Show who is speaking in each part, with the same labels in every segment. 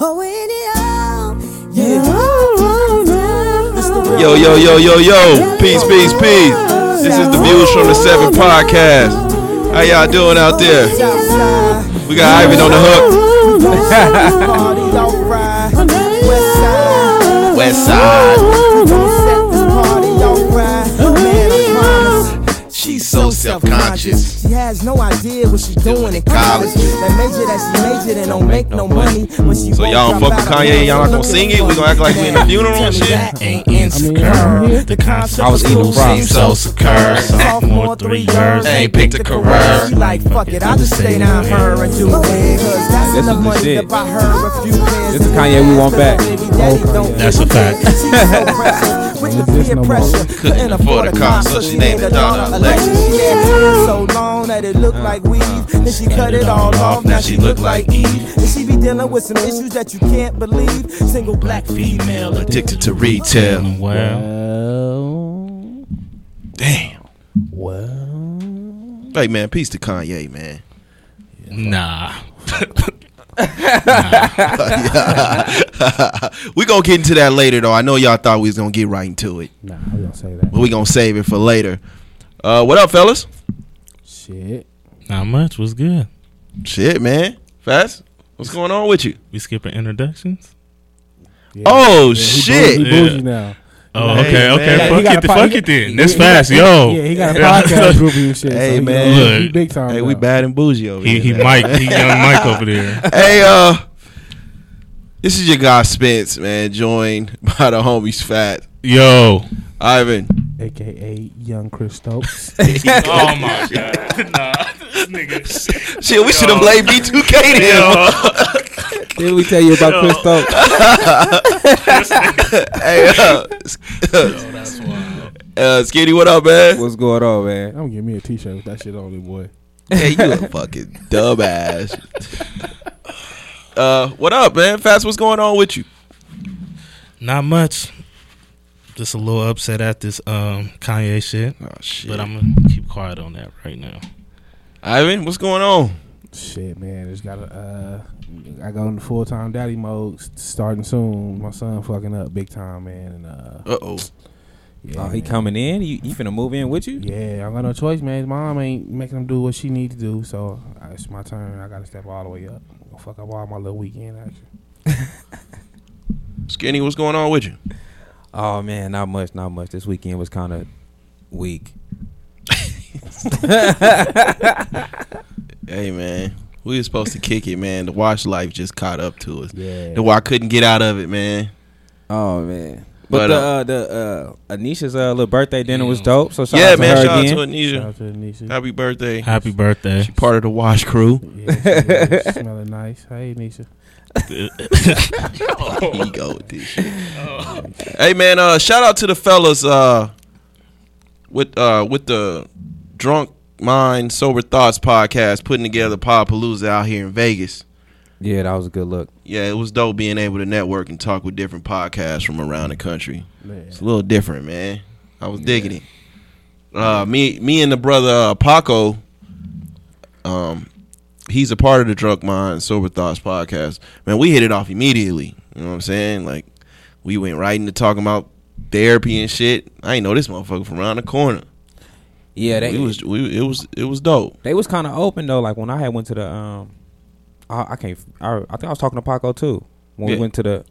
Speaker 1: Oh, in it all. Yeah. It's the
Speaker 2: Yo, yo, yo, yo, yo. Peace, peace, peace. This is the Views from the Seven podcast. How y'all doing out there? We got Ivan on the hook.
Speaker 3: Party all right. West
Speaker 1: West
Speaker 3: side.
Speaker 2: West side.
Speaker 3: Set this party all right. Man, I promise.
Speaker 2: She's so self-conscious.
Speaker 3: She has no idea what she's doing in college. That major that she majored in don't make no money. When she
Speaker 2: So
Speaker 3: won't
Speaker 2: y'all
Speaker 3: drop
Speaker 2: don't fuck with
Speaker 3: out,
Speaker 2: Kanye and y'all not gonna
Speaker 3: looking
Speaker 2: sing it? We gonna act like we in a funeral and shit?
Speaker 3: That ain't
Speaker 4: insecure.
Speaker 3: The concept
Speaker 4: I was eating fries.
Speaker 5: so secure.
Speaker 3: Sophomore, three years.
Speaker 5: Ain't picked a
Speaker 3: She
Speaker 5: career.
Speaker 3: like, fuck it, I'll just stay down her and do it. 'Cause that's
Speaker 4: This
Speaker 3: enough
Speaker 4: is the
Speaker 3: money to
Speaker 4: shit.
Speaker 3: buy her a few pairs
Speaker 4: This is
Speaker 3: of
Speaker 4: Kanye we want
Speaker 3: pants,
Speaker 4: back.
Speaker 3: but her baby daddy don't
Speaker 5: That's a
Speaker 3: give
Speaker 5: fact.
Speaker 3: She's so precious, with the peer
Speaker 4: no more.
Speaker 3: pressure. Couldn't afford a car, so she named her daughter Alexis. She had hair so long that it looked like weave. Then she Uh-huh. cut it all off, now she look like Eve. And she be dealing with some issues that you can't believe. Single black female
Speaker 2: Addicted to retail.
Speaker 5: Well,
Speaker 2: Damn. Well. Hey man, peace to Kanye, man.
Speaker 5: nah.
Speaker 2: we gonna get into that later though. I know y'all thought we was gonna get right into it,
Speaker 4: Nah, I don't say that
Speaker 2: but we gonna save it for later. Uh, what up, fellas?
Speaker 4: shit.
Speaker 5: Not much. Was good.
Speaker 2: Shit, man. Fast. What's going on with you?
Speaker 5: We skipping introductions.
Speaker 4: Yeah.
Speaker 2: Oh
Speaker 4: Yeah, he
Speaker 2: shit.
Speaker 4: Bougie, he bougie now.
Speaker 5: Oh,
Speaker 2: Hey,
Speaker 5: okay,
Speaker 2: man.
Speaker 5: okay.
Speaker 2: Yeah,
Speaker 4: he got a
Speaker 5: fuck it,
Speaker 4: pod-
Speaker 5: fuck
Speaker 4: he-
Speaker 5: it then.
Speaker 4: he-
Speaker 5: That's
Speaker 4: he-
Speaker 5: fast,
Speaker 4: he-
Speaker 5: yo.
Speaker 4: Yeah, he got a podcast group and shit.
Speaker 2: Hey,
Speaker 4: so he-
Speaker 2: man.
Speaker 4: he, big time.
Speaker 2: Hey, we
Speaker 4: now.
Speaker 2: bad and bougie over
Speaker 5: He
Speaker 2: here.
Speaker 5: he
Speaker 2: man.
Speaker 5: Mike, he young Mike over there.
Speaker 2: Hey, uh, this is your guy Spence, man, joined by the homies Fat
Speaker 5: Yo.
Speaker 2: Ivan.
Speaker 4: aka Young Chris Stokes.
Speaker 5: Oh my god. Nah. This nigga.
Speaker 2: Shit, we should have played B2K then.
Speaker 5: Yo.
Speaker 4: Did we tell you about Chris Stokes?
Speaker 2: hey, uh, uh, Skinny, what up, man?
Speaker 6: What's going on,
Speaker 4: I'm
Speaker 6: man?
Speaker 4: gonna give me a T-shirt with that shit on it, boy.
Speaker 2: Hey, you a fucking dumbass. Uh, what up, man? Fast, what's going on with you?
Speaker 5: Not much. Just a little upset at this um Kanye shit,
Speaker 2: Oh shit,
Speaker 5: but I'm gonna keep quiet on that right now.
Speaker 2: Ivan, what's going on?
Speaker 4: Shit, man, just gotta. Uh, I go into full time daddy mode s- starting soon. My son fucking up big time, man. And uh,
Speaker 2: Uh oh.
Speaker 4: yeah,
Speaker 6: Oh, he
Speaker 4: man.
Speaker 6: coming in? You, you finna move in with you?
Speaker 4: Yeah, I got no choice, man. His mom ain't making him do what she need to do, so uh, it's my turn. I gotta step all the way up. Gonna fuck up all my little weekend action.
Speaker 2: Skinny, what's going on with you?
Speaker 6: Oh man, not much, not much. This weekend was kind of weak.
Speaker 2: Hey, man, we was supposed to kick it, man. The watch life just caught up to us.
Speaker 4: Yeah,
Speaker 2: The I couldn't get out of it, man.
Speaker 6: Oh man,
Speaker 2: But,
Speaker 6: but, the
Speaker 2: uh,
Speaker 6: uh, the uh, Anisha's uh, little birthday dinner was dope. So shout
Speaker 2: yeah,
Speaker 6: out to
Speaker 2: man.
Speaker 6: her
Speaker 2: Shout out
Speaker 6: again.
Speaker 2: to
Speaker 4: shout
Speaker 2: Anisha.
Speaker 4: out to the nieces.
Speaker 2: Happy birthday.
Speaker 5: Happy birthday.
Speaker 2: She part of the wash crew.
Speaker 4: Yeah, she- she smelling nice. Hey, Nisha.
Speaker 2: He go with this shit. Hey man, uh, shout out to the fellas uh, with uh, with the drunk mind sober thoughts podcast putting together Podpalooza out here in Vegas.
Speaker 6: yeah, that was a good look.
Speaker 2: Yeah, it was dope being able to network and talk with different podcasts from around the country.
Speaker 4: Man.
Speaker 2: It's a little different, man. I was digging it. Uh, me, me and the brother uh, Paco, um, he's a part of the Drunk Mind Sober Thoughts podcast. Man, we hit it off immediately. You know what I'm saying? Like, we went right into talking about therapy and shit. I ain't know this motherfucker from around the corner.
Speaker 6: Yeah, they
Speaker 2: It was, we, it was, it was dope.
Speaker 6: they was kind of open though. Like when I had went to the um, I, I can't. I, I think I was talking to Paco too when
Speaker 2: Yeah.
Speaker 6: we went to the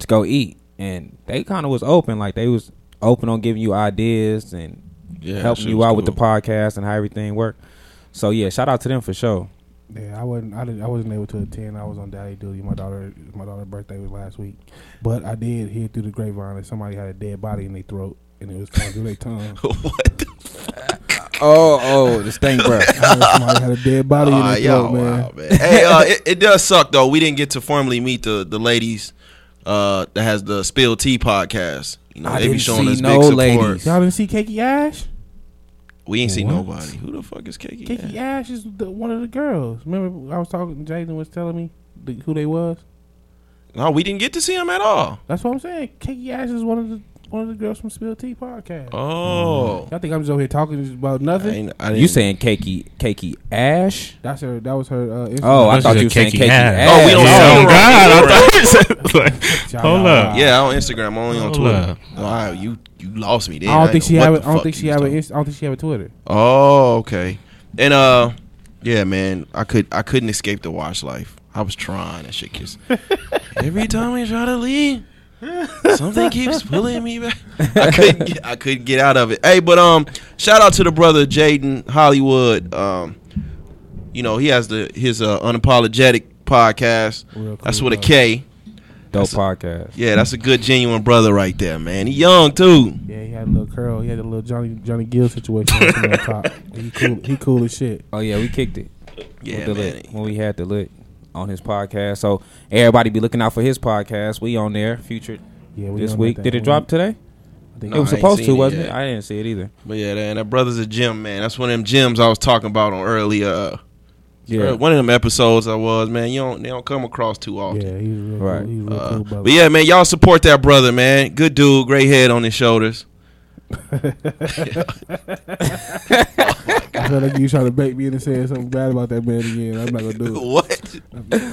Speaker 6: to go eat, and they kind of was open. Like they was open on giving you ideas and
Speaker 2: Yeah,
Speaker 6: helping you out with the podcast and how everything worked. So yeah, shout out to them for sure.
Speaker 4: Yeah, I wasn't. I, didn't, I wasn't able to attend. I was on daddy duty. My daughter, my daughter's birthday was last week, but I did hear through the grapevine that somebody had a dead body in their throat and it was coming through their tongue.
Speaker 2: what? The,
Speaker 6: Oh, oh, the stink breath.
Speaker 4: I heard somebody had a dead body in their
Speaker 2: Aw, Uh, Ah, y'all
Speaker 4: throat, man.
Speaker 2: wild, man. hey, uh, it, it does suck though. We didn't get to formally meet the the ladies uh, that has the Spill Tea podcast. You know,
Speaker 6: I
Speaker 2: they be
Speaker 6: didn't
Speaker 2: showing
Speaker 6: see
Speaker 2: us
Speaker 6: no
Speaker 2: big support.
Speaker 6: ladies.
Speaker 4: Y'all didn't see Cakey Ash?
Speaker 2: We ain't seen
Speaker 5: What?
Speaker 2: nobody. Who the fuck is Kiki?
Speaker 4: Kiki Ash is the, one of the girls. Remember, I was talking. Jaden was telling me the, who they was.
Speaker 2: No, we didn't get to see him at all.
Speaker 4: That's what I'm saying. Kiki Ash is one of the one of the girls from Spill Tea podcast.
Speaker 2: Oh,
Speaker 4: Y'all think I'm just over here talking about
Speaker 2: I
Speaker 4: nothing?
Speaker 2: ain't, I didn't,
Speaker 6: You saying cakey, cakey ash?
Speaker 4: That's her. That was her. Uh, Instagram.
Speaker 6: Oh, I
Speaker 5: That's
Speaker 6: thought
Speaker 5: just
Speaker 6: you were saying
Speaker 5: cakey
Speaker 6: cakey
Speaker 5: ass.
Speaker 6: ass.
Speaker 2: Oh, we don't Yeah.
Speaker 5: Oh God! I thought you like,
Speaker 4: Shout
Speaker 5: hold
Speaker 4: out.
Speaker 5: up.
Speaker 2: Yeah, on Instagram, I'm only on
Speaker 5: Hold
Speaker 2: Twitter.
Speaker 5: up.
Speaker 2: Wow, you you lost me there.
Speaker 4: I don't think she have it. I don't think she have
Speaker 2: it.
Speaker 4: it. I don't think she have a Twitter.
Speaker 2: Oh, okay. And uh, yeah, man, I could I couldn't escape the watch life. I was trying and shit. Cause every time we try to leave, something keeps pulling me back. I couldn't get, I couldn't get out of it. Hey, but um, shout out to the brother Jaden Hollywood. Um, you know he has the his uh, unapologetic podcast.
Speaker 4: Real
Speaker 2: That's
Speaker 4: cool
Speaker 2: with a
Speaker 4: guy.
Speaker 2: K.
Speaker 6: Dope podcast.
Speaker 2: Yeah, that's a good genuine brother right there, man. He young too.
Speaker 4: Yeah, he had a little curl. He had a little Johnny Johnny Gill situation with him on top. He cool. He cool as shit.
Speaker 6: Oh yeah, we kicked it.
Speaker 2: Yeah,
Speaker 6: with the
Speaker 2: man.
Speaker 6: lit when we had the lit on his podcast. So everybody be looking out for his podcast. We on there. Featured
Speaker 4: Yeah, we
Speaker 6: this
Speaker 4: done
Speaker 6: week.
Speaker 4: with that.
Speaker 6: Did it
Speaker 4: We-
Speaker 6: drop today?
Speaker 4: I think
Speaker 2: No,
Speaker 6: it was
Speaker 2: I ain't
Speaker 6: supposed
Speaker 2: seen
Speaker 6: to,
Speaker 2: it
Speaker 6: wasn't
Speaker 2: yet.
Speaker 6: it? I didn't see it either.
Speaker 2: But yeah, man, that brother's a gym, man. That's one of them gyms I was talking about on earlier. Uh,
Speaker 6: Yeah.
Speaker 2: one of them episodes I was, man. You don't they don't come across too often.
Speaker 4: Yeah, he was real
Speaker 6: Right.
Speaker 4: cool. He was real
Speaker 2: Uh,
Speaker 4: cool brother.
Speaker 2: but yeah, man, y'all support that brother, man. Good dude, great head on his shoulders.
Speaker 4: I feel like you trying to bait me into saying something bad about that man again. I'm not gonna do it.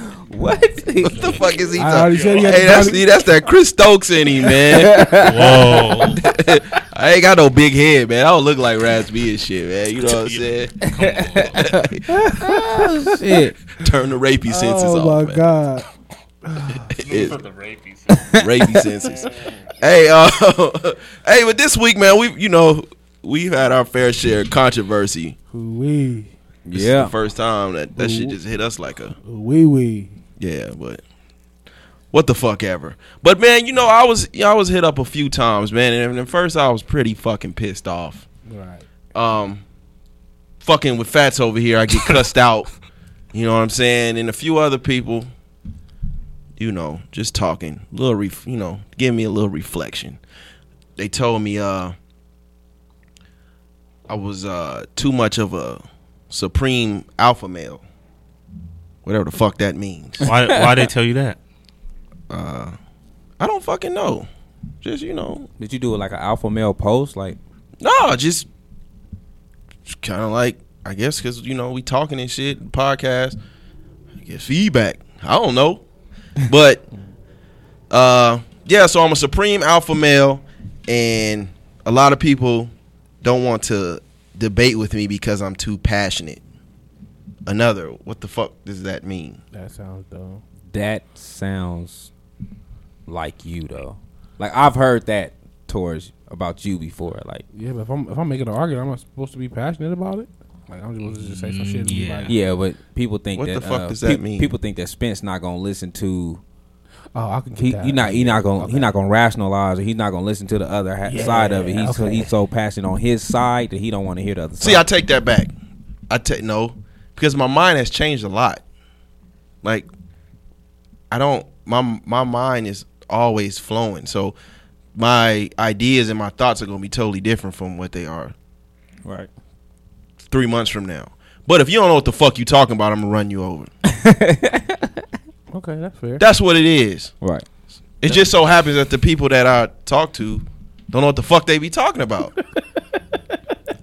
Speaker 2: What?
Speaker 6: What?
Speaker 2: What the fuck is he
Speaker 4: I
Speaker 2: talking?
Speaker 4: already said he had
Speaker 2: Hey,
Speaker 4: the
Speaker 2: that's
Speaker 4: Johnny-
Speaker 2: see, that's that Chris Stokes in him, man.
Speaker 5: Whoa.
Speaker 2: I ain't got no big head, man. I don't look like Raspy and shit, man. You know what I'm saying?
Speaker 6: Shit.
Speaker 2: Turn the rapey senses
Speaker 4: oh
Speaker 2: off,
Speaker 4: my
Speaker 2: man.
Speaker 4: god.
Speaker 2: It's- rapey senses. hey, uh, hey, but this week, man, we you know we've had our fair share of controversy.
Speaker 4: Wee
Speaker 2: This is
Speaker 6: Yeah.
Speaker 2: the first time that that shit just hit us like a
Speaker 4: wee wee.
Speaker 2: yeah, but what the fuck ever. But man, you know I was you know, I was hit up a few times, man, and at first I was pretty fucking pissed off.
Speaker 4: Right.
Speaker 2: Um, fucking with Fats over here, I get cussed out. You know what I'm saying? And a few other people, you know, just talking, little, ref- you know, give me a little reflection. They told me uh I was uh too much of a supreme alpha male. Whatever the fuck that means.
Speaker 5: why? Why they tell you that?
Speaker 2: uh, I don't fucking know. Just, you know,
Speaker 6: Did you do it like an alpha male post? Like
Speaker 2: No, just kind of like I guess because you know we talking and shit podcast. I guess feedback. I don't know, but uh, yeah. So I'm a supreme alpha male, and a lot of people don't want to debate with me because I'm too passionate. Another, what the fuck does that mean?
Speaker 4: That sounds dumb.
Speaker 6: that sounds like you though. Like I've heard that towards about you before. Like
Speaker 4: Yeah, but if I'm if I'm making an argument, I'm not supposed to be passionate about it. Like I'm supposed to just say some shit. And
Speaker 5: yeah.
Speaker 4: Be like,
Speaker 6: yeah, but people think
Speaker 2: What
Speaker 6: that
Speaker 2: the fuck
Speaker 6: uh,
Speaker 2: does that
Speaker 6: pe-
Speaker 2: mean?
Speaker 6: People think that Spence not gonna listen to
Speaker 4: oh, I can. Get
Speaker 6: He,
Speaker 4: that.
Speaker 6: he not he not gonna he
Speaker 4: Okay.
Speaker 6: not gonna rationalize or he's not gonna listen to the other ha- side of it. He's so,
Speaker 4: okay.
Speaker 6: he's so passionate on his side that he don't want to hear the other
Speaker 2: See, I
Speaker 6: side.
Speaker 2: take that back. I take no because my mind has changed a lot. Like I don't my my mind is always flowing. So my ideas and my thoughts are going to be totally different from what they are
Speaker 6: right.
Speaker 2: 3 months from now. But if you don't know what the fuck you talking about, I'm going to run you over.
Speaker 4: Okay, that's fair.
Speaker 2: That's what it is.
Speaker 6: Right.
Speaker 2: It just so happens that the people that I talk to don't know what the fuck they be talking about.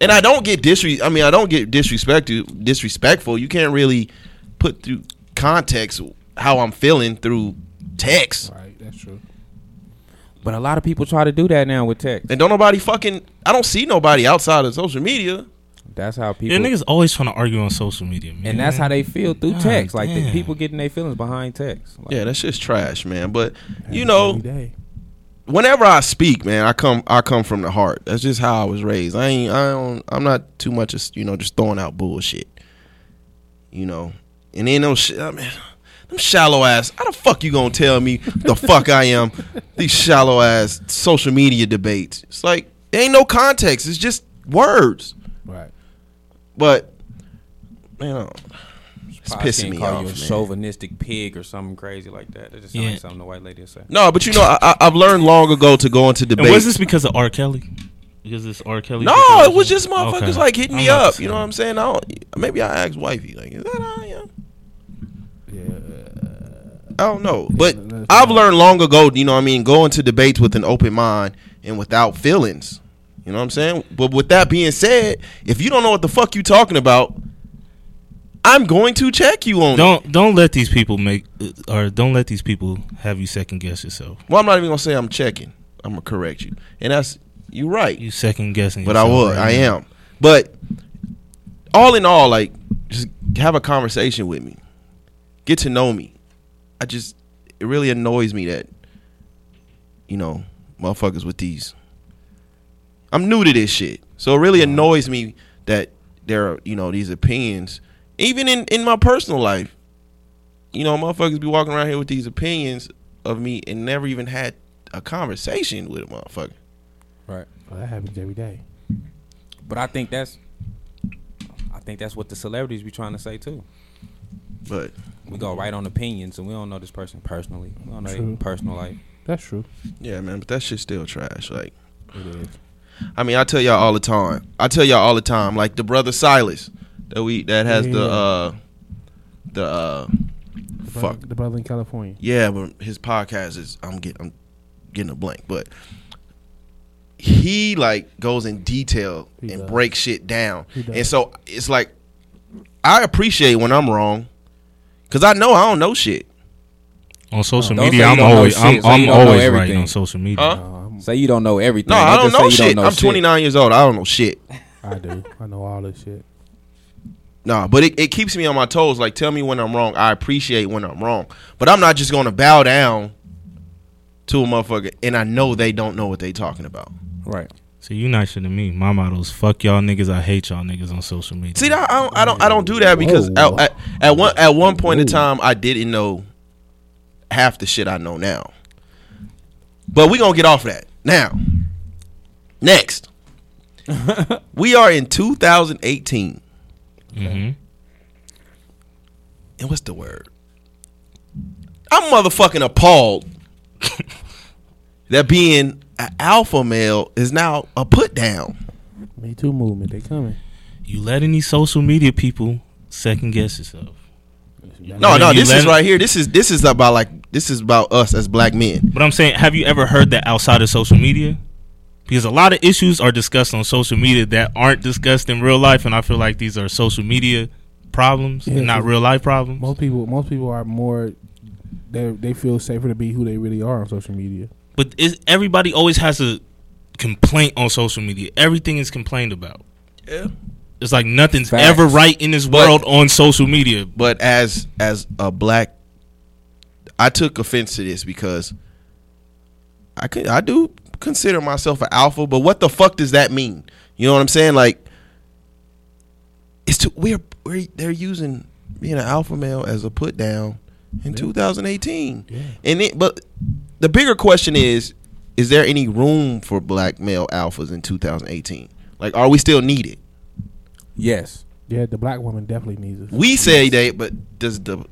Speaker 2: and I don't get disre I mean, I don't get disrespected disrespectful. You can't really put through context how I'm feeling through text.
Speaker 4: right, that's true.
Speaker 6: But a lot of people try to do that now with tech.
Speaker 2: And don't nobody fucking I don't see nobody outside of social media.
Speaker 6: That's how people
Speaker 5: Yeah, niggas always trying to argue on social media, man.
Speaker 6: and that's how they feel through
Speaker 5: God
Speaker 6: text. Like the
Speaker 5: damn.
Speaker 6: people getting their feelings behind text. Like,
Speaker 2: Yeah, that's just trash, man. But you know,
Speaker 4: Every day.
Speaker 2: whenever I speak, man, I come I come from the heart. That's just how I was raised. I ain't I don't I'm not too much just you know just throwing out bullshit. You know, and then those shit, I mean, them shallow ass. How the fuck you gonna tell me the fuck I am? These shallow ass social media debates. It's like there ain't no context. It's just words.
Speaker 4: Right.
Speaker 2: But you know, it's
Speaker 6: probably
Speaker 2: pissing
Speaker 6: can't
Speaker 2: me
Speaker 6: call
Speaker 2: off.
Speaker 6: you a
Speaker 2: man.
Speaker 6: chauvinistic pig or something crazy like that. That just sounds
Speaker 5: Yeah.
Speaker 6: like something the white lady would say.
Speaker 2: no, but you know, I, I, I've learned long ago to go into
Speaker 5: And
Speaker 2: debate.
Speaker 5: was this because of R. Kelly? Because it's R. Kelly?
Speaker 2: No, it was just motherfuckers like hitting me up. You know what I'm saying?
Speaker 5: saying?
Speaker 2: I don't, maybe I asked wifey like, is that how I am?
Speaker 4: Yeah. uh,
Speaker 2: I don't know, but
Speaker 4: no, that's
Speaker 2: I've
Speaker 4: not-
Speaker 2: learned long ago. You know what I mean? Go into debates with an open mind and without feelings. You know what I'm saying? But with that being said, if you don't know what the fuck you talking about, I'm going to check you on it.
Speaker 5: Don't don't let these people make or don't let these people have you second guess yourself.
Speaker 2: Well, I'm not even gonna say I'm checking. I'm gonna correct you, and that's you right.
Speaker 5: You second guessing.
Speaker 2: but I
Speaker 5: yourself
Speaker 2: will.
Speaker 5: right
Speaker 2: I
Speaker 5: now.
Speaker 2: am. But all in all, like, just have a conversation with me. Get to know me. I just it really annoys me that you know motherfuckers with these. I'm new to this shit, so it really annoys me that there are you know these opinions. Even in in my personal life, you know, motherfuckers be walking around here with these opinions of me and never even had a conversation with a motherfucker.
Speaker 6: Right.
Speaker 4: Well, that happens every day.
Speaker 6: But I think that's I think that's what the celebrities be trying to say too.
Speaker 2: But
Speaker 6: We go right on opinions and we don't know this person personally. We don't know
Speaker 4: True.
Speaker 6: their personal life.
Speaker 4: That's true.
Speaker 2: yeah, man, but that shit's still trash. Like.
Speaker 4: It is.
Speaker 2: I mean, I tell y'all all the time. I tell y'all all the time, like the brother Silas that we that has the
Speaker 4: Yeah.
Speaker 2: uh the uh
Speaker 4: The
Speaker 2: fuck
Speaker 4: brother, the brother in California.
Speaker 2: yeah, but his podcast is I'm getting I'm getting a blank, but he like goes in detail
Speaker 4: He
Speaker 2: and
Speaker 4: does.
Speaker 2: breaks shit down,
Speaker 4: He does.
Speaker 2: and so it's like I appreciate when I'm wrong because I know I don't know shit.
Speaker 5: On social
Speaker 6: Don't
Speaker 5: media,
Speaker 6: say you
Speaker 5: I'm
Speaker 6: don't know
Speaker 5: always
Speaker 6: shit,
Speaker 5: I'm,
Speaker 6: so
Speaker 5: I'm
Speaker 6: you don't know
Speaker 5: always right
Speaker 6: everything.
Speaker 5: on social media.
Speaker 2: Huh?
Speaker 4: No, I'm,
Speaker 6: Say you don't know everything.
Speaker 2: No, I don't
Speaker 6: just
Speaker 2: know
Speaker 6: say you
Speaker 2: shit.
Speaker 6: don't know
Speaker 2: I'm
Speaker 6: shit.
Speaker 2: 29 years old. I don't know shit.
Speaker 4: I do. I know all this shit.
Speaker 2: Nah, but it, it keeps me on my toes. Like, tell me when I'm wrong. I appreciate when I'm wrong. But I'm not just gonna bow down to a motherfucker and I know they don't know what they talking about.
Speaker 6: Right.
Speaker 5: So you nicer than me. My motto is fuck y'all niggas. I hate y'all niggas on social media.
Speaker 2: See, I don't, I don't, I don't do that because
Speaker 4: Whoa.
Speaker 2: at, at, at one at one point in time, I didn't know half the shit I know now. But we gonna get off of that now. Next, we are in 2018,
Speaker 5: Mhm.
Speaker 2: and what's the word? I'm motherfucking appalled that being an alpha male is now a put down.
Speaker 4: Me Too movement. They coming.
Speaker 5: You letting these social media people second guess yourself.
Speaker 2: No,
Speaker 5: Yeah,
Speaker 2: no,
Speaker 5: you
Speaker 2: this is
Speaker 5: letting-
Speaker 2: right here. This is this is about like this is about us as black men.
Speaker 5: But I'm saying, have you ever heard that outside of social media? Because a lot of issues are discussed on social media that aren't discussed in real life, and I feel like these are social media problems
Speaker 4: Yeah,
Speaker 5: and not
Speaker 4: so-
Speaker 5: real life problems.
Speaker 4: Most people. Most people are more. They they feel safer to be who they really are on social media.
Speaker 5: But is, everybody always has a complaint on social media. Everything is complained about.
Speaker 2: Yeah.
Speaker 5: It's like nothing's
Speaker 6: Facts.
Speaker 5: ever right in this
Speaker 2: But-
Speaker 5: world on social media.
Speaker 2: but as as a black i took offense to this because i could i do consider myself an alpha but what the fuck does that mean you know what i'm saying like it's too we're, we're they're using being an alpha male as a put down in 2018 and it but the bigger question is is there any room for black male alphas in 2018 like are we still needed
Speaker 6: Yes.
Speaker 4: Yeah, the black woman definitely needs us.
Speaker 2: we say they but does the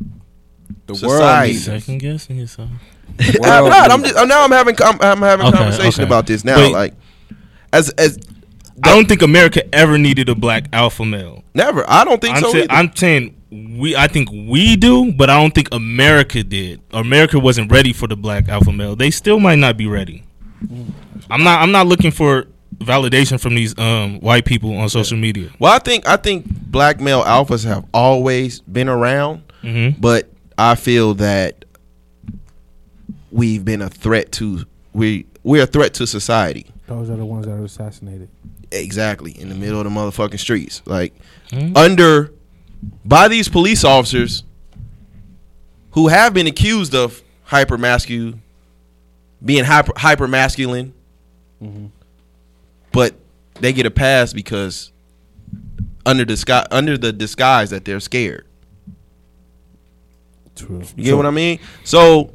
Speaker 6: The
Speaker 2: Society.
Speaker 6: world needs us.
Speaker 5: Second guessing yourself.
Speaker 6: The
Speaker 2: I'm
Speaker 6: world
Speaker 2: not. Ah, I'm
Speaker 6: needs
Speaker 2: just
Speaker 6: us.
Speaker 2: I'm- now. I'm having I'm, I'm having
Speaker 5: Okay,
Speaker 2: conversation
Speaker 5: okay.
Speaker 2: about this now.
Speaker 5: But-
Speaker 2: like as as
Speaker 5: I don't think America ever needed a black alpha male.
Speaker 2: never. I don't think
Speaker 5: I'm,
Speaker 2: so.
Speaker 5: say-
Speaker 2: either.
Speaker 5: I'm saying we. I think we do, but I don't think America did. America wasn't ready for the black alpha male. They still might not be ready. I'm not. I'm not looking for validation from these um, white people on social media.
Speaker 2: well, I think I think black male alphas have always been around,
Speaker 5: hmm
Speaker 2: but I feel that we've been a threat to we we're a threat to society.
Speaker 4: Those are the ones that are assassinated.
Speaker 2: Exactly in the middle of the motherfucking streets, like under by these police officers who have been accused of hyper masculine being hyper hyper masculine, but they get a pass because under disguise under the disguise that they're scared.
Speaker 4: True.
Speaker 2: You get what I mean? So,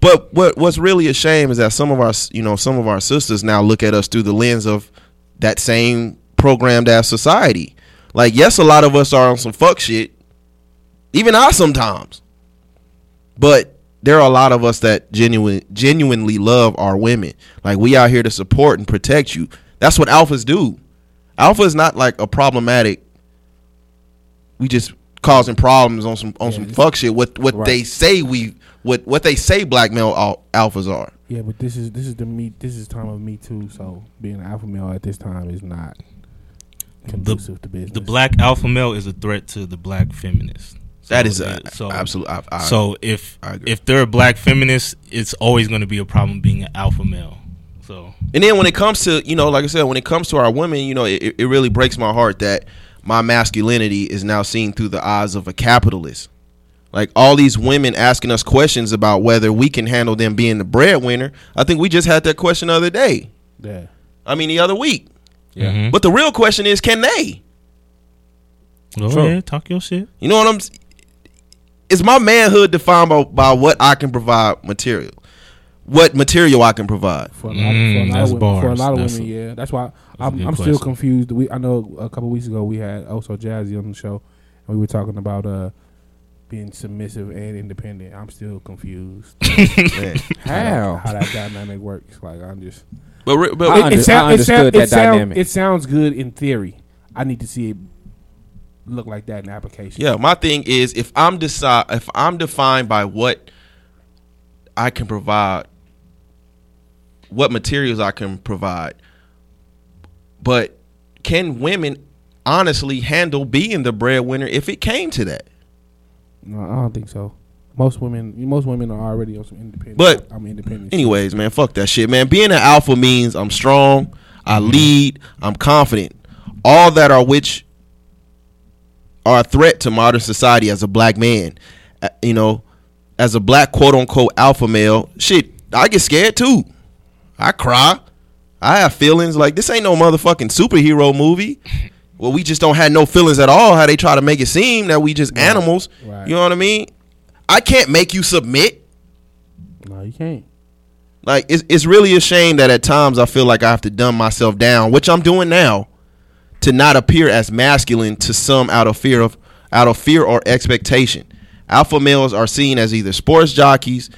Speaker 2: but what what's really a shame is that some of our s- you know some of our sisters now look at us through the lens of that same programmed as society. Like, yes, a lot of us are on some fuck shit. Even I sometimes. But there are a lot of us that genuine genuinely love our women. Like we out here to support and protect you. That's what alphas do. Alpha is not like a problematic. We just causing problems on some on some fuck shit. What what
Speaker 6: Right.
Speaker 2: they say we what what they say black male al- alphas are.
Speaker 4: Yeah, but this is this is the me. This is time of me too. So being an alpha male at this time is not. conducive to business.
Speaker 5: The black alpha male is a threat to the black feminist. So
Speaker 2: That is
Speaker 5: it-
Speaker 2: a, absolute. I, I,
Speaker 5: so if
Speaker 2: I agree.
Speaker 5: if they're a black feminist, it's always going to be a problem being an alpha male. So
Speaker 2: And then when it comes to you know, like I said, when it comes to our women, you know, it, it really breaks my heart that my masculinity is now seen through the eyes of a capitalist. Like all these women asking us questions about whether we can handle them being the breadwinner. I think we just had that question the other day.
Speaker 4: yeah.
Speaker 2: I mean, the other week.
Speaker 6: Yeah.
Speaker 5: Mhm.
Speaker 2: But the real question is, can they?
Speaker 5: go
Speaker 6: True.
Speaker 5: ahead, talk your shit.
Speaker 2: You know what I'm? s- Is my manhood defined by, by what I can provide material? What material I can provide?
Speaker 4: For a lot,
Speaker 5: Mm,
Speaker 4: for a lot
Speaker 5: that's
Speaker 4: of women, for a
Speaker 5: bars.
Speaker 4: lot of
Speaker 5: That's
Speaker 4: women,
Speaker 5: a-
Speaker 4: yeah. That's why
Speaker 5: a
Speaker 4: I'm,
Speaker 5: good
Speaker 4: I'm still
Speaker 5: question.
Speaker 4: confused. We I know a couple weeks ago we had also Jazzy on the show, and we were talking about uh being submissive and independent. I'm still confused
Speaker 2: Man.
Speaker 4: how,
Speaker 6: How?
Speaker 4: how that dynamic works. Like I'm just
Speaker 2: but re- but
Speaker 6: I- under-
Speaker 4: sound-
Speaker 6: understood
Speaker 4: sound-
Speaker 6: that
Speaker 4: sound-
Speaker 6: dynamic.
Speaker 4: it sounds good in theory. I need to see it look like that in application.
Speaker 2: Yeah, my thing is if I'm decide if I'm defined by what I can provide, what materials I can provide, but can women honestly handle being the breadwinner if it came to that?
Speaker 4: No, I don't think so. Most women, most women are already on some independent.
Speaker 2: But-
Speaker 4: I'm independent.
Speaker 2: Anyways, man, fuck that shit, man. Being an alpha means I'm strong, I
Speaker 4: Mm-hmm.
Speaker 2: lead, I'm confident. All that are which are a threat to modern society as a black man. Uh, you know, as a black quote unquote alpha male, shit, I get scared too. I cry. I have feelings. Like this ain't no motherfucking superhero movie. Well, we just don't have no feelings at all. How they try to make it seem that we just animals.
Speaker 4: right.
Speaker 2: You know what I mean? I can't make you submit.
Speaker 4: No, you can't.
Speaker 2: Like it's it's really a shame that at times I feel like I have to dumb myself down, which I'm doing now, to not appear as masculine to some out of fear of out of fear or expectation. Alpha males are seen as either sports jockeys,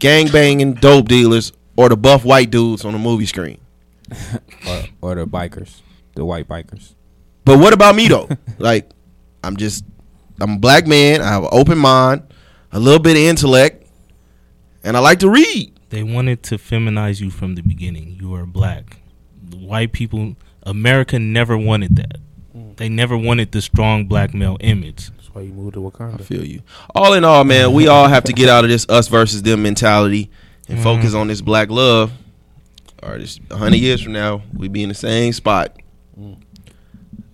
Speaker 2: gang banging, dope dealers, or the buff white dudes on the movie screen.
Speaker 6: Or, or the "Oh, bikers, the white bikers.
Speaker 2: But what about me though? like, I'm just I'm a black man. I have an open mind, a little bit of intellect, and I like to read.
Speaker 5: They wanted to feminize you from the beginning. You are black. The white people, America never wanted that. They never wanted the strong black male image.
Speaker 4: That's why you moved to
Speaker 2: I
Speaker 4: Wakanda.
Speaker 2: feel you. All in all, man, we all have to get out of this us versus them mentality and focus on this black love. Or just hundred years from now, we be in the same spot.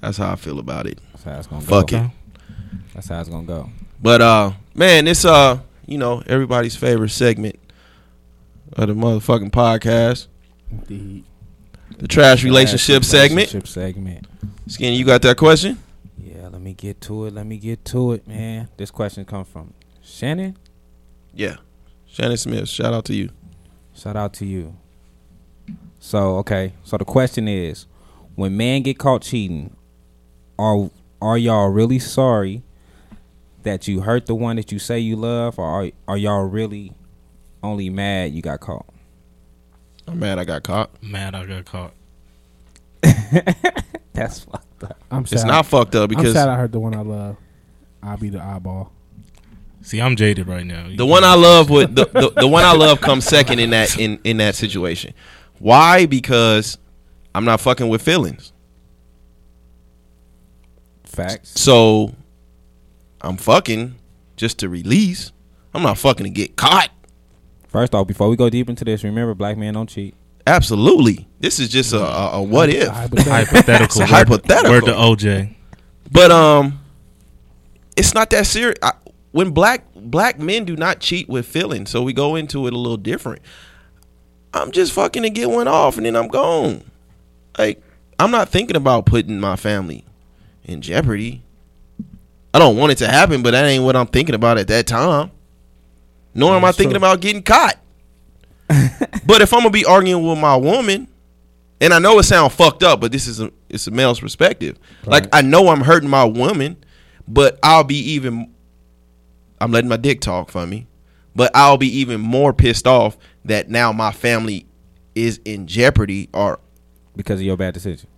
Speaker 2: That's how I feel about it.
Speaker 6: That's how it's gonna
Speaker 2: Fuck
Speaker 6: go.
Speaker 2: it.
Speaker 5: Okay.
Speaker 6: That's how it's gonna go.
Speaker 2: But uh, man, it's uh, you know, everybody's favorite segment of the motherfucking podcast,
Speaker 4: Indeed.
Speaker 2: the trash relationship segment.
Speaker 6: Relationship segment.
Speaker 2: Skinny, you got that question?
Speaker 6: Yeah, let me get to it. Let me get to it, man. This question comes from Shannon.
Speaker 2: Yeah. Shannon Smith, shout out to you.
Speaker 6: Shout out to you. So okay, so the question is, when men get caught cheating, are are y'all really sorry that you hurt the one that you say you love, or are, are y'all really only mad you got caught?
Speaker 2: I'm mad I got caught.
Speaker 5: Mad I got caught.
Speaker 6: That's fucked up.
Speaker 4: I'm sad.
Speaker 2: It's not fucked up
Speaker 4: I'm
Speaker 2: because
Speaker 4: sad I heard the one I love. I'll be the eyeball.
Speaker 5: See, I'm jaded right now.
Speaker 2: The one I love would the, the, the one I love comes second in that in, in that situation. Why? Because I'm not fucking with feelings.
Speaker 6: Facts.
Speaker 2: So I'm fucking just to release. I'm not fucking to get caught.
Speaker 6: First off, before we go deep into this, remember black men don't cheat.
Speaker 2: Absolutely. This is just a, a, a what if.
Speaker 4: Hypothetical.
Speaker 5: hypothetical.
Speaker 2: It's a hypothetical.
Speaker 5: Word to OJ.
Speaker 2: But um it's not that serious. I, when black black men do not cheat with feelings, so we go into it a little different. I'm just fucking to get one off and then I'm gone. Like I'm not thinking about putting my family in jeopardy. I don't want it to happen, but that ain't what I'm thinking about at that time. Nor am I
Speaker 4: That's
Speaker 2: thinking
Speaker 4: true.
Speaker 2: about getting caught. but if I'm gonna be arguing with my woman, and I know it sounds fucked up, but this is a it's a male's perspective. Like I know I'm hurting my woman, but I'll be even I'm letting my dick talk for me. But I'll be even more pissed off that now my family is in jeopardy or
Speaker 6: because of your bad decision.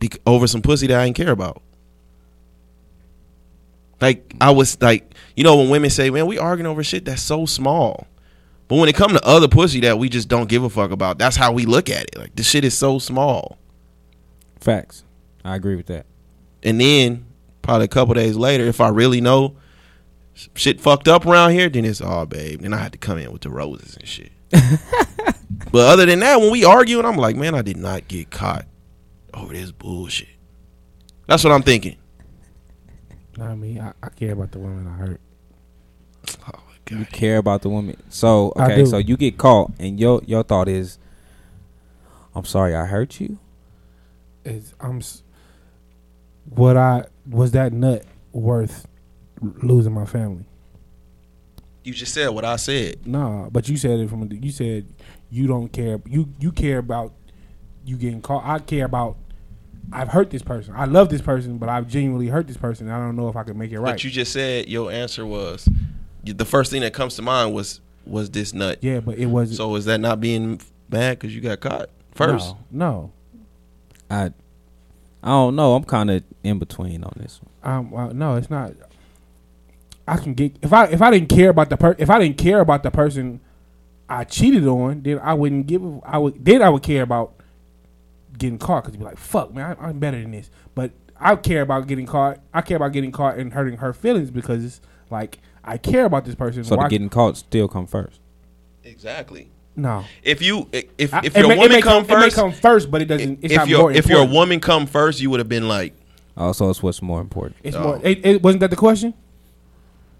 Speaker 2: bec- over some pussy that I didn't care about. Like I was like, you know, when women say, "Man, we arguing over shit that's so small," but when it come to other pussy that we just don't give a fuck about, that's how we look at it. Like this shit is so small.
Speaker 6: Facts. I agree with that.
Speaker 2: and then probably a couple days later, if I really know s- shit fucked up around here, then it's all babe. Then I had to come in with the roses and shit. but other than that, when we arguing, I'm like, man, I did not get caught over this bullshit. That's what I'm thinking.
Speaker 4: Nah, I mean, I, I care about the women I hurt.
Speaker 2: Oh my
Speaker 6: You
Speaker 2: god.
Speaker 6: care about the woman. So
Speaker 4: I
Speaker 6: okay,
Speaker 4: do.
Speaker 6: so you get caught, and your your thought is, I'm sorry, I hurt you.
Speaker 4: It's, I'm. s- What I was that nut worth losing my family?
Speaker 2: You just said what I said.
Speaker 4: Nah, but you said it from you said you don't care. You you care about you getting caught. I care about. I've hurt this person. I love this person, but I've genuinely hurt this person. I don't know if I can make it right.
Speaker 2: But you just said your answer was y- the first thing that comes to mind was was this nut.
Speaker 4: yeah, but it wasn't.
Speaker 2: So is that not being mad because you got caught first?
Speaker 4: No, no.
Speaker 6: I I don't know. I'm kind of in between on this one.
Speaker 4: Um, well, no, it's not. I can get if I if I didn't care about the per if I didn't care about the person I cheated on, then I wouldn't give. a- I would then I would care about getting caught because be like, fuck, man, I, I'm better than this. But I care about getting caught. I care about getting caught and hurting her feelings because it's like I care about this person.
Speaker 6: So
Speaker 4: Why-
Speaker 6: the getting caught still come first.
Speaker 2: Exactly.
Speaker 4: no.
Speaker 2: If you i- if
Speaker 4: I-
Speaker 2: if
Speaker 4: it
Speaker 2: your
Speaker 4: may- it
Speaker 2: woman
Speaker 4: may
Speaker 2: come
Speaker 4: it may
Speaker 2: first,
Speaker 4: come first, but it doesn't. It's
Speaker 2: if
Speaker 4: not
Speaker 2: your
Speaker 4: more
Speaker 2: if your
Speaker 4: important.
Speaker 2: woman come first, you would have been like,
Speaker 6: Also, it's what's more important.
Speaker 4: it's more. It, it, wasn't that the question?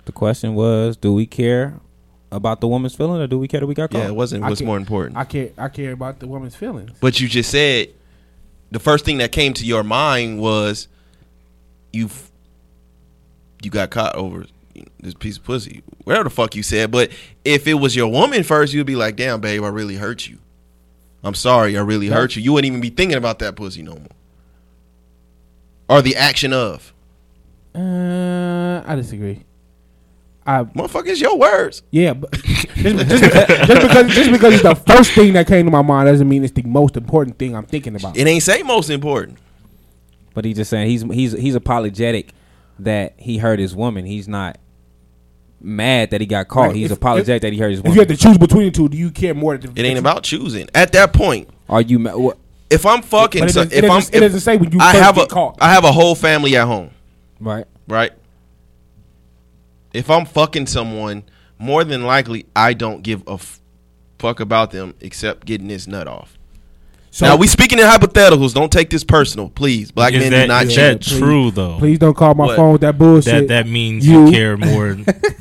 Speaker 6: The question was, do we care about the woman's feeling, or do we care that we got caught?
Speaker 2: yeah, it wasn't
Speaker 4: Oh, I
Speaker 2: what's
Speaker 4: can't-
Speaker 2: more important.
Speaker 4: I care. I care about the woman's feelings.
Speaker 2: but you just said the first thing that came to your mind was you f- you got caught over this piece of pussy, whatever the fuck you said. But if it was your woman first, you'd be like, damn, babe, I really hurt you. I'm sorry, I really hurt you. You wouldn't even be thinking about that pussy no more, or the action of
Speaker 4: Uh, I disagree. I
Speaker 2: motherfuckers. Your words.
Speaker 4: yeah, but just, just, because, just because just because it's the first thing that came to my mind doesn't mean it's the most important thing I'm thinking about.
Speaker 2: It ain't say most important.
Speaker 6: But he's just saying he's he's he's apologetic that he hurt his woman. He's not mad that he got caught.
Speaker 4: Like,
Speaker 6: he's
Speaker 4: if-
Speaker 6: apologetic that he hurt his
Speaker 4: If you
Speaker 6: woman.
Speaker 4: have to choose between the two, do you care more? That
Speaker 2: It ain't about choosing. At that point,
Speaker 6: Are you ma- what,
Speaker 2: if I'm fucking,
Speaker 4: But it
Speaker 2: so
Speaker 4: doesn't-
Speaker 2: if
Speaker 4: it
Speaker 2: I'm,
Speaker 4: doesn't- it
Speaker 2: if
Speaker 4: doesn't say when you
Speaker 2: I
Speaker 4: first
Speaker 2: have a,
Speaker 4: get caught.
Speaker 2: I have a whole family at home,
Speaker 6: right?
Speaker 2: right? If I'm fucking someone, more than likely I don't give a f- fuck about them except getting this nut off.
Speaker 4: So
Speaker 2: now we speaking in hypotheticals. Don't take this personal, please. Black
Speaker 5: Is
Speaker 2: men
Speaker 5: that,
Speaker 2: do not
Speaker 5: is
Speaker 2: cheat.
Speaker 5: that true though?
Speaker 4: please don't call my
Speaker 2: What?
Speaker 4: phone with that bullshit.
Speaker 5: That that means you,
Speaker 4: You-
Speaker 5: care more.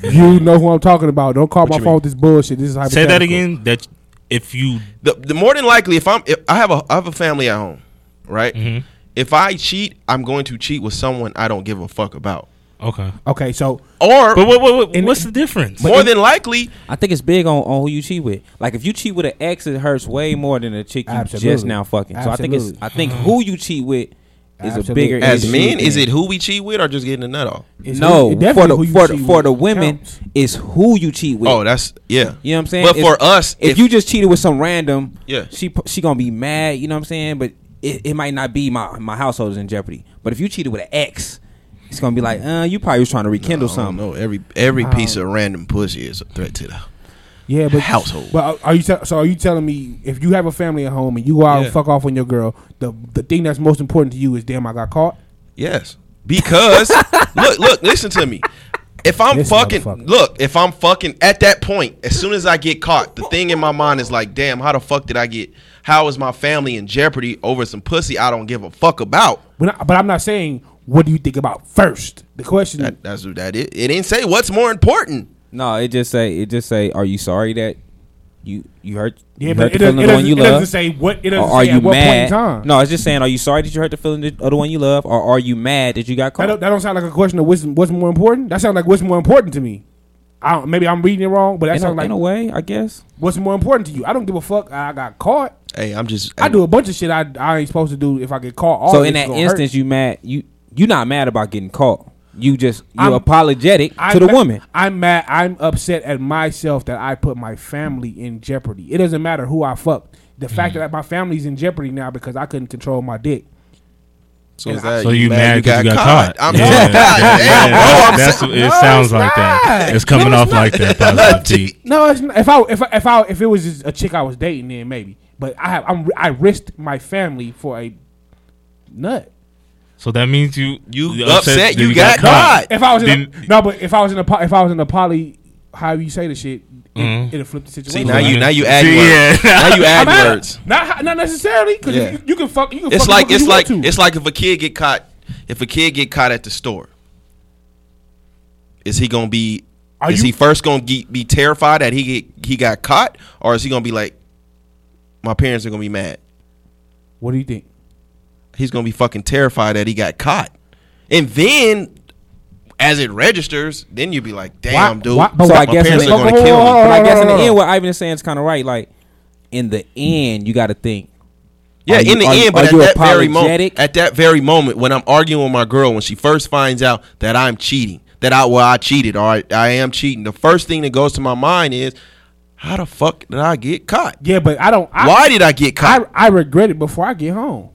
Speaker 4: you know who I'm talking about. Don't call my
Speaker 2: you
Speaker 4: phone with this bullshit. This is
Speaker 5: Say
Speaker 4: hypothetical.
Speaker 5: that again. That if you
Speaker 2: The, the more than likely, if I'm, if I have a, I have a family at home, right? If I cheat, I'm going to cheat with someone I don't give a fuck about,
Speaker 5: okay,
Speaker 4: Okay, so
Speaker 2: or
Speaker 5: but what, what, what-
Speaker 4: And-
Speaker 5: what's the difference?
Speaker 2: more than likely,
Speaker 6: I think it's big on, on who you cheat with. Like if you cheat with an ex, it hurts way more than a chick you just
Speaker 4: Absolutely.
Speaker 6: now fucking. So I think it's
Speaker 4: Absolutely.
Speaker 6: I think who you cheat with is a
Speaker 4: Absolutely.
Speaker 6: bigger
Speaker 2: as
Speaker 6: issue
Speaker 2: men, is
Speaker 6: than-
Speaker 2: it who we cheat with or just getting the nut off?
Speaker 4: it's
Speaker 6: no
Speaker 4: who- it
Speaker 6: for
Speaker 4: definitely
Speaker 6: the
Speaker 4: who you
Speaker 6: for the,
Speaker 4: cheat
Speaker 6: for
Speaker 4: with
Speaker 6: the women
Speaker 4: counts.
Speaker 6: is who you cheat with.
Speaker 2: Oh, that's yeah.
Speaker 6: You know what I'm saying?
Speaker 2: But
Speaker 6: If-
Speaker 2: for us,
Speaker 6: if, you just cheated with some random,
Speaker 2: Yeah.
Speaker 6: she p- she gonna be mad. You know what I'm saying? But it, it might not be my my household is in jeopardy. But if you cheated with an ex, it's gonna be like, uh, you probably was trying to rekindle something.
Speaker 2: No, every every
Speaker 4: Um,
Speaker 2: piece of random pussy is a threat to the.
Speaker 4: Yeah, but
Speaker 2: Household.
Speaker 4: But are- are you te- so? Are you telling me if you have a family at home and you go out
Speaker 2: Yeah.
Speaker 4: and fuck off on your girl, the the thing that's most important to you is damn I got caught.
Speaker 2: Yes, because look, look, listen to me. If I'm
Speaker 4: This
Speaker 2: fucking,
Speaker 4: motherfucker.
Speaker 2: look, if I'm fucking at that point, as soon as I get caught, the thing in my mind is like, damn, how the fuck did I get? How is my family in jeopardy over some pussy I don't give a fuck about?
Speaker 4: But I, but I'm not saying what do you think about first. The question
Speaker 2: That, that's what that is. It didn't say what's more important.
Speaker 6: No, it just say it just say, are you sorry that you you hurt?
Speaker 4: Yeah,
Speaker 6: you
Speaker 4: but
Speaker 6: hurt
Speaker 4: it
Speaker 6: the
Speaker 4: doesn't- it
Speaker 6: feeling of the one
Speaker 4: doesn't-
Speaker 6: you
Speaker 4: it doesn't
Speaker 6: love.
Speaker 4: say what- it
Speaker 6: Or
Speaker 4: doesn't
Speaker 6: are
Speaker 4: say
Speaker 6: you
Speaker 4: at what point in
Speaker 6: mad?
Speaker 4: time.
Speaker 6: No, it's just saying, are you sorry that you hurt the feeling of the one you love, or are you mad that you got
Speaker 4: that
Speaker 6: caught?
Speaker 4: don't, that don't sound like a question of what's what's more important. That sounds like what's more important to me. I don't, maybe I'm reading it wrong, but that
Speaker 6: in, a,
Speaker 4: sounds like
Speaker 6: in a way, I guess.
Speaker 4: what's more important to you. I don't give a fuck. I got caught.
Speaker 2: Hey, I'm just.
Speaker 4: I do a bunch of shit I, I ain't supposed to do if I get caught. All
Speaker 6: so
Speaker 4: of it's
Speaker 6: in that
Speaker 4: gonna hurt.
Speaker 6: instance, you mad you you not mad about getting caught. You just you
Speaker 4: I'm-
Speaker 6: apologetic to
Speaker 4: I'm
Speaker 6: the
Speaker 4: ma-
Speaker 6: woman.
Speaker 4: I'm mad. I'm upset at myself that I put my family in jeopardy. It doesn't matter who I fucked. The fact
Speaker 6: Mm.
Speaker 4: that my family's in jeopardy now because I couldn't control my dick.
Speaker 2: So, is that
Speaker 5: So you mad 'cause you got caught.
Speaker 2: I'm
Speaker 5: Yeah.
Speaker 2: God damn, bro,
Speaker 5: Yeah,
Speaker 2: Oh, I'm
Speaker 5: that's
Speaker 2: sa-
Speaker 5: what- it sounds like that. It's coming off like that. Positive T.
Speaker 4: No, it's not, if I if I, if I if it was just a chick I was dating, then maybe. But I have I'm, I risked my family for a nut.
Speaker 5: So that means you
Speaker 2: You upset, you got caught.
Speaker 4: If I was in
Speaker 5: Then-
Speaker 4: a, no, but if I was in a po- if I was in a poly, how you say the shit, it,
Speaker 5: Mhm.
Speaker 4: it'll flip the
Speaker 2: See
Speaker 4: situation.
Speaker 2: now you now you add
Speaker 5: See,
Speaker 2: words.
Speaker 5: yeah.
Speaker 2: Now you
Speaker 4: I'm
Speaker 2: add
Speaker 4: out.
Speaker 2: words.
Speaker 4: Not not necessarily because
Speaker 2: Yeah.
Speaker 4: you, you can fuck. You can
Speaker 2: It's
Speaker 4: fuck
Speaker 2: like
Speaker 4: whoever
Speaker 2: it's
Speaker 4: you
Speaker 2: like
Speaker 4: want to.
Speaker 2: it's like if a kid get caught if a kid get caught at the store. Is he gonna be?
Speaker 4: Are
Speaker 2: is
Speaker 4: you-
Speaker 2: he first gonna ge- be terrified that he get, he got caught, or is he gonna be like, my parents are gonna be mad?
Speaker 4: What do you think?
Speaker 2: He's gonna be fucking terrified that he got caught, and then as it registers, then you'd be like, damn,
Speaker 4: Why-
Speaker 2: dude.
Speaker 4: why- but
Speaker 6: So
Speaker 2: my
Speaker 6: I guess
Speaker 2: parents
Speaker 6: in
Speaker 2: are
Speaker 6: the-
Speaker 2: gonna
Speaker 4: Hold on,
Speaker 2: kill
Speaker 4: hold
Speaker 2: me.
Speaker 4: on,
Speaker 6: But I
Speaker 4: no,
Speaker 6: guess
Speaker 4: no,
Speaker 6: in the
Speaker 4: no.
Speaker 6: end, what Ivan is saying is kind of right. Like in the end, you got to think.
Speaker 2: Yeah,
Speaker 6: Are you-
Speaker 2: in the
Speaker 6: are-
Speaker 2: end, but
Speaker 6: are
Speaker 2: at
Speaker 6: you
Speaker 2: that very moment,
Speaker 6: apologetic?
Speaker 2: at that very moment, when I'm arguing with my girl, when she first finds out that I'm cheating, that I well I cheated or I, I am cheating, the first thing that goes to my mind is, how the fuck did I get caught?
Speaker 4: Yeah, but I don't. I,
Speaker 2: Why did I get
Speaker 4: I,
Speaker 2: caught?
Speaker 4: I regret it before I get home.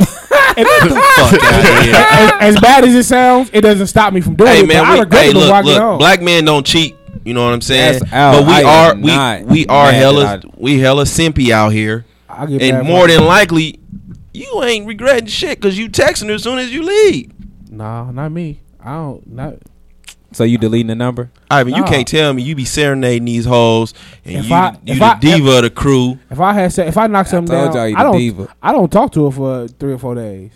Speaker 2: Fuck outta here.
Speaker 4: as, as bad as it sounds, it doesn't stop me from doing
Speaker 2: hey
Speaker 4: it.
Speaker 2: man,
Speaker 4: but I
Speaker 2: we,
Speaker 4: regret
Speaker 2: hey
Speaker 4: it before I
Speaker 2: look,
Speaker 4: get
Speaker 2: look,
Speaker 4: home.
Speaker 2: black men don't cheat. You know what I'm saying?
Speaker 6: That's out.
Speaker 2: But we
Speaker 6: I
Speaker 2: are
Speaker 6: am
Speaker 2: we
Speaker 6: not
Speaker 2: we are
Speaker 6: mad that
Speaker 2: hella
Speaker 6: I-
Speaker 2: we hella simpy out here,
Speaker 4: I get
Speaker 2: and
Speaker 4: back
Speaker 2: more
Speaker 4: home.
Speaker 2: than likely, you ain't regretting shit because you texting her as soon as you leave.
Speaker 4: nah, not me. I don't. Not
Speaker 6: So you deleting the number?
Speaker 2: Ivan, you
Speaker 4: Nah.
Speaker 2: can't tell me you be serenading these hoes and
Speaker 4: If
Speaker 2: you,
Speaker 4: I-
Speaker 2: you
Speaker 4: if
Speaker 2: the
Speaker 4: I-
Speaker 2: diva of the crew.
Speaker 4: if I had said if I knock something
Speaker 6: told
Speaker 4: down.
Speaker 6: y'all you
Speaker 4: I
Speaker 6: the
Speaker 4: don't.
Speaker 6: diva.
Speaker 4: I don't talk to her for three or four days.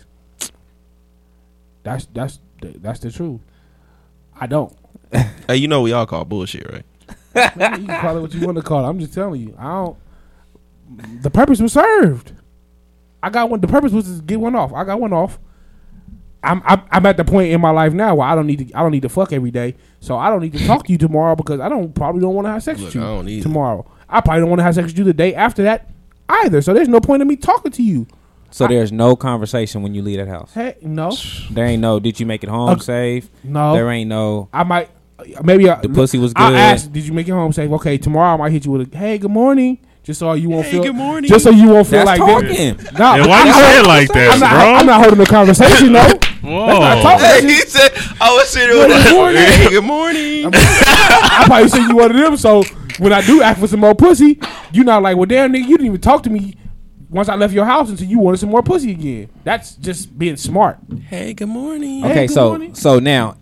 Speaker 4: That's that's the, that's the truth. I don't.
Speaker 2: Hey, you know we all call bullshit, right?
Speaker 4: you can call it what you want to call it. I'm just telling you. I don't. The purpose was served. I got one. The purpose was to get one off. I got one off. I'm, I'm I'm at the point in my life now where I don't need to I don't need to fuck every day. So I don't need to talk to you tomorrow because I don't probably don't want to have sex
Speaker 2: Look,
Speaker 4: with you
Speaker 2: I don't either.
Speaker 4: tomorrow. I probably don't want to have sex with you the day after that either. So there's no point in me talking to you.
Speaker 6: So there's no conversation when you leave that house.
Speaker 4: Hey, no,
Speaker 6: There ain't no. Did you make it home
Speaker 4: Okay.
Speaker 6: safe?
Speaker 4: no.
Speaker 6: There ain't no.
Speaker 4: I might maybe I,
Speaker 6: The pussy was
Speaker 4: I
Speaker 6: good.
Speaker 4: asked, did you make it home safe? Okay, tomorrow I might hit you with a hey, good morning. Just so you won't
Speaker 2: Hey,
Speaker 4: feel
Speaker 2: good morning.
Speaker 4: Just so you won't feel
Speaker 6: That's
Speaker 4: like this.
Speaker 6: talking.
Speaker 4: No,
Speaker 5: Yeah, why
Speaker 4: I'm,
Speaker 5: you
Speaker 4: not,
Speaker 5: say it like that,
Speaker 4: I'm, not,
Speaker 5: bro?
Speaker 4: I'm not holding the conversation though.
Speaker 5: Whoa.
Speaker 4: not talking.
Speaker 2: Hey, he said, I was sitting with
Speaker 4: Oh, Good morning.
Speaker 2: Hey, good morning.
Speaker 4: I probably send you one of them. So when I do ask for some more pussy, you not like, well, damn nigga, you didn't even talk to me once I left your house until you wanted some more pussy again. That's just being smart.
Speaker 2: Hey, good morning.
Speaker 4: Hey,
Speaker 6: Okay,
Speaker 4: good
Speaker 6: so
Speaker 4: morning.
Speaker 6: so now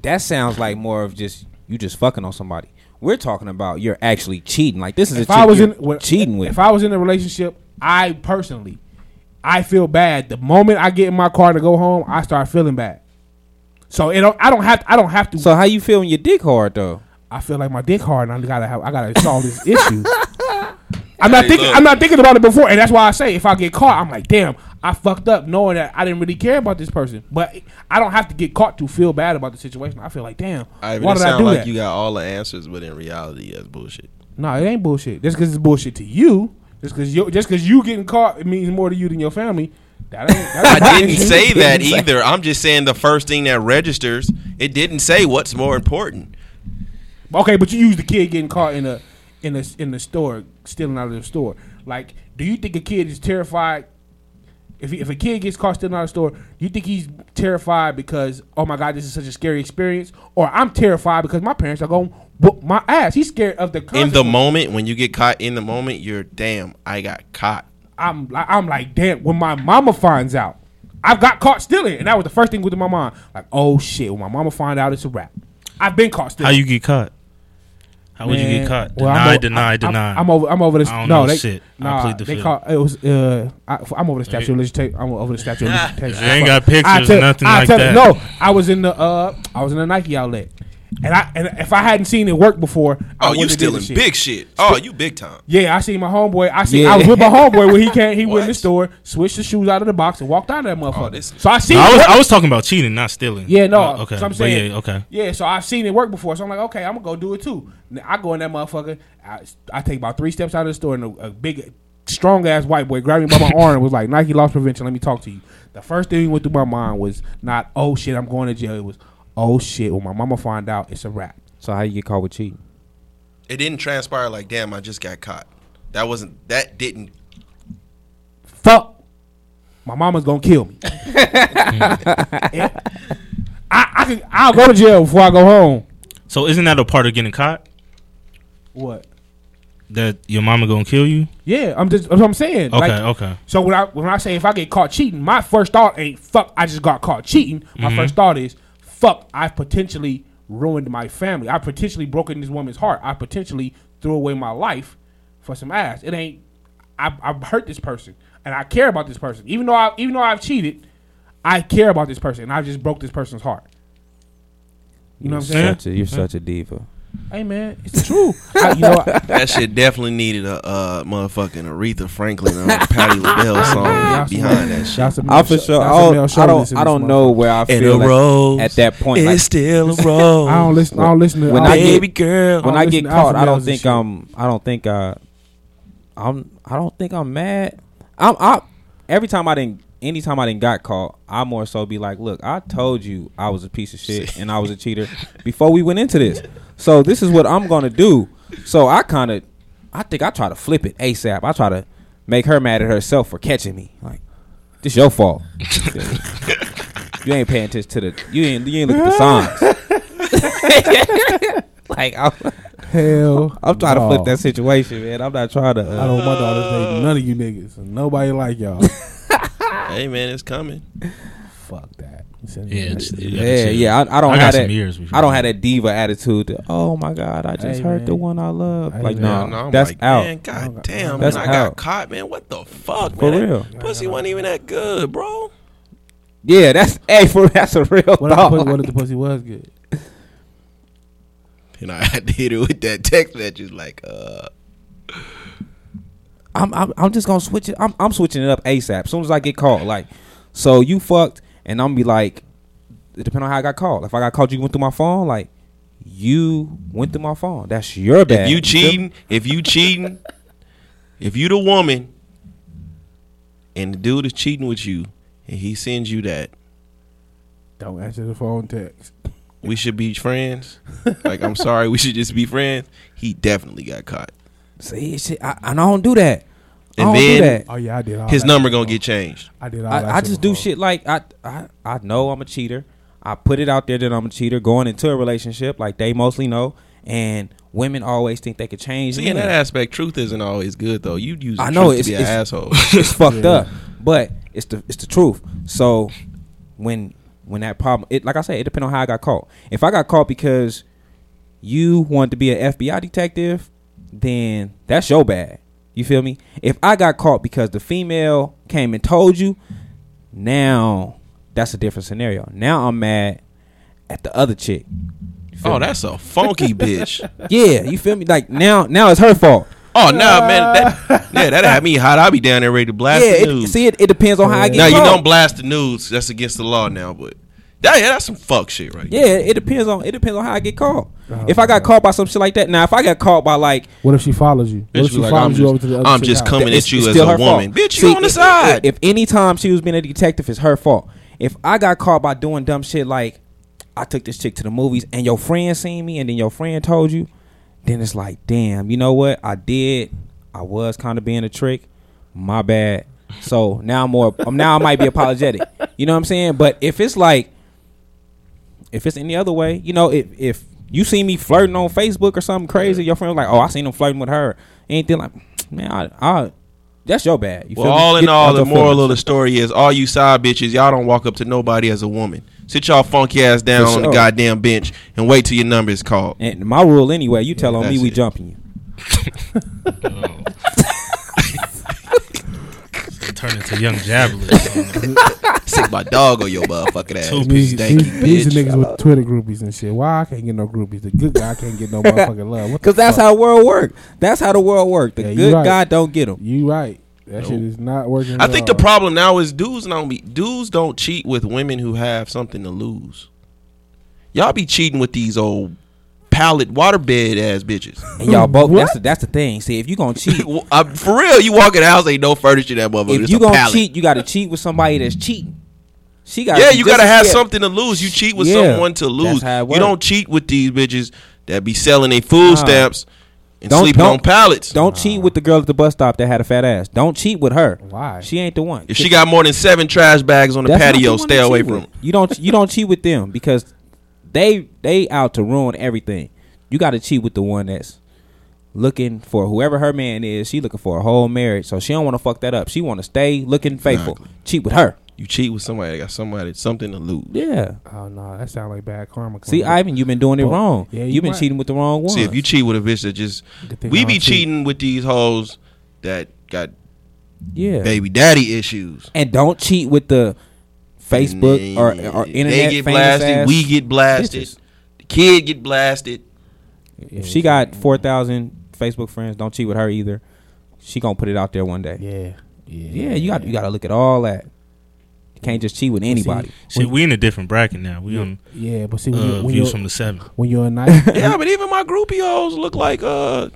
Speaker 6: that sounds like more of just you just fucking on somebody. We're talking about you're actually cheating. Like this is
Speaker 4: if
Speaker 6: a chick
Speaker 4: I was
Speaker 6: you're
Speaker 4: in when-
Speaker 6: cheating with.
Speaker 4: if I was in a relationship, I personally, I feel bad. The moment I get in my car to go home, I start feeling bad. So it don't, I don't have I don't have to.
Speaker 6: so how you feel when your dick hard though?
Speaker 4: I feel like my dick hard, and I gotta have I gotta solve this issue. I'm not thinking I'm not thinking about it before, and that's why I say if I get caught, I'm like, damn, I fucked up knowing that I didn't really care about this person. But I don't have to get caught to feel bad about the situation. I feel like, damn,
Speaker 2: Ivan,
Speaker 4: why
Speaker 2: it
Speaker 4: did I
Speaker 2: sound
Speaker 4: do
Speaker 2: like
Speaker 4: that?
Speaker 2: you got all the answers, but in reality, that's bullshit.
Speaker 4: No, it ain't bullshit. Just because it's bullshit to you, just because you just because you getting caught, it means more to you than your family. That ain't. That ain't
Speaker 2: I didn't
Speaker 4: bullshit.
Speaker 2: say that either. I'm just saying the first thing that registers, it didn't say what's more important.
Speaker 4: Okay, but you use the kid getting caught in a in a in the store stealing out of the store. Like, do you think a kid is terrified? If, he- if a kid gets caught stealing out of the store, do you think he's terrified because oh my god, this is such a scary experience, or I'm terrified because my parents are going to whoop my ass? He's scared of the
Speaker 2: In the
Speaker 4: consequences.
Speaker 2: moment, when you get caught in the moment, you're damn, I got caught.
Speaker 4: I'm like, I'm like, damn. When my mama finds out, I've got caught stealing, and that was the first thing within my mind. Like, oh shit, when my mama find out, it's a wrap. I've been caught stealing.
Speaker 5: How you get caught? How would you
Speaker 4: Man,
Speaker 5: get caught?
Speaker 4: well, I'm
Speaker 5: deny,
Speaker 4: o-
Speaker 5: deny,
Speaker 4: I'm-
Speaker 5: deny.
Speaker 4: I'm, I'm over. I'm over this.
Speaker 5: I don't
Speaker 4: no,
Speaker 5: know
Speaker 4: they,
Speaker 5: shit. I
Speaker 4: Nah,
Speaker 5: plead the
Speaker 4: they
Speaker 5: fifth.
Speaker 4: call it was. Uh, I, am over the statue of limitation. I'm over the statue of limitation.
Speaker 5: I ain't got pictures, nothing like that.
Speaker 4: No, I was in the. Uh, I was in the Nike outlet, and I and if I hadn't seen it work before, I
Speaker 2: Oh,
Speaker 4: wouldn't
Speaker 2: you
Speaker 4: have did
Speaker 2: stealing
Speaker 4: the shit.
Speaker 2: big shit. Oh, you big time.
Speaker 4: Yeah, I seen my homeboy. I seen.
Speaker 6: Yeah.
Speaker 4: I was with my homeboy when he came. He went in the
Speaker 2: What?
Speaker 4: store, switched the shoes out of the box, and walked out of that motherfucker.
Speaker 2: this-
Speaker 4: so I seen.
Speaker 5: Oh, No, I
Speaker 4: it
Speaker 5: was
Speaker 4: work.
Speaker 5: I was talking about cheating, not stealing.
Speaker 4: Yeah, no.
Speaker 5: Uh, okay.
Speaker 4: So I'm
Speaker 5: But
Speaker 4: saying,
Speaker 5: yeah, okay.
Speaker 4: Yeah, so I've seen it work before. So I'm like, okay, I'm gonna go do it too. Now, I go in that motherfucker. I, I take about three steps out of the store, and a, a big, strong ass white boy grabbed me by my arm and was like, "Nike loss prevention. Let me talk to you." The first thing that went through my mind was not, "Oh shit, I'm going to jail." It was, "Oh shit, when my mama find out, it's a wrap."
Speaker 6: So how you get caught with cheating?
Speaker 2: it didn't transpire like damn i just got caught that wasn't that didn't
Speaker 4: Fuck, my mama's gonna kill me. Yeah. I, I can, I'll go to jail before I go home.
Speaker 5: So isn't that a part of getting caught?
Speaker 4: What?
Speaker 5: that your mama gonna kill you?
Speaker 4: Yeah, I'm just that's what I'm saying.
Speaker 5: Okay,
Speaker 4: Like,
Speaker 5: okay.
Speaker 4: So when I when I say if I get caught cheating, my first thought ain't fuck. I just got caught cheating. My
Speaker 6: Mm-hmm.
Speaker 4: first thought is fuck. I've potentially ruined my family. I potentially broken this woman's heart. I potentially threw away my life for some ass. It ain't. I I hurt this person, and I care about this person. Even though I even though I've cheated, I care about this person, and I just broke this person's heart. You know what I'm saying?
Speaker 6: Such a, you're such a diva.
Speaker 2: Mm-hmm.
Speaker 4: Hey man, it's true. I, you know, I-
Speaker 2: That shit definitely needed a uh, motherfucking Aretha Franklin and Patti LaBelle song behind that shit.
Speaker 4: Shots of
Speaker 6: I
Speaker 4: male
Speaker 6: for
Speaker 4: sho-
Speaker 6: sure. I
Speaker 4: shots of male
Speaker 6: don't, I
Speaker 4: shoulders
Speaker 6: don't,
Speaker 4: in
Speaker 6: I
Speaker 4: this
Speaker 6: don't know where I
Speaker 2: And
Speaker 6: feel
Speaker 2: a
Speaker 6: like
Speaker 2: rose
Speaker 6: at that point.
Speaker 2: is
Speaker 6: Like,
Speaker 2: still a rose.
Speaker 4: I don't listen. I don't listen to.
Speaker 6: When
Speaker 4: I
Speaker 6: I
Speaker 4: don't-
Speaker 6: get-
Speaker 2: Baby girl.
Speaker 6: when
Speaker 4: I
Speaker 6: I
Speaker 4: don't
Speaker 6: get
Speaker 4: listen to
Speaker 6: caught,
Speaker 4: alpha
Speaker 6: I don't
Speaker 4: males and
Speaker 6: think
Speaker 4: shit.
Speaker 6: I'm. I don't think I. I'm. I don't think I'm mad. I'm. I. Every time I didn't. Anytime I didn't got caught, I more so be like, "Look, I told you I was a piece of shit and I was a cheater before we went into this. So this is what I'm gonna do. So I kind of, I think I try to flip it ASAP. I try to make her mad at herself for catching me. Like, this your fault. you ain't paying attention to the. You ain't. You ain't look at the signs. like I'm.
Speaker 4: Hell,
Speaker 6: I'm trying
Speaker 4: no.
Speaker 6: to flip that situation, man. I'm not trying to.
Speaker 4: I
Speaker 6: Uh,
Speaker 4: don't want my daughter to date none of you niggas. and Nobody like y'all.
Speaker 2: Hey man, it's coming.
Speaker 4: Fuck that.
Speaker 5: Yeah, it's-
Speaker 6: yeah, yeah. I, I don't
Speaker 5: I got
Speaker 6: have
Speaker 5: some
Speaker 6: that.
Speaker 5: years before.
Speaker 6: I don't have that diva attitude. That, oh my god, I just
Speaker 4: Hey,
Speaker 6: hurt the
Speaker 4: man.
Speaker 6: one I love.
Speaker 4: Hey,
Speaker 6: like
Speaker 4: man.
Speaker 6: no,
Speaker 2: Yeah, no, I'm
Speaker 6: that's
Speaker 2: like,
Speaker 6: out. Oh,
Speaker 2: Man, god damn,
Speaker 6: That's
Speaker 2: man, I
Speaker 6: out.
Speaker 2: got caught, man. What the fuck,
Speaker 6: For
Speaker 2: man? That
Speaker 6: real.
Speaker 2: Pussy wasn't even that good, bro.
Speaker 6: Yeah, that's hey for that's a real
Speaker 4: What, if the
Speaker 6: thought.
Speaker 4: pussy, what if the pussy was good?
Speaker 2: And I had to hit her with that text message like, uh,
Speaker 6: I'm, I'm I'm just gonna switch it. I'm I'm switching it up ASAP. As soon as I get caught, like, so you fucked, and I'm be like, it depends on how I got caught. If I got caught, you went through my phone. Like, you went through my phone. That's your bad.
Speaker 2: if you
Speaker 6: feel me?
Speaker 2: cheating, if you cheating, if you the woman and the dude is cheating with you and he sends you that,
Speaker 4: Don't answer the phone text.
Speaker 2: we should be friends. like, I'm sorry, we should just be friends. He definitely got caught.
Speaker 6: See, shit, I, and I don't do that. I
Speaker 2: And
Speaker 6: don't do
Speaker 2: then-
Speaker 6: that.
Speaker 4: Oh yeah, I did. All
Speaker 2: His
Speaker 4: that
Speaker 2: number
Speaker 4: shit
Speaker 2: gonna
Speaker 4: before.
Speaker 2: get changed.
Speaker 4: I did. All that
Speaker 6: I, I just do
Speaker 4: before.
Speaker 6: shit like I, I I know I'm a cheater. I put it out there that I'm a cheater going into a relationship like they mostly know and women always think they could change
Speaker 2: See, in
Speaker 6: men.
Speaker 2: that aspect, truth isn't always good though. You use
Speaker 6: I know,
Speaker 2: truth
Speaker 6: it's-
Speaker 2: to be an
Speaker 6: it's-
Speaker 2: asshole.
Speaker 6: it's fucked up, but it's the it's the truth. So when when that problem it like I said it depends on how I got caught. If I got caught because you want to be an FBI detective, then that's your bad. You feel me? If I got caught because the female came and told you, now that's a different scenario. Now I'm mad at the other chick. You feel
Speaker 2: oh,
Speaker 6: me?
Speaker 2: that's a funky bitch.
Speaker 6: yeah. You feel me? Like now, now it's her fault.
Speaker 2: Oh no, man, that, yeah, that had me hot. I be down there ready to blast
Speaker 6: yeah.
Speaker 2: the
Speaker 6: It,
Speaker 2: news.
Speaker 6: see, it, it depends on how I get.
Speaker 2: now you
Speaker 6: caught.
Speaker 2: don't blast the news. That's against the law now, but that, yeah, that's some fuck shit right
Speaker 6: Yeah, it depends on it depends on how I get caught.
Speaker 2: Oh,
Speaker 6: if I got caught by some shit like that, now if I got caught by like
Speaker 4: What if she follows you?
Speaker 2: there.
Speaker 4: What if
Speaker 2: Bitch,
Speaker 4: she
Speaker 2: be like,
Speaker 4: follows
Speaker 2: I'm
Speaker 4: you over
Speaker 2: just,
Speaker 4: to the other
Speaker 2: I'm
Speaker 4: chick's
Speaker 2: just
Speaker 4: house?
Speaker 2: coming
Speaker 6: it's-
Speaker 2: at you
Speaker 6: it's
Speaker 2: as
Speaker 6: still
Speaker 2: a
Speaker 6: her
Speaker 2: woman,
Speaker 6: fault.
Speaker 2: bitch. You
Speaker 6: See,
Speaker 2: on the
Speaker 6: if-
Speaker 2: side?
Speaker 6: If, any time she was being a detective, it's her fault. If I got caught by doing dumb shit like I took this chick to the movies and your friend seen me and then your friend told you, then it's like, damn, you know what? I did. I was kind of being a trick. My bad. So now I'm more. um, now I might be apologetic. You know what I'm saying? But if it's like, if it's any other way, you know, if if you see me flirting on Facebook or something crazy, your friend was like, oh, I seen him flirting with her. Anything like, man, I, I that's your bad. You
Speaker 2: well,
Speaker 6: feel me?
Speaker 2: all in
Speaker 6: Get
Speaker 2: all,
Speaker 6: out
Speaker 2: the
Speaker 6: your
Speaker 2: moral
Speaker 6: feelings.
Speaker 2: of the story is: all you side bitches, y'all don't walk up to nobody as a woman. Sit y'all funky ass down
Speaker 6: For
Speaker 2: on the
Speaker 6: sure.
Speaker 2: goddamn bench and wait till your number is called.
Speaker 6: And my rule anyway, you tell on me,
Speaker 2: that's
Speaker 6: we
Speaker 2: it.
Speaker 6: jumping you.
Speaker 5: Turn into young javelin.
Speaker 2: Sick my dog on your motherfucking ass,
Speaker 5: Two
Speaker 2: you
Speaker 4: These,
Speaker 2: stanky
Speaker 4: these, these
Speaker 2: bitch.
Speaker 4: niggas with Twitter groupies and shit. Why I can't get no groupies? The good guy can't get no motherfucking love. What the
Speaker 6: Cause that's
Speaker 4: fuck?
Speaker 6: how the world work. That's how the world work. The
Speaker 4: Yeah, you
Speaker 6: good
Speaker 4: right.
Speaker 6: God don't get them.
Speaker 4: you right. That shit is not working.
Speaker 2: I think the
Speaker 4: at all.
Speaker 2: problem now is dudes don't be dudes don't cheat with women who have something to lose. Y'all be cheating with these old pallet waterbed ass bitches.
Speaker 6: And y'all both. That's
Speaker 4: What?
Speaker 6: the, that's the thing. See, if you gonna cheat,
Speaker 2: Well, I'm- for real, you walk in the house, ain't no furniture in that motherfucker.
Speaker 6: if
Speaker 2: It's
Speaker 6: you
Speaker 2: a
Speaker 6: gonna
Speaker 2: pallet.
Speaker 6: cheat, you gotta cheat with somebody that's cheating. She got.
Speaker 2: yeah, you gotta have something to lose. You cheat with
Speaker 6: Yeah,
Speaker 2: someone to lose.
Speaker 6: that's how it
Speaker 2: You don't
Speaker 6: work.
Speaker 2: cheat with these bitches that be selling their food
Speaker 6: Nah.
Speaker 2: stamps and
Speaker 6: Don't-
Speaker 2: sleeping
Speaker 6: don't-
Speaker 2: on pallets.
Speaker 6: Don't cheat with the girl at the bus stop that had a fat ass. Don't cheat with her.
Speaker 4: Why?
Speaker 6: She ain't the one.
Speaker 2: if she got more than seven trash bags on the
Speaker 6: That's not
Speaker 2: patio,
Speaker 6: one to
Speaker 2: stay away
Speaker 6: cheat
Speaker 2: from
Speaker 6: with.
Speaker 2: them.
Speaker 6: You don't you don't cheat with them because they they out to ruin everything. You got to cheat with the one that's looking for whoever her man is. She looking for a whole marriage, so she don't want to fuck that up. She want to stay looking faithful.
Speaker 2: Exactly.
Speaker 6: Cheat with her.
Speaker 2: You cheat with somebody that got somebody something to lose.
Speaker 6: Yeah.
Speaker 4: Oh no, that sounds like bad karma.
Speaker 6: See, Ivan, you've been doing it
Speaker 4: Well,
Speaker 6: wrong.
Speaker 4: yeah,
Speaker 6: you've
Speaker 4: you
Speaker 6: been
Speaker 4: right.
Speaker 6: cheating with the wrong one.
Speaker 2: See, if you cheat with a bitch that just
Speaker 4: Good thing
Speaker 2: we
Speaker 4: I
Speaker 2: be
Speaker 4: don't cheat.
Speaker 2: cheating with these hoes that got
Speaker 6: yeah,
Speaker 2: baby daddy issues.
Speaker 6: and don't cheat with the Facebook or, or internet.
Speaker 2: They get
Speaker 6: famous
Speaker 2: blasted.
Speaker 6: ass
Speaker 2: We get blasted.
Speaker 6: bitches.
Speaker 2: The kid get blasted.
Speaker 6: If she got four thousand Facebook friends, don't cheat with her either. She gonna put it out there one day. Yeah,
Speaker 4: Yeah, yeah,
Speaker 6: you got you got to look at all that. You can't just cheat with anybody.
Speaker 5: See, we in a different bracket now. We on
Speaker 4: yeah. But see, when,
Speaker 5: uh,
Speaker 4: you, when,
Speaker 5: views
Speaker 4: you're,
Speaker 5: from the seven.
Speaker 4: when you're a knight,
Speaker 2: Yeah, but even my groupie hoes look like uh.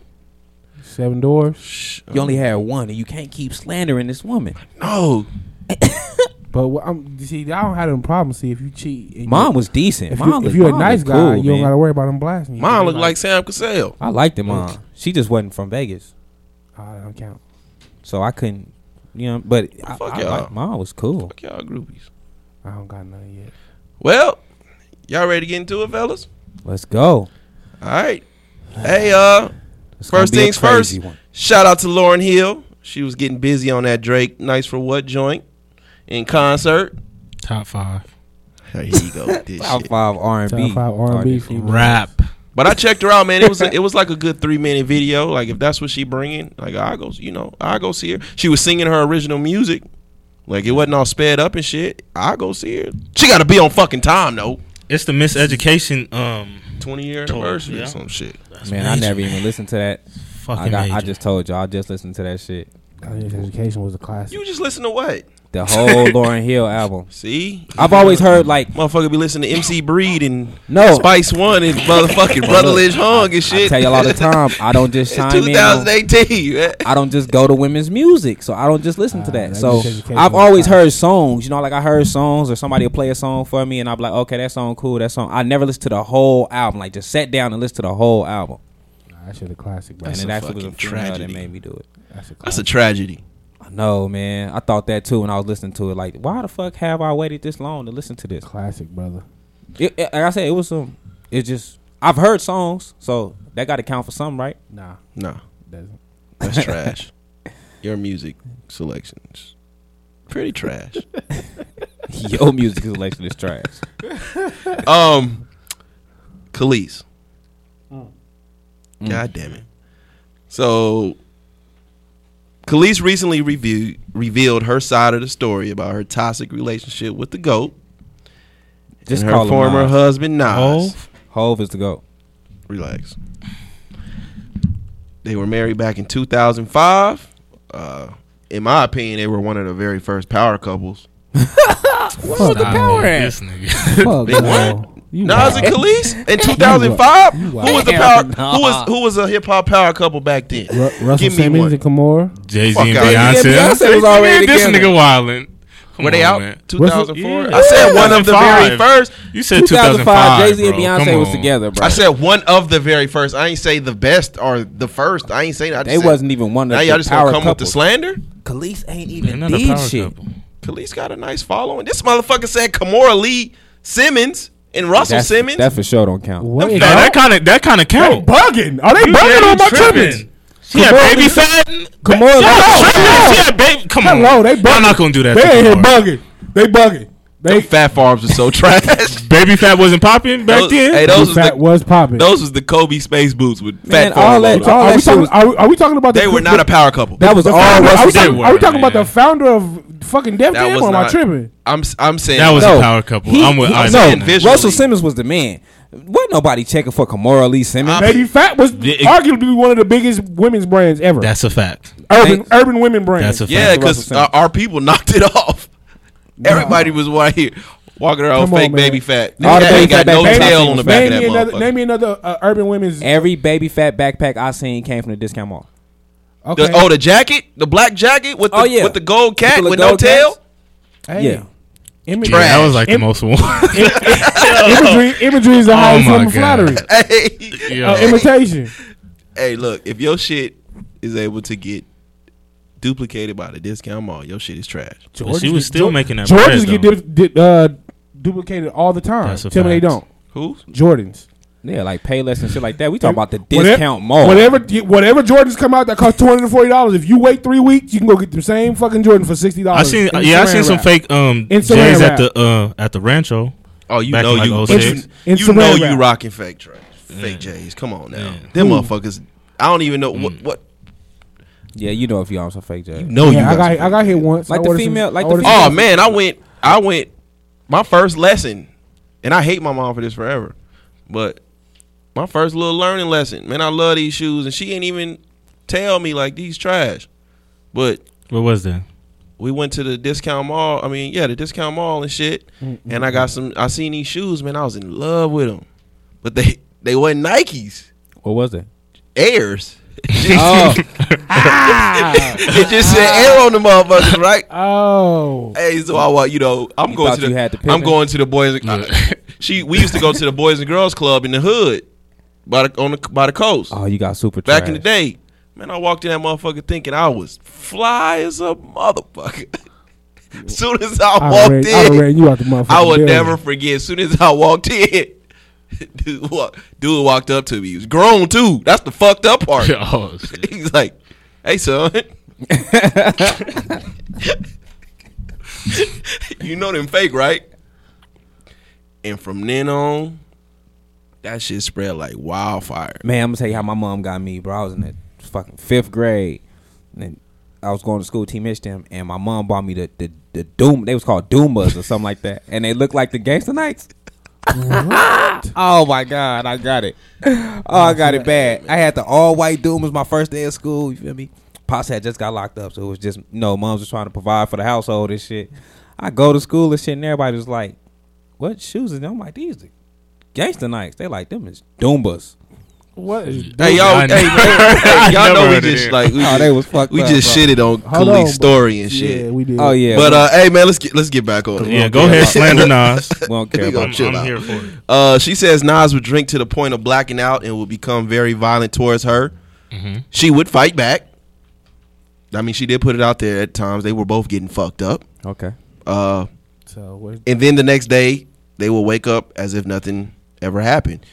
Speaker 4: seven doors.
Speaker 2: Sh-
Speaker 6: You only had one, and you can't keep slandering this woman.
Speaker 2: no,
Speaker 4: But what I'm you see, I don't have them problems. See, if you cheat, and you-
Speaker 6: Mom was decent.
Speaker 4: If,
Speaker 6: mom
Speaker 4: you, if
Speaker 6: was-
Speaker 4: you're a
Speaker 6: Mom
Speaker 4: nice
Speaker 6: was
Speaker 4: guy,
Speaker 6: cool,
Speaker 4: you don't
Speaker 6: man.
Speaker 4: got to worry about them blasting you.
Speaker 2: mine
Speaker 4: They
Speaker 2: look like Sam Cassell.
Speaker 6: I liked the mom. She just wasn't from Vegas,
Speaker 4: "Ah, that don't count.
Speaker 6: so I couldn't. You know, but I,
Speaker 2: Fuck
Speaker 6: I
Speaker 2: y'all.
Speaker 6: liked- mom was cool.
Speaker 2: Fuck y'all groupies.
Speaker 4: I don't got none yet.
Speaker 2: Well, y'all ready to get into it, fellas?
Speaker 6: Let's go.
Speaker 2: All right. Hey, uh,
Speaker 6: It's
Speaker 2: First
Speaker 6: gonna be a
Speaker 2: things
Speaker 6: crazy
Speaker 2: first.
Speaker 6: one.
Speaker 2: Shout out to Lauren Hill. She was getting busy on that Drake Nice for What joint in concert.
Speaker 5: Top five.
Speaker 2: Here you go with this
Speaker 6: Top
Speaker 2: shit.
Speaker 6: five R and
Speaker 4: Top
Speaker 6: B.
Speaker 4: five R&B female.
Speaker 5: Rap.
Speaker 2: But I checked her out, man. It was it was like a good three minute video. Like if that's what she bringing, like I go, you know, I go see her. She was singing her original music. Like it wasn't all sped up and shit. I go see her. She got to be on fucking time though.
Speaker 5: It's the miseducation. Um,
Speaker 2: Twenty year
Speaker 5: Told,
Speaker 2: anniversary
Speaker 5: yeah.
Speaker 2: or some shit.
Speaker 6: Man, I never even listened to that. I
Speaker 5: fucking.
Speaker 6: got. I
Speaker 5: major.
Speaker 6: just told y'all. I just listened to that shit.
Speaker 4: College education was a classic.
Speaker 2: You just listen to what?
Speaker 6: The whole Lauren Hill album.
Speaker 2: See,
Speaker 6: I've always heard like
Speaker 2: motherfucker be listening to MC Breed and
Speaker 6: no.
Speaker 2: Spice One and motherfucking Brother Lynch Hung and shit.
Speaker 6: I tell y'all all the time. I don't just
Speaker 2: It's
Speaker 6: chime in. on-
Speaker 2: 2018. man.
Speaker 6: I don't just go to women's music, so I don't just listen to
Speaker 4: Ah,
Speaker 6: that.
Speaker 4: that
Speaker 6: So
Speaker 4: just education
Speaker 6: I've
Speaker 4: was
Speaker 6: always
Speaker 4: fire.
Speaker 6: heard songs, you know, like I heard songs or somebody will play a song for me, and I'm like, okay, that song cool, that song. I never listened to the whole album, like just sat down and listened to the whole album,
Speaker 4: Nah, that shit a classic, bro.
Speaker 6: and
Speaker 2: That's
Speaker 6: it
Speaker 2: a
Speaker 6: actually was a
Speaker 2: fucking
Speaker 6: tragedy that
Speaker 2: tragedy.
Speaker 6: made me do it.
Speaker 4: That's a classic.
Speaker 2: That's a tragedy.
Speaker 6: I know, man. I thought that too when I was listening to it. Like, why the fuck have I waited this long to listen to this?
Speaker 4: classic, brother.
Speaker 6: It, it- like I said, it was some. It's just I've heard songs, so that got to count for something, right?
Speaker 4: Nah,
Speaker 2: No,
Speaker 4: doesn't.
Speaker 2: that's trash. Your music selections, pretty trash.
Speaker 6: Your music selection is trash.
Speaker 2: um, Khalees.
Speaker 6: Mm.
Speaker 2: God damn it. So, Khalees recently reviewed, revealed her side of the story about her toxic relationship with the GOAT
Speaker 6: Just
Speaker 2: and
Speaker 6: call
Speaker 2: her
Speaker 6: him
Speaker 2: former
Speaker 6: Nas.
Speaker 2: husband,
Speaker 5: Oh,
Speaker 2: Nas.
Speaker 5: Hov?
Speaker 6: Hove is the goat.
Speaker 2: Relax. They were married back in 2005. Uh, in my opinion, they were one of the very first power couples.
Speaker 5: Stop it, this nigga.
Speaker 4: Fuck no. You
Speaker 2: Nas
Speaker 4: wild.
Speaker 2: and Khalees in 2005. Who
Speaker 4: wild.
Speaker 2: was the power? Who was who was a hip hop power couple back then?
Speaker 4: Ru- Russell
Speaker 2: Give me
Speaker 4: Simmons
Speaker 2: one.
Speaker 4: and Kimora.
Speaker 5: Jay Z
Speaker 2: Fuck
Speaker 5: and
Speaker 2: out of here.
Speaker 5: Beyonce.
Speaker 6: Yeah, Beyonce was already
Speaker 5: this
Speaker 6: together.
Speaker 5: nigga wildin'. Come
Speaker 2: Were they
Speaker 5: on,
Speaker 2: out?
Speaker 5: man.
Speaker 2: 2004.
Speaker 5: Yeah.
Speaker 2: I said one of the very
Speaker 5: 2005.
Speaker 2: first.
Speaker 5: You said 2005.
Speaker 6: Jay Z and
Speaker 5: bro. Come
Speaker 6: Beyonce was
Speaker 5: on.
Speaker 6: together, bro.
Speaker 2: I said one of the very first. I ain't say the best or the first. I ain't say that. I just
Speaker 6: they
Speaker 2: said-
Speaker 6: wasn't even one of
Speaker 2: Now
Speaker 6: the
Speaker 2: y'all just
Speaker 6: power
Speaker 2: gonna come with the
Speaker 6: couples.
Speaker 2: slander?
Speaker 6: Khalees ain't
Speaker 5: They're
Speaker 6: even
Speaker 5: not a
Speaker 6: did
Speaker 5: power
Speaker 6: shit.
Speaker 5: couple.
Speaker 2: Khalees got a nice following. This motherfucker said Kamora Lee Simmons and Russell
Speaker 6: That's,
Speaker 2: Simmons.
Speaker 6: that for sure don't count.
Speaker 4: What?
Speaker 5: No, that kind of that kind of count.
Speaker 4: bugging. Are they
Speaker 5: You
Speaker 4: bugging
Speaker 5: yeah,
Speaker 4: on my
Speaker 5: you tripping.
Speaker 4: trippings?
Speaker 5: She had
Speaker 4: Kamora
Speaker 5: baby
Speaker 4: Lee-
Speaker 5: fat.
Speaker 6: Come
Speaker 5: Yo, tripping.
Speaker 6: on,
Speaker 5: She had baby. Come on.
Speaker 4: Hello, they bugging.
Speaker 5: Y'all not gonna do that.
Speaker 4: They
Speaker 5: to
Speaker 4: ain't here
Speaker 5: Kamora.
Speaker 4: bugging. They bugging. They
Speaker 2: Fat Farms was so trash.
Speaker 5: Baby fat wasn't popping back
Speaker 2: Those-
Speaker 5: then.
Speaker 2: hey, those was
Speaker 4: fat
Speaker 2: the
Speaker 4: was popping.
Speaker 2: those was the Kobe space boots with
Speaker 6: Man,
Speaker 2: Fat Farms.
Speaker 6: all that-
Speaker 2: on them.
Speaker 4: are,
Speaker 6: all that
Speaker 4: we
Speaker 6: shit
Speaker 4: talking,
Speaker 6: was-
Speaker 4: are, we, are we talking about
Speaker 2: They
Speaker 4: the,
Speaker 2: were not
Speaker 4: the,
Speaker 2: a power couple.
Speaker 6: That was
Speaker 4: the
Speaker 6: all
Speaker 4: founder- are we
Speaker 6: Russell.
Speaker 5: They
Speaker 4: talking, are we
Speaker 5: were,
Speaker 4: talking about
Speaker 5: man.
Speaker 4: the founder of fucking Def
Speaker 2: That
Speaker 4: Jam
Speaker 2: was
Speaker 4: or am I
Speaker 2: not.
Speaker 4: tripping?
Speaker 2: I'm s- I'm saying
Speaker 5: That was
Speaker 6: No,
Speaker 5: a power couple.
Speaker 6: He-
Speaker 5: I'm with
Speaker 6: he-
Speaker 5: Isaac.
Speaker 6: no,
Speaker 5: on that.
Speaker 2: visually.
Speaker 6: Russell Simmons was the man. Wasn't nobody checking for Kamora Lee Simmons?
Speaker 4: Baby Fat was
Speaker 5: Yeah, it-
Speaker 4: arguably one of the biggest women's brands ever.
Speaker 5: That's a fact.
Speaker 4: urban
Speaker 6: Thanks.
Speaker 4: urban women brand.
Speaker 5: That's a fact.
Speaker 2: yeah,
Speaker 6: Russell
Speaker 2: because
Speaker 6: Simmons.
Speaker 2: our people knocked it off. Everybody was right here walking around
Speaker 4: Come on,
Speaker 2: fake
Speaker 4: man.
Speaker 2: baby fat.
Speaker 6: All the
Speaker 2: Nigga
Speaker 6: baby
Speaker 2: ain't
Speaker 6: fat
Speaker 2: got no
Speaker 6: baby
Speaker 2: tail
Speaker 6: fat
Speaker 2: on the
Speaker 6: bitches.
Speaker 2: back
Speaker 4: name
Speaker 2: of that
Speaker 4: me another name
Speaker 2: motherfucker.
Speaker 4: me another uh, urban women's.
Speaker 6: Every baby fat backpack I seen came from the discount mall.
Speaker 4: okay.
Speaker 2: The- oh, the jacket, the black jacket with the
Speaker 6: Oh, yeah.
Speaker 2: with the gold cat
Speaker 6: With the
Speaker 2: with no
Speaker 6: gold cats?
Speaker 2: tail.
Speaker 4: Hey,
Speaker 6: Yeah.
Speaker 4: Imagery,
Speaker 5: Yeah, that was like the
Speaker 4: Im-
Speaker 5: most one.
Speaker 4: imagery, imagery is the highest
Speaker 5: my
Speaker 4: form of
Speaker 5: God.
Speaker 4: flattery.
Speaker 2: Hey,
Speaker 5: Yo.
Speaker 4: Uh, imitation.
Speaker 2: hey, look, if your shit is able to get duplicated by the discount mall, your shit is trash.
Speaker 5: But she was still making that
Speaker 4: Jordans
Speaker 5: bread.
Speaker 4: get
Speaker 5: though.
Speaker 4: dip, dip, uh, duplicated all the time.
Speaker 5: That's a
Speaker 4: Tell me they
Speaker 5: fact.
Speaker 4: don't.
Speaker 2: Who's
Speaker 4: Jordans.
Speaker 6: Yeah, like pay less and shit like that. We talk about the
Speaker 4: Whatever-
Speaker 6: discount mall.
Speaker 4: Whatever whatever Jordans come out that cost two hundred and forty dollars. If you wait three weeks, you can go get the same fucking Jordan for sixty
Speaker 5: I
Speaker 4: dollars.
Speaker 5: seen, yeah, I seen some fake um
Speaker 4: In
Speaker 5: J's
Speaker 4: saran wrap.
Speaker 5: at the uh at the Rancho.
Speaker 2: Oh, you
Speaker 5: Back
Speaker 2: know
Speaker 5: in, like,
Speaker 2: you,
Speaker 5: 06.
Speaker 2: you,
Speaker 4: In
Speaker 2: you
Speaker 4: saran
Speaker 2: know
Speaker 4: wrap.
Speaker 2: you rocking fake tracks, fake J's. Come on now,
Speaker 5: Yeah. Mm.
Speaker 2: them motherfuckers. I don't even know what what.
Speaker 6: Yeah, you know if y'all some fake jobs.
Speaker 2: No, you.
Speaker 4: Yeah, I
Speaker 2: guys
Speaker 4: got
Speaker 2: are
Speaker 4: I got hit once.
Speaker 6: Like
Speaker 4: I
Speaker 6: the
Speaker 4: ordered some-
Speaker 6: female- like
Speaker 4: I
Speaker 6: the
Speaker 4: ordered
Speaker 2: Oh
Speaker 6: female-
Speaker 2: man, I went. I went. My first lesson, and I hate my mom for this forever, but my first little learning lesson. Man, I love these shoes, and she ain't even tell me like these trash. But
Speaker 5: What was that?
Speaker 2: we went to the discount mall. I mean, yeah, the discount mall and shit. And I got some. I seen these shoes, man. I was in love with them, but they they wasn't Nikes,
Speaker 6: What was it?
Speaker 2: Airs.
Speaker 6: Oh, Ah.
Speaker 2: It just said air on the motherfuckers, right?
Speaker 4: Oh,
Speaker 2: Hey, so I want you know I'm going to
Speaker 6: thought
Speaker 2: the
Speaker 6: Ah. you had to pick
Speaker 2: I'm
Speaker 6: it?
Speaker 2: going to the boys. And, she we used to go to the boys and girls club in the hood by the on the by the coast
Speaker 6: oh, you got super
Speaker 2: back
Speaker 6: trash.
Speaker 2: in the day. Man, I walked in that motherfucker thinking I was fly as a motherfucker. soon as I,
Speaker 4: I
Speaker 2: walked
Speaker 4: ran, I
Speaker 2: in,
Speaker 4: ran you out the motherfucker.
Speaker 2: I will never forget. soon as I walked in, dude, walk, dude walked up to me. He was grown too. That's the fucked up part.
Speaker 5: Oh, shit.
Speaker 2: He's like, "Hey, son." you know them fake, right? And from then on, that shit spread like wildfire.
Speaker 6: Man, I'm gonna tell you how my mom got me, bro. I was in the fucking fifth grade, and I was going to school Team Michigan, and my mom bought me the the, the Doom. They was called Doomas or something like that, and they looked like the Gangsta Knights. oh my god, I got it. Oh, I got it bad. I had the all white Doom was my first day of school. You feel me? Pops had just got locked up, so it was just you no. Know, mom's just trying to provide for the household and shit. I go to school and shit, and everybody was like, "What shoes?" And I'm like, "These are Gangsta Knights." They like them is Doombas.
Speaker 4: What is
Speaker 2: Hey y'all,
Speaker 5: I
Speaker 2: hey, hey, y'all
Speaker 5: never
Speaker 2: know we
Speaker 5: heard of
Speaker 2: just
Speaker 5: it.
Speaker 2: like we,
Speaker 6: Oh, they was fucked
Speaker 2: we
Speaker 6: up,
Speaker 2: just
Speaker 6: bro.
Speaker 2: shitted on
Speaker 4: Hold on,
Speaker 2: Khalid's
Speaker 4: bro.
Speaker 2: story and
Speaker 4: Yeah,
Speaker 2: shit.
Speaker 4: we did.
Speaker 6: Oh yeah,
Speaker 2: But uh, hey man, let's get let's get back on. it.
Speaker 5: Yeah, go ahead, slander Nas.
Speaker 6: we don't care
Speaker 2: we
Speaker 6: about
Speaker 2: gonna
Speaker 5: I'm,
Speaker 2: chill
Speaker 5: I'm
Speaker 2: out.
Speaker 5: here for it.
Speaker 2: Uh, she says Nas would drink to the point of blacking out and would become very violent towards her.
Speaker 5: Mm-hmm.
Speaker 2: She would fight back. I mean, she did put it out there at times. They were both getting fucked up.
Speaker 6: Okay.
Speaker 2: Uh,
Speaker 4: So what-
Speaker 2: and then the next day, they will wake up as if nothing ever happened.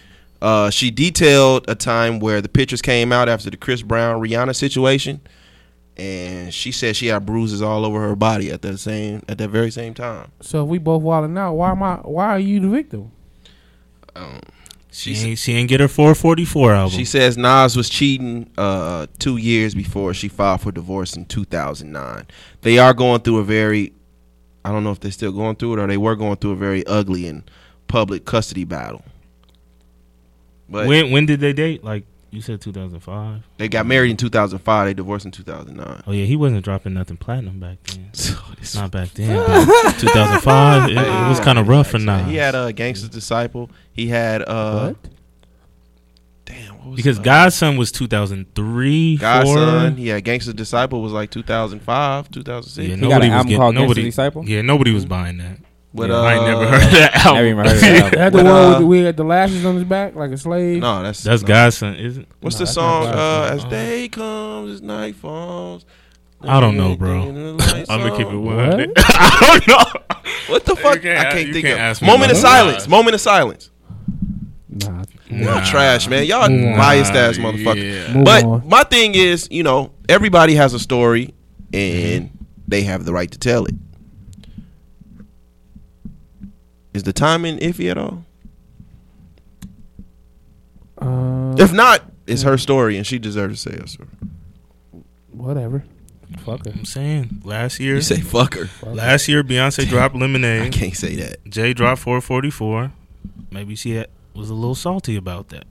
Speaker 2: Uh, she detailed a time where the pictures came out after the Chris Brown Rihanna situation, and she said she had bruises all over her body at that same at that very same time.
Speaker 4: so if we both wilding out, why am I? Why are you the victim?
Speaker 5: She ain't, she ain't get her 444 album.
Speaker 2: She says Nas was cheating uh, two years before she filed for divorce in 2009. They are going through a very, I don't know if they're still going through it or they were going through a very ugly and public custody battle. But
Speaker 5: when when did they date? Like you said, 2005.
Speaker 2: they got married in 2005. They divorced in 2009.
Speaker 5: Oh yeah, he wasn't dropping nothing platinum back then. Not back then. but 2005. It, it was kind of rough for Nas.
Speaker 2: He had a uh, Gangsta's Disciple. He had uh,
Speaker 4: What?
Speaker 2: damn what was
Speaker 5: because
Speaker 2: it?
Speaker 5: Godson was 2003.
Speaker 2: Godson.
Speaker 5: four.
Speaker 2: Yeah, Gangsta's Disciple was like 2005, 2006.
Speaker 5: Yeah,
Speaker 6: got
Speaker 5: nobody
Speaker 6: an
Speaker 5: was
Speaker 6: album
Speaker 5: getting
Speaker 6: called Gangsta
Speaker 5: nobody.
Speaker 6: Disciple?
Speaker 5: Yeah, nobody was buying that.
Speaker 2: But
Speaker 5: Yeah,
Speaker 2: uh,
Speaker 5: I ain't never heard of that album.
Speaker 6: I even heard that.
Speaker 4: That the
Speaker 2: But,
Speaker 4: one
Speaker 2: uh,
Speaker 4: with the- we had the lashes on his back like a slave.
Speaker 2: No, that's
Speaker 5: That's
Speaker 2: no.
Speaker 5: Godson, isn't?
Speaker 2: What's
Speaker 4: No,
Speaker 2: the
Speaker 4: that's
Speaker 2: song?
Speaker 4: not
Speaker 2: Uh,
Speaker 4: God's
Speaker 2: as day comes, as night falls.
Speaker 5: I don't know, bro.
Speaker 2: I'm
Speaker 5: I'm gonna keep it
Speaker 4: What?
Speaker 5: 100. I don't know.
Speaker 2: What the fuck?
Speaker 5: can't-
Speaker 2: I can't
Speaker 5: you
Speaker 2: think
Speaker 5: can't
Speaker 2: of.
Speaker 5: ask me
Speaker 2: Moment of
Speaker 5: about that.
Speaker 2: silence. Moment of silence.
Speaker 4: Nah,
Speaker 2: Y'all
Speaker 5: Nah.
Speaker 2: trash, man. Y'all
Speaker 4: Nah,
Speaker 2: biased ass motherfucker.
Speaker 5: Yeah.
Speaker 4: move
Speaker 2: But
Speaker 4: on.
Speaker 2: my thing is, you know, everybody has a story, and they have the right to tell it. Is the timing iffy at all?
Speaker 4: Uh,
Speaker 2: If not, it's her story, and she deserves to say her story.
Speaker 4: whatever. Fuck it.
Speaker 5: I'm saying last year.
Speaker 2: You say fuck her.
Speaker 5: Last year, Beyonce dropped
Speaker 2: I
Speaker 5: Lemonade.
Speaker 2: can't say that.
Speaker 5: Jay dropped 444. Maybe she had, was a little salty about that.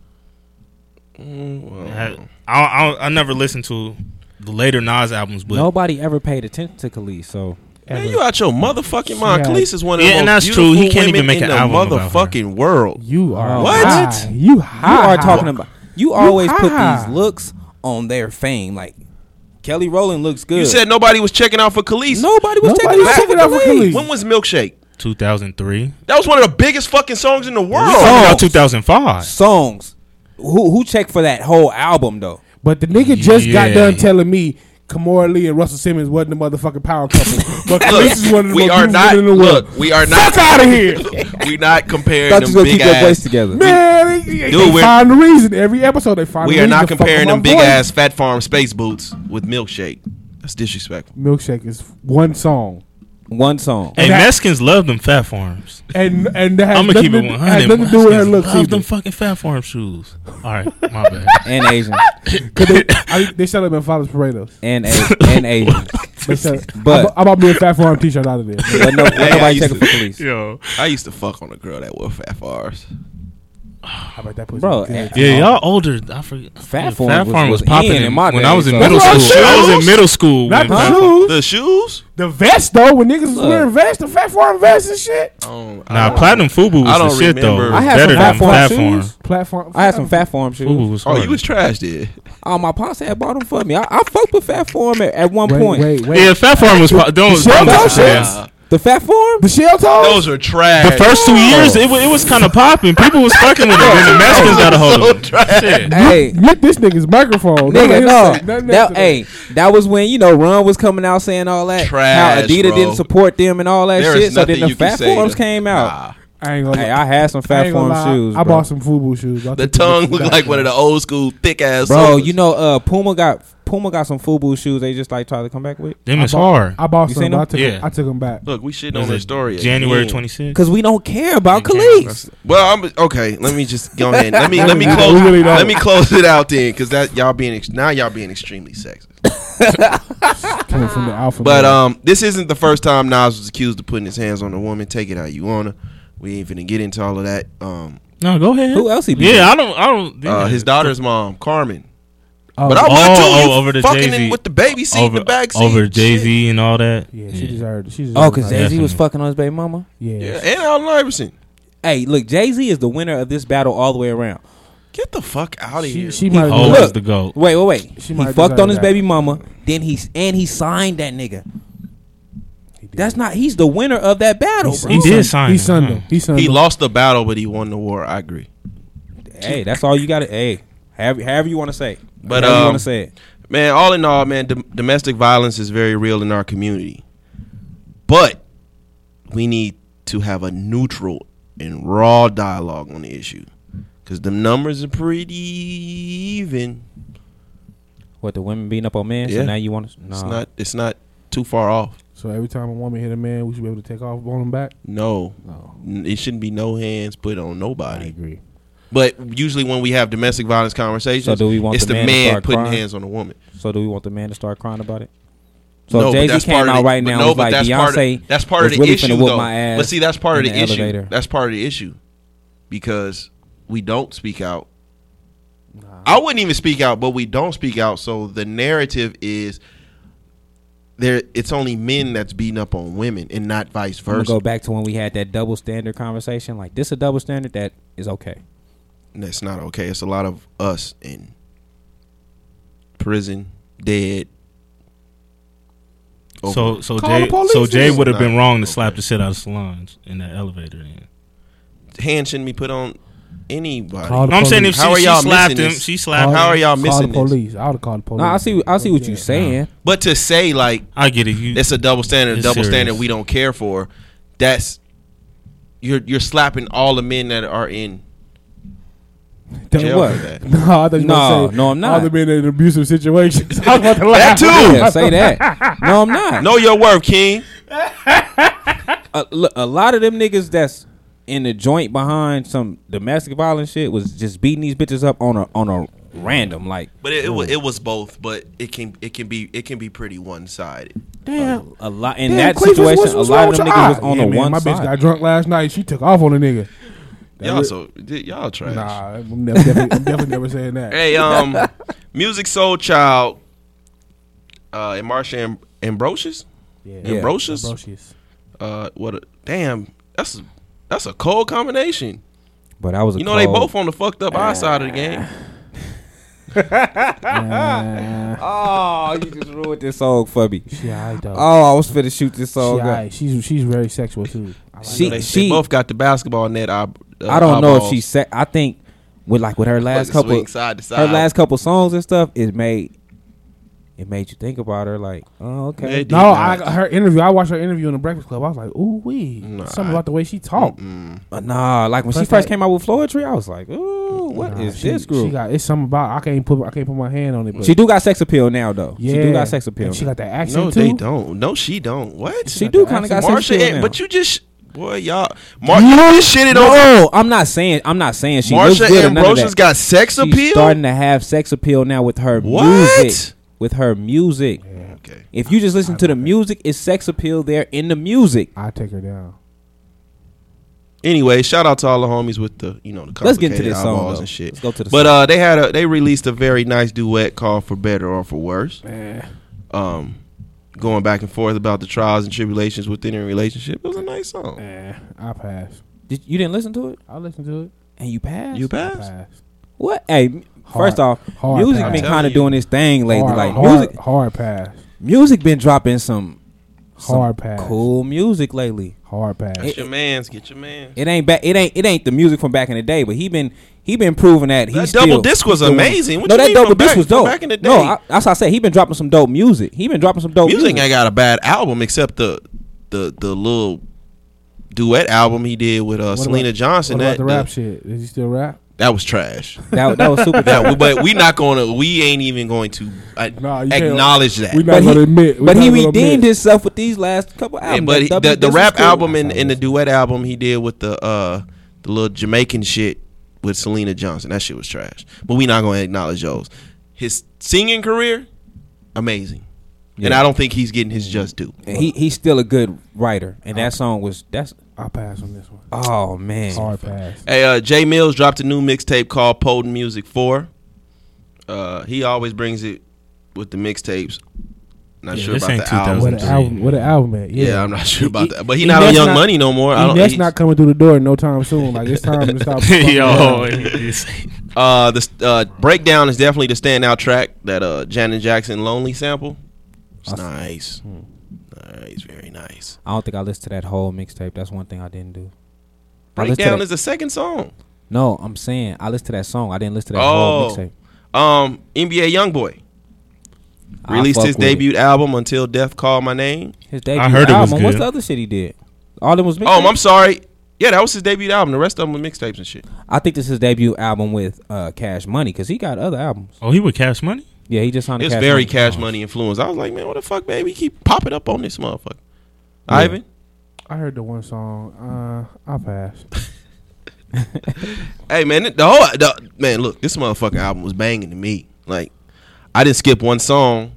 Speaker 2: Mm, well,
Speaker 5: Had- I, I, I never listened to the later Nas albums, but
Speaker 6: Nobody ever paid attention to Khalid, so
Speaker 2: Man, you out your motherfucking mind.
Speaker 4: Yeah.
Speaker 2: Khalees is one of
Speaker 5: Yeah,
Speaker 2: the
Speaker 5: and
Speaker 2: most
Speaker 5: that's
Speaker 2: beautiful
Speaker 5: true. He can't
Speaker 2: women
Speaker 5: even make
Speaker 2: in
Speaker 5: an
Speaker 2: the
Speaker 5: album about her.
Speaker 2: motherfucking world.
Speaker 4: You are
Speaker 6: What?
Speaker 4: high. You
Speaker 6: you
Speaker 4: high.
Speaker 6: are talking about. You always put
Speaker 4: high.
Speaker 6: these looks on their fame, like Kelly Rowland looks good.
Speaker 2: You said nobody was checking out for Khalees.
Speaker 6: nobody was
Speaker 4: Nobody
Speaker 6: checking
Speaker 4: was
Speaker 6: out
Speaker 4: checking out for Khalid.
Speaker 2: When was Milkshake?
Speaker 5: 2003.
Speaker 2: That was one of the biggest fucking songs in the
Speaker 5: We're
Speaker 2: world.
Speaker 5: talking about
Speaker 6: Songs.
Speaker 5: 2005.
Speaker 6: songs. Who who checked for that whole album though?
Speaker 4: But the nigga just got
Speaker 5: Yeah.
Speaker 4: done telling me Kamora Lee and Russell Simmons wasn't the motherfucking power couple. but
Speaker 2: Look,
Speaker 4: this is one of the
Speaker 2: we
Speaker 4: most
Speaker 2: are
Speaker 4: beautiful
Speaker 2: not.
Speaker 4: women in the world.
Speaker 2: Look, we are not.
Speaker 4: Fuck out of here.
Speaker 2: we not comparing
Speaker 6: Thought
Speaker 2: them
Speaker 6: you was gonna
Speaker 2: big
Speaker 6: keep your
Speaker 2: ass.
Speaker 6: voice together.
Speaker 4: Man, they, they
Speaker 2: Dude, we're-
Speaker 4: find the reason every episode. They find.
Speaker 2: We
Speaker 4: a
Speaker 2: are
Speaker 4: reason
Speaker 2: not
Speaker 4: to fuck with
Speaker 2: comparing
Speaker 4: my
Speaker 2: them big
Speaker 4: voice.
Speaker 2: ass fat farm space boots with milkshake. That's disrespectful.
Speaker 4: Milkshake is one song,
Speaker 6: One song.
Speaker 5: Hey,
Speaker 4: that-
Speaker 5: Mexicans love them fat farms.
Speaker 4: and and that has
Speaker 5: I'm
Speaker 4: nothing
Speaker 5: gonna keep it
Speaker 4: to-
Speaker 5: 100.
Speaker 4: has nothing to do with her
Speaker 5: Mexicans
Speaker 4: looks.
Speaker 5: Love
Speaker 4: either.
Speaker 5: them fucking fat farm shoes. All right, my bad.
Speaker 6: And Asian.
Speaker 4: 'Cause they, I, they shut up and follow Paredes.
Speaker 6: And a- and Asian.
Speaker 4: They shut,
Speaker 6: But-
Speaker 4: I'm, I'm about to be a fat farm t-shirt out of there.
Speaker 6: But no,
Speaker 2: I
Speaker 6: nobody
Speaker 2: used
Speaker 6: checking for
Speaker 2: to-
Speaker 6: police.
Speaker 5: Yo,
Speaker 2: I used to fuck on a girl that wore fat farms.
Speaker 4: How about that pussy?
Speaker 6: Bro,
Speaker 2: eh,
Speaker 4: Good.
Speaker 6: and-
Speaker 5: yeah, y'all older. I forget.
Speaker 6: Fat
Speaker 5: Yeah,
Speaker 6: Farm was- was in in my
Speaker 5: when
Speaker 6: day,
Speaker 5: I was in
Speaker 6: so- Oh,
Speaker 5: middle
Speaker 4: That's
Speaker 5: school.
Speaker 4: what I'm
Speaker 5: I
Speaker 4: saying.
Speaker 5: was in middle school.
Speaker 4: not
Speaker 5: when
Speaker 4: the
Speaker 5: fat farm-
Speaker 4: shoes,
Speaker 2: The shoes?
Speaker 4: the vest though. When niggas was
Speaker 6: Look.
Speaker 4: wearing vests, the fat farm vests and shit.
Speaker 2: Um, I
Speaker 5: Nah,
Speaker 2: don't-
Speaker 5: platinum FUBU was
Speaker 2: I don't
Speaker 5: the shit
Speaker 2: remember.
Speaker 5: though.
Speaker 6: I had
Speaker 5: better
Speaker 6: some
Speaker 5: than
Speaker 6: Fat Farm
Speaker 5: fat farm.
Speaker 6: shoes.
Speaker 4: Platform.
Speaker 6: I had some Fat Farm
Speaker 5: FUBU
Speaker 6: shoes.
Speaker 5: was
Speaker 2: Oh,
Speaker 5: hard.
Speaker 2: you was trash then.
Speaker 6: Oh, my pops had bought them for me. I, I fucked with Fat Farm at, at one
Speaker 4: Wait,
Speaker 6: point.
Speaker 4: wait, wait.
Speaker 5: yeah, fat farm was. pro- Don't,
Speaker 4: shell
Speaker 5: don't
Speaker 4: toe
Speaker 5: yeah.
Speaker 4: shits?
Speaker 6: The Fat Farm?
Speaker 4: The shell toes.
Speaker 2: Those are trash.
Speaker 5: The first two years, it, wa- it was kind of popping. People was fucking with it. Then the Mexicans got a hold of it. Shit.
Speaker 6: Hey,
Speaker 4: Get this nigga's microphone.
Speaker 6: Nigga,
Speaker 4: Nothing
Speaker 6: no.
Speaker 4: else- nothing else
Speaker 6: That,
Speaker 4: to that.
Speaker 6: hey, that was when you know Run was coming out saying all that.
Speaker 2: Trash,
Speaker 6: how Adidas
Speaker 2: bro.
Speaker 6: didn't support them and all that
Speaker 2: There
Speaker 6: shit.
Speaker 2: is
Speaker 6: So then
Speaker 2: nothing
Speaker 6: the
Speaker 2: you can
Speaker 6: fat
Speaker 2: say
Speaker 6: forms
Speaker 2: to-
Speaker 6: came out.
Speaker 4: I ain't gonna.
Speaker 6: Hey,
Speaker 4: lie.
Speaker 6: I had some
Speaker 4: I
Speaker 6: fat
Speaker 4: ain't gonna
Speaker 6: form
Speaker 4: lie.
Speaker 6: shoes.
Speaker 4: I
Speaker 6: bro.
Speaker 4: bought some FUBU shoes. I'll
Speaker 2: The
Speaker 4: take you
Speaker 2: tongue
Speaker 4: back to
Speaker 2: looked
Speaker 4: that.
Speaker 2: like one of the old school thick ass.
Speaker 6: Bro, you know, uh, Puma got Puma got some Fubu shoes. They just like tried to come back with
Speaker 5: Them is hard.
Speaker 4: I bought
Speaker 6: You
Speaker 4: some.
Speaker 6: seen
Speaker 4: but I
Speaker 6: them?
Speaker 4: took.
Speaker 5: Yeah.
Speaker 4: I took them back.
Speaker 2: look, we shitting
Speaker 5: Was
Speaker 2: on her
Speaker 5: it
Speaker 2: story.
Speaker 5: January
Speaker 2: again.
Speaker 5: twenty sixth.
Speaker 6: because we don't care about
Speaker 5: Okay,
Speaker 6: Khalees.
Speaker 2: Well, I'm okay. Let me just go ahead. Let me let me
Speaker 4: We
Speaker 2: close.
Speaker 4: really don't.
Speaker 2: let me close it out then, because that y'all being ex- now y'all being extremely sexist.
Speaker 4: Coming from the alpha.
Speaker 2: But
Speaker 4: male.
Speaker 2: um, this isn't the first time Nas was accused of putting his hands on a woman. Take it how you wanna. We ain't finna get into all of that. Um,
Speaker 5: No, go ahead.
Speaker 6: Who else he beat?
Speaker 5: Yeah, I don't. I don't.
Speaker 2: uh, his daughter's mom, Carmen.
Speaker 4: Oh,
Speaker 2: But I would
Speaker 5: Oh,
Speaker 2: too.
Speaker 5: oh,
Speaker 2: you
Speaker 5: over the
Speaker 2: fucking
Speaker 5: Jay-Z.
Speaker 2: in with the baby seat in
Speaker 5: over
Speaker 2: the back seat.
Speaker 5: over Jay Z and all that.
Speaker 4: yeah, she deserved. She deserved.
Speaker 6: Oh, because
Speaker 4: that.
Speaker 6: Jay Z was
Speaker 5: Definitely.
Speaker 6: fucking on his baby mama.
Speaker 4: Yeah.
Speaker 2: Yeah, and Allen Iverson.
Speaker 6: Hey, look, Jay Z is the winner of this battle all the way around.
Speaker 2: Get the fuck out of
Speaker 4: She,
Speaker 2: here.
Speaker 4: she might.
Speaker 5: Oh,
Speaker 4: be-
Speaker 6: Look.
Speaker 5: was the goat.
Speaker 6: Wait, wait, wait.
Speaker 4: She
Speaker 6: he
Speaker 4: might
Speaker 6: fucked
Speaker 4: deserve
Speaker 6: on his
Speaker 4: that.
Speaker 6: baby mama. Then he and he signed that nigga.
Speaker 4: He did.
Speaker 6: That's not. He's the winner of that battle, bro.
Speaker 5: He did sign.
Speaker 4: He
Speaker 5: him,
Speaker 4: sunned
Speaker 5: huh?
Speaker 4: him. He sunned
Speaker 2: he
Speaker 4: him.
Speaker 2: lost the battle, but he won the war. I agree.
Speaker 6: Hey, that's all you got to. Hey, however, however you want to say. it.
Speaker 2: But,
Speaker 6: however you
Speaker 2: um,
Speaker 6: want to say it.
Speaker 2: Man, all in all, man, dom- domestic violence is very real in our community. But we need to have a neutral and raw dialogue on the issue. Because the numbers are pretty even.
Speaker 6: What the women beating up on men?
Speaker 2: Yeah.
Speaker 6: So now you want to?
Speaker 2: It's
Speaker 6: Nah.
Speaker 2: not it's not too far off.
Speaker 4: So every time a woman hit a man, we should be able to take off on him back.
Speaker 2: No.
Speaker 4: No,
Speaker 2: N- It shouldn't be no hands put on
Speaker 4: I
Speaker 2: nobody.
Speaker 4: agree.
Speaker 2: But usually when we have domestic violence conversations,
Speaker 6: So do we want
Speaker 2: it's
Speaker 6: the
Speaker 2: the
Speaker 6: man
Speaker 2: man,
Speaker 6: to start
Speaker 2: putting
Speaker 6: crying?
Speaker 2: hands on a woman.
Speaker 6: so do we want the man to start crying about it? So
Speaker 2: No, but
Speaker 6: Jay Z
Speaker 2: that's
Speaker 6: came
Speaker 2: part of
Speaker 6: out
Speaker 2: the-
Speaker 6: right
Speaker 2: but
Speaker 6: now.
Speaker 2: no,
Speaker 6: and was
Speaker 2: but
Speaker 6: like
Speaker 2: that's part of-
Speaker 6: Beyonce.
Speaker 2: that's part of
Speaker 6: was
Speaker 2: the
Speaker 6: really finna
Speaker 2: issue,
Speaker 6: whoop
Speaker 2: though.
Speaker 6: My ass
Speaker 2: but see, that's part of
Speaker 6: in
Speaker 2: the, issue.
Speaker 6: elevator.
Speaker 2: That's part of the issue because we don't speak out. I wouldn't even speak out, but we don't speak out. So the narrative is there. It's only men that's beating up on women, and not vice
Speaker 6: I'm gonna
Speaker 2: versa.
Speaker 6: go back to when we had that double standard conversation. Like this, a double standard that is okay.
Speaker 2: And That's not okay. It's a lot of us in prison, dead. over-
Speaker 5: So so
Speaker 4: Call
Speaker 5: Jay
Speaker 4: the police,
Speaker 5: so Jay
Speaker 2: nigga.
Speaker 5: would have been
Speaker 2: Nah,
Speaker 5: wrong to
Speaker 2: okay.
Speaker 5: slap the shit out of Solange in that elevator. Then.
Speaker 2: hands shouldn't be put on anybody.
Speaker 4: Call the
Speaker 5: No, I'm saying if
Speaker 4: police.
Speaker 5: she,
Speaker 2: How are
Speaker 5: she
Speaker 2: y'all
Speaker 5: slapped
Speaker 2: missing
Speaker 5: him,
Speaker 2: this?
Speaker 5: she slapped.
Speaker 2: How
Speaker 5: him.
Speaker 2: are y'all
Speaker 4: Call the
Speaker 2: missing this?
Speaker 4: police. I would call the police.
Speaker 6: No, I see. I see what
Speaker 4: Yeah.
Speaker 6: you're saying.
Speaker 2: But to say like
Speaker 5: I get it. You,
Speaker 2: it's a double standard, a
Speaker 5: It's
Speaker 2: double
Speaker 5: serious.
Speaker 2: standard we don't care for, that's you're you're slapping all the men that are in
Speaker 6: Then
Speaker 2: jail
Speaker 6: what?
Speaker 2: for that.
Speaker 4: No, I thought you were
Speaker 6: No,
Speaker 4: gonna say
Speaker 6: no, I'm not.
Speaker 4: All the men in abusive situations. I was about to
Speaker 2: That
Speaker 4: laugh.
Speaker 2: too.
Speaker 6: Yeah, say that. No, I'm not.
Speaker 2: Know your worth, King.
Speaker 6: a, look, a lot of them niggas that's in the joint behind some domestic violence shit was just beating these bitches up on a on a random like
Speaker 2: But it, it, was, it was both, but it can it can be it can be pretty one sided.
Speaker 4: Damn.
Speaker 6: a lot in
Speaker 4: Damn,
Speaker 6: that
Speaker 4: Queefus,
Speaker 6: situation.
Speaker 4: what's- what's
Speaker 6: a lot
Speaker 4: wrong
Speaker 6: of them
Speaker 4: with
Speaker 6: niggas
Speaker 4: your
Speaker 6: was Ah,
Speaker 4: eye?
Speaker 6: on
Speaker 4: Yeah,
Speaker 6: the
Speaker 4: man,
Speaker 6: one
Speaker 4: My bitch
Speaker 6: side.
Speaker 4: got drunk last night. She took off on a nigga. That
Speaker 2: Y'all
Speaker 4: re-
Speaker 2: so y'all trash.
Speaker 4: Nah, I'm never, definitely, I'm definitely never saying that.
Speaker 2: Hey, um, Music Soul Child, uh, and Marsha Am- Ambrosius,
Speaker 6: Yeah.
Speaker 2: Ambrosius,
Speaker 4: Ambrosius.
Speaker 2: uh, what a damn, that's a, that's a cold combination.
Speaker 6: But I was a
Speaker 2: You know they
Speaker 6: cold-
Speaker 2: both on the fucked up eye side of the game.
Speaker 6: Oh, you just ruined this song for me.
Speaker 4: She alright though.
Speaker 6: Oh, I was finna shoot this
Speaker 4: she
Speaker 6: song. up.
Speaker 4: alright. She's she's very sexual too. I like
Speaker 6: She-
Speaker 4: her.
Speaker 2: They,
Speaker 6: She-
Speaker 2: they both got the basketball net. eye- uh,
Speaker 6: I don't know if
Speaker 2: eyeballs.
Speaker 6: she said. I think with like with her last
Speaker 2: Fucking
Speaker 6: couple,
Speaker 2: swing side to
Speaker 6: her
Speaker 2: side.
Speaker 6: last couple songs and stuff, it made it made you think about her. Like, oh, okay.
Speaker 2: It did
Speaker 4: No,
Speaker 2: not.
Speaker 4: I her interview. I watched her interview in the Breakfast Club. I was like, ooh wee,
Speaker 2: Nah.
Speaker 4: something about the way she talked.
Speaker 6: But nah, like when she
Speaker 4: Plus that-
Speaker 6: first came out with Floetry, I was like, ooh, what is
Speaker 4: Nah, she-
Speaker 6: this group?
Speaker 4: She
Speaker 6: She,
Speaker 4: got it's something about I can't put I can't put my hand on it. But
Speaker 6: do got sex appeal now though. She do got sex appeal.
Speaker 4: And she got that accent
Speaker 2: No,
Speaker 4: too.
Speaker 2: they don't. No, she don't. What?
Speaker 6: She do kind of got sex
Speaker 2: Marsha,
Speaker 6: appeal
Speaker 2: eh,
Speaker 6: now.
Speaker 2: but you just boy, y'all. Marsha you just shitted on.
Speaker 6: no, I'm not saying I'm not saying she looks
Speaker 2: Marsha
Speaker 6: good or none of
Speaker 2: Ambrosius
Speaker 6: that.
Speaker 2: got sex
Speaker 6: She's
Speaker 2: appeal.
Speaker 6: starting to have sex appeal now with her
Speaker 2: What?
Speaker 6: music. With her music.
Speaker 2: okay.
Speaker 6: If you just listen to the music, it's sex appeal there in the music.
Speaker 4: I take her down.
Speaker 2: Anyway, shout out to all the homies with the you know the
Speaker 6: Let's get into
Speaker 2: complicated
Speaker 6: this song,
Speaker 2: eyeballs
Speaker 6: though.
Speaker 2: and shit.
Speaker 6: Let's go to the
Speaker 2: but uh, they had a they released a very nice duet called "For Better or For Worse."
Speaker 4: Eh,
Speaker 2: Um, going back and forth about the trials and tribulations within a relationship. It was a nice song.
Speaker 4: Eh, I pass.
Speaker 6: Did, you didn't listen to it,
Speaker 4: I listen to it.
Speaker 6: and you passed.
Speaker 2: You
Speaker 4: I
Speaker 2: passed.
Speaker 4: pass.
Speaker 6: what? Hey, m-
Speaker 4: Hard-
Speaker 6: first off,
Speaker 4: hard
Speaker 6: music
Speaker 4: pass.
Speaker 6: been
Speaker 2: I'm
Speaker 6: kind
Speaker 2: telling
Speaker 6: of
Speaker 2: you.
Speaker 6: doing this thing lately.
Speaker 4: hard,
Speaker 6: like
Speaker 4: hard,
Speaker 6: music,
Speaker 4: hard pass.
Speaker 6: music been dropping some, some
Speaker 4: Hard pass.
Speaker 6: cool music lately.
Speaker 4: Hard pass.
Speaker 2: Get your man's. Get your man.
Speaker 6: It ain't back. It ain't. It ain't the music from back in the day. But he been he been proving that he
Speaker 2: That
Speaker 6: still,
Speaker 2: double disc was
Speaker 6: he's doing-
Speaker 2: amazing. What
Speaker 6: no,
Speaker 2: you
Speaker 6: that
Speaker 2: mean
Speaker 6: double
Speaker 2: from
Speaker 6: disc
Speaker 2: back-
Speaker 6: was dope.
Speaker 2: from back in the
Speaker 6: No,
Speaker 2: day?
Speaker 6: I, that's how I said he been dropping some dope music. He been dropping some dope music.
Speaker 2: Music ain't got a bad album except the the the little duet album he did with uh,
Speaker 4: about-
Speaker 2: Selena Johnson.
Speaker 4: what about
Speaker 2: That
Speaker 4: the rap
Speaker 2: the-
Speaker 4: shit? Did you still rap?
Speaker 2: that was trash.
Speaker 6: that, that was super.
Speaker 2: That-
Speaker 6: dope.
Speaker 2: but we not going to. We ain't even going to uh,
Speaker 4: Nah, you can't-
Speaker 2: acknowledge that.
Speaker 4: We not
Speaker 6: But
Speaker 4: gonna
Speaker 6: he,
Speaker 4: admit. we
Speaker 6: but
Speaker 4: not
Speaker 6: he
Speaker 4: gonna
Speaker 6: redeemed
Speaker 4: admit.
Speaker 6: himself with these last couple
Speaker 2: Yeah,
Speaker 6: albums.
Speaker 2: but he-
Speaker 6: That double
Speaker 2: the, the
Speaker 6: disc was
Speaker 2: rap
Speaker 6: cool.
Speaker 2: album and, and the duet album he did with the uh the little Jamaican shit with Selena Johnson. That shit was trash. But we not gonna acknowledge those. His singing career, amazing. And I don't think he's getting his just due.
Speaker 6: And he he's still a good writer, and
Speaker 4: Uh-huh.
Speaker 6: that song was that's
Speaker 4: I pass on this one.
Speaker 6: oh man.
Speaker 4: Hard pass.
Speaker 2: Hey, uh, Jay Mills dropped a new mixtape called Potent Music 4. Uh, he always brings it with the mixtapes. Not
Speaker 5: Yeah,
Speaker 2: sure
Speaker 5: this
Speaker 2: about
Speaker 5: ain't
Speaker 2: the album.
Speaker 4: What an
Speaker 5: 2003.
Speaker 4: album! What an album! At.
Speaker 2: Yeah.
Speaker 4: Yeah.
Speaker 2: I'm not sure about
Speaker 4: He-
Speaker 2: that. But he,
Speaker 4: he-
Speaker 2: not on
Speaker 4: that's
Speaker 2: Young
Speaker 4: not-
Speaker 2: Money no more. I
Speaker 4: And
Speaker 2: don't,
Speaker 4: that's
Speaker 2: he's-
Speaker 4: not coming through the door no time soon. Like it's time to stop. fucking
Speaker 5: Yo,
Speaker 4: around.
Speaker 5: it's-
Speaker 2: Uh, the uh, breakdown is definitely the standout track. That uh, Janet Jackson "Lonely" sample. It's nice, nice, very nice.
Speaker 6: I don't think I listened to that whole mixtape. That's one thing I didn't do. I listened to
Speaker 2: Breakdown
Speaker 6: that-
Speaker 2: is the second song.
Speaker 6: No, I'm saying I listened to that song. I didn't listen to that whole
Speaker 2: Oh,
Speaker 6: mixtape.
Speaker 2: um, NBA YoungBoy
Speaker 6: I
Speaker 2: released
Speaker 6: fuck
Speaker 2: his
Speaker 6: with it.
Speaker 2: debut album "Until Death Call My Name."
Speaker 6: His debut
Speaker 5: I heard it was
Speaker 6: album. What's
Speaker 5: good.
Speaker 6: the other shit he did? All them was mixtapes.
Speaker 2: Oh, I'm sorry. Yeah, that was his debut album. The rest of them were mixtapes and shit.
Speaker 6: I think this is his debut album with uh, Cash Money because he got other albums.
Speaker 5: oh, he would cash money.
Speaker 6: Yeah, he just signed. a
Speaker 2: It's
Speaker 6: Cash
Speaker 2: very
Speaker 6: Money.
Speaker 2: Cash
Speaker 6: song.
Speaker 2: Money influence. I was like, man, what the fuck, baby? Keep popping up on this motherfucker. Ivan,
Speaker 4: I heard the one song. Uh, I pass.
Speaker 2: Hey man, the whole the, man, look, this motherfucking album was banging to me. Like, I didn't skip one song,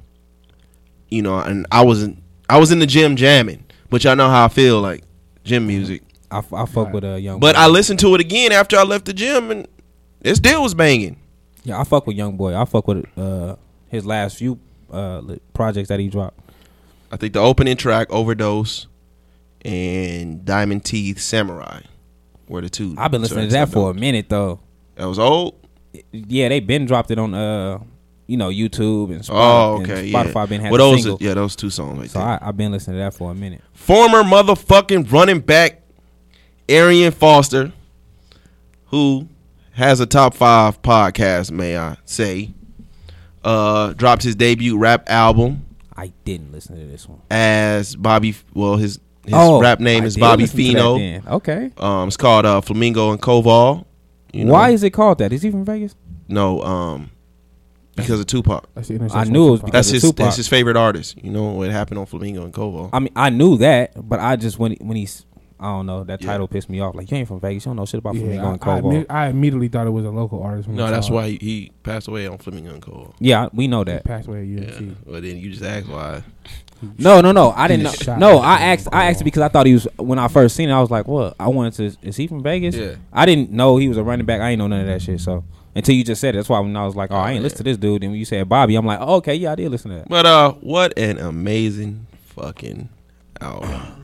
Speaker 2: you know, and I wasn't I was in the gym jamming, but y'all know how I feel like gym music.
Speaker 6: I, f- I fuck with a uh, young.
Speaker 2: But
Speaker 6: boy.
Speaker 2: I listened to it again after I left the gym, and it still was banging.
Speaker 6: yeah, I fuck with Young Boy. I fuck with uh, his last few uh, li- projects that he dropped.
Speaker 2: I think the opening track, "Overdose," and "Diamond Teeth Samurai," were the two.
Speaker 6: I've been listening to that
Speaker 2: tracks I
Speaker 6: for a
Speaker 2: know.
Speaker 6: minute though.
Speaker 2: That was old.
Speaker 6: Yeah, they been dropped it on uh, you know, YouTube and Spotify.
Speaker 2: Oh, okay,
Speaker 6: And
Speaker 2: yeah.
Speaker 6: Spotify been had
Speaker 2: Well,
Speaker 6: a
Speaker 2: those,
Speaker 6: single.
Speaker 2: yeah, those two songs. Right
Speaker 6: So
Speaker 2: there.
Speaker 6: I, I've been listening to that for a minute.
Speaker 2: former motherfucking running back Arian Foster, who has a top five podcast, may I say, uh, dropped his debut rap album
Speaker 6: I didn't listen to this one.
Speaker 2: as Bobby. Well, his his
Speaker 6: Oh,
Speaker 2: rap name
Speaker 6: I
Speaker 2: is
Speaker 6: did
Speaker 2: Bobby
Speaker 6: listen to that
Speaker 2: Fino.
Speaker 6: then. Okay.
Speaker 2: Um, it's called uh, Flamingo and Koval. You know,
Speaker 6: Why is it called that? Is he from Vegas?
Speaker 2: no? Um, because of Tupac.
Speaker 4: That's the intersection.
Speaker 6: I knew it was because-
Speaker 2: That's
Speaker 6: of
Speaker 2: his.
Speaker 6: Tupac.
Speaker 2: That's his favorite artist. You know what happened on Flamingo and Koval.
Speaker 6: I mean, I knew that, but I just when when he's I don't know that
Speaker 2: Yeah.
Speaker 6: title pissed me off. Like you ain't from Vegas, you don't know shit about Flamingo
Speaker 4: Yeah,
Speaker 6: and
Speaker 4: I, I,
Speaker 6: Cobalt.
Speaker 4: admi- I immediately thought it was a local artist. when
Speaker 2: No,
Speaker 4: I
Speaker 2: that's
Speaker 4: saw it.
Speaker 2: why he, he passed away on Flamingo and Koval.
Speaker 6: yeah, we know
Speaker 4: He
Speaker 6: that.
Speaker 4: passed away at UMC.
Speaker 2: Yeah. Well, then you just asked why.
Speaker 6: No, no, no. I didn't
Speaker 4: just
Speaker 6: know.
Speaker 4: shot
Speaker 6: No,
Speaker 4: at
Speaker 6: I
Speaker 4: Flamingo
Speaker 6: asked. I asked
Speaker 4: Cobalt.
Speaker 6: because I thought he was when I first seen it. I was like, what? I wanted to. Is he from Vegas?
Speaker 2: Yeah.
Speaker 6: I didn't know he was a running back. I ain't know none of that shit. So until you just said it, that's why when I was like, oh, I ain't listen to this dude. And when you said Bobby, I'm like, oh, okay, yeah, I did listen to that.
Speaker 2: But uh, what an amazing fucking album.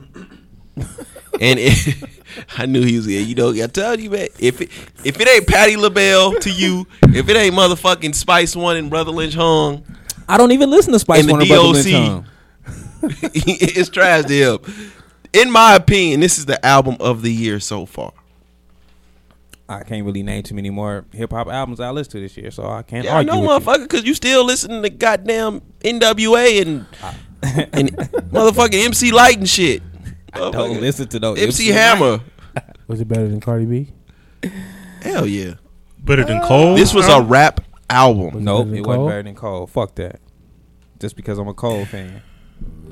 Speaker 2: and it, I knew he was here. You know, I told you, man. If it if it ain't Patty LaBelle to you, if it ain't motherfucking Spice One and Brother Lynch Hung,
Speaker 6: I don't even listen to Spice
Speaker 2: And the
Speaker 6: One or Brother Lynch
Speaker 2: DOC.
Speaker 6: Hung.
Speaker 2: it's trash to him. In my opinion, this is the album of the year so far.
Speaker 6: I can't really name too many more hip hop albums I listened to this year, so I can't
Speaker 2: Yeah, I
Speaker 6: argue.
Speaker 2: know,
Speaker 6: with you.
Speaker 2: motherfucker, because you still listening to goddamn NWA and and motherfucking MC Light and shit.
Speaker 6: Don't
Speaker 2: Motherfucker.
Speaker 6: listen to those
Speaker 2: MC Hammer.
Speaker 4: Was it better than Cardi B?
Speaker 2: Hell yeah.
Speaker 5: Better
Speaker 6: Uh,
Speaker 5: than Cole.
Speaker 2: This was a rap album.
Speaker 6: Nope,
Speaker 4: better
Speaker 6: it
Speaker 4: than
Speaker 6: wasn't
Speaker 4: Cole?
Speaker 6: better than Cole. Fuck that. Just because I'm a Cole fan.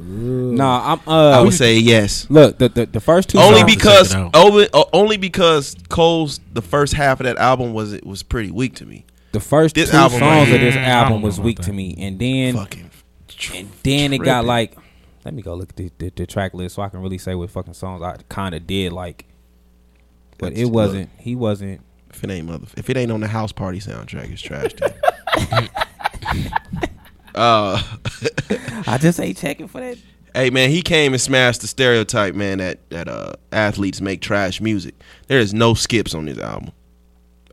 Speaker 6: Nah, I'm. Uh,
Speaker 2: I would say yes.
Speaker 6: Look, the the, the first two
Speaker 2: Only
Speaker 6: songs-
Speaker 2: because
Speaker 5: Check it out.
Speaker 2: only, uh, only because Cole's the first half of that album was it was pretty weak to me.
Speaker 6: the first
Speaker 2: this
Speaker 6: two
Speaker 2: album right
Speaker 6: songs
Speaker 5: here.
Speaker 6: of this
Speaker 5: Mm, I
Speaker 6: album
Speaker 5: don't know
Speaker 6: was
Speaker 5: about
Speaker 6: weak
Speaker 5: that.
Speaker 6: to me, and then
Speaker 2: Fucking tr-
Speaker 6: and then it got
Speaker 2: tripping.
Speaker 6: like. Let me go look at the, the, the track list so I can really say what fucking songs I kind of did like. But
Speaker 2: That's-
Speaker 6: it
Speaker 2: look,
Speaker 6: wasn't. He wasn't.
Speaker 2: If it ain't mother, if it ain't on the house party soundtrack, it's trash. Dude. uh,
Speaker 6: I just ain't checking for that.
Speaker 2: Hey man, he came and smashed the stereotype, man, that that uh athletes make trash music. There is no skips on this album.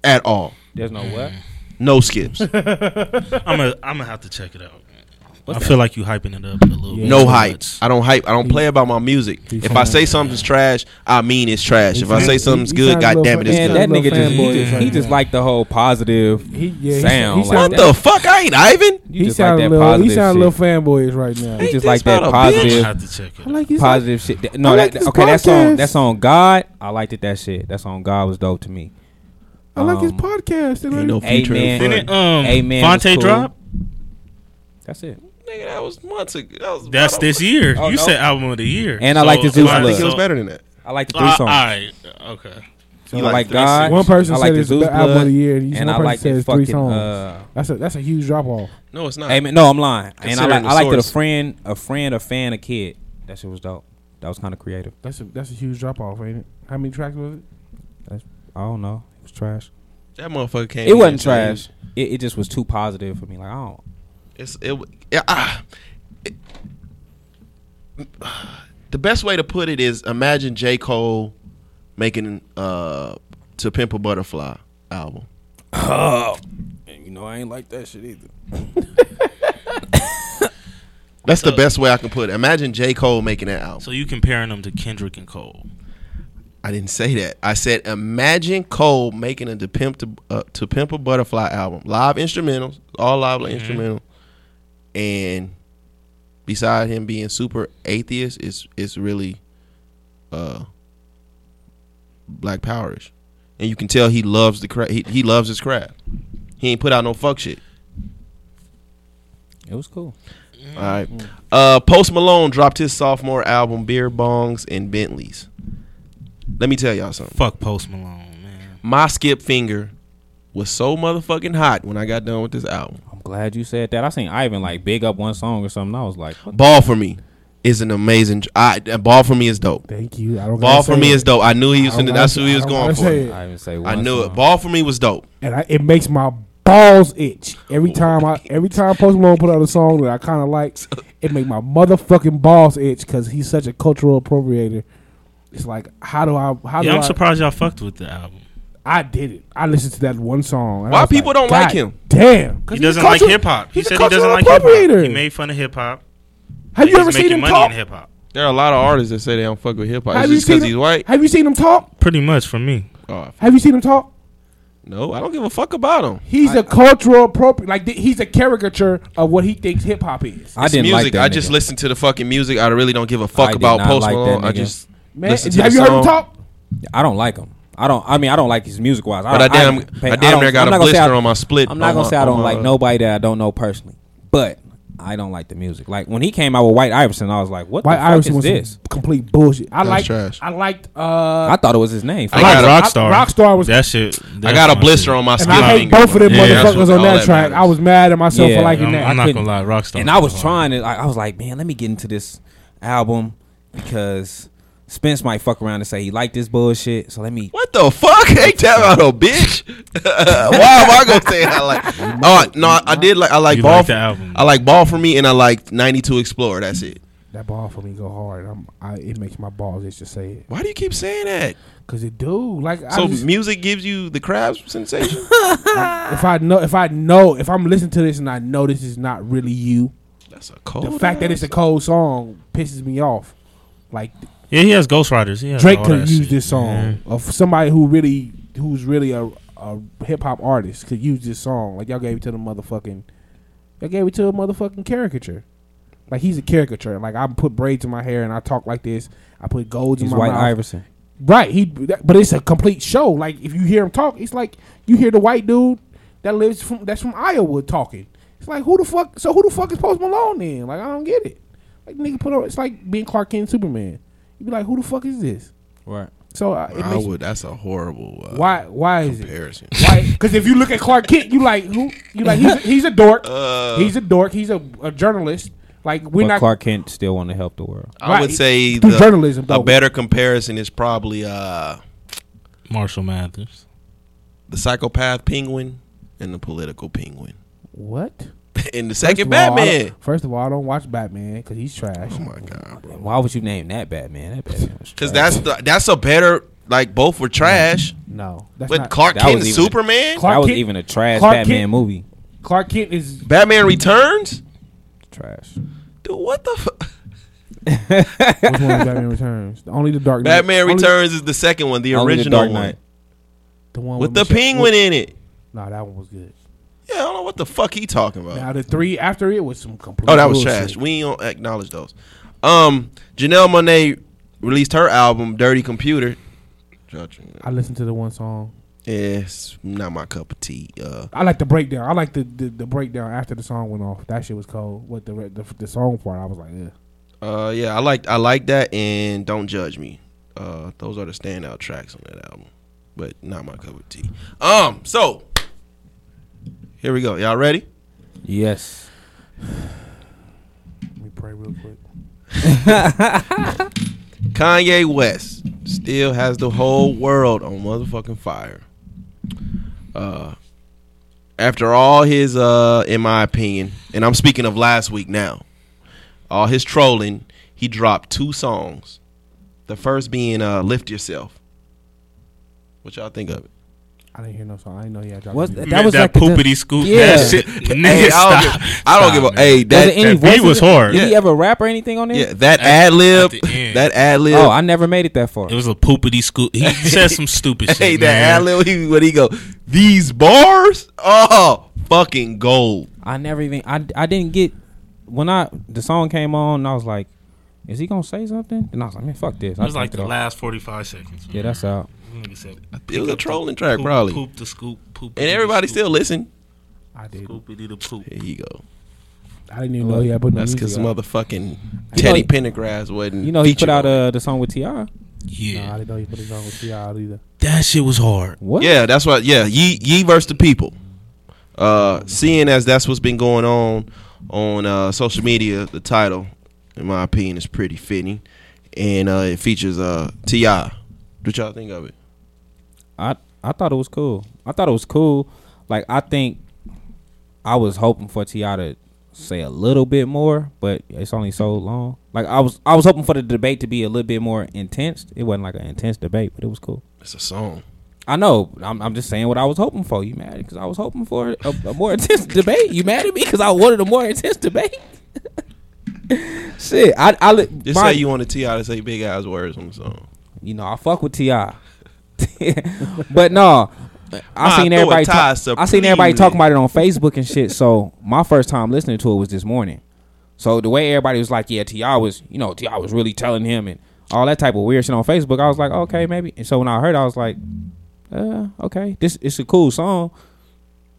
Speaker 2: At all.
Speaker 6: There's no what.
Speaker 2: No skips.
Speaker 5: I'm gonna I'm gonna have to check it out. I feel like you hyping it up a little. bit.
Speaker 2: No
Speaker 5: too
Speaker 2: hype.
Speaker 5: much.
Speaker 2: I don't hype. I don't play about my music. If I say something's trash, I mean it's trash. If I say something's good, god damn it, it's
Speaker 6: Man, that
Speaker 4: Little
Speaker 2: good.
Speaker 6: nigga just he
Speaker 4: fanboy
Speaker 6: just,
Speaker 4: right
Speaker 6: he just
Speaker 4: now.
Speaker 6: liked the whole positive
Speaker 4: He- yeah, he-
Speaker 6: sound.
Speaker 4: he
Speaker 6: like
Speaker 4: sound-
Speaker 2: What
Speaker 6: that.
Speaker 2: the fuck? I ain't Ivan.
Speaker 6: You
Speaker 4: He
Speaker 6: just like
Speaker 4: sound
Speaker 6: that
Speaker 4: little. He
Speaker 6: positive
Speaker 4: sound little
Speaker 6: shit.
Speaker 4: fanboyish right now.
Speaker 6: You just
Speaker 2: this
Speaker 6: like that
Speaker 2: about a bitch?
Speaker 5: I
Speaker 6: positive.
Speaker 5: have to check it. out.
Speaker 4: like he's
Speaker 6: positive shit. Th- No,
Speaker 4: I like
Speaker 6: that,
Speaker 4: this
Speaker 6: okay, that song,
Speaker 4: podcast.
Speaker 6: that song, God, I liked it. That shit, that song, God was dope to me.
Speaker 4: I like his
Speaker 6: Um,
Speaker 4: podcast. And
Speaker 2: Ain't no
Speaker 4: I,
Speaker 2: future in
Speaker 6: Amen.
Speaker 2: front.
Speaker 5: Didn't um
Speaker 6: Amen was
Speaker 5: Fonte
Speaker 6: cool.
Speaker 5: drop?
Speaker 6: That's it.
Speaker 2: Nigga, that was months ago. That was-
Speaker 5: That's
Speaker 2: I don't-
Speaker 5: this year.
Speaker 6: Oh,
Speaker 5: you
Speaker 6: no.
Speaker 5: said album of the year.
Speaker 6: And I like the Zeus
Speaker 5: all
Speaker 2: I
Speaker 5: right,
Speaker 6: Look.
Speaker 2: think it was better than that.
Speaker 6: I liked the
Speaker 5: Uh,
Speaker 6: three
Speaker 5: all
Speaker 6: songs.
Speaker 5: right. Okay.
Speaker 6: I
Speaker 2: You
Speaker 6: like
Speaker 2: like
Speaker 6: God.
Speaker 4: one person
Speaker 6: I like
Speaker 4: said
Speaker 6: the
Speaker 4: it's
Speaker 6: Zeus
Speaker 4: the album
Speaker 6: Blood,
Speaker 4: of the year, and
Speaker 6: and
Speaker 4: one
Speaker 6: I
Speaker 4: person
Speaker 6: like
Speaker 4: said
Speaker 6: the
Speaker 4: it's three
Speaker 6: fucking.
Speaker 4: songs.
Speaker 6: Uh,
Speaker 4: that's a that's a huge drop off.
Speaker 2: No, it's not.
Speaker 6: amen. No, I'm lying. And I
Speaker 2: Considering
Speaker 6: like
Speaker 2: the
Speaker 6: I liked it. A
Speaker 2: source.
Speaker 6: friend, a friend, a fan, a kid. That shit was dope. That was kind of creative.
Speaker 4: That's a that's a huge drop off, ain't it? How many tracks was it?
Speaker 6: I don't know. It was trash.
Speaker 2: That motherfucker came.
Speaker 6: It
Speaker 2: in
Speaker 6: wasn't
Speaker 2: and said
Speaker 6: trash. It, it just was too positive for me. Like I don't.
Speaker 2: It's it. w- Yeah, ah, it- the best way to put it is imagine J Cole making uh to Pimp a Butterfly album.
Speaker 6: You know, I ain't like that shit either.
Speaker 2: That's the best way I can put it. Imagine J Cole making that album.
Speaker 5: So you comparing them to Kendrick and Cole?
Speaker 2: I didn't say that. I said imagine Cole making a to Pimp to, uh, to Pimp a Butterfly album, live instrumentals, all live instrumental, and beside him being super atheist, it's it's really uh black powerish, and you can tell he loves the craft. He, he loves his craft. He ain't put out no fuck shit.
Speaker 6: It was cool.
Speaker 2: All right. Uh, Post Malone dropped his sophomore album, Beer Bongs and Bentleys. Let me tell y'all something.
Speaker 5: Fuck Post Malone, man.
Speaker 2: my skip finger was so motherfucking hot when I got done with this album.
Speaker 6: I'm glad you said that. I seen Ivan like big up one song or something. I was like, what
Speaker 2: Ball for me is an amazing. I Ball for me is dope.
Speaker 4: Thank you. I don't.
Speaker 2: Ball
Speaker 4: gotta
Speaker 2: for
Speaker 4: say
Speaker 2: me
Speaker 4: it.
Speaker 2: is dope. I knew he was.
Speaker 4: I don't
Speaker 2: Gonna,
Speaker 4: gotta
Speaker 2: that's
Speaker 4: say-
Speaker 2: who he
Speaker 4: I
Speaker 2: was
Speaker 4: don't
Speaker 2: going
Speaker 4: gotta say it.
Speaker 2: for.
Speaker 6: I even say
Speaker 2: I
Speaker 6: one
Speaker 2: knew
Speaker 6: song.
Speaker 2: it. Ball for me was dope.
Speaker 4: and I, it makes my balls itch every time I every time Post Malone put out a song that I kind of like. It make my motherfucking balls itch because he's such a cultural appropriator. It's like how do I how do
Speaker 5: Yeah,
Speaker 4: I,
Speaker 5: I'm surprised y'all fucked with the album.
Speaker 4: I did it. I listened to that one song. and I
Speaker 2: Why
Speaker 4: was
Speaker 2: people don't
Speaker 4: "God
Speaker 2: like him?"
Speaker 4: Damn, 'Cause
Speaker 5: He
Speaker 4: he's
Speaker 5: doesn't
Speaker 4: a
Speaker 5: like
Speaker 4: cultural-
Speaker 5: hip hop. He
Speaker 4: he's a
Speaker 5: said he doesn't
Speaker 4: cultural
Speaker 5: like hip hop.
Speaker 4: appropriator.
Speaker 5: He made fun of hip hop.
Speaker 4: Have you
Speaker 5: He's
Speaker 4: ever seen
Speaker 5: making
Speaker 4: him
Speaker 5: money
Speaker 4: talk?
Speaker 5: in hip hop.
Speaker 2: There are a lot of artists that say they don't fuck with hip hop. It's
Speaker 4: Have you
Speaker 2: just because
Speaker 4: seen
Speaker 2: he's
Speaker 4: him-
Speaker 2: white.
Speaker 4: Have you seen him talk?
Speaker 5: Pretty much for me.
Speaker 2: Oh, f-
Speaker 4: Have you seen him talk?
Speaker 2: no, I don't give a fuck about him.
Speaker 4: He's a cultural appropriate. Like th- he's a caricature of what he thinks hip hop is.
Speaker 6: I didn't
Speaker 2: music.
Speaker 6: like that.
Speaker 2: I just
Speaker 6: nigga.
Speaker 2: listened to the fucking music. I really don't give a
Speaker 6: I
Speaker 2: fuck
Speaker 6: did
Speaker 2: about
Speaker 6: not
Speaker 2: Post
Speaker 6: like that
Speaker 2: Malone. I
Speaker 6: nigga.
Speaker 2: just
Speaker 4: Man,
Speaker 2: listen to
Speaker 4: have
Speaker 2: the
Speaker 4: you heard him
Speaker 2: song.
Speaker 4: talk?
Speaker 6: I don't like him. I don't. I mean, I don't like his music wise.
Speaker 2: But I damn,
Speaker 6: don't-
Speaker 2: I,
Speaker 6: I
Speaker 2: damn
Speaker 6: don't-
Speaker 2: near got
Speaker 6: I'm
Speaker 2: a
Speaker 6: not gonna say
Speaker 2: blister
Speaker 6: I-
Speaker 2: on my split.
Speaker 6: I'm not
Speaker 2: on
Speaker 6: gonna
Speaker 2: my-
Speaker 6: say I
Speaker 2: on
Speaker 6: don't
Speaker 2: my- uh,
Speaker 6: like nobody that I don't know personally, but I don't like the music. Like when he came out with White Iverson, I was like, "What
Speaker 4: White
Speaker 6: the fuck
Speaker 4: Iverson
Speaker 6: is
Speaker 4: was
Speaker 6: this?"
Speaker 4: this? complete bullshit. I
Speaker 2: That's
Speaker 4: like.
Speaker 2: trash.
Speaker 4: I liked. Uh,
Speaker 6: I thought it was his name.
Speaker 2: I got
Speaker 5: like
Speaker 4: a- I- Rockstar was-
Speaker 5: that shit.
Speaker 2: I
Speaker 5: that's
Speaker 2: got a
Speaker 5: my
Speaker 2: blister
Speaker 5: shit.
Speaker 2: on my
Speaker 4: and
Speaker 2: skip
Speaker 4: I hate
Speaker 2: finger.
Speaker 4: both of them
Speaker 5: Yeah, that's
Speaker 4: motherfuckers
Speaker 2: what-
Speaker 4: on
Speaker 2: all
Speaker 4: that
Speaker 2: that
Speaker 4: track.
Speaker 2: matters.
Speaker 4: I was mad at myself
Speaker 6: Yeah,
Speaker 4: for liking
Speaker 5: I'm,
Speaker 4: that.
Speaker 5: I'm not
Speaker 6: couldn't-
Speaker 5: gonna lie, Rockstar.
Speaker 6: and I was trying to. I, I was like, "Man, let me get into this album because Spence might fuck around and say he liked this bullshit." So let me.
Speaker 2: What the fuck? Ain't that about a bitch? Why am I gonna say I like? Oh no, I, I did like I like
Speaker 5: You
Speaker 2: ball.
Speaker 5: like the
Speaker 2: for,
Speaker 5: album.
Speaker 2: I like ball for me, and I like ninety two Explorer. That's it.
Speaker 4: That ball for me go hard. I'm, I, it makes my balls itch to say it
Speaker 2: Why do you keep saying that?
Speaker 4: because it do. Like I
Speaker 2: So
Speaker 4: just-
Speaker 2: music gives you the crabs sensation.
Speaker 4: if I know, if I know, if I'm listening to this and I know this is not really you,
Speaker 2: Oh, That's a
Speaker 4: the
Speaker 2: cold.
Speaker 4: fact that it's a cold song pisses me off. Like
Speaker 5: Yeah, he has Ghost Riders. He has
Speaker 4: Drake
Speaker 5: all
Speaker 4: could
Speaker 5: that
Speaker 4: have used
Speaker 5: shit.
Speaker 4: this song
Speaker 5: Yeah.
Speaker 4: of somebody who really who's really a, a hip hop artist could use this song. Like y'all gave it to the motherfucking, y'all gave it to a motherfucking caricature. Like he's a caricature. Like I put braids in my hair and I talk like this. I put golds
Speaker 6: He's
Speaker 4: in my
Speaker 6: White
Speaker 4: mouth.
Speaker 6: Iverson.
Speaker 4: Right. He, but it's a complete show. Like if you hear him talk, it's like you hear the white dude that lives from that's from Iowa talking. It's like who the fuck? So who the fuck is Post Malone then? Like I don't get it. Like nigga put on. It's like being Clark Kent Superman. You be like, who the fuck is this?
Speaker 6: Right.
Speaker 4: So uh, it
Speaker 2: I
Speaker 4: makes,
Speaker 2: would. That's a horrible uh,
Speaker 4: why why is it?
Speaker 2: comparison.
Speaker 4: Why? Because if you look at Clark Kent, you like who? You like he's a, he's a dork.
Speaker 2: Uh,
Speaker 4: he's a dork. He's a, a journalist. Like we're
Speaker 6: but
Speaker 4: not
Speaker 6: Clark Kent still want to help the world.
Speaker 2: I would
Speaker 4: Right.
Speaker 2: say
Speaker 4: Through
Speaker 2: the,
Speaker 4: journalism,
Speaker 2: A
Speaker 4: though.
Speaker 2: better comparison is probably uh,
Speaker 5: Marshall Mathers.
Speaker 2: the psychopath penguin and the political penguin.
Speaker 4: what?
Speaker 2: And the
Speaker 4: First of
Speaker 2: second
Speaker 4: all, I don't-
Speaker 2: Batman.
Speaker 4: first of all, I don't watch Batman because he's trash.
Speaker 2: Oh my god, bro!
Speaker 6: Why would you name that Batman? That Batman was
Speaker 2: Because
Speaker 6: trash.
Speaker 2: that's the that's a better like both were trash,
Speaker 4: No, that's
Speaker 2: but
Speaker 4: not-
Speaker 2: Clark
Speaker 6: That
Speaker 2: Kent
Speaker 6: was
Speaker 2: and
Speaker 6: even-
Speaker 2: Superman,
Speaker 4: Clark
Speaker 6: that was
Speaker 4: Kent-
Speaker 6: even a trash
Speaker 4: Clark
Speaker 6: Batman
Speaker 4: Kent-
Speaker 6: movie.
Speaker 4: Clark Kent is
Speaker 2: Batman Returns.
Speaker 6: Trash.
Speaker 2: Dude, what the f-
Speaker 4: which one is Batman Returns? Only the Dark Knight.
Speaker 2: Batman
Speaker 4: Only
Speaker 2: Returns is the second one, the
Speaker 6: Only The
Speaker 2: original
Speaker 6: Dark
Speaker 2: one
Speaker 6: Knight.
Speaker 4: the one
Speaker 2: with the
Speaker 4: Michelle-
Speaker 2: penguin
Speaker 4: with-
Speaker 2: in it.
Speaker 4: Nah, that one was good.
Speaker 2: Yeah, I don't know what the fuck he talking about.
Speaker 4: Now the three after it was some complete.
Speaker 2: Oh, that was
Speaker 4: bullshit.
Speaker 2: trash. We don't acknowledge those. Um, Janelle Monet released her album "Dirty Computer." Judging it.
Speaker 4: I listened to the one song.
Speaker 2: It's not my cup of tea. Uh,
Speaker 4: I like the breakdown. I like the, the, the breakdown after the song went off. That shit was cold. What the re- the, the song part? I was like, yeah.
Speaker 2: uh, yeah, I like I like that, and "Don't Judge Me." Uh, those are the standout tracks on that album, but not my cup of tea. Um, so here we go. Y'all ready?
Speaker 6: Yes.
Speaker 4: Let me pray real quick.
Speaker 2: Kanye West still has the whole world on motherfucking fire. Uh, after all his, uh, in my opinion, and I'm speaking of last week now, all his trolling, he dropped two songs. The first being uh, "Lift Yourself." What y'all think of it?
Speaker 4: I didn't hear no song. I didn't know he had dropped.
Speaker 6: What
Speaker 4: a
Speaker 6: that,
Speaker 4: beat.
Speaker 5: That,
Speaker 6: was like
Speaker 5: that
Speaker 6: the-
Speaker 5: poopity scoop.
Speaker 6: Yeah.
Speaker 5: That shit.
Speaker 2: Hey,
Speaker 5: Nigga,
Speaker 2: I don't
Speaker 5: stop.
Speaker 2: give, I don't
Speaker 5: Stop,
Speaker 2: give a.
Speaker 5: man.
Speaker 2: Hey,
Speaker 6: Was
Speaker 2: that,
Speaker 6: there any
Speaker 5: that beat
Speaker 6: voices
Speaker 5: was
Speaker 6: in-
Speaker 5: hard.
Speaker 6: Did he
Speaker 2: Yeah.
Speaker 6: ever rap or anything on there?
Speaker 2: yeah, that
Speaker 5: at
Speaker 2: ad lib,
Speaker 5: the end.
Speaker 2: that ad lib.
Speaker 6: Oh, I never made it that far.
Speaker 5: It was a poopity scoop. He said some stupid shit.
Speaker 2: Hey, that
Speaker 5: man.
Speaker 2: ad lib. He, what he go? These bars? Oh, fucking gold.
Speaker 6: I never even I, I didn't get when I the song came on I was like, is he gonna say something? And I was like, man, fuck this.
Speaker 5: It was like
Speaker 6: turned
Speaker 5: the
Speaker 6: it off.
Speaker 5: last 45 seconds.
Speaker 6: Yeah, that's out.
Speaker 5: Nigga said,
Speaker 2: It was a trolling
Speaker 5: poop,
Speaker 2: track, probably.
Speaker 5: Poop the scoop. Poop
Speaker 2: And everybody still listen.
Speaker 4: I did.
Speaker 5: Poopity the poop.
Speaker 2: Here you go.
Speaker 4: I didn't even know he had put no
Speaker 2: That's
Speaker 4: music
Speaker 2: because
Speaker 4: out.
Speaker 2: motherfucking Teddy
Speaker 6: know-
Speaker 2: Pendergrass wasn't.
Speaker 6: You know he put
Speaker 2: featured
Speaker 6: out
Speaker 2: on it.
Speaker 6: uh, the song with Ti.
Speaker 4: Nah,
Speaker 5: Yeah.
Speaker 4: I didn't know he put a song with Ti either.
Speaker 5: That shit was hard.
Speaker 6: What?
Speaker 2: Yeah, that's why. Yeah, ye ye versus the people. Uh, seeing as that's what's been going on on uh, social media, the title, in my opinion, is pretty fitting, and uh, it features uh, Ti. What y'all think of it?
Speaker 6: I I thought it was cool. I thought it was cool. Like I think I was hoping for Ti to say a little bit more, but it's only so long. Like I was I was hoping for the debate to be a little bit more intense. It wasn't like an intense debate, but it was cool.
Speaker 2: It's a song.
Speaker 6: I know. I'm, I'm just saying what I was hoping for. You mad because I was hoping for a, a more intense debate. You mad at me because I wanted a more intense debate. Shit, I I li-
Speaker 2: Just
Speaker 6: my-
Speaker 2: say you want a Ti to say big ass words on the song.
Speaker 6: you know I fuck with Ti, but no, I
Speaker 2: Nah,
Speaker 6: seen
Speaker 2: throw a
Speaker 6: everybody.
Speaker 2: tie
Speaker 6: Talk, I seen everybody
Speaker 2: supremely.
Speaker 6: talking about it on Facebook and shit. So my first time listening to it was this morning. So the way everybody was like, yeah, Ti was, you know, Ti was really telling him and all that type of weird shit on Facebook. I was like, okay, maybe. And so when I heard, it, I was like, uh, okay, this it's a cool song.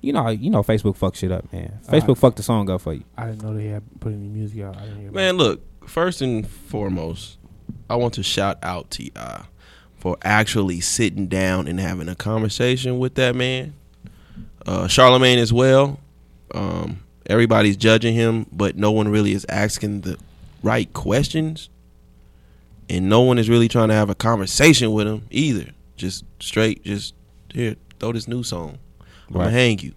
Speaker 6: You know, you know, Facebook fuck shit up, man. Facebook fucked the song up for you.
Speaker 4: I didn't know they had put any music out. I didn't hear.
Speaker 2: Man, look, first and foremost, I want to shout out T.I. for actually sitting down and having a conversation with that man. Uh, Charlemagne as well. Um, everybody's judging him, but no one really is asking the right questions. And no one is really trying to have a conversation with him either. Just straight, just here, throw this new song. I'm
Speaker 6: Right.
Speaker 2: gonna hang you.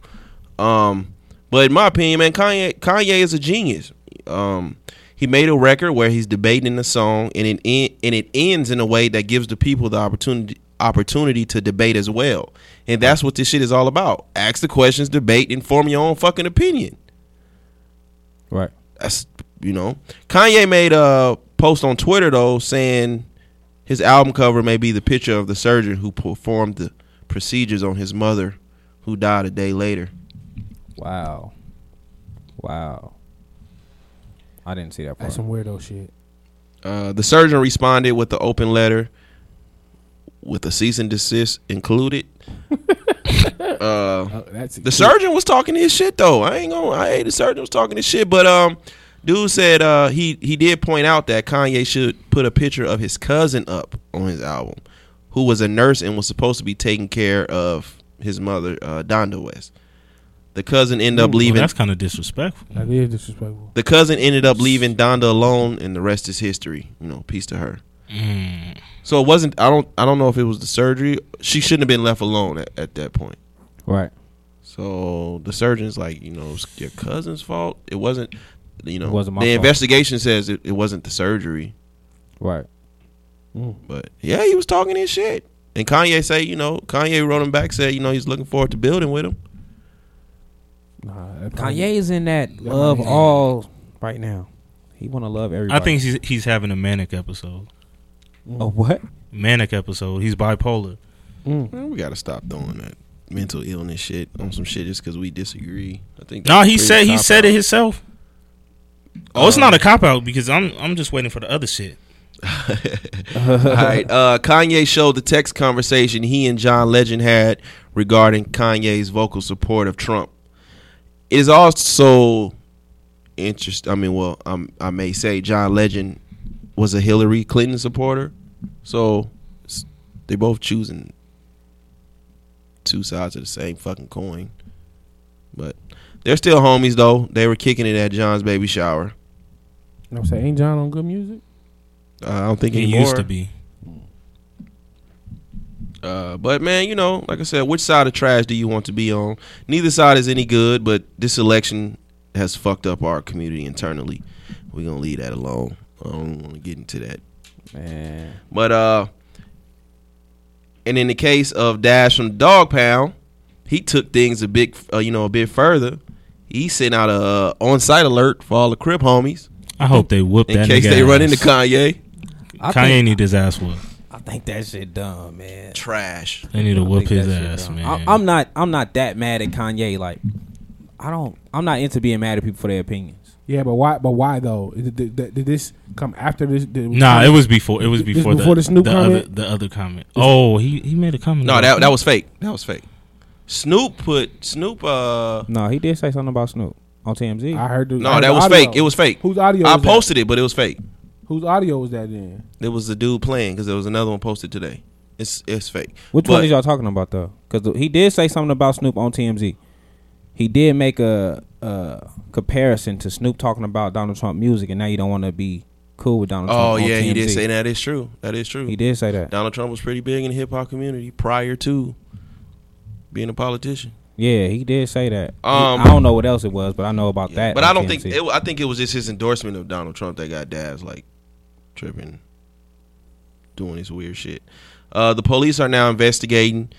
Speaker 2: Um, but in my opinion, man, Kanye Kanye is a genius. Um, he made a record where he's debating the song, and it en- and it ends in a way that gives the people the opportunity opportunity to debate as well. And that's what this shit is all about. Ask the questions, debate, and form your own fucking opinion.
Speaker 6: Right.
Speaker 2: That's you know, Kanye made a post on Twitter though saying his album cover may be the picture of the surgeon who performed the procedures on his mother, who died a day later.
Speaker 6: Wow. Wow. I didn't see that part.
Speaker 4: That's some weirdo shit.
Speaker 2: Uh, the surgeon responded with the open letter with a cease and desist included. uh,
Speaker 4: Oh, that's
Speaker 2: the surgeon was talking his shit though. I ain't gonna. I hate the surgeon was talking his shit, but um, dude said uh he he did point out that Kanye should put a picture of his cousin up on his album, who was a nurse and was supposed to be taking care of his mother, uh, Donda West. The cousin ended up
Speaker 5: Well,
Speaker 2: leaving.
Speaker 5: that's kind of disrespectful.
Speaker 4: That is disrespectful.
Speaker 2: the cousin ended up leaving Donda alone, and the rest is history. You know, peace to her.
Speaker 6: Mm.
Speaker 2: So it wasn't. I don't. I don't know if it was the surgery. She shouldn't have been left alone at, at that point.
Speaker 6: Right.
Speaker 2: So the surgeon's like, you know, it's your cousin's fault. It wasn't, you know,
Speaker 6: It wasn't my
Speaker 2: the
Speaker 6: fault.
Speaker 2: investigation says it, it wasn't the surgery.
Speaker 6: Right.
Speaker 2: But yeah, he was talking his shit. And Kanye say, you know, Kanye wrote him back, said, you know, he's looking forward to building with him.
Speaker 4: Nah, that
Speaker 6: Kanye is in that love all right now. He want to love everybody.
Speaker 5: I think he's he's having a manic episode.
Speaker 6: Oh what?
Speaker 5: Manic episode. He's bipolar.
Speaker 2: Man, we gotta stop doing that mental illness shit on some shit just because we disagree. I think.
Speaker 5: No,
Speaker 2: that's
Speaker 5: he
Speaker 2: pretty
Speaker 5: said he
Speaker 2: cop
Speaker 5: said
Speaker 2: out.
Speaker 5: it himself. Oh, it's not a cop out because I'm I'm just waiting for the other shit.
Speaker 2: All right. Uh, Kanye showed the text conversation he and John Legend had regarding Kanye's vocal support of Trump. It is also interest. I mean, well, i I may say John Legend was a Hillary Clinton supporter, so s- they both choosing two sides of the same fucking coin. But they're still homies though. They were kicking it at John's baby shower.
Speaker 4: You know what I'm saying? Ain't John on good music?
Speaker 2: Uh, I don't think
Speaker 5: He
Speaker 2: anymore.
Speaker 5: used to be.
Speaker 2: Uh, but man, you know, like I said, which side of trash do you want to be on? Neither side is any good, but this election has fucked up our community internally. We're gonna leave that alone. I don't want to get into that.
Speaker 6: Man.
Speaker 2: But uh, and in the case of Dash from Dog Pound, he took things a big, uh, you know, a bit further. He sent out a uh, on-site alert for all the crib homies
Speaker 5: I hope they whoop
Speaker 2: in
Speaker 5: that
Speaker 2: case
Speaker 5: nigga
Speaker 2: they run
Speaker 5: ass.
Speaker 2: into Kanye.
Speaker 6: I
Speaker 5: Kanye
Speaker 6: think,
Speaker 5: need his ass whooped.
Speaker 6: I think that shit dumb, man.
Speaker 2: Trash.
Speaker 5: They need to
Speaker 6: I
Speaker 5: whoop
Speaker 6: think
Speaker 5: his
Speaker 6: that shit
Speaker 5: ass,
Speaker 6: dumb.
Speaker 5: man.
Speaker 6: I, I'm not. I'm not that mad at Kanye. Like, I don't. I'm not into being mad at people for their opinions.
Speaker 4: Yeah, but why? But why though? Did, did- did- did this come after this? Did,
Speaker 5: nah, it was before. It was
Speaker 4: This
Speaker 5: before,
Speaker 4: before
Speaker 5: the,
Speaker 4: this new
Speaker 5: the
Speaker 4: comment?
Speaker 5: other the other comment. Oh, he, he made a comment.
Speaker 2: No, that that was fake. That was fake. Snoop put Snoop. Uh,
Speaker 6: No, he did say something about Snoop on TMZ.
Speaker 4: I heard. The, I
Speaker 2: No,
Speaker 4: heard
Speaker 2: that
Speaker 4: the
Speaker 2: was
Speaker 4: audio.
Speaker 2: fake. It was fake.
Speaker 4: Whose audio?
Speaker 2: I
Speaker 4: was that?
Speaker 2: posted it, but it was fake.
Speaker 4: Whose audio was that then?
Speaker 2: It was the dude playing because there was another one posted today. It's it's fake.
Speaker 6: Which
Speaker 2: But
Speaker 6: one is y'all talking about though? Because he did say something about Snoop on TMZ. He did make a, a comparison to Snoop talking about Donald Trump music, and now you don't want to be cool with Donald Trump.
Speaker 2: Oh
Speaker 6: on
Speaker 2: yeah, he did
Speaker 6: TMZ.
Speaker 2: say that. Is true. That is true.
Speaker 6: He did say that.
Speaker 2: Donald Trump was pretty big in the hip hop community prior to being a politician.
Speaker 6: Yeah, he did say that. He-
Speaker 2: Um,
Speaker 6: I don't know what else it was, but I know about that.
Speaker 2: but
Speaker 6: on
Speaker 2: I don't think
Speaker 6: TMZ.
Speaker 2: it, wa- I think it was just his endorsement of Donald Trump that got Dabs like tripping, doing his weird shit. Uh, the police are now investigating.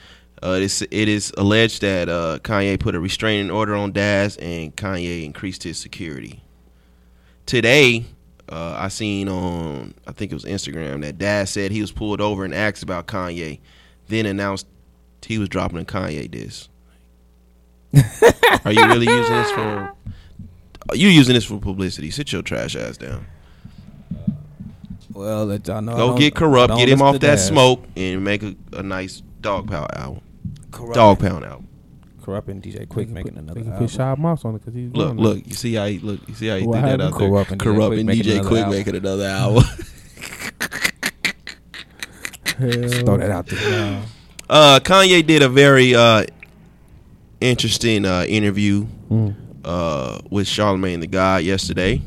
Speaker 2: Uh, it's, it is alleged that uh, Kanye put a restraining order on Daz, and Kanye increased his security. Today, uh, I seen on I think it was Instagram that Daz said he was pulled over and asked about Kanye, then announced he was dropping a Kanye diss. are you really using this for Oh, you using this for publicity. Sit your trash ass down.
Speaker 6: Well, let y'all know. I
Speaker 2: Go
Speaker 6: don't-
Speaker 2: get
Speaker 6: I
Speaker 2: corrupt,
Speaker 6: don't
Speaker 2: get him
Speaker 6: listen
Speaker 2: off
Speaker 6: to
Speaker 2: that
Speaker 6: Daz.
Speaker 2: smoke, and make a, a nice dog pound album.
Speaker 6: Corrupt,
Speaker 2: Dog pound album.
Speaker 6: corrupting DJ Quick
Speaker 4: They
Speaker 6: making
Speaker 4: put-
Speaker 6: another
Speaker 4: They can
Speaker 6: album.
Speaker 4: put Shia Moss on it because he's
Speaker 2: Look,
Speaker 6: Mm.
Speaker 4: doing it.
Speaker 2: look, you see how he look, you see how he
Speaker 4: What
Speaker 2: did that out
Speaker 4: happened?
Speaker 2: there.
Speaker 6: Corrupt and DJ
Speaker 2: Corrupt
Speaker 6: Quick
Speaker 2: and
Speaker 6: making
Speaker 2: DJ
Speaker 6: another
Speaker 2: Quick
Speaker 6: album.
Speaker 2: making another album.
Speaker 4: Hell,
Speaker 6: Throw that out there.
Speaker 2: Uh, Kanye did a very uh, interesting uh, interview
Speaker 4: Mm.
Speaker 2: uh, with Charlemagne the God yesterday.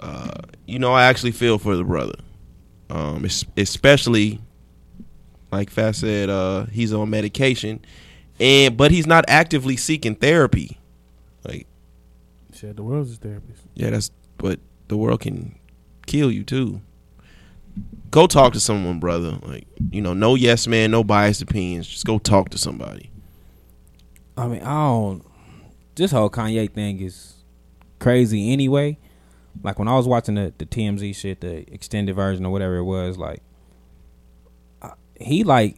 Speaker 2: Uh, you know, I actually feel for the brother, um, es- especially like Fast said, uh, he's on medication, and but he's not actively seeking therapy. Like,
Speaker 4: Shit, the world's his therapist.
Speaker 2: yeah, that's but the world can kill you too. Go talk to someone, brother. Like, you know, no yes man, no biased opinions. Just go talk to somebody.
Speaker 6: I mean, I don't. This whole Kanye thing is crazy anyway. Like when I was watching the, the TMZ shit, the extended version or whatever it was, like I, he like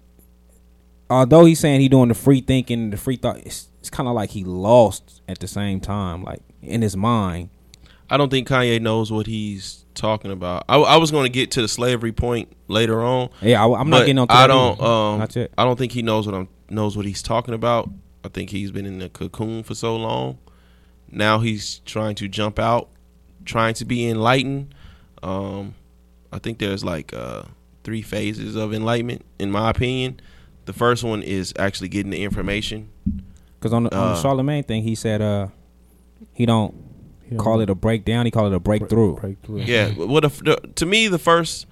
Speaker 6: although he's saying he doing the free thinking, and the free thought, it's, it's kind of like he lost at the same time, like in his mind.
Speaker 2: I don't think Kanye knows what he's talking about. I, I was going to get to the slavery point later on.
Speaker 6: Yeah, I, am not
Speaker 2: but
Speaker 6: getting on.
Speaker 2: I don't. Um,
Speaker 6: Not yet.
Speaker 2: I don't think he knows what I'm knows what he's talking about. I think he's been in the cocoon for so long. Now he's trying to jump out, trying to be enlightened. Um, I think there's like uh, three phases of enlightenment, in my opinion. The first one is actually getting the information.
Speaker 6: Because on the, on
Speaker 2: Uh,
Speaker 6: the Charlemagne thing, he said uh, he don't
Speaker 4: He
Speaker 6: call
Speaker 4: don't
Speaker 6: it a breakdown. He called it a breakthrough.
Speaker 4: breakthrough.
Speaker 2: Yeah. What the, the, to me the first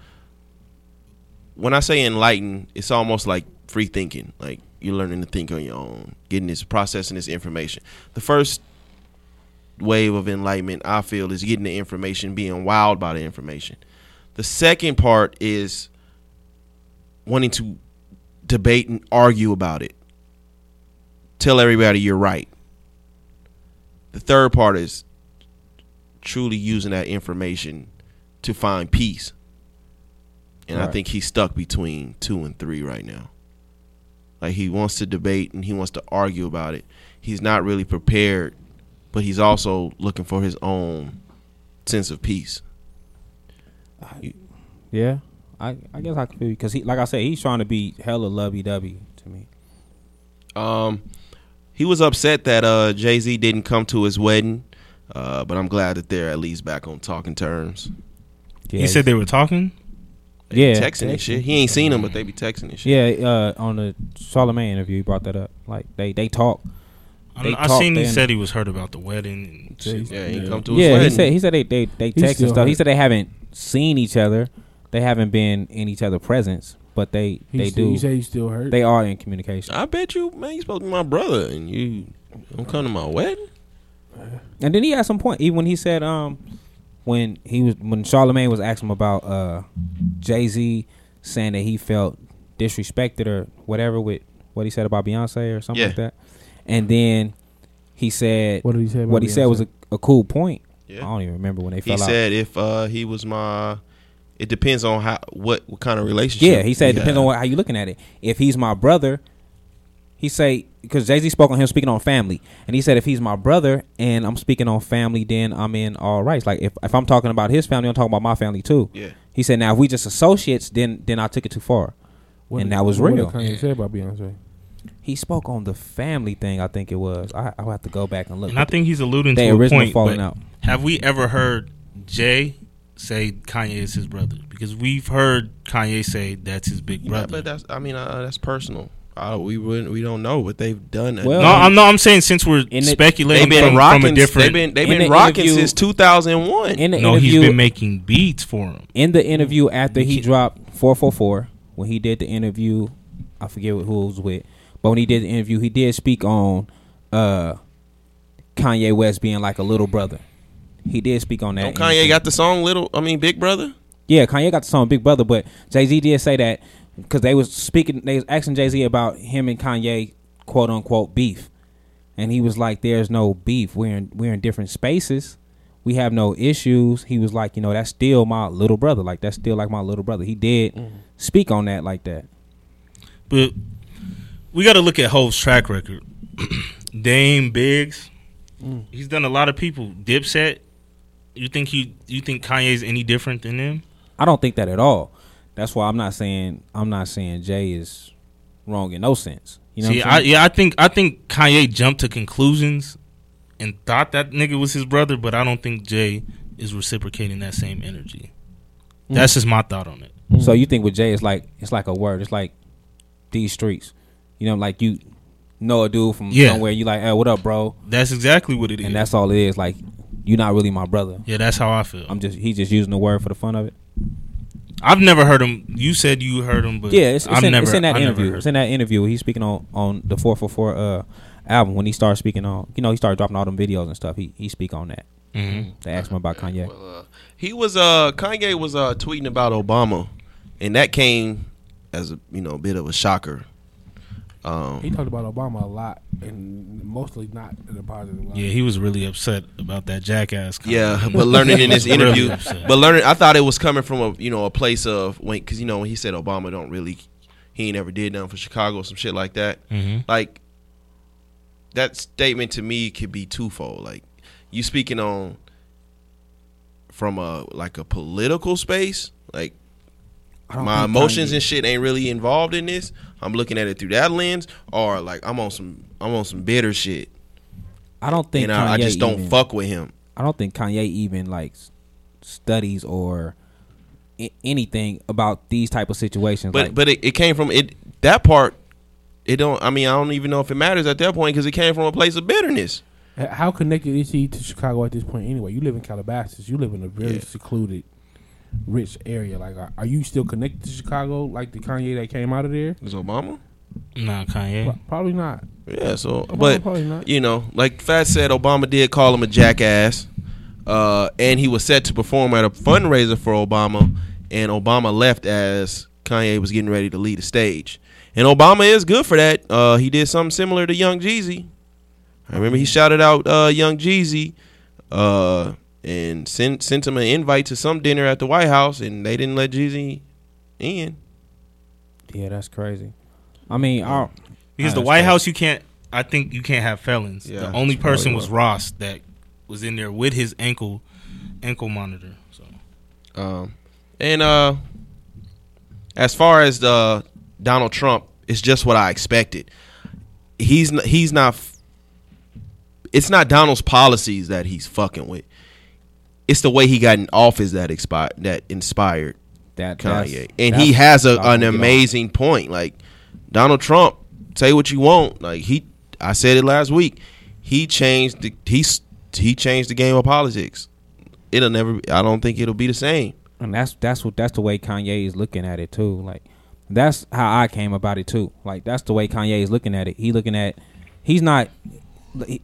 Speaker 2: when I say enlightened, it's almost like free thinking. Like you're learning to think on your own, getting this processing this information. The first wave of enlightenment I feel is getting the information, being wild by the information. The second part is wanting to debate and argue about it. Tell everybody you're right. The third part is truly using that information to find peace. And I
Speaker 6: Right.
Speaker 2: think he's stuck between two and three right now. Like he wants to debate and he wants to argue about it. He's not really prepared, but he's also looking for his own sense of peace.
Speaker 6: Yeah, I I guess I could feel because he like I said he's trying to be hella lovey dovey to me.
Speaker 2: Um, he was upset that uh, Jay Z didn't come to his wedding, uh, but I'm glad that they're at least back on talking terms.
Speaker 6: Yeah,
Speaker 5: he said they were talking.
Speaker 2: They
Speaker 6: Yeah.
Speaker 2: texting and shit. He ain't seen them, but they be texting and shit.
Speaker 6: Yeah, uh, on the Charlemagne interview, he brought that up. Like they they talk.
Speaker 5: I,
Speaker 6: They
Speaker 5: I
Speaker 6: talked
Speaker 5: seen he
Speaker 6: then.
Speaker 5: said he was hurt about the wedding. And shit.
Speaker 2: yeah, he ain't come to his
Speaker 6: Yeah,
Speaker 2: wedding.
Speaker 6: he said he said they they they
Speaker 4: He's
Speaker 6: text
Speaker 4: still
Speaker 6: and stuff. He
Speaker 4: hurt.
Speaker 6: said they haven't seen each other. They haven't been in each other's presence, but they
Speaker 4: He
Speaker 6: they
Speaker 4: still,
Speaker 6: do.
Speaker 4: You say he's still hurt.
Speaker 6: they are in communication.
Speaker 2: I bet you, man, you supposed to be my brother, and you don't come to my wedding.
Speaker 6: And then he had some point, even when he said, um, when he was when Charlemagne was asking him about uh, Jay Z saying that he felt disrespected or whatever with what he said about Beyonce or something
Speaker 2: Yeah.
Speaker 6: like that, and then he said
Speaker 4: what did he say?
Speaker 6: what he said was a, a cool point. I
Speaker 2: Yeah,
Speaker 6: don't even remember when they
Speaker 2: he
Speaker 6: fell out.
Speaker 2: said if uh, he was my, it depends on how what what kind of relationship.
Speaker 6: Yeah, he said it
Speaker 2: we
Speaker 6: depends on
Speaker 2: have.
Speaker 6: what, how you looking at it. If he's my brother, he say because Jay Z spoke on him speaking on family, and he said if he's my brother and I'm speaking on family, then I'm in all rights. Like if, if I'm talking about his family, I'm talking about my family too.
Speaker 2: Yeah,
Speaker 6: He said now if we just associates, then then I took it too far. and that was real.
Speaker 4: What did Kanye say about Beyonce?
Speaker 6: He spoke on the family thing. I think it was. I I'll have to go back and look.
Speaker 5: And I think he's alluding
Speaker 6: they
Speaker 5: to a
Speaker 6: originally
Speaker 5: point.
Speaker 6: falling
Speaker 5: but
Speaker 6: out.
Speaker 5: Have we ever heard Jay say Kanye is his brother? Because we've heard Kanye say that's his big
Speaker 2: yeah,
Speaker 5: brother.
Speaker 2: but that's I mean uh, that's personal. Uh, we wouldn't, we don't know what they've done.
Speaker 6: Well,
Speaker 5: no, I'm no, I'm saying since we're
Speaker 6: In the-
Speaker 5: speculating
Speaker 2: they've been
Speaker 5: from,
Speaker 2: rocking.
Speaker 5: from a different.
Speaker 2: they've been they've
Speaker 6: in
Speaker 2: been
Speaker 6: the
Speaker 2: rocking
Speaker 6: interview-
Speaker 2: since 2001.
Speaker 6: In the
Speaker 5: no,
Speaker 6: interview,
Speaker 5: he's been making beats for him.
Speaker 6: in the interview after he dropped 444 when he did the interview i forget who it was with but when he did the interview he did speak on uh kanye west being like a little brother he did speak on that
Speaker 2: Don't Oh, Kanye got the song little. I mean Big Brother.
Speaker 6: yeah kanye got the song big brother but jay-z did say that because they was speaking they was asking jay-z about him and kanye quote unquote beef and he was like there's no beef we're in we're in different spaces we have no issues he was like you know that's still my little brother like that's still like my little brother he did
Speaker 5: Mm-hmm.
Speaker 6: speak on that like that
Speaker 5: But we got to look at Hov's track record. Dame Biggs,
Speaker 6: Mm.
Speaker 5: he's done a lot of people. Dipset, you think he, you think Kanye's any different than them?
Speaker 6: i don't think that at all that's why i'm not saying i'm not saying jay is wrong in no sense you know
Speaker 5: See,
Speaker 6: what
Speaker 5: I,
Speaker 6: I'm saying?
Speaker 5: yeah, I think I think Kanye jumped to conclusions and thought that nigga was his brother, but I don't think Jay is reciprocating that same energy.
Speaker 6: Mm.
Speaker 5: That's just my thought on it.
Speaker 6: so you think with jay it's like it's like a word it's like these streets you know like you know a dude from
Speaker 5: Yeah.
Speaker 6: somewhere you like hey what up bro
Speaker 5: That's exactly what it is.
Speaker 6: and that's all it is like you're not really my brother
Speaker 5: yeah, that's how I feel.
Speaker 6: i'm just he's just using the word for the fun of it
Speaker 5: I've never heard him. You said you heard him, but
Speaker 6: Yeah, it's, it's,
Speaker 5: I've
Speaker 6: in,
Speaker 5: never,
Speaker 6: it's in that
Speaker 5: I've never
Speaker 6: interview.
Speaker 5: heard
Speaker 6: It's in that interview. He's speaking on on the four four four uh album when he started speaking on. You know, he started dropping all them videos and stuff. He he speak on that.
Speaker 5: Mhm.
Speaker 6: They asked him about Kanye.
Speaker 2: He was uh Kanye was uh tweeting about Obama, and that came as a you know a bit of a shocker. Um,
Speaker 4: He talked about Obama a lot, and mostly not in a positive light.
Speaker 5: Yeah, he was really upset about that jackass. comment.
Speaker 2: Yeah, but learning in this
Speaker 5: Really
Speaker 2: interview,
Speaker 5: upset.
Speaker 2: but learning I thought it was coming from a you know a place of when because you know when he said Obama don't really he ain't ever did nothing for Chicago or some shit like that. Like that statement to me could be twofold. Like you speaking on from a like a political space, like my emotions and shit ain't really involved in this. I'm looking at it through that lens, or like I'm on some I'm on some bitter shit,
Speaker 6: I don't think
Speaker 2: and I, I
Speaker 6: Kanye
Speaker 2: just don't
Speaker 6: even-
Speaker 2: fuck with him.
Speaker 6: I don't think Kanye even like s- studies or I- anything about these type of situations.
Speaker 2: But
Speaker 6: like,
Speaker 2: but it, it came from it that part. It don't. I mean, I don't even know if it matters at that point because it came from a place of bitterness.
Speaker 4: Uh, How connected is he to Chicago at this point anyway? You live in Calabasas. You live in a very
Speaker 2: Yeah.
Speaker 4: secluded, rich area. Like, are, are you still connected to Chicago like the Kanye that came out of there?
Speaker 2: Is Obama?
Speaker 5: Nah,
Speaker 4: Pro-
Speaker 5: Kanye.
Speaker 4: Probably not.
Speaker 2: Yeah. So,
Speaker 4: Obama
Speaker 2: but
Speaker 4: probably not.
Speaker 2: you know, like Fat said, Obama did call him a jackass, uh, and he was set to perform at a fundraiser for Obama, and Obama left as Kanye was getting ready to lead the stage. And Obama is good for that. Uh, he did something similar to Young Jeezy. I remember he shouted out uh, Young Jeezy uh, and sent sent him an invite to some dinner at the White House, and they didn't let Jeezy in.
Speaker 6: yeah, that's crazy. I mean, I,
Speaker 5: Because the
Speaker 6: understand.
Speaker 5: White House, you can't. I think you can't have felons.
Speaker 2: Yeah,
Speaker 5: the only
Speaker 2: that's probably
Speaker 5: person was
Speaker 2: why.
Speaker 5: Ross that was in there with his ankle ankle monitor. So
Speaker 2: Um, and uh, as far as the Donald Trump, it's just what I expected. He's n- he's not. f- It's not Donald's policies that he's fucking with. It's the way he got in office that expi- that inspired
Speaker 6: that
Speaker 2: Kanye,
Speaker 6: that's-
Speaker 2: and
Speaker 6: that's-
Speaker 2: he has a,
Speaker 6: I'm gonna
Speaker 2: an
Speaker 6: get on.
Speaker 2: amazing point. Like Donald Trump, say what you want. Like he, I said it last week. He changed the he s- he changed the game of politics. It'll never. I don't think it'll be the same.
Speaker 6: and that's that's what that's the way Kanye is looking at it too. Like that's how I came about it too. Like that's the way Kanye is looking at it. He looking at he's not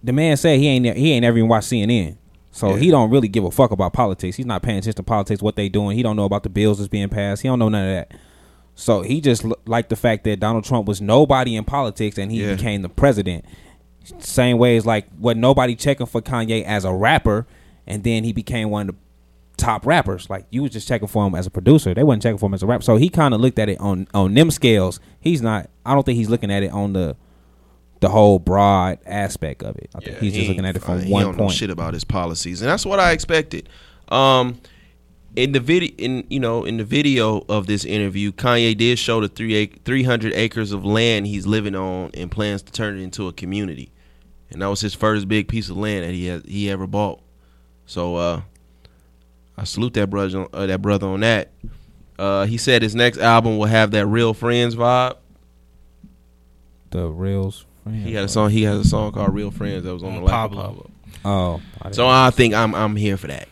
Speaker 6: the man said he ain't he ain't ever even watched CNN. So he don't really give a fuck about politics. He's not paying attention to politics, what they doing. He don't know about the bills that's being passed. He don't know none of that. So he just l- liked the fact that Donald Trump was nobody in politics and he
Speaker 2: Yeah.
Speaker 6: became the president. Same way as like what nobody checking for Kanye as a rapper, and then he became one of the top rappers. Like you was just checking for him as a producer. They wasn't checking for him as a rapper. So he kind of looked at it on on them scales. He's not. I don't think he's looking at it on the the whole broad aspect of it. I think he's
Speaker 2: he
Speaker 6: just looking at
Speaker 2: ain't
Speaker 6: it
Speaker 2: fine.
Speaker 6: from
Speaker 2: he
Speaker 6: one
Speaker 2: don't know
Speaker 6: point.
Speaker 2: shit about his policies, and that's what I expected. Um, in the video, in you know, in the video of this interview, Kanye did show the three ac- three hundred acres of land he's living on and plans to turn it into a community, and that was his first big piece of land that he has, he ever bought. So uh, I salute that brother on, uh, that brother on that. Uh, he said his next album will have that real friends vibe.
Speaker 6: The reels.
Speaker 2: He had a song. He has a song called "Real Friends" that was on,
Speaker 5: On
Speaker 2: the Life of
Speaker 5: Uh, Pablo.
Speaker 2: Pablo.
Speaker 6: Oh, I,
Speaker 2: So
Speaker 6: so
Speaker 2: I think I'm I'm here for that.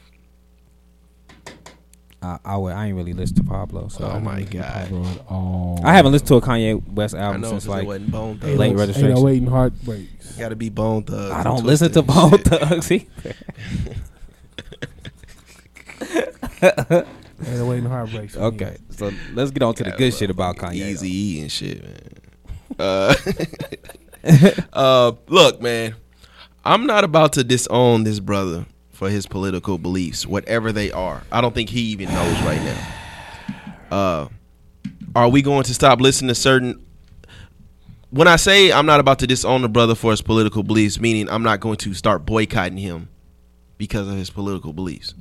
Speaker 6: I, I, would- I ain't really listen to Pablo. So
Speaker 2: Oh
Speaker 6: I,
Speaker 2: my god!
Speaker 4: Oh,
Speaker 6: I haven't listened to a Kanye West
Speaker 2: I
Speaker 6: album
Speaker 2: know
Speaker 6: since
Speaker 2: since it
Speaker 6: like
Speaker 2: wasn't Bone Thugs.
Speaker 6: late registration.
Speaker 4: waiting oh heartbreaks.
Speaker 2: Got to be Bone Thugs.
Speaker 6: I
Speaker 2: and
Speaker 6: don't listen to
Speaker 2: Twisted
Speaker 6: Bone
Speaker 2: and shit.
Speaker 6: Thugs either.
Speaker 4: Ain't no waiting oh heartbreaks.
Speaker 6: Okay, so let's get on to the
Speaker 2: Yeah,
Speaker 6: good
Speaker 2: bro.
Speaker 6: shit about Kanye.
Speaker 2: Easy E and shit, man. Uh, uh, look, man, I'm not about to disown this brother for his political beliefs, whatever they are. I don't think he even knows right now. Uh, are we going to stop listening to certain? When I say I'm not about to disown the brother for his political beliefs, meaning I'm not going to start boycotting him because of his political beliefs.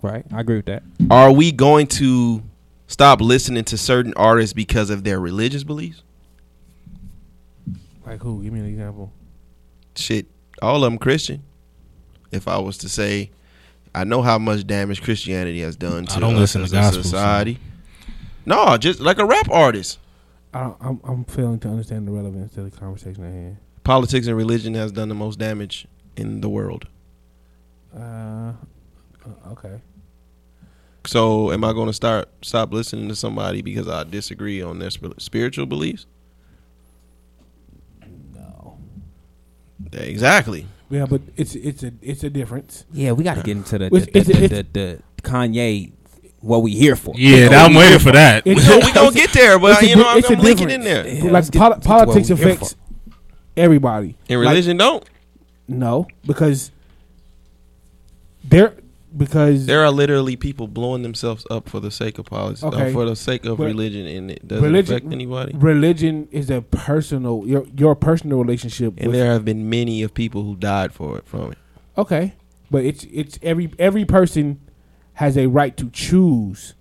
Speaker 6: though. right? I agree with that.
Speaker 2: Are we going to stop listening to certain artists because of their religious beliefs?
Speaker 4: Like who? Give me an example.
Speaker 2: shit, all of them Christian. If I was to say, I know how much damage Christianity has done to
Speaker 5: I don't
Speaker 2: us
Speaker 5: listen to
Speaker 2: as
Speaker 5: gospel,
Speaker 2: a
Speaker 5: so-
Speaker 2: society. No, just like a rap artist.
Speaker 4: I don't, I'm, I'm failing to understand the relevance to the conversation at hand.
Speaker 2: Politics and religion has done the most damage in the world.
Speaker 4: Uh, uh, okay.
Speaker 2: So, am I going to start stop listening to somebody because I disagree on their sp- spiritual beliefs?
Speaker 4: No.
Speaker 2: Exactly.
Speaker 4: Yeah, but it's it's a it's a difference.
Speaker 6: Yeah, we got to get into the
Speaker 4: It's-
Speaker 6: the,
Speaker 4: it's-
Speaker 6: the,
Speaker 4: it's-
Speaker 6: the- the Kanye. What we here for?
Speaker 5: yeah, that- I'm waiting for that.
Speaker 4: It's-
Speaker 2: So we gonna get there, but uh,
Speaker 4: It's a
Speaker 2: you know
Speaker 4: di-
Speaker 2: I'm,
Speaker 4: it's a
Speaker 2: I'm linking in
Speaker 4: difference.
Speaker 2: there.
Speaker 6: Yeah, let's
Speaker 4: like
Speaker 6: get
Speaker 4: poli-
Speaker 6: to what
Speaker 4: politics
Speaker 6: we here
Speaker 4: affects everybody.
Speaker 2: And
Speaker 4: Like,
Speaker 2: religion don't.
Speaker 4: No, because there because
Speaker 2: There are literally people blowing themselves up for the sake of politics, uh,
Speaker 4: Okay.
Speaker 2: for the sake of
Speaker 4: But
Speaker 2: religion, and it doesn't
Speaker 4: religion-
Speaker 2: affect anybody.
Speaker 4: religion is a personal your your personal relationship.
Speaker 2: And
Speaker 4: with-
Speaker 2: there have been many of people who died for it from it.
Speaker 4: okay, but it's it's every every person has a right to choose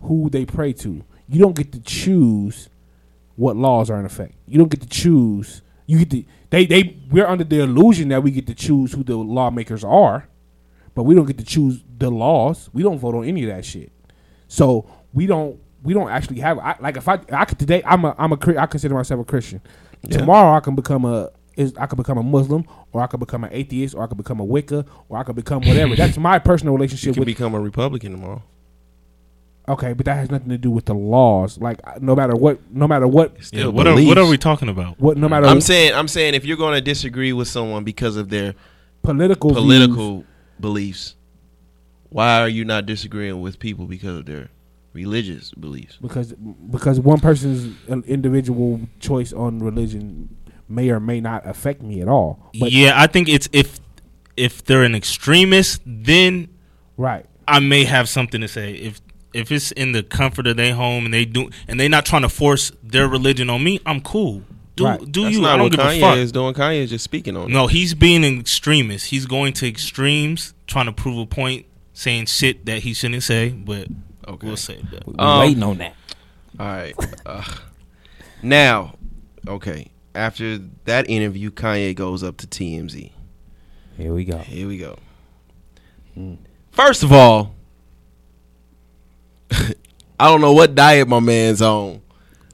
Speaker 4: who they pray to. You don't get to choose what laws are in effect. You don't get to choose. You get to they they we're under the illusion that we get to choose who the lawmakers are, but we don't get to choose the laws. We don't vote on any of that shit. So we don't we don't actually have I, like if I I could today I'm a I'm a Chri- I consider myself a Christian.
Speaker 2: Yeah.
Speaker 4: Tomorrow I can become a is I could become a Muslim or I could become an atheist or I could become a Wicca or I could become whatever. That's my personal
Speaker 2: You
Speaker 4: relationship
Speaker 2: can
Speaker 4: with
Speaker 2: become a Republican tomorrow.
Speaker 4: Okay, but that has nothing to do with the laws. Like I- no matter what no matter what
Speaker 5: Yeah,
Speaker 2: Still
Speaker 5: what are, what
Speaker 2: beliefs.
Speaker 5: are we talking about?
Speaker 4: what no matter
Speaker 2: I'm saying I'm saying if you're going to disagree with someone because of their
Speaker 4: political views-
Speaker 2: political beliefs, why are you not disagreeing with people because of their religious beliefs?
Speaker 4: because because one person's an individual choice on religion may or may not affect me at all. But
Speaker 5: yeah, I think it's if if they're an extremist, then
Speaker 4: right.
Speaker 5: I may have something to say. If if it's in the comfort of their home and they do and they not trying to force their religion on me, I'm cool. Do
Speaker 4: Right.
Speaker 5: do
Speaker 2: That's
Speaker 5: you?
Speaker 2: not
Speaker 5: I don't give
Speaker 2: what
Speaker 5: a
Speaker 2: Kanye
Speaker 5: fuck.
Speaker 2: is doing. Kanye is just speaking on it.
Speaker 5: No, he's being an extremist. He's going to extremes, trying to prove a point, saying shit that he shouldn't say. But
Speaker 2: Okay.
Speaker 5: we'll say that.
Speaker 6: We
Speaker 2: Um,
Speaker 6: waiting on that.
Speaker 2: All right. Uh, now, okay. After that interview, Kanye goes up to TMZ.
Speaker 6: Here we go.
Speaker 2: Here we go. First of all, I don't know what diet my man's on,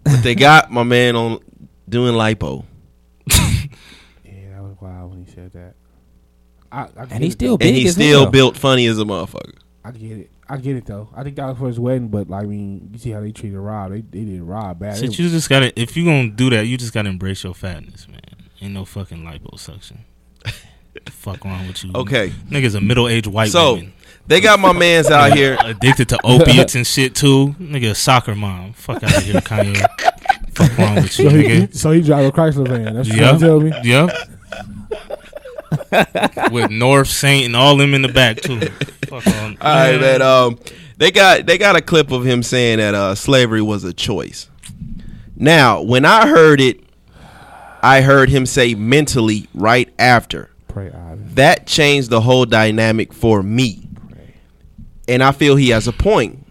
Speaker 2: but they got my man on doing lipo.
Speaker 4: Yeah, that was wild when he said that. I, I get
Speaker 6: And he's
Speaker 4: it,
Speaker 6: still
Speaker 4: though.
Speaker 6: big
Speaker 2: And he
Speaker 6: as
Speaker 2: still
Speaker 6: hell.
Speaker 2: built funny as a motherfucker.
Speaker 4: I get it. I get it though. I think that was for his wedding, but like, I mean, you see how they treated Rob. They they did Rob bad.
Speaker 5: Shit,
Speaker 4: They-
Speaker 5: you just gotta. If you gonna do that, you just gotta embrace your fatness, man. Ain't no fucking liposuction. the fuck wrong with you?
Speaker 2: Okay.
Speaker 5: niggas a middle aged white
Speaker 2: So,
Speaker 5: woman
Speaker 2: They got my man's out here.
Speaker 5: addicted to opiates and shit too. Nigga, a soccer mom. Fuck out of here, Kanye. fuck wrong with you,
Speaker 4: so, he,
Speaker 5: nigga?
Speaker 4: so he drive a Chrysler van. That's what
Speaker 5: Yeah.
Speaker 4: you tell me.
Speaker 5: Yep. With North Saint and all them in the back too. Fuck on.
Speaker 2: All right, man. Um, they got they got a clip of him saying that uh, slavery was a choice. Now, when I heard it, I heard him say mentally right after.
Speaker 4: Pray Ivy.
Speaker 2: That changed the whole dynamic for me, and I feel he has a point,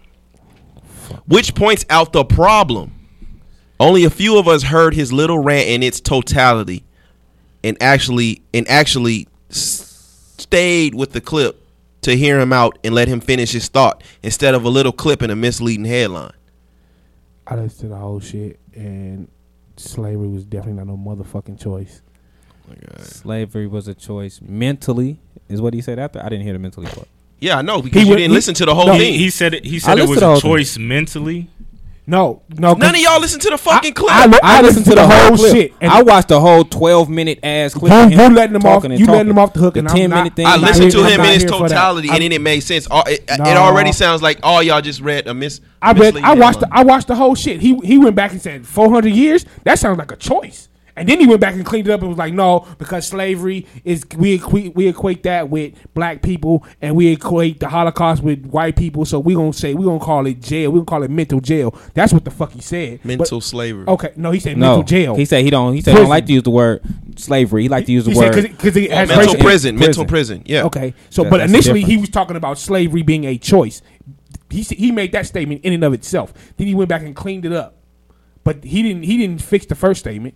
Speaker 2: which points out the problem. Only a few of us heard his little rant in its totality, and actually and actually s- stayed with the clip to hear him out and let him finish his thought instead of a little clip and a misleading headline.
Speaker 4: I listened to the whole shit, and slavery was definitely not no motherfucking choice.
Speaker 6: Slavery was a choice. Mentally is what he said after. I didn't hear the mentally part.
Speaker 2: Yeah, I know because
Speaker 4: He
Speaker 2: you
Speaker 4: went-
Speaker 2: didn't
Speaker 4: he-
Speaker 2: listen to the whole
Speaker 4: no,
Speaker 2: thing.
Speaker 5: He, he said it. He
Speaker 6: I
Speaker 5: said it
Speaker 6: listened
Speaker 5: was
Speaker 6: to all
Speaker 5: a
Speaker 6: of them.
Speaker 5: choice mentally.
Speaker 4: No, no,
Speaker 2: None of y'all listen to the fucking clip.
Speaker 4: I, I, listened to the whole
Speaker 6: clip.
Speaker 4: shit. And
Speaker 6: I watched the whole twelve minute ass clip.
Speaker 4: You-
Speaker 6: of him
Speaker 4: you letting him
Speaker 6: talking
Speaker 4: off-
Speaker 6: and
Speaker 4: you letting
Speaker 6: talking.
Speaker 4: him off the hook
Speaker 6: The
Speaker 4: and I'm
Speaker 6: ten
Speaker 4: not-
Speaker 6: minute thing.
Speaker 2: I
Speaker 6: I'm not
Speaker 2: listened to
Speaker 6: here-
Speaker 4: I'm
Speaker 2: him
Speaker 4: not
Speaker 2: in his
Speaker 4: here for that.
Speaker 2: totality,
Speaker 4: I'm-
Speaker 2: and then it made sense. All- It, it
Speaker 4: No.
Speaker 2: already sounds like all y'all just read a mis.
Speaker 4: I read. I
Speaker 2: misleading
Speaker 4: watched. The,
Speaker 2: headline.
Speaker 4: I watched the whole shit. He he went back and said 400 years. That sounds like a choice. And then he went back and cleaned it up and was like, no, because slavery is we equate we equate that with black people and we equate the Holocaust with white people. So we gonna say we gonna call it jail. We gonna call it mental jail. That's what the fuck he said.
Speaker 2: mental slavery.
Speaker 4: But, okay. No, he said
Speaker 6: No,
Speaker 4: mental jail.
Speaker 6: He said he don't. He said he don't
Speaker 4: Prison.
Speaker 6: like to use the word slavery. He like to use the
Speaker 4: He
Speaker 6: word.
Speaker 4: said because it has
Speaker 2: mental
Speaker 4: racial-
Speaker 2: prison, mental prison. Yeah.
Speaker 4: Okay, so
Speaker 6: That-
Speaker 4: but
Speaker 6: that's
Speaker 4: initially
Speaker 6: different.
Speaker 4: he was talking about slavery being a choice. He s- he made that statement in and of itself. Then he went back and cleaned it up, but he didn't he didn't fix the first statement.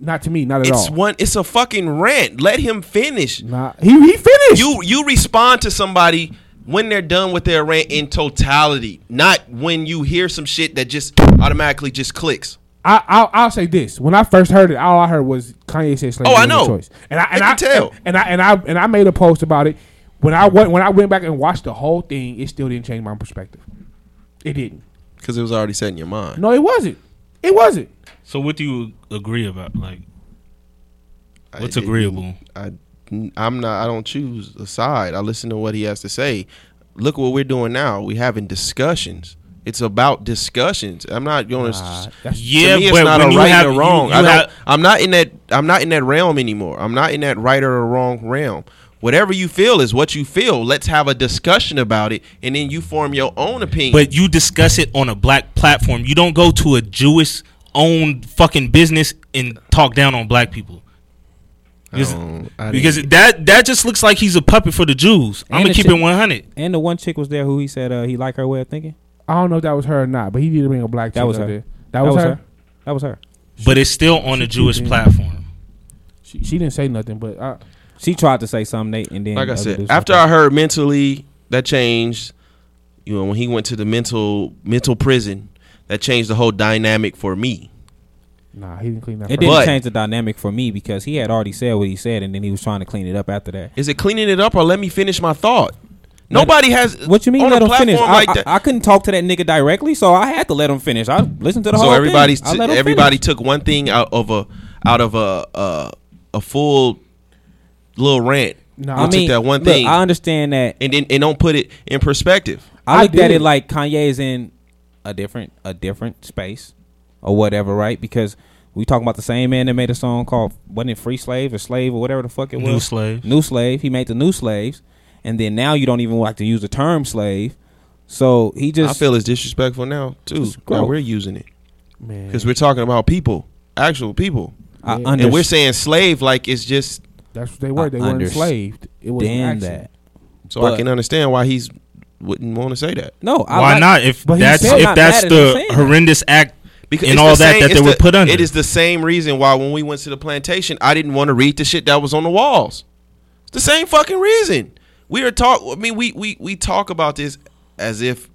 Speaker 4: Not to me, not at
Speaker 2: It's
Speaker 4: all.
Speaker 2: one. It's a fucking rant. Let him finish.
Speaker 4: Nah, he he finished.
Speaker 2: You you respond to somebody when they're done with their rant in totality, not when you hear some shit that just automatically just clicks.
Speaker 4: I I'll, I'll say this: when I first heard it, all I heard was Kanye said slavery.
Speaker 2: Oh, I
Speaker 4: was a
Speaker 2: know.
Speaker 4: choice. and I and
Speaker 2: I
Speaker 4: I,
Speaker 2: can tell.
Speaker 4: and I and I and I made a post about it. When I went when I went back and watched the whole thing, it still didn't change my perspective. It didn't.
Speaker 2: Because it was already set in your mind.
Speaker 4: No, it wasn't. It wasn't.
Speaker 5: So what do you agree about? Like
Speaker 2: I
Speaker 5: what's
Speaker 2: didn't-
Speaker 5: agreeable?
Speaker 2: I I'm not. I don't choose a side. I listen to what he has to say. Look what we're doing now. We having discussions. It's about discussions. I'm not going to.
Speaker 4: That's
Speaker 5: Yeah,
Speaker 2: to me, it's
Speaker 5: but
Speaker 2: not
Speaker 5: when
Speaker 2: a
Speaker 5: you
Speaker 2: right
Speaker 5: have
Speaker 2: or
Speaker 5: you-
Speaker 2: wrong.
Speaker 5: you
Speaker 2: I don't,
Speaker 5: have-
Speaker 2: I'm not in that. I'm not in that realm anymore. I'm not in that right or wrong realm. Whatever you feel is what you feel. Let's have a discussion about it, and then you form your own opinion.
Speaker 5: But you discuss it on a black platform. You don't go to a Jewish owned fucking business and talk down on black people. Because,
Speaker 2: don't- I
Speaker 5: because that that just looks like he's a puppet for the Jews. I'm
Speaker 6: And
Speaker 5: gonna
Speaker 6: the
Speaker 5: keep
Speaker 6: chi-
Speaker 5: it 100.
Speaker 6: And the one chick was there who he said uh, he liked her way of thinking.
Speaker 4: I don't know if that was her or not, but he did bring a black chick
Speaker 6: That was
Speaker 4: up
Speaker 6: her.
Speaker 4: there. That, was, her.
Speaker 6: That was her.
Speaker 5: But it's still on a Jewish platform.
Speaker 4: She, she didn't say nothing, but I,
Speaker 6: She tried to say something, Nate, and then
Speaker 2: like I
Speaker 6: the other
Speaker 2: said,
Speaker 6: dude
Speaker 2: after
Speaker 6: stopped
Speaker 2: I heard mentally that changed, you know, when he went to the mental mental prison, that changed the whole dynamic for me.
Speaker 4: nah, he didn't clean that.
Speaker 6: her. it
Speaker 4: first.
Speaker 6: didn't
Speaker 2: But-
Speaker 6: change the dynamic for me because he had already said what he said, and then he was trying to clean it up after that.
Speaker 2: Is it cleaning it up or let me finish my thought? Nobody has
Speaker 6: What you mean?
Speaker 2: on
Speaker 6: let
Speaker 2: a
Speaker 6: him
Speaker 2: platform
Speaker 6: finish. I,
Speaker 2: like
Speaker 6: I-
Speaker 2: that.
Speaker 6: I couldn't talk to that nigga directly, so I had to let him finish. I listened to the
Speaker 2: so
Speaker 6: whole
Speaker 2: everybody's
Speaker 6: thing. I
Speaker 2: t-
Speaker 6: let him
Speaker 2: everybody
Speaker 6: finish.
Speaker 2: took one thing out of a out of a a, a full little rant.
Speaker 4: No,
Speaker 2: They
Speaker 4: I
Speaker 6: I
Speaker 2: took
Speaker 6: mean,
Speaker 2: that one
Speaker 6: look,
Speaker 2: thing
Speaker 6: I understand that.
Speaker 2: and then and don't put it in perspective.
Speaker 6: I
Speaker 4: I
Speaker 6: looked at
Speaker 4: did.
Speaker 6: it like Kanye's in a different a different space or whatever, right? Because we talking about the same man that made a song called wasn't it Free Slave or Slave or whatever the fuck it was.
Speaker 5: New Slave.
Speaker 6: New slave. He made the new slaves, and then now you don't even like to use the term slave. So he just
Speaker 2: I feel it's disrespectful now too.
Speaker 6: Just
Speaker 2: Now
Speaker 6: grow.
Speaker 2: we're using it
Speaker 4: man,
Speaker 2: because we're talking about people, actual people,
Speaker 6: I
Speaker 4: Yeah.
Speaker 6: understand
Speaker 2: and we're saying slave like it's just
Speaker 4: that's what they were. They were
Speaker 6: understand
Speaker 4: enslaved. It was an action.
Speaker 6: that.
Speaker 2: so I
Speaker 6: But-
Speaker 2: can understand why he's wouldn't want to say that
Speaker 6: No, I
Speaker 5: Why
Speaker 6: like-
Speaker 5: not? If
Speaker 4: But he
Speaker 5: that's
Speaker 4: said- I'm
Speaker 5: if
Speaker 6: not
Speaker 5: that's
Speaker 6: mad at him
Speaker 5: the
Speaker 6: saying that.
Speaker 5: horrendous act and
Speaker 2: it's
Speaker 5: all
Speaker 2: the
Speaker 5: that
Speaker 2: same-
Speaker 5: that
Speaker 2: it's
Speaker 5: they were
Speaker 2: the-
Speaker 5: put under.
Speaker 2: It is the same reason why when we went to the plantation, I didn't want to read the shit that was on the walls. It's the same fucking reason. We are talk. I mean, we we we talk about this as if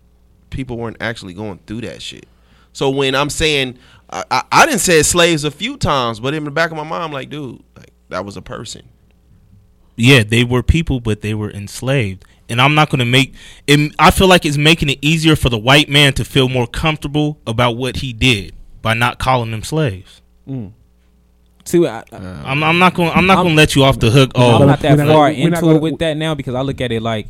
Speaker 2: people weren't actually going through that shit. So when I'm saying I, I, I didn't say slaves a few times, but in the back of my mind, I'm like, dude, like that was a person.
Speaker 5: yeah, they were people, but they were enslaved. And I'm not going to make. It, I feel like it's making it easier for the white man to feel more comfortable about what he did by not calling them slaves.
Speaker 6: See, I, I-
Speaker 5: I'm, I'm not going. I'm not
Speaker 6: I'm-
Speaker 5: going to let you off the hook.
Speaker 6: I'm
Speaker 5: Oh,
Speaker 6: not that
Speaker 4: We're not
Speaker 6: far
Speaker 4: gonna- we're
Speaker 6: into
Speaker 4: not gonna-
Speaker 6: it with that now because I look at it like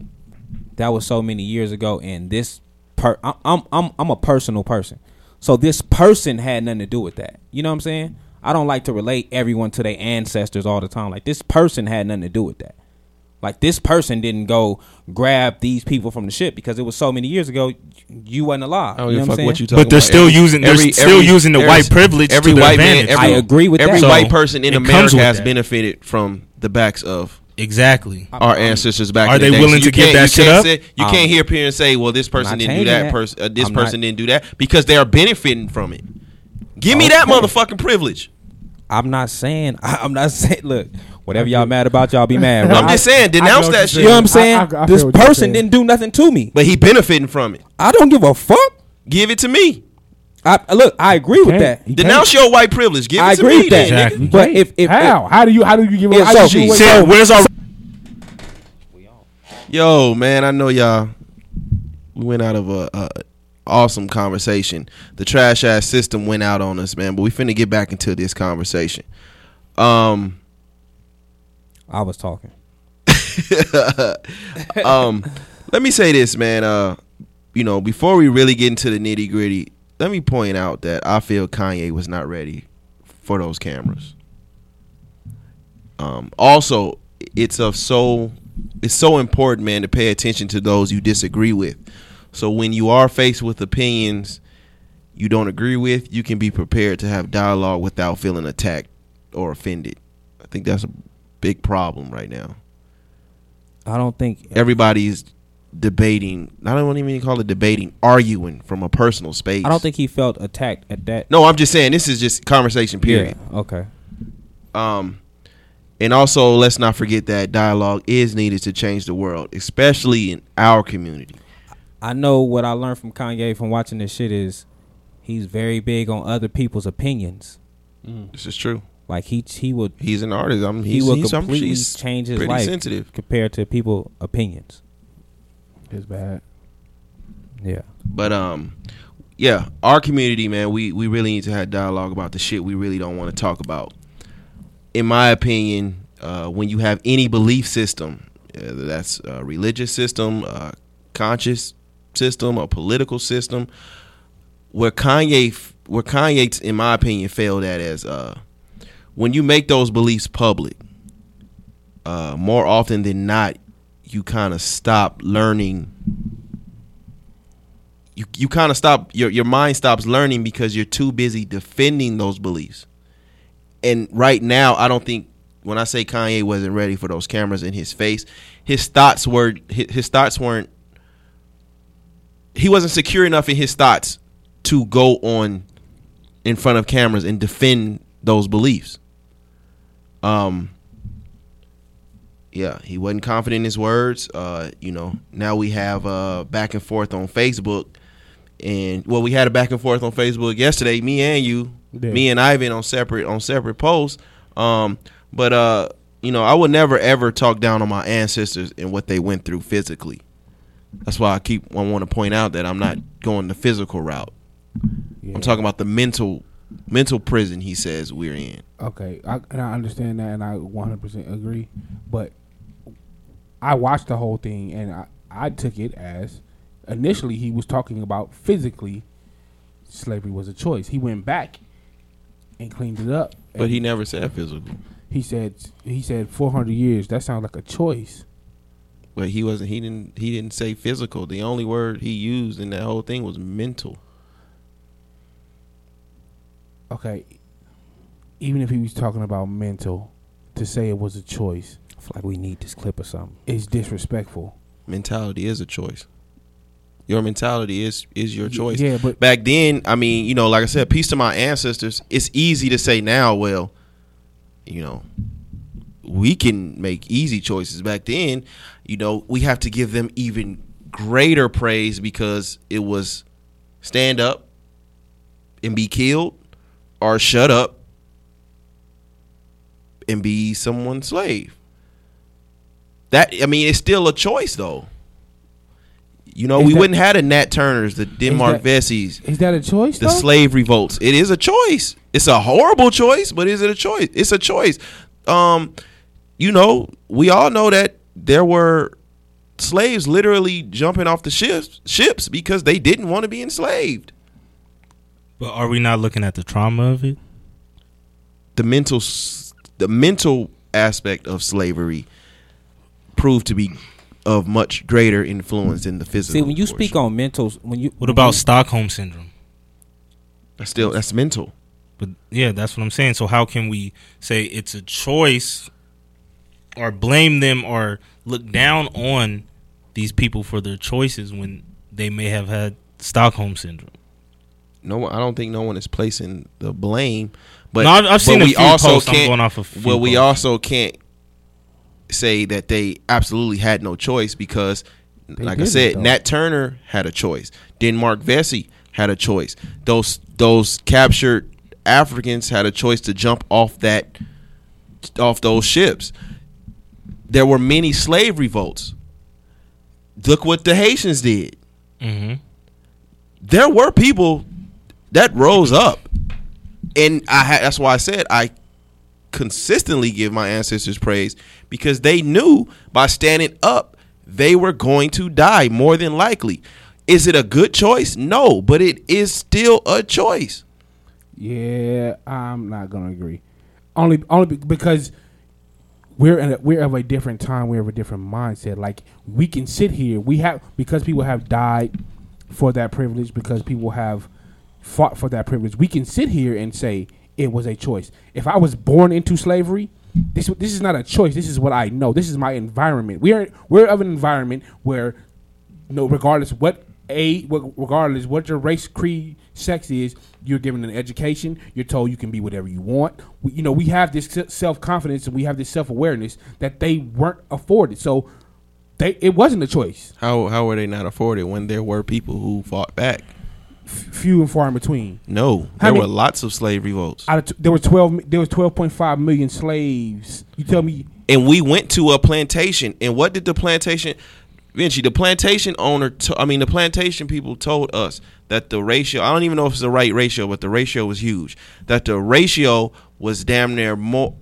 Speaker 6: that was so many years ago, and this per I- I'm I'm I'm a personal person, so this person had nothing to do with that. You know what I'm saying? I don't like to relate everyone to their ancestors all the time. Like this person had nothing to do with that. Like this person didn't go grab these people from the ship because it was so many years ago. You wasn't alive. you know what I'm saying?
Speaker 5: But they're still using- they're still using the white privilege to their advantage.
Speaker 6: I agree with
Speaker 2: every
Speaker 6: that.
Speaker 2: white
Speaker 5: So,
Speaker 2: person in
Speaker 5: it comes
Speaker 2: America
Speaker 5: with
Speaker 2: has
Speaker 5: that.
Speaker 2: benefited from the backs of
Speaker 5: exactly.
Speaker 2: our ancestors back.
Speaker 5: Are
Speaker 2: in the
Speaker 5: they
Speaker 2: day.
Speaker 5: willing
Speaker 2: you
Speaker 5: to give
Speaker 2: can't-
Speaker 5: that
Speaker 2: you
Speaker 5: shit
Speaker 2: can't
Speaker 5: up?
Speaker 2: Say, you
Speaker 6: Um,
Speaker 2: can't hear up here and say, "Well, this person
Speaker 6: not
Speaker 2: didn't do
Speaker 6: changing
Speaker 2: that.
Speaker 6: that.
Speaker 2: Person, uh, this
Speaker 6: I'm
Speaker 2: person
Speaker 6: not-
Speaker 2: didn't do that," because they are benefiting from it. Give me that
Speaker 6: Okay.
Speaker 2: motherfucking privilege.
Speaker 6: I'm not saying. I, I'm not saying. Look, whatever y'all mad about, y'all be mad.
Speaker 2: I'm
Speaker 6: right?
Speaker 2: just saying, denounce
Speaker 4: what
Speaker 2: that
Speaker 4: you're
Speaker 2: shit.
Speaker 6: You know what I'm saying?
Speaker 4: I- I- I feel
Speaker 6: this
Speaker 4: what you're
Speaker 6: person
Speaker 4: saying.
Speaker 6: didn't do nothing to me.
Speaker 2: But he benefiting from it.
Speaker 6: I don't give a fuck.
Speaker 2: Give it to me.
Speaker 6: I look, I agree with
Speaker 4: Can't-
Speaker 6: that.
Speaker 4: he
Speaker 2: Denounce your white privilege. Give it
Speaker 6: I
Speaker 2: to
Speaker 6: agree
Speaker 2: me.
Speaker 6: with that.
Speaker 2: then,
Speaker 5: Exactly.
Speaker 2: nigga.
Speaker 4: You
Speaker 6: But
Speaker 4: can't.
Speaker 6: if- if-
Speaker 4: how how do you how do you give it?
Speaker 6: Yeah,
Speaker 4: how
Speaker 6: so-
Speaker 4: do you
Speaker 6: so-
Speaker 5: Said, where's our?
Speaker 2: Yo, man, I know y'all. We went out of a, a awesome conversation. The trash ass system went out on us, man. But we finna get back into this conversation. Um.
Speaker 6: I was talking.
Speaker 2: um, let me say this, man. Uh, you know, before we really get into the nitty gritty, let me point out that I feel Kanye was not ready for those cameras. Um, also, it's of so it's so important, man, to pay attention to those you disagree with. So when you are faced with opinions you don't agree with, you can be prepared to have dialogue without feeling attacked or offended. I think that's a big problem right now
Speaker 6: I don't think
Speaker 2: everybody's debating. I don't even call it debating, arguing from a personal space.
Speaker 6: I don't think he felt attacked at that.
Speaker 2: No, I'm just saying this is just conversation. Period.
Speaker 6: Yeah. Okay.
Speaker 2: Um, and also let's not forget that dialogue is needed to change the world, especially in our community.
Speaker 6: I know what I learned from Kanye from watching this shit is he's very big on other people's opinions.
Speaker 2: This is true.
Speaker 6: Like he he would
Speaker 2: He's an artist. I'm.
Speaker 6: he
Speaker 2: He's,
Speaker 6: would
Speaker 2: he's, I'm-
Speaker 6: completely
Speaker 2: she's
Speaker 6: change his
Speaker 2: pretty
Speaker 6: life
Speaker 2: sensitive.
Speaker 6: compared to people opinions.
Speaker 4: It's bad.
Speaker 6: Yeah.
Speaker 2: But um, yeah, our community, man, we we really need to have dialogue about the shit we really don't want to talk about. In my opinion, uh, when you have any belief system, uh, that's a religious system, a conscious system, a political system, where Kanye, f- where Kanye, in my opinion, failed at as uh, when you make those beliefs public, uh, more often than not, you kind of stop learning. You you kind of stop your your mind stops learning because you're too busy defending those beliefs. And right now, I don't think when I say Kanye wasn't ready for those cameras in his face, his thoughts were his, his thoughts weren't. He wasn't secure enough in his thoughts to go on in front of cameras and defend those beliefs. Um, yeah, he wasn't confident in his words. Uh, you know, now we have uh back and forth on Facebook, and well, we had a back and forth on Facebook yesterday. Me and you,
Speaker 4: Yeah.
Speaker 2: me and Ivan on separate on separate posts. Um, but uh, you know, I would never ever talk down on my ancestors and what they went through physically. That's why I keep I want to point out that I'm not going the physical route.
Speaker 4: Yeah.
Speaker 2: I'm talking about the mental mental prison he says we're in.
Speaker 4: Okay, I, and I understand that, and I 100% agree. But I watched the whole thing, and I, I took it as initially he was talking about physically slavery was a choice. He went back and cleaned it up.
Speaker 2: But he never said physical.
Speaker 4: He said he said 400 years. That sounds like a choice.
Speaker 2: But he wasn't. He didn't. He didn't say physical. The only word he used in that whole thing was mental.
Speaker 4: Okay, even if he was talking about mental, to say it was a choice
Speaker 6: I feel like we need this clip or something.
Speaker 4: is disrespectful.
Speaker 2: Mentality is a choice. Your mentality is is your choice.
Speaker 4: Yeah, but
Speaker 2: Back then, I mean, you know, like I said, peace to my ancestors. It's easy to say now. Well, you know, we can make easy choices. Back then, you know, we have to give them even greater praise because it was stand up and be killed or shut up and be someone's slave. That I mean, it's still a choice though. You know,
Speaker 4: Is
Speaker 2: we
Speaker 4: that-
Speaker 2: wouldn't had the Nat Turners, the Denmark
Speaker 4: that-
Speaker 2: Vessies,
Speaker 4: is that a choice?
Speaker 2: the
Speaker 4: though?
Speaker 2: slave revolts. It is a choice. It's a horrible choice, but is it a choice? It's a choice. Um, you know, we all know that there were slaves literally jumping off the ships ships because they didn't want to be enslaved.
Speaker 5: But are we not looking at the trauma of it?
Speaker 2: the mental s- the mental aspect of slavery proved to be of much greater influence than the physical.
Speaker 6: See, when you speak on mentals, when you
Speaker 5: What about Stockholm syndrome?
Speaker 2: that's still that's mental.
Speaker 5: But yeah, that's what I'm saying. So how can we say it's a choice or blame them or look down on these people for their choices when they may have had Stockholm syndrome?
Speaker 2: No, one- I don't think no one is placing the blame. But
Speaker 5: No, I've- I've
Speaker 2: but
Speaker 5: seen a
Speaker 2: we
Speaker 5: few
Speaker 2: also
Speaker 5: posts. I'm
Speaker 2: can't-
Speaker 5: going off a few
Speaker 2: well, we
Speaker 5: posts.
Speaker 2: also can't say that they absolutely had no choice because, like I
Speaker 4: didn't,
Speaker 2: said,
Speaker 4: though.
Speaker 2: Nat Turner had a choice. Denmark Vesey had a choice. Those those captured Africans had a choice to jump off that off those ships. There were many slave revolts. Look what the Haitians did
Speaker 5: Mm-hmm.
Speaker 2: there were people that rose up, and I ha- that's why I said I consistently give my ancestors praise because they knew by standing up they were going to die more than likely. Is it a good choice? No, but it is still a choice.
Speaker 4: Yeah, I'm not gonna agree. Only, only be- because we're in a, we're of a different time. We're of a different mindset. Like we can sit here. We have because people have died for that privilege. Because people have fought for that privilege. We can sit here and say it was a choice. If I was born into slavery, this this is not a choice. This is what I know. This is my environment. We are we're of an environment where no, regardless what age, what, regardless what your race, creed, sex is, you're given an education. You're told you can be whatever you want. We, you know, we have this self confidence and we have this self awareness that they weren't afforded. So they it wasn't a choice.
Speaker 2: How how were they not afforded when there were people who fought back?
Speaker 4: F- few and far in between.
Speaker 2: No,
Speaker 4: How
Speaker 2: there
Speaker 4: many-
Speaker 2: were lots of slave revolts,
Speaker 4: Out of t- there were twelve. There was twelve point five million slaves. You tell me
Speaker 2: and we went to a plantation. And what did the plantation? Vinci, the plantation owner, to, I mean, the plantation people told us that the ratio, I don't even know if it's the right ratio, but the ratio was huge. That the ratio was damn near more,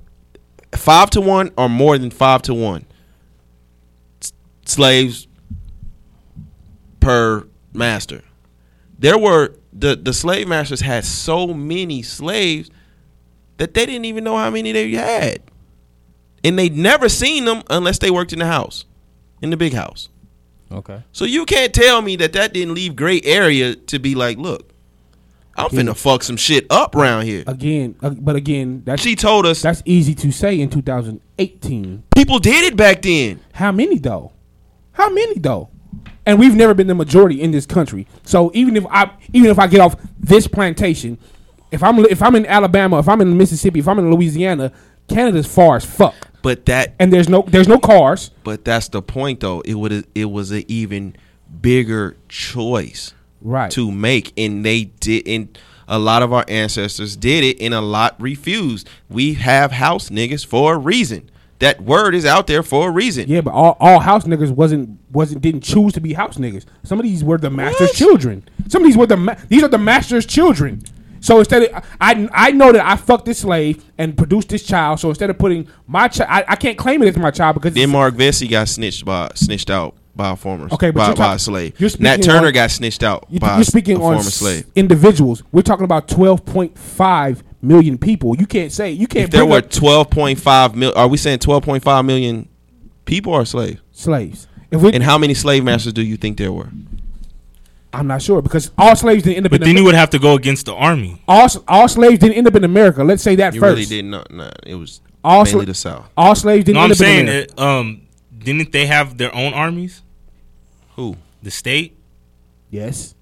Speaker 2: five to one or more than five to one S- slaves per master. There were, the, the slave masters had so many slaves that they didn't even know how many they had. and they never seen them unless they worked in the house, in the big house.
Speaker 6: Okay.
Speaker 2: So you can't tell me that that didn't leave gray area to be like, look, I'm finna fuck some shit up around here.
Speaker 4: Again, uh, but again, that's
Speaker 2: She told us
Speaker 4: that's easy to say in 2018.
Speaker 2: people did it back then.
Speaker 4: How many though? How many though? And we've never been the majority in this country. So even if I even if I get off this plantation, if I'm if I'm in Alabama, if I'm in Mississippi, if I'm in Louisiana, Canada's far as fuck.
Speaker 2: But that
Speaker 4: And there's no there's no cars.
Speaker 2: but that's the point though. It would it was an even bigger choice
Speaker 4: Right.
Speaker 2: to make and they did and a lot of our ancestors did it and a lot refused. We have house niggas for a reason. That word is out there for a reason.
Speaker 4: Yeah, but all, all house niggas wasn't wasn't didn't choose to be house niggas. Some of these were the master's
Speaker 2: What?
Speaker 4: children. Some of these were the ma- these are the master's children. So instead of I, I know that I fucked this slave and produced this child. So instead of putting my child, I, I can't claim it as my child because
Speaker 2: Then
Speaker 4: it's-
Speaker 2: Mark Vesey got snitched by snitched out by a former
Speaker 4: Okay, but
Speaker 2: by,
Speaker 4: you're
Speaker 2: by
Speaker 4: talk-
Speaker 2: a slave.
Speaker 4: you're speaking
Speaker 2: Nat Turner
Speaker 4: on-
Speaker 2: got snitched out
Speaker 4: you,
Speaker 2: by
Speaker 4: are speaking
Speaker 2: a
Speaker 4: on
Speaker 2: former
Speaker 4: s-
Speaker 2: slave.
Speaker 4: individuals. We're talking about twelve point five million people. You can't say you can't.
Speaker 2: If there
Speaker 4: bring
Speaker 2: were
Speaker 4: up
Speaker 2: 12.5 mil, are we saying 12.5 million people are slaves?
Speaker 4: slaves. If we,
Speaker 2: And how many slave masters do you think there were?
Speaker 4: I'm not sure because all slaves didn't end up. in
Speaker 5: But then
Speaker 4: Amer-
Speaker 5: you would have to go against the army.
Speaker 4: all all slaves didn't end up in America. Let's say that
Speaker 2: You
Speaker 4: first.
Speaker 2: really did not. Nah, it was
Speaker 4: All
Speaker 2: mainly
Speaker 4: sla-
Speaker 2: the South.
Speaker 4: All slaves didn't
Speaker 5: No,
Speaker 4: end up
Speaker 5: I'm
Speaker 4: in
Speaker 5: saying,
Speaker 4: America.
Speaker 5: it, um, didn't they have their own armies?
Speaker 2: Who?
Speaker 5: The state.
Speaker 4: Yes.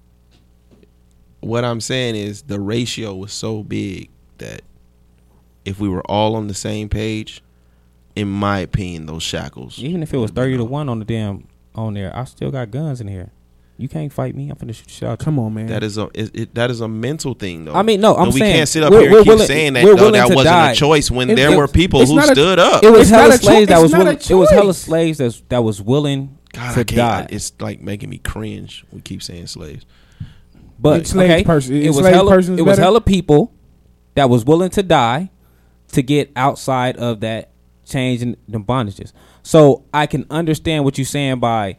Speaker 2: What I'm saying is the ratio was so big that if we were all on the same page, in my opinion, those shackles.
Speaker 6: Even if it was thirty to one on the damn on there, I still got guns in here. You can't fight me. I'm finna shoot the shit out. you.
Speaker 4: Come on, man.
Speaker 2: That is a it, it, that is a mental thing though.
Speaker 6: Mm-hmm. I mean, no,
Speaker 2: And
Speaker 6: I'm
Speaker 2: we
Speaker 6: saying
Speaker 2: can't sit up
Speaker 6: we're-
Speaker 2: here and
Speaker 6: we're
Speaker 2: keep
Speaker 6: willing-
Speaker 2: saying that
Speaker 6: we're
Speaker 2: though.
Speaker 6: willing
Speaker 2: That
Speaker 6: to
Speaker 2: wasn't
Speaker 6: die.
Speaker 2: a choice when
Speaker 4: It-
Speaker 2: there
Speaker 4: it-
Speaker 2: were people
Speaker 4: it's
Speaker 2: who
Speaker 4: not a-
Speaker 2: stood up.
Speaker 6: It was
Speaker 4: It's
Speaker 6: hella
Speaker 4: not a
Speaker 6: slaves
Speaker 4: choi-
Speaker 6: that
Speaker 4: it's
Speaker 6: was
Speaker 4: not a
Speaker 6: willing. It was hella
Speaker 4: choice.
Speaker 6: slaves that that was willing
Speaker 2: God,
Speaker 6: to
Speaker 2: I
Speaker 6: die.
Speaker 2: can't. I, it's like making me cringe. We keep saying slaves.
Speaker 6: But
Speaker 4: Enslaved
Speaker 6: okay,
Speaker 4: person-
Speaker 6: it was
Speaker 4: enslaved
Speaker 6: hella,
Speaker 4: person is
Speaker 6: it was
Speaker 4: better?
Speaker 6: hella people that was willing to die to get outside of that change in the bondages. So I can understand what you're saying by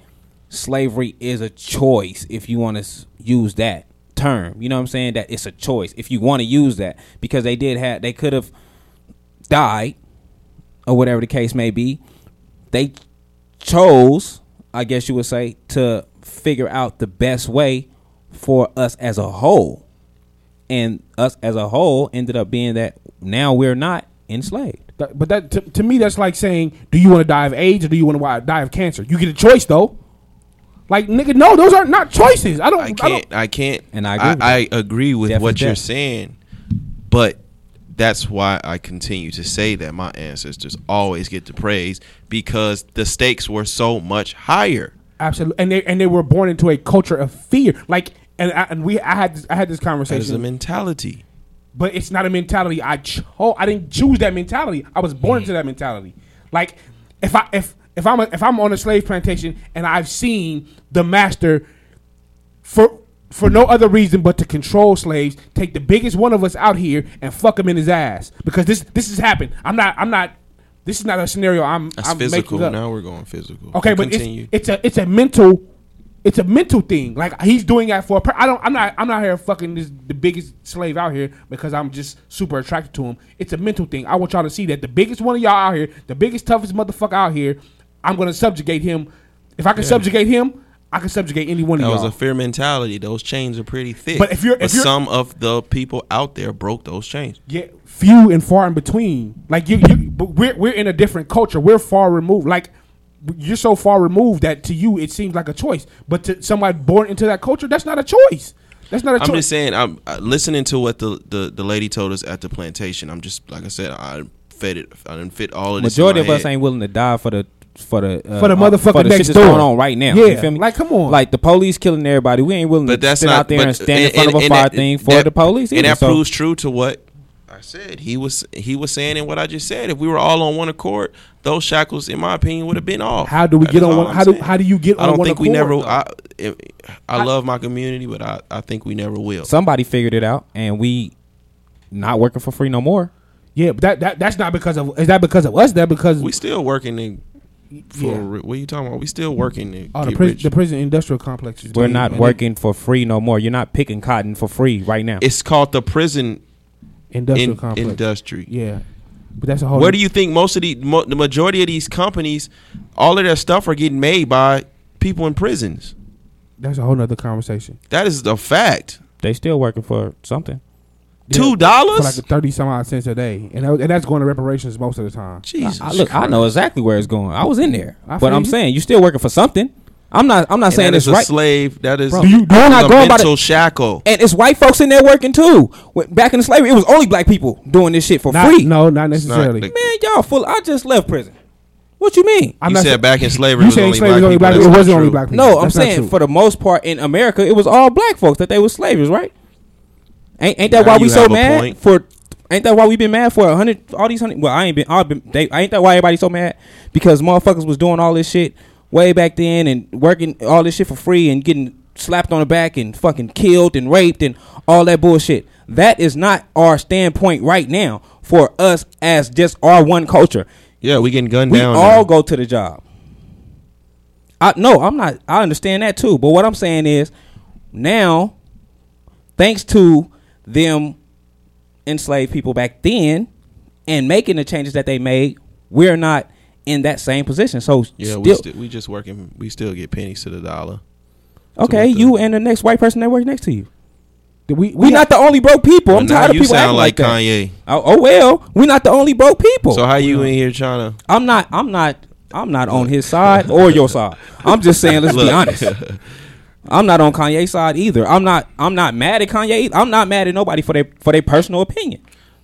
Speaker 6: slavery is a choice if you want to use that term. You know what I'm saying? That it's a choice if you want to use that because they did have they could have died or whatever the case may be. They chose, I guess you would say, to figure out the best way for us as a whole. And us as a whole ended up being that now we're not enslaved.
Speaker 4: That- but that to, to me, that's like saying, do you want to die of AIDS or do you want to die of cancer? You get a choice though. Like nigga, no, those are not choices. I don't.
Speaker 2: I
Speaker 4: I,
Speaker 2: can't.
Speaker 4: don't
Speaker 2: I, can't.
Speaker 6: And I agree with
Speaker 2: I, agree with
Speaker 6: Death
Speaker 2: what
Speaker 6: is
Speaker 2: you're
Speaker 6: death.
Speaker 2: saying, but that's why I continue to say that my ancestors always get the praise because the stakes were so much higher.
Speaker 4: absolutely. And they and they were born into a culture of fear. Like and I, and we I had this, I had this
Speaker 2: That is a
Speaker 4: conversation,
Speaker 2: mentality.
Speaker 4: but it's not a mentality. I chose. I didn't choose that mentality. I was born into that mentality. Like if I if if I'm a, if I'm on a slave plantation and I've seen the master for for no other reason but to control slaves, take the biggest one of us out here and fuck him in his ass because this this has happened. I'm not I'm not this is not a scenario I'm
Speaker 2: That's
Speaker 4: I'm
Speaker 2: physical.
Speaker 4: making up.
Speaker 2: Now we're going physical.
Speaker 4: Okay, but it's, it's a it's a mental it's a mental thing. Like he's doing that for a per- I don't I'm not I'm not here fucking this the biggest slave out here because I'm just super attracted to him. It's a mental thing. I want y'all to see that the biggest one of y'all out here, the biggest toughest motherfucker out here, I'm going to subjugate him. If I can subjugate him, I can subjugate any one of
Speaker 2: that
Speaker 4: y'all.
Speaker 2: was a fear mentality. Those chains are pretty thick.
Speaker 4: But if you're- if you're-
Speaker 2: some of the people out there broke those chains.
Speaker 4: yeah, few and far in between. Like you, you but we're we're in a different culture. We're far removed. Like you're so far removed that to you it seems like a choice, but to somebody born into that culture, that's not a choice. That's not a
Speaker 2: I'm
Speaker 4: choice.
Speaker 2: just saying. I'm uh, listening to what the, the the lady told us at the plantation. I'm just like I said. I fed it. I didn't fit all of this. in
Speaker 6: Majority
Speaker 2: my
Speaker 6: of us
Speaker 2: head.
Speaker 6: ain't willing to die for the for the uh,
Speaker 4: For the
Speaker 6: uh,
Speaker 4: motherfucker
Speaker 6: for the
Speaker 4: next
Speaker 6: shit that's
Speaker 4: door.
Speaker 6: going on right now.
Speaker 4: Yeah,
Speaker 6: you feel me?
Speaker 4: like, come on.
Speaker 6: like the police killing everybody. We ain't willing
Speaker 2: But
Speaker 6: to
Speaker 2: that's
Speaker 6: sit
Speaker 2: not.
Speaker 6: out there
Speaker 2: but,
Speaker 6: and stand in front of a fire
Speaker 2: that-
Speaker 6: thing for
Speaker 2: that-
Speaker 6: the police.
Speaker 2: And
Speaker 6: either.
Speaker 2: that
Speaker 6: So-
Speaker 2: proves true to what I said. He was he was saying in what I just said. If we were all on one accord, those shackles, in my opinion, would have been off.
Speaker 4: How do we
Speaker 2: That
Speaker 4: get
Speaker 2: is
Speaker 4: on
Speaker 2: all
Speaker 4: one-
Speaker 2: I'm
Speaker 4: how do-
Speaker 2: saying.
Speaker 4: how do you get
Speaker 2: I don't
Speaker 4: on one
Speaker 2: think we never.
Speaker 4: accord,
Speaker 2: I, I I love my community, but I I think we never will.
Speaker 6: somebody figured it out, and we not working for free no more.
Speaker 4: yeah, but that, that that's not because of is that because of us? That because
Speaker 2: We still working in. For
Speaker 4: Yeah.
Speaker 2: re- what are you talking about? We still working to
Speaker 4: oh, the,
Speaker 2: get
Speaker 4: prison,
Speaker 2: rich.
Speaker 4: the prison industrial complex. is
Speaker 6: We're
Speaker 4: doing it,
Speaker 6: not
Speaker 4: man.
Speaker 6: working for free no more. You're not picking cotton for free right now.
Speaker 2: It's called the prison
Speaker 4: industrial
Speaker 2: in-
Speaker 4: complex.
Speaker 2: industry.
Speaker 4: yeah, But that's a whole.
Speaker 2: Where do you think most of the mo- the majority of these companies, all of their stuff are getting made by people in prisons?
Speaker 4: That's a whole nother conversation.
Speaker 2: That is a fact.
Speaker 6: They still working for something.
Speaker 2: Two
Speaker 4: For like
Speaker 2: dollars.
Speaker 4: thirty some odd cents a day, and that- and that's going to reparations most of the time.
Speaker 2: Jesus.
Speaker 6: I, look, I
Speaker 2: Christ.
Speaker 6: know exactly where it's going. I was in there,
Speaker 4: I
Speaker 6: but
Speaker 4: feel
Speaker 6: I'm
Speaker 4: you.
Speaker 6: saying you still working for something. I'm not. I'm not
Speaker 2: And
Speaker 6: saying
Speaker 2: that is a
Speaker 6: it's right.
Speaker 2: slave. That is
Speaker 6: Do you- do I not
Speaker 2: a
Speaker 6: go about it?
Speaker 2: mental shackle.
Speaker 6: and it's white folks in there working too. When- Back in slavery, it was only black people doing this shit for
Speaker 4: Not,
Speaker 6: free.
Speaker 4: No, not necessarily.
Speaker 2: the-
Speaker 6: Man, y'all full. I just left prison. What you mean?
Speaker 4: I'm
Speaker 2: you
Speaker 4: not
Speaker 2: said
Speaker 4: sa-
Speaker 2: back in slavery
Speaker 4: You
Speaker 2: was
Speaker 4: saying
Speaker 2: only
Speaker 4: slavery was
Speaker 2: black
Speaker 4: only
Speaker 2: people.
Speaker 4: black? It
Speaker 2: That's not
Speaker 4: wasn't only
Speaker 2: true.
Speaker 4: black people.
Speaker 6: No, I'm
Speaker 4: That's not
Speaker 6: saying
Speaker 4: true.
Speaker 6: for the most part in America, it was all black folks that they were slaves, right? Ain't, ain't that
Speaker 2: Now
Speaker 6: why we
Speaker 2: you
Speaker 6: so
Speaker 2: have a
Speaker 6: mad
Speaker 2: point.
Speaker 6: for? Ain't that why we been mad for a hundred? All these hundred? Well, I ain't been. I've been. They, ain't that why everybody so mad? Because motherfuckers was doing all this shit way back then and working all this shit for free and getting slapped on the back and fucking killed and raped and all that bullshit. That is not our standpoint right now for us as just our one culture.
Speaker 2: Yeah, we getting gunned
Speaker 6: We
Speaker 2: down.
Speaker 6: all
Speaker 2: now.
Speaker 6: go to the job. I no, I'm not. I understand that too. But what I'm saying is, now, thanks to them enslaved people back then and making the changes that they made, we're not in that same position. So
Speaker 2: Yeah, we
Speaker 6: still-
Speaker 2: sti- we just working. We still get pennies to the dollar.
Speaker 6: okay,
Speaker 2: what the-
Speaker 6: you and the next white person that works next to you.
Speaker 4: Did we
Speaker 6: We're
Speaker 4: we
Speaker 6: not the only broke people. I'm
Speaker 2: But now
Speaker 6: tired of
Speaker 2: you
Speaker 6: people
Speaker 2: sound
Speaker 6: acting
Speaker 2: like
Speaker 6: like, that.
Speaker 2: Kanye.
Speaker 6: Oh, oh well, we're not the only broke people.
Speaker 2: So how you in here trying to?
Speaker 6: I'm not. I'm not. I'm not on his side or your side. I'm just saying. Let's be
Speaker 2: Look.
Speaker 6: honest. I'm not on Kanye's side either. I'm not. I'm not mad at Kanye. Either. I'm not mad at nobody for their for their personal opinion.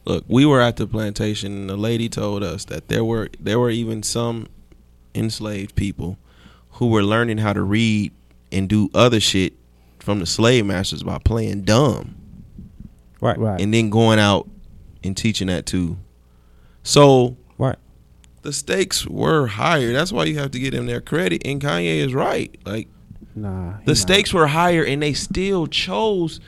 Speaker 2: Look, we were at the plantation, and the lady told us that there were there were even some enslaved people who were learning how to read and do other shit from the slave masters by playing dumb
Speaker 6: Right.
Speaker 4: right?
Speaker 2: and then going out and teaching that too. So
Speaker 6: Right.
Speaker 2: the stakes were higher. That's why you have to give them their credit. And Kanye is right. Like
Speaker 4: Nah, he
Speaker 2: the
Speaker 4: not.
Speaker 2: stakes were higher, and they still chose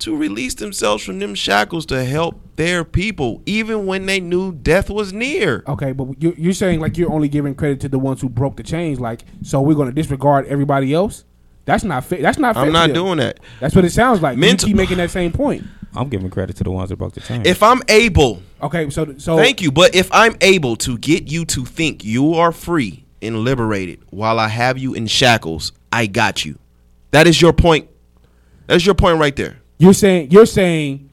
Speaker 2: to release themselves from them shackles to help their people, even when they knew death was near.
Speaker 4: Okay, but you, you're saying like you're only giving credit to the ones who broke the chains. Like, so we're going to disregard everybody else? That's not fair. That's not. Fair
Speaker 2: I'm
Speaker 4: to
Speaker 2: not
Speaker 4: them.
Speaker 2: doing that.
Speaker 4: That's what it sounds like.
Speaker 2: Mental-
Speaker 4: you keep making that same point.
Speaker 6: I'm giving credit to the ones that broke the chain.
Speaker 2: If I'm able,
Speaker 4: Okay, so so
Speaker 2: thank you, but if I'm able to get you to think you are free and liberated while I have you in shackles, I got you. That is your point. That's your point right there.
Speaker 4: You're saying you're saying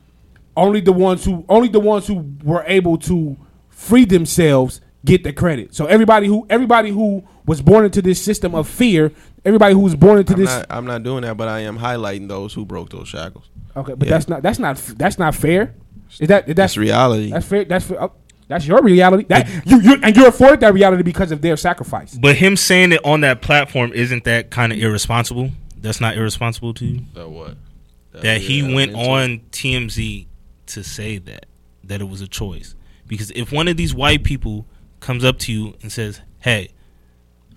Speaker 4: only the ones who only the ones who were able to free themselves get the credit. So everybody who everybody who was born into this system of fear, everybody who was born into
Speaker 2: I'm
Speaker 4: this
Speaker 2: not, I'm not doing that, but I am highlighting those who broke those shackles.
Speaker 4: Okay, but
Speaker 2: Yeah.
Speaker 4: that's not that's not that's not fair. Is that is
Speaker 2: That's
Speaker 4: that's
Speaker 2: reality.
Speaker 4: that's fair that's fair, uh, that's your reality. That you you and you're afforded that reality because of their sacrifice.
Speaker 5: But him saying it on that platform isn't that kind of irresponsible? That's not irresponsible to you.
Speaker 2: That what?
Speaker 5: that he
Speaker 2: Uh, yeah,
Speaker 5: went
Speaker 2: mental.
Speaker 5: on TMZ to say that that it was a choice. Because if one of these white people comes up to you and says, "Hey,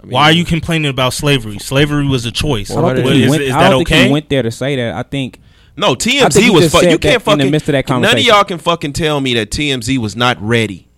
Speaker 2: I mean,
Speaker 5: why are you complaining about slavery? Slavery was a choice.
Speaker 6: I don't think,
Speaker 5: Well,
Speaker 6: he
Speaker 5: is,
Speaker 6: went,
Speaker 5: is
Speaker 6: I
Speaker 5: that
Speaker 6: don't think
Speaker 5: okay?"
Speaker 6: he went there to say that. I think
Speaker 2: No,
Speaker 6: I think
Speaker 2: TMZ
Speaker 6: he
Speaker 2: was.
Speaker 6: just
Speaker 2: Fu-
Speaker 6: said
Speaker 2: you
Speaker 6: that
Speaker 2: can't
Speaker 6: in the
Speaker 2: fucking.
Speaker 6: midst of that
Speaker 2: none of
Speaker 6: conversation.
Speaker 2: y'all can fucking tell me that TMZ was not ready.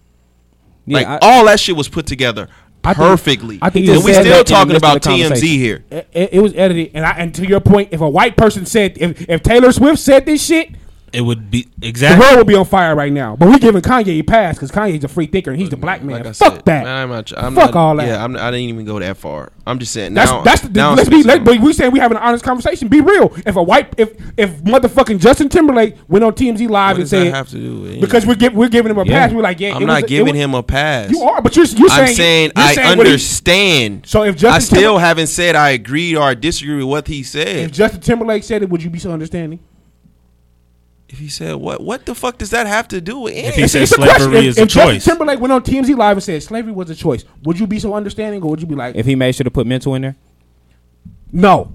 Speaker 6: yeah,
Speaker 2: like
Speaker 6: I-
Speaker 2: all that shit was put together
Speaker 4: I think-
Speaker 2: perfectly.
Speaker 4: I think
Speaker 2: and
Speaker 4: he
Speaker 2: we
Speaker 4: said
Speaker 6: that in
Speaker 2: still
Speaker 6: the
Speaker 2: talking
Speaker 6: midst of
Speaker 2: about
Speaker 6: the
Speaker 2: TMZ
Speaker 6: conversation.
Speaker 2: here.
Speaker 4: It, it- it was edited, and I and to your point, if a white person said if, if Taylor Swift said this shit,
Speaker 5: It would be
Speaker 4: the
Speaker 5: exactly.
Speaker 4: world would be on fire right now. But we giving Kanye a pass because Kanye's a free thinker and he's the black man.
Speaker 2: Like I
Speaker 4: Fuck
Speaker 2: said,
Speaker 4: that.
Speaker 2: I'm not, I'm
Speaker 4: Fuck
Speaker 2: not-
Speaker 4: all that.
Speaker 2: Yeah, I'm, I didn't even go that far. I'm just saying.
Speaker 4: That's
Speaker 2: now,
Speaker 4: that's the,
Speaker 2: now I'm
Speaker 4: let's be let,
Speaker 2: speaking.
Speaker 4: but we saying we having an honest conversation. Be real. If a white if if motherfucking Justin Timberlake went on TMZ live
Speaker 2: What
Speaker 4: and
Speaker 2: does that
Speaker 4: said
Speaker 2: have to do with
Speaker 4: because
Speaker 2: anything?
Speaker 4: we're give, we're giving him a
Speaker 6: Yeah.
Speaker 4: pass, we're like yeah,
Speaker 2: I'm
Speaker 4: it
Speaker 2: not
Speaker 4: was, it
Speaker 2: giving
Speaker 4: was-
Speaker 2: him a pass.
Speaker 4: You are, but you're you're saying
Speaker 2: I'm saying
Speaker 4: you're
Speaker 2: I
Speaker 4: what he-
Speaker 2: understand.
Speaker 4: So if Justin
Speaker 2: I still
Speaker 4: Timberlake-
Speaker 2: haven't said I agreed or I disagree with what he said.
Speaker 4: if Justin Timberlake said it, would you be so understanding?
Speaker 2: If he said what, what the fuck does that have to do with
Speaker 5: he
Speaker 2: anything?
Speaker 5: said
Speaker 4: It's a
Speaker 5: slavery
Speaker 4: question. If-
Speaker 5: is
Speaker 4: if
Speaker 5: a
Speaker 4: Justin
Speaker 5: choice.
Speaker 4: Timberlake went on TMZ live and said slavery was a choice, would you be so understanding or would you be like
Speaker 6: if he made sure to put mental in there,
Speaker 4: no?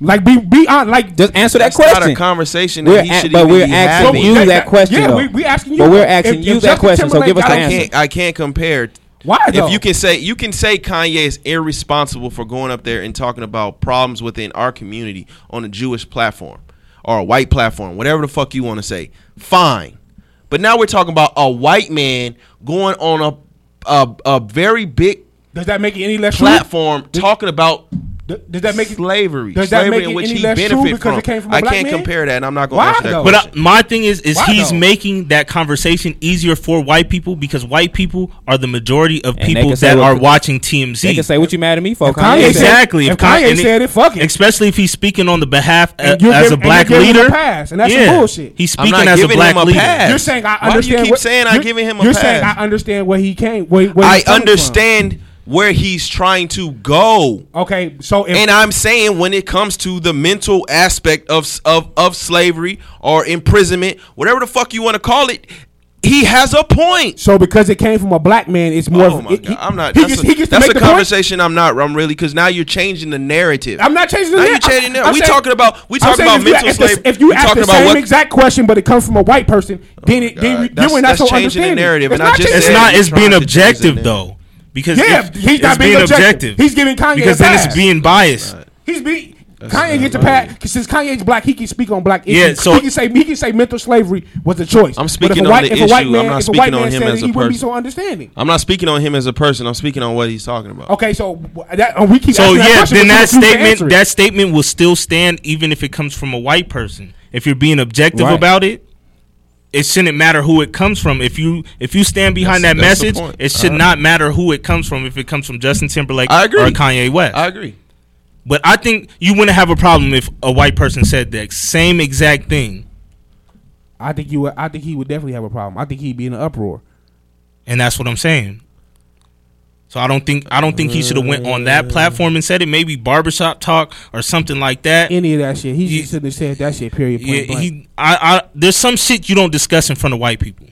Speaker 4: Like be be on like
Speaker 6: just answer that
Speaker 2: That's not
Speaker 6: question.
Speaker 2: a conversation that
Speaker 6: We're
Speaker 2: he
Speaker 6: at-
Speaker 2: should
Speaker 6: but
Speaker 2: even
Speaker 6: we're
Speaker 2: be
Speaker 6: asking
Speaker 2: having.
Speaker 6: you that question,
Speaker 4: Yeah,
Speaker 6: though.
Speaker 4: we, we asking you.
Speaker 6: But we're
Speaker 4: If-
Speaker 6: asking
Speaker 4: if
Speaker 6: you that
Speaker 4: Justin
Speaker 6: question, so
Speaker 4: Timberlake
Speaker 6: give us the
Speaker 4: got a-
Speaker 2: I
Speaker 6: answer.
Speaker 2: can't I can't compare.
Speaker 4: Why though?
Speaker 2: If you can say you can say Kanye is irresponsible for going up there and talking about problems within our community on a Jewish platform or a white platform, whatever the fuck you want to say, fine. But now we're talking about a white man going on a a, a very big
Speaker 4: does that make it any less true?
Speaker 2: platform talking about
Speaker 4: Th- Does that make it?
Speaker 2: slavery?
Speaker 4: does that
Speaker 2: slavery
Speaker 4: make
Speaker 2: in
Speaker 4: it
Speaker 2: which
Speaker 4: any
Speaker 2: he
Speaker 4: less true
Speaker 2: benefited
Speaker 4: because
Speaker 2: from.
Speaker 4: it came from a
Speaker 2: I
Speaker 4: black
Speaker 2: can't
Speaker 4: man?
Speaker 2: compare that. and I'm not going
Speaker 4: Why
Speaker 2: to answer that
Speaker 4: though?
Speaker 2: question.
Speaker 4: But
Speaker 5: But I, my thing is, is
Speaker 4: Why
Speaker 5: he's
Speaker 4: though?
Speaker 5: making that conversation easier for white people because white people are the majority of
Speaker 6: And they
Speaker 5: people
Speaker 6: can say
Speaker 5: that
Speaker 6: what
Speaker 5: are
Speaker 6: the-
Speaker 5: watching
Speaker 6: They can
Speaker 5: TMZ.
Speaker 6: say what you mad at me for.
Speaker 4: Kanye
Speaker 6: Kanye.
Speaker 4: said-
Speaker 5: Exactly.
Speaker 4: If
Speaker 5: If Con-
Speaker 4: Kanye
Speaker 5: and it-
Speaker 4: said it, fuck it.
Speaker 5: Especially if he's speaking on the behalf uh,
Speaker 4: And you're
Speaker 5: as a
Speaker 4: giving- and
Speaker 5: black
Speaker 4: you're giving him
Speaker 5: leader.
Speaker 4: a pass, and that's some bullshit.
Speaker 5: He's
Speaker 2: I'm
Speaker 5: speaking
Speaker 2: not
Speaker 5: as a
Speaker 2: giving
Speaker 5: black
Speaker 2: him a
Speaker 5: leader.
Speaker 2: pass.
Speaker 4: You're saying I
Speaker 2: Why do you
Speaker 4: understand.
Speaker 2: keep
Speaker 4: what-
Speaker 2: saying I
Speaker 4: you're-
Speaker 2: giving him a
Speaker 4: You're saying
Speaker 2: pass?
Speaker 4: I understand where he came. Where, where
Speaker 2: I
Speaker 4: he's coming from.
Speaker 2: understand where he's trying to go.
Speaker 4: Okay, so if
Speaker 2: And I'm saying when it comes to the mental aspect of of of slavery or imprisonment, whatever the fuck you want to call it, he has a point.
Speaker 4: so because it came from a black man, it's more.
Speaker 2: Oh
Speaker 4: of,
Speaker 2: my
Speaker 4: it-
Speaker 2: god, I'm not.
Speaker 4: He,
Speaker 2: That's,
Speaker 4: gets,
Speaker 2: a,
Speaker 4: he gets
Speaker 2: that's
Speaker 4: to make
Speaker 2: a
Speaker 4: the point.
Speaker 2: conversation. I'm not. I'm really because now you're changing the narrative.
Speaker 4: I'm not changing the
Speaker 2: Now you're
Speaker 4: narrative.
Speaker 2: changing
Speaker 4: I'm-
Speaker 2: it.
Speaker 4: I'm
Speaker 2: We
Speaker 4: saying-
Speaker 2: talking about- we
Speaker 4: I'm
Speaker 2: talking
Speaker 4: saying
Speaker 2: about
Speaker 4: if you-
Speaker 2: mental
Speaker 4: if the-
Speaker 2: slavery.
Speaker 4: If you
Speaker 2: We
Speaker 4: ask
Speaker 2: talking
Speaker 4: the
Speaker 2: about
Speaker 4: same
Speaker 2: what-
Speaker 4: exact question, but it comes from a white person, then it
Speaker 2: God.
Speaker 4: then you-
Speaker 2: That's-
Speaker 4: you and I
Speaker 2: that's
Speaker 4: so
Speaker 2: changing the
Speaker 4: understanding.
Speaker 2: narrative,
Speaker 4: It's
Speaker 2: and I
Speaker 4: not
Speaker 2: just
Speaker 4: changing-
Speaker 5: It's
Speaker 2: said
Speaker 5: not.
Speaker 2: he's
Speaker 5: It's being
Speaker 2: trying to change
Speaker 5: objective
Speaker 2: it.
Speaker 5: though, because
Speaker 4: Yeah,
Speaker 5: if-
Speaker 4: he's not
Speaker 5: it's
Speaker 4: being objective. He's giving Kanye
Speaker 5: because
Speaker 4: a
Speaker 5: then
Speaker 4: pass.
Speaker 5: it's being biased.
Speaker 4: He's be Kanye gets a pass since Kanye's black. He can speak on black issues.
Speaker 5: Yeah, so-
Speaker 4: he can say he can say mental slavery was a choice. But
Speaker 2: I'm
Speaker 4: if
Speaker 2: speaking
Speaker 4: a
Speaker 2: on
Speaker 4: white,
Speaker 2: the
Speaker 4: if a white
Speaker 2: issue.
Speaker 4: Man,
Speaker 2: I'm not
Speaker 4: if a
Speaker 2: speaking
Speaker 4: white
Speaker 2: on
Speaker 4: man
Speaker 2: him
Speaker 4: said it,
Speaker 2: as a
Speaker 4: he wouldn't be
Speaker 2: person.
Speaker 4: so understanding.
Speaker 2: I'm not speaking on him as a person. I'm speaking on what he's talking about.
Speaker 4: Okay, so w- that, uh, we keep
Speaker 5: So
Speaker 4: asking that
Speaker 5: yeah,
Speaker 4: question, but
Speaker 5: then
Speaker 4: you
Speaker 5: that
Speaker 4: refuse to answer
Speaker 5: statement
Speaker 4: it.
Speaker 5: that statement will still stand even if it comes from a white person. If you're being objective
Speaker 6: Right.
Speaker 5: about it, it shouldn't matter who it comes from. If you if you stand behind
Speaker 2: That's-
Speaker 5: that
Speaker 2: that's the
Speaker 5: message,
Speaker 2: point.
Speaker 5: it should not matter who it comes from. If it comes from Justin Timberlake
Speaker 2: I agree.
Speaker 5: or Kanye
Speaker 4: Oh,
Speaker 5: West,
Speaker 2: I agree.
Speaker 5: but I think you wouldn't have a problem if a white person said the same exact thing,
Speaker 4: I think you. would- I think he would definitely have a problem. I think he'd be in an uproar.
Speaker 5: and that's what I'm saying. So I don't think I don't think he should have went on
Speaker 6: Mm.
Speaker 5: that platform and said it. Maybe barbershop talk or something like that.
Speaker 4: Any of that shit, he
Speaker 5: Yeah.
Speaker 4: just shouldn't have said that shit. Period. Point
Speaker 5: Yeah,
Speaker 4: blank.
Speaker 5: he. I, I. There's some shit you don't discuss in front of white people.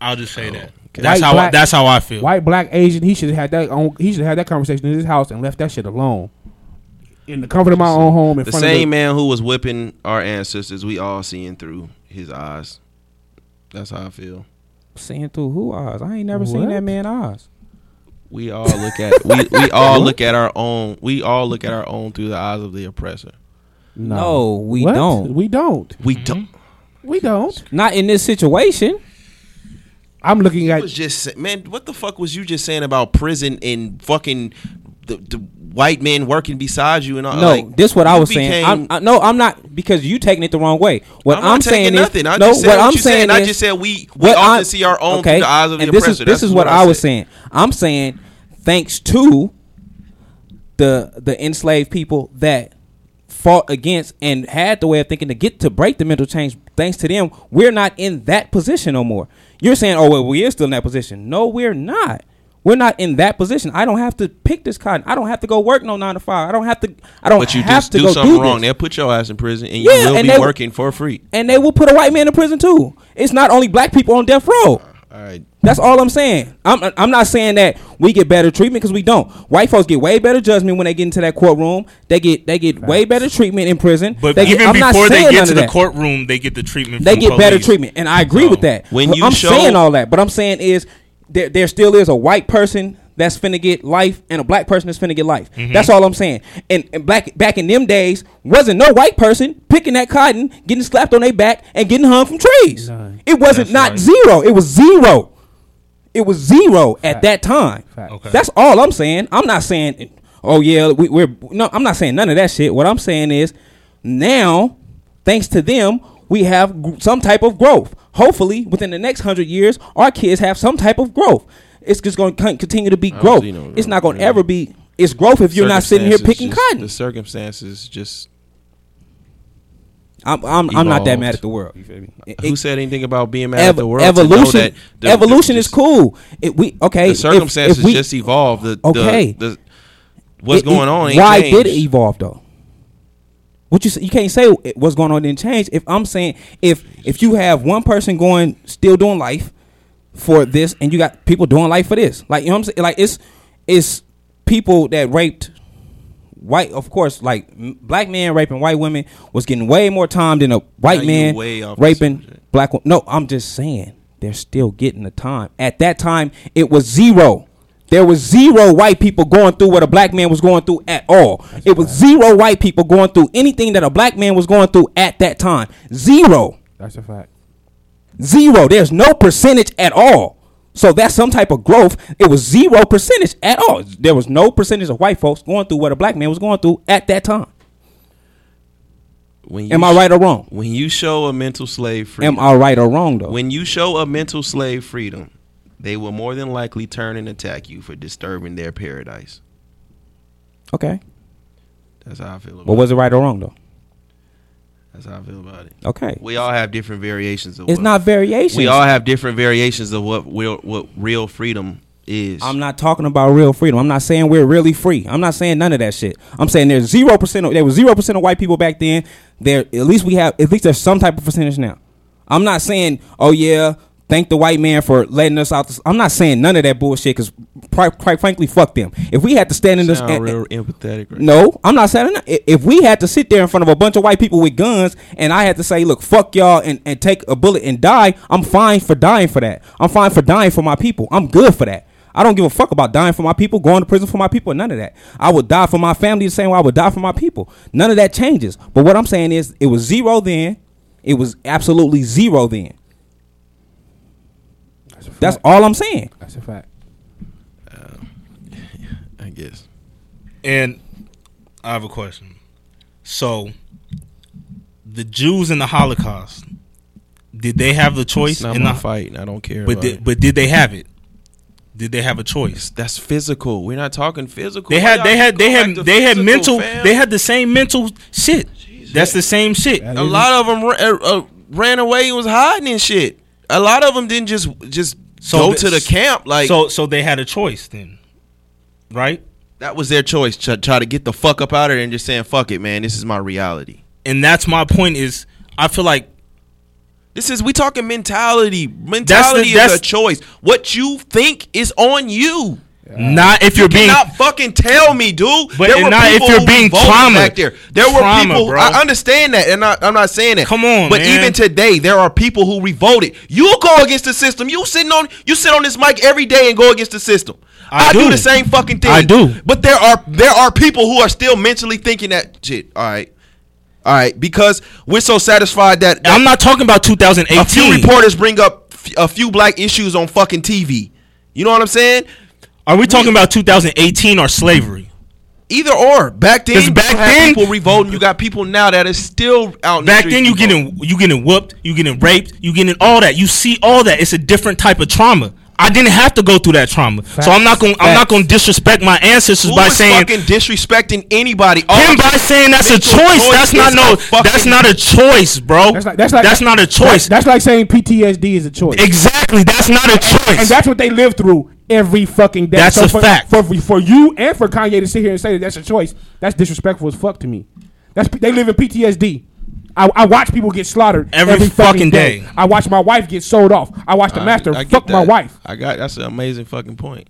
Speaker 5: I'll just
Speaker 6: Oh,
Speaker 5: say that. That's
Speaker 4: White,
Speaker 5: how. I,
Speaker 4: black-
Speaker 5: that's how I feel.
Speaker 4: White, black, Asian. He should have had that. On, he should have had that conversation in his house and left that shit alone. In the comfort of my own home, in
Speaker 2: The
Speaker 4: front
Speaker 2: same
Speaker 4: of
Speaker 2: man who was whipping our ancestors, we all seeing through his eyes. That's how I feel.
Speaker 6: Seeing through who eyes? I ain't never seen
Speaker 4: What?
Speaker 6: that man eyes.
Speaker 2: We all look at we, we all look at our own we all look at our own through the eyes of the oppressor.
Speaker 4: the,
Speaker 6: No, we
Speaker 4: What?
Speaker 6: don't.
Speaker 4: We don't.
Speaker 2: We don't.
Speaker 4: We don't.
Speaker 6: Not in this situation.
Speaker 4: I'm looking
Speaker 2: I
Speaker 4: at
Speaker 2: was just sa- man, what the fuck was you just saying about prison and fucking the, the white men working beside you and all?
Speaker 6: No,
Speaker 2: Uh, like,
Speaker 6: this what I
Speaker 2: you
Speaker 6: was saying.
Speaker 2: became-
Speaker 6: I'm, I, no, I'm not because you taking it the wrong way. What
Speaker 2: I'm
Speaker 6: I'm,
Speaker 2: not taking
Speaker 6: saying
Speaker 2: nothing.
Speaker 6: is
Speaker 2: I
Speaker 6: no.
Speaker 2: just said
Speaker 6: what,
Speaker 2: what
Speaker 6: I'm
Speaker 2: you said,
Speaker 6: saying
Speaker 2: and I
Speaker 6: is-
Speaker 2: just said we- we often see our own through the eyes of the
Speaker 6: and this
Speaker 2: oppressor.
Speaker 6: Is, this
Speaker 2: That's
Speaker 6: is
Speaker 2: what
Speaker 6: what,
Speaker 2: I
Speaker 6: I, was
Speaker 2: said.
Speaker 6: saying. I'm saying thanks to the the enslaved people that fought against and had the way of thinking to get to break the mental change. Thanks to them, we're not in that position no more. You're saying, oh well, we are still in that position. No, we're not. We're not in that position. I don't have to pick this cotton. I don't have to go work no nine to five. I don't have to. I don't
Speaker 2: But you
Speaker 6: have
Speaker 2: just
Speaker 6: to
Speaker 2: do
Speaker 6: go
Speaker 2: something
Speaker 6: do
Speaker 2: wrong.
Speaker 6: this
Speaker 2: They'll put your ass in prison and you
Speaker 6: Yeah,
Speaker 2: will
Speaker 6: and
Speaker 2: be
Speaker 6: they-
Speaker 2: working for free.
Speaker 6: and they will put a white man in prison too. It's not only black people on death row.
Speaker 2: All right.
Speaker 6: That's all I'm saying. I'm I'm not saying that we get better treatment because we don't. White folks get way better judgment when they get into that courtroom. They get they get way better treatment in prison.
Speaker 5: but
Speaker 6: They get-
Speaker 5: even
Speaker 6: I'm not
Speaker 5: before they
Speaker 6: saying
Speaker 5: get
Speaker 6: none
Speaker 5: to
Speaker 6: of
Speaker 5: the
Speaker 6: that.
Speaker 5: courtroom, they get the treatment.
Speaker 6: they
Speaker 5: from
Speaker 6: get better
Speaker 5: police.
Speaker 6: treatment, and I agree
Speaker 5: So,
Speaker 6: with that.
Speaker 2: when
Speaker 6: But
Speaker 2: you
Speaker 6: I'm
Speaker 2: show-
Speaker 6: saying all that, but I'm saying is there there still is a white person that's finna get life and a black person that's finna get life.
Speaker 5: Mm-hmm.
Speaker 6: That's all I'm saying. And, and black back in them days wasn't no white person picking that cotton, getting slapped on their back, and getting hung from trees.
Speaker 4: None.
Speaker 6: It wasn't
Speaker 5: That's
Speaker 6: not
Speaker 5: right.
Speaker 6: zero. It was zero. It was zero at that time.
Speaker 4: Fact.
Speaker 5: Okay.
Speaker 6: That's all I'm saying. I'm not saying, oh yeah, we, we're no. I'm not saying none of that shit. What I'm saying is, now, thanks to them, we have gr- some type of growth. Hopefully, within the next hundred years, our kids have some type of growth. It's just going to continue to be
Speaker 2: don't
Speaker 6: growth.
Speaker 2: see no growth,
Speaker 6: it's not going to
Speaker 2: really.
Speaker 6: ever be. It's growth if you're not sitting here picking
Speaker 2: Circumstances just-
Speaker 6: cotton.
Speaker 2: The circumstances just
Speaker 6: I'm I'm, I'm not that
Speaker 2: evolved.
Speaker 6: mad at the world. You feel me? It-
Speaker 2: Who
Speaker 6: it-
Speaker 2: said anything about being mad at
Speaker 6: ev-
Speaker 2: the world? to know
Speaker 6: evolution,
Speaker 2: that the-
Speaker 6: evolution
Speaker 2: the-
Speaker 6: is cool. It, we okay.
Speaker 2: The
Speaker 6: if- if
Speaker 2: circumstances
Speaker 6: we-
Speaker 2: just evolved. The,
Speaker 6: Okay.
Speaker 2: The, the, what's
Speaker 6: It- it-
Speaker 2: going on? Ain't
Speaker 6: why
Speaker 2: changed.
Speaker 6: did it evolve though? What you say, you can't say it- what's going on didn't change. If I'm saying if if you have one person going still doing life for this, and you got people doing life for this, like you know what I'm saying, like it's it's people that raped white, of course, like m- black men raping white women was getting way more time than a
Speaker 2: Now
Speaker 6: white
Speaker 2: you
Speaker 6: man
Speaker 2: way off the
Speaker 6: raping
Speaker 2: subject.
Speaker 6: black. wo- No, I'm just saying they're still getting the time. At that time, it was zero. There was zero white people going through what a black man was going through at all. it was zero white people going through anything that a black man was going through at that time. Zero.
Speaker 4: that's a fact.
Speaker 6: Zero. There's no percentage at all. So that's some type of growth. It was zero percentage at all. There was no percentage of white folks going through what a black man was going through at that time.
Speaker 2: When you
Speaker 6: Am I
Speaker 2: sh-
Speaker 6: right or wrong?
Speaker 2: When you show a mental slave freedom,
Speaker 6: Am I right or wrong though?
Speaker 2: when you show a mental slave freedom, they will more than likely turn and attack you for disturbing their paradise.
Speaker 6: Okay.
Speaker 2: That's how I feel about
Speaker 6: But was it right or wrong though?
Speaker 2: it. That's how I feel about it.
Speaker 6: Okay.
Speaker 2: We all have different variations of
Speaker 6: It's
Speaker 2: what-
Speaker 6: not variation.
Speaker 2: We all have different variations of what real, what real freedom is.
Speaker 6: I'm not talking about real freedom. I'm not saying we're really free. I'm not saying none of that shit. I'm saying there's zero percent. Of, there was zero percent of white people back then. There at least we have at least there's some type of percentage now. I'm not saying oh yeah, thank the white man for letting us out. This. I'm not saying none of that bullshit because quite frankly, fuck them. If we had to stand in this,
Speaker 2: Sound real empathetic. Right?
Speaker 6: no, I'm not saying that. I- If we had to sit there in front of a bunch of white people with guns and I had to say, look, fuck y'all and, and take a bullet and die, I'm fine for dying for that. I'm fine for dying for my people. I'm good for that. I don't give a fuck about dying for my people, going to prison for my people, none of that. I would die for my family the same way I would die for my people. None of that changes. But what I'm saying is it was zero then. It was absolutely zero then.
Speaker 4: That's, a fact.
Speaker 6: That's all I'm saying.
Speaker 4: That's a fact.
Speaker 2: I guess.
Speaker 5: And I have a question. So, the Jews in the Holocaust, did they have the choice?
Speaker 2: It's not
Speaker 5: in
Speaker 2: my
Speaker 5: the,
Speaker 2: fight, and I don't care.
Speaker 5: but
Speaker 2: about
Speaker 5: did,
Speaker 2: it.
Speaker 5: but did they have it? Did they have a choice?
Speaker 2: that's physical. We're not talking physical.
Speaker 5: They
Speaker 2: Why
Speaker 5: had
Speaker 2: y'all
Speaker 5: they had
Speaker 2: go
Speaker 5: they
Speaker 2: back
Speaker 5: had
Speaker 2: to
Speaker 5: they had
Speaker 2: physical,
Speaker 5: mental
Speaker 2: fam?
Speaker 5: they had the same mental shit. That's the same shit.
Speaker 4: That
Speaker 2: a
Speaker 4: is-
Speaker 2: lot of them uh, uh, ran away and was hiding and shit. A lot of them didn't just just
Speaker 5: So
Speaker 2: go
Speaker 5: this-
Speaker 2: to the camp. Like
Speaker 5: so so they had a choice then, right?
Speaker 2: that was their choice. Try, try to get the fuck up out of there and just saying fuck it, man. This is my reality.
Speaker 5: And that's my point. Is I feel like
Speaker 2: This is we talking mentality. Mentality
Speaker 5: that's-
Speaker 2: is a choice. What you think is on you.
Speaker 5: not if you're being
Speaker 2: cannot fucking tell me, dude.
Speaker 5: But and not if
Speaker 2: people
Speaker 5: you're
Speaker 2: who
Speaker 5: being
Speaker 2: voted
Speaker 5: traumatized.
Speaker 2: back there. There were
Speaker 5: Trauma,
Speaker 2: people.
Speaker 5: bro.
Speaker 2: I understand that, and I, I'm not saying that.
Speaker 5: Come on,
Speaker 2: but
Speaker 5: man.
Speaker 2: even today, there are people who revolted. You go against the system. You sitting on you sit on this mic every day and go against the system.
Speaker 5: I
Speaker 2: I, do.
Speaker 5: do.
Speaker 2: the same fucking thing.
Speaker 5: I do.
Speaker 2: But there are there are people who are still mentally thinking that shit. All right, all right, because we're so satisfied that, that
Speaker 5: I'm not talking about
Speaker 2: a few
Speaker 5: 2018.
Speaker 2: reporters bring up f- a few black issues on fucking TV. You know what I'm saying?
Speaker 5: Are we talking about 2018 or slavery?
Speaker 2: Either or. Back then,
Speaker 5: 'Cause back
Speaker 2: you had
Speaker 5: then-
Speaker 2: people revolting. You got people now that is still out. in the
Speaker 5: Back
Speaker 2: streets
Speaker 5: then, you
Speaker 2: revolting.
Speaker 5: getting you getting whooped, you getting raped, you getting all that. You see all that. It's a different type of trauma. I didn't have to go through that trauma, so I'm not gonna I'm not gonna disrespect my ancestors
Speaker 2: Who
Speaker 5: by
Speaker 2: is
Speaker 5: saying
Speaker 2: fucking disrespecting anybody. Oh, All
Speaker 5: him
Speaker 2: I'm
Speaker 5: by saying that's a
Speaker 2: mental
Speaker 5: choice. That's
Speaker 2: is
Speaker 5: not
Speaker 2: a
Speaker 5: no.
Speaker 2: fucking-
Speaker 5: That's not a choice, bro.
Speaker 4: That's like that's like
Speaker 5: not a choice.
Speaker 4: that's like saying PTSD is a choice.
Speaker 5: exactly. That's not a choice.
Speaker 4: And that's what they live through every fucking day.
Speaker 5: That's a
Speaker 4: for,
Speaker 5: fact.
Speaker 4: For, for you and for Kanye to sit here and say that that's a choice, that's disrespectful as fuck to me. That's they live in PTSD. I, I watch people get slaughtered
Speaker 5: Every fucking day.
Speaker 4: I watch my wife get sold off. I watch the
Speaker 2: I-
Speaker 4: master
Speaker 2: I get
Speaker 4: fuck my
Speaker 2: that.
Speaker 4: wife.
Speaker 2: I got that's an amazing fucking point.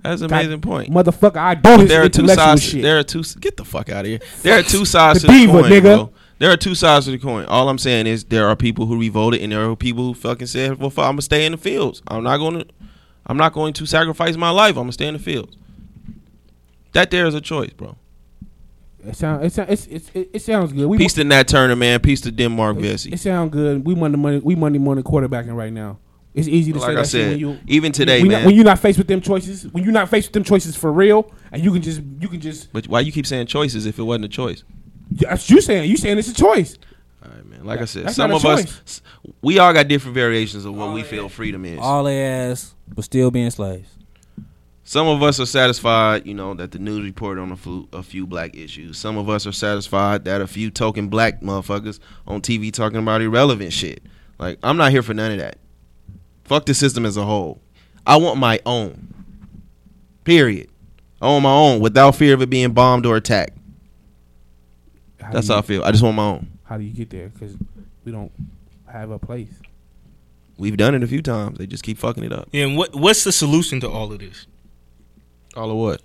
Speaker 2: That's an
Speaker 4: God,
Speaker 2: amazing point.
Speaker 4: motherfucker. I do this
Speaker 2: there are two
Speaker 4: intellectual
Speaker 2: sides.
Speaker 4: shit.
Speaker 2: There are two. Get the fuck out of here. There are two sides to the
Speaker 4: diva,
Speaker 2: coin,
Speaker 4: nigga.
Speaker 2: bro. There are two sides to the coin. All I'm saying is there are people who revolted, and there are people who fucking said, "Well, fuck, I'm gonna stay in the fields. I'm not gonna, I'm not going to sacrifice my life. I'm gonna stay in the fields." That there is a choice, bro.
Speaker 4: it sounds it, sound, it's, it's, it, it sounds good. We
Speaker 2: Peace to Nat Turner, man. Peace to Denmark Vesey.
Speaker 4: it sounds good. We Monday morning. We Monday morning quarterbacking right now. It's easy to say
Speaker 2: Like I
Speaker 4: that shit
Speaker 2: said,
Speaker 4: when you
Speaker 2: even today,
Speaker 4: when,
Speaker 2: man.
Speaker 4: when you're not faced with them choices, when you're not faced with them choices for real, and you can just you can just
Speaker 2: but why you keep saying choices if it wasn't a choice?
Speaker 4: That's you saying. You saying it's a choice.
Speaker 2: All right, man. Like I said,
Speaker 4: That's
Speaker 2: some
Speaker 4: not
Speaker 2: of
Speaker 4: a
Speaker 2: us,
Speaker 4: choice.
Speaker 2: s- we all got different variations of what we feel freedom is.
Speaker 6: All they ass was still being slaves.
Speaker 2: Some of us are satisfied, you know, that the news reported on a few, a few black issues. Some of us are satisfied that a few token black motherfuckers on TV talking about irrelevant shit. Like, I'm not here for none of that. Fuck the system as a whole. I want my own. Period. I want my own without fear of it being bombed or attacked.
Speaker 4: How
Speaker 2: That's
Speaker 4: do you,
Speaker 2: how I feel. I just want my own.
Speaker 4: How do you get there? Because we don't have a place.
Speaker 2: We've done it a few times. They just keep fucking it up.
Speaker 5: and what what's the solution to all of this?
Speaker 2: All of what?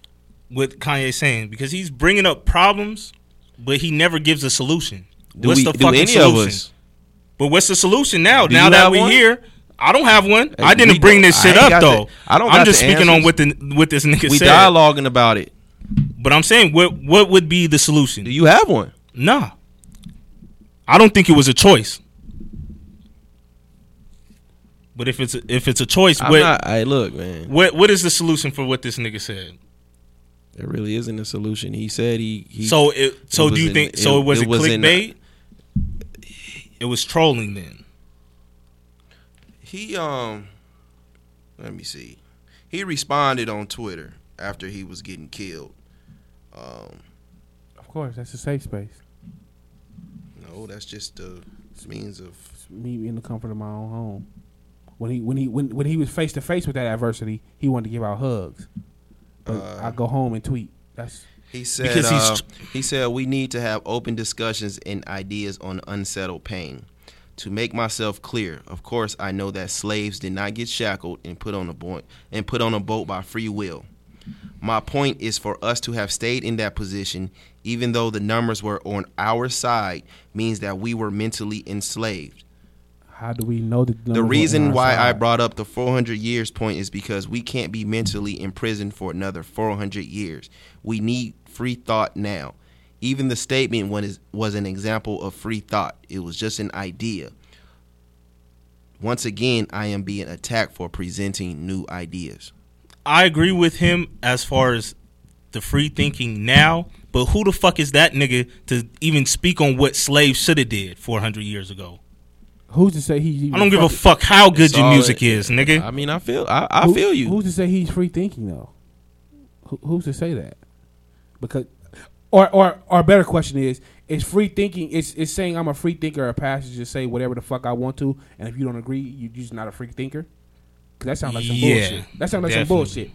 Speaker 5: With Kanye saying because he's bringing up problems, but he never gives a solution.
Speaker 2: Do,
Speaker 5: what's
Speaker 2: we,
Speaker 5: the
Speaker 2: do
Speaker 5: fucking
Speaker 2: any
Speaker 5: solution?
Speaker 2: of us?
Speaker 5: But what's the solution now?
Speaker 2: Do
Speaker 5: now
Speaker 2: you
Speaker 5: that
Speaker 2: have
Speaker 5: we're
Speaker 2: one?
Speaker 5: here, I don't have one.
Speaker 2: Hey,
Speaker 5: I
Speaker 2: we
Speaker 5: didn't bring
Speaker 2: don't-
Speaker 5: this
Speaker 2: I
Speaker 5: shit
Speaker 2: ain't
Speaker 5: up
Speaker 2: got
Speaker 5: though.
Speaker 2: the- I don't got
Speaker 5: I'm just
Speaker 2: the
Speaker 5: speaking on
Speaker 2: answers.
Speaker 5: what the what this nigga
Speaker 2: We
Speaker 5: said.
Speaker 2: dialoguing about it.
Speaker 5: But I'm saying what what would be the solution?
Speaker 2: Do you have one?
Speaker 5: nah. I don't think it was a choice. But if it's if it's a choice,
Speaker 2: I'm
Speaker 5: what,
Speaker 2: not. Hey, look, man.
Speaker 5: what what is the solution for what this nigga said?
Speaker 2: There really isn't a solution. He said he. he
Speaker 5: so it so
Speaker 2: it
Speaker 5: do you
Speaker 2: was
Speaker 5: think
Speaker 2: in-
Speaker 5: so?
Speaker 2: it-
Speaker 5: It was
Speaker 2: it
Speaker 5: it,
Speaker 2: was in-
Speaker 5: clickbait? it was trolling then.
Speaker 2: he um. Let me see. He responded on Twitter after he was getting killed. Um,
Speaker 4: Of course, that's a safe space.
Speaker 2: no, that's just the means of
Speaker 4: It's me in the comfort of my own home. When he when he when, when he was face to face with that adversity, he wanted to give out hugs. But
Speaker 2: Uh,
Speaker 4: I go home and tweet. That's
Speaker 2: He said
Speaker 5: Because he's-
Speaker 2: uh, he said we need to have open discussions and ideas on unsettled pain. To make myself clear, of course I know that slaves did not get shackled and put on a boat and put on a boat by free will. My point is for us to have stayed in that position, even though the numbers were on our side, means that we were mentally enslaved.
Speaker 4: how do we know that
Speaker 2: The reason why I brought up the 400 years point is because we can't be mentally imprisoned for another 400 years. We need free thought now. Even the statement was, was an example of free thought, it was just an idea. Once again, I am being attacked for presenting new ideas.
Speaker 5: I agree with him as far as the free thinking now, but who the fuck is that nigga to even speak on what slaves should have did 400 years ago?
Speaker 4: who's to say he?
Speaker 5: I don't give a fuck how good your music is, nigga.
Speaker 2: mean, I feel I, I
Speaker 4: Who- Who's to say he's free thinking though? Who, who's to say that? Because, or or or better question is: Is free thinking? Is is saying I'm a free thinker a passage to say whatever the fuck I want to, and if you don't agree, you are just not a free thinker? 'Cause that sounds like some
Speaker 5: Yeah,
Speaker 4: bullshit. That sounds like some
Speaker 5: definitely.
Speaker 4: bullshit.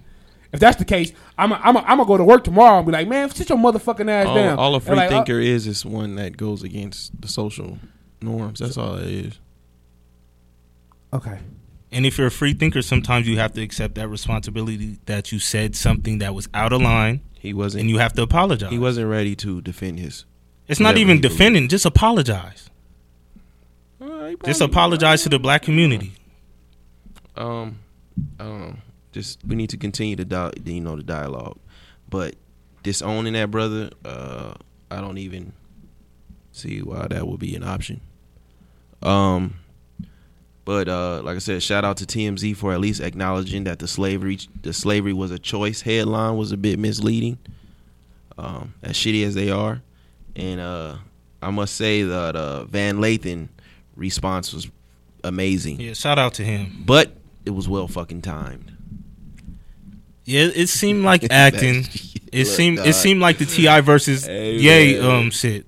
Speaker 4: If that's the case, I'm a, I'm a, I'm gonna go to work tomorrow and be like, man, sit your motherfucking ass down. And like, uh,
Speaker 2: is is one that goes against the social norms. That's all it is.
Speaker 4: okay.
Speaker 5: And if you're a free thinker, sometimes you have to accept that responsibility that you said something that was out of line
Speaker 2: He
Speaker 5: and
Speaker 2: wasn't
Speaker 5: you have to apologize.
Speaker 2: he wasn't ready to defend his.
Speaker 5: it's not
Speaker 2: whatever
Speaker 5: even
Speaker 2: he believed.
Speaker 5: defending, just apologize. Just apologize to the black community.
Speaker 2: um, I don't know. Just we need to continue the di- you know the dialogue, but disowning that brother, uh, I don't even see why that would be an option. Um, but uh, like I said, shout out to TMZ for at least acknowledging that the slavery the slavery was a choice headline was a bit misleading. Um, as shitty as they are, and uh, I must say that uh, Van Lathan response was amazing
Speaker 5: Yeah, shout out to him.
Speaker 2: but it was well fucking timed.
Speaker 5: Yeah, it it seemed like acting. It
Speaker 2: Look,
Speaker 5: seemed
Speaker 2: dog.
Speaker 5: it seemed like the Ti versus
Speaker 2: Hey,
Speaker 5: Yay
Speaker 2: man.
Speaker 5: um shit.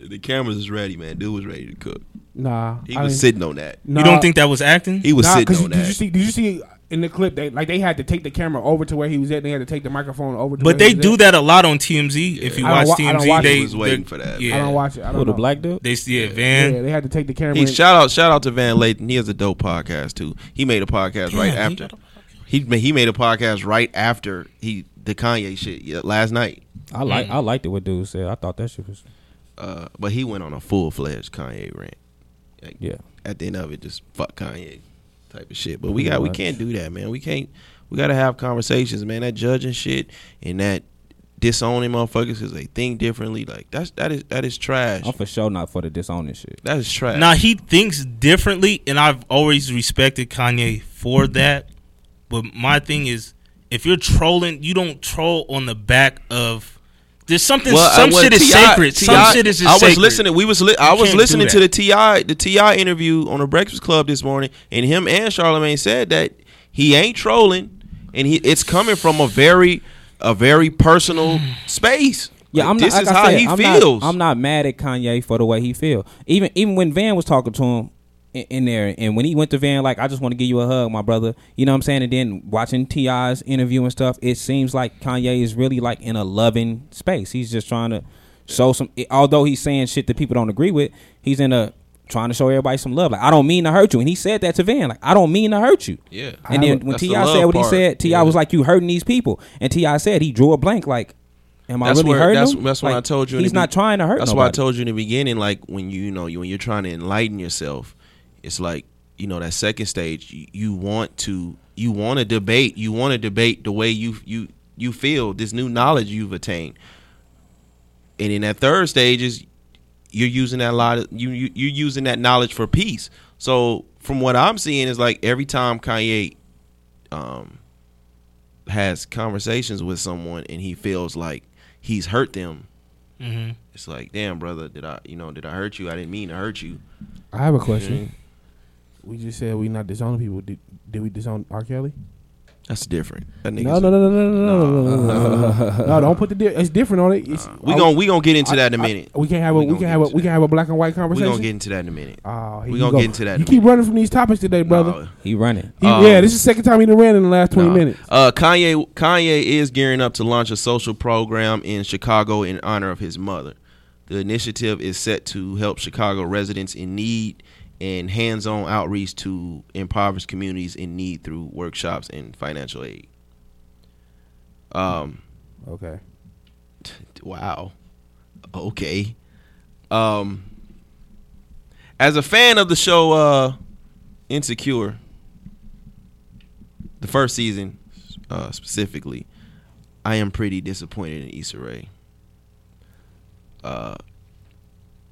Speaker 2: The cameras is ready, man. Dude was ready to cook.
Speaker 4: Nah,
Speaker 2: He
Speaker 4: I
Speaker 2: was
Speaker 4: didn't-
Speaker 2: sitting on that.
Speaker 4: nah,
Speaker 5: You don't think that was acting?
Speaker 2: He was
Speaker 4: nah,
Speaker 2: sitting
Speaker 4: 'cause
Speaker 2: on
Speaker 4: did you
Speaker 2: that.
Speaker 4: see? Did you see in the clip? They like they had to take the camera over to where he was at. and They had to take the microphone over. to where
Speaker 5: But they
Speaker 4: he was
Speaker 5: do
Speaker 4: at.
Speaker 5: that a lot on TMZ. If you
Speaker 4: I don't
Speaker 5: watch
Speaker 4: wa- I don't
Speaker 5: TMZ,
Speaker 4: watch it.
Speaker 5: they
Speaker 4: He
Speaker 2: was waiting
Speaker 5: they-
Speaker 2: for that.
Speaker 5: Yeah,
Speaker 4: I don't watch it. I don't
Speaker 6: Who the
Speaker 4: know.
Speaker 6: black dude?
Speaker 5: They see it, Van.
Speaker 4: Yeah, they had to take the camera.
Speaker 2: He
Speaker 4: in.
Speaker 2: shout out, shout out to Van Lathan. He has a dope podcast too. He made a podcast right
Speaker 5: Damn, he
Speaker 2: after.
Speaker 5: got a-
Speaker 2: He ma- he made a podcast right after he the Kanye shit yeah, last night.
Speaker 6: I like I liked it what dude said. I thought that shit was
Speaker 2: Uh, but he went on a full fledged Kanye rant. Like,
Speaker 6: yeah.
Speaker 2: At the end of it, just fuck Kanye type of shit. But we got we
Speaker 6: much.
Speaker 2: can't do that, man. We can't. We got to have conversations, man. That judging shit and that disowning motherfuckers because they think differently. Like that's that is that is trash.
Speaker 6: I'm for sure not for the disowning shit.
Speaker 2: That is trash.
Speaker 5: Now he thinks differently, and I've always respected Kanye for that. But my thing is, if you're trolling, you don't troll on the back of. There's something.
Speaker 2: Well,
Speaker 5: some
Speaker 2: I- well,
Speaker 5: shit is
Speaker 2: T.I.
Speaker 5: sacred.
Speaker 2: T.I.
Speaker 5: some shit is just
Speaker 2: I was
Speaker 5: sacred.
Speaker 2: listening. We was. Li- I was
Speaker 5: can't
Speaker 2: listening
Speaker 5: do
Speaker 2: to the Ti
Speaker 5: that.
Speaker 2: the Ti interview on the Breakfast Club this morning, and him and Charlemagne said that he ain't trolling, and he it's coming from a very a very personal space.
Speaker 6: Yeah,
Speaker 2: Like,
Speaker 6: I'm
Speaker 2: this
Speaker 6: not,
Speaker 2: is
Speaker 6: like I
Speaker 2: how
Speaker 6: said,
Speaker 2: he
Speaker 6: I'm
Speaker 2: feels.
Speaker 6: Not, I'm not mad at Kanye for the way he feel. Even even when Van was talking to him in, in there, and when he went to Van, like I just want to give you a hug, my brother. You know what I'm saying? And then watching Ti's interview and stuff, it seems like Kanye is really like in a loving space. He's just trying to show some. Although he's saying shit that people don't agree with, he's in a trying to show everybody some love. Like I don't mean to hurt you, and he said that to Van. Like I don't mean to hurt you.
Speaker 2: Yeah.
Speaker 4: I
Speaker 6: And then
Speaker 4: would-
Speaker 6: when
Speaker 2: That's the
Speaker 6: Ti said
Speaker 2: love
Speaker 6: what he
Speaker 2: part.
Speaker 6: said, Ti
Speaker 2: Yeah.
Speaker 6: was like, "You hurting these people," and Ti said he drew a blank. Like, am I
Speaker 2: that's
Speaker 6: really
Speaker 2: where,
Speaker 6: hurting
Speaker 2: that's,
Speaker 6: them?
Speaker 2: That's what I
Speaker 6: Like,
Speaker 2: told you. in
Speaker 6: He's
Speaker 2: the
Speaker 6: not
Speaker 2: be-
Speaker 6: trying to hurt.
Speaker 2: That's
Speaker 6: nobody.
Speaker 2: why I told you in the beginning, like when you, you know you- when you're trying to enlighten yourself, it's like you know that second stage. You, you want to you want to debate. You want to debate the way you you you feel this new knowledge you've attained. And in that third stage is you're using that lot of, you, you you're using that knowledge for peace. So from what I'm seeing is like every time Kanye um has conversations with someone and he feels like he's hurt them,
Speaker 4: Mm-hmm.
Speaker 5: Mhm.
Speaker 2: it's like, damn brother, did I you know, did I hurt you? I didn't mean to hurt you.
Speaker 4: I have a question. We just said we not disowning people. Did, did we disown R. Kelly?
Speaker 2: That's different. That nigga's
Speaker 4: No, no, no, no, no, no, no, no, no, no, no. No, don't put the di- it's different on it. It's,
Speaker 2: We
Speaker 4: I-
Speaker 2: gonna we gonna get into
Speaker 4: I-
Speaker 2: that in a
Speaker 4: I-
Speaker 2: minute.
Speaker 4: we can have a
Speaker 2: We
Speaker 4: we,
Speaker 2: gonna
Speaker 4: can
Speaker 2: get
Speaker 4: have a
Speaker 2: into
Speaker 4: we can have a black and white
Speaker 2: We
Speaker 4: conversation.
Speaker 2: gonna get into that in a minute.
Speaker 4: Oh, here
Speaker 2: we
Speaker 4: you
Speaker 2: gonna
Speaker 4: go.
Speaker 2: get into that in
Speaker 4: You
Speaker 2: a
Speaker 4: keep running from these topics today, brother.
Speaker 2: Nah,
Speaker 6: He running.
Speaker 4: He,
Speaker 2: Oh.
Speaker 4: yeah, this is the second time he done ran in the last twenty
Speaker 2: nah.
Speaker 4: minutes.
Speaker 2: Uh, Kanye Kanye is gearing up to launch a social program in Chicago in honor of his mother. The initiative is set to help Chicago residents in need and hands-on outreach to impoverished communities in need through workshops and financial aid. Um,
Speaker 4: Okay.
Speaker 2: Wow. Okay. Um as a fan of the show uh Insecure the first season uh specifically, I am pretty disappointed in Issa Rae. Uh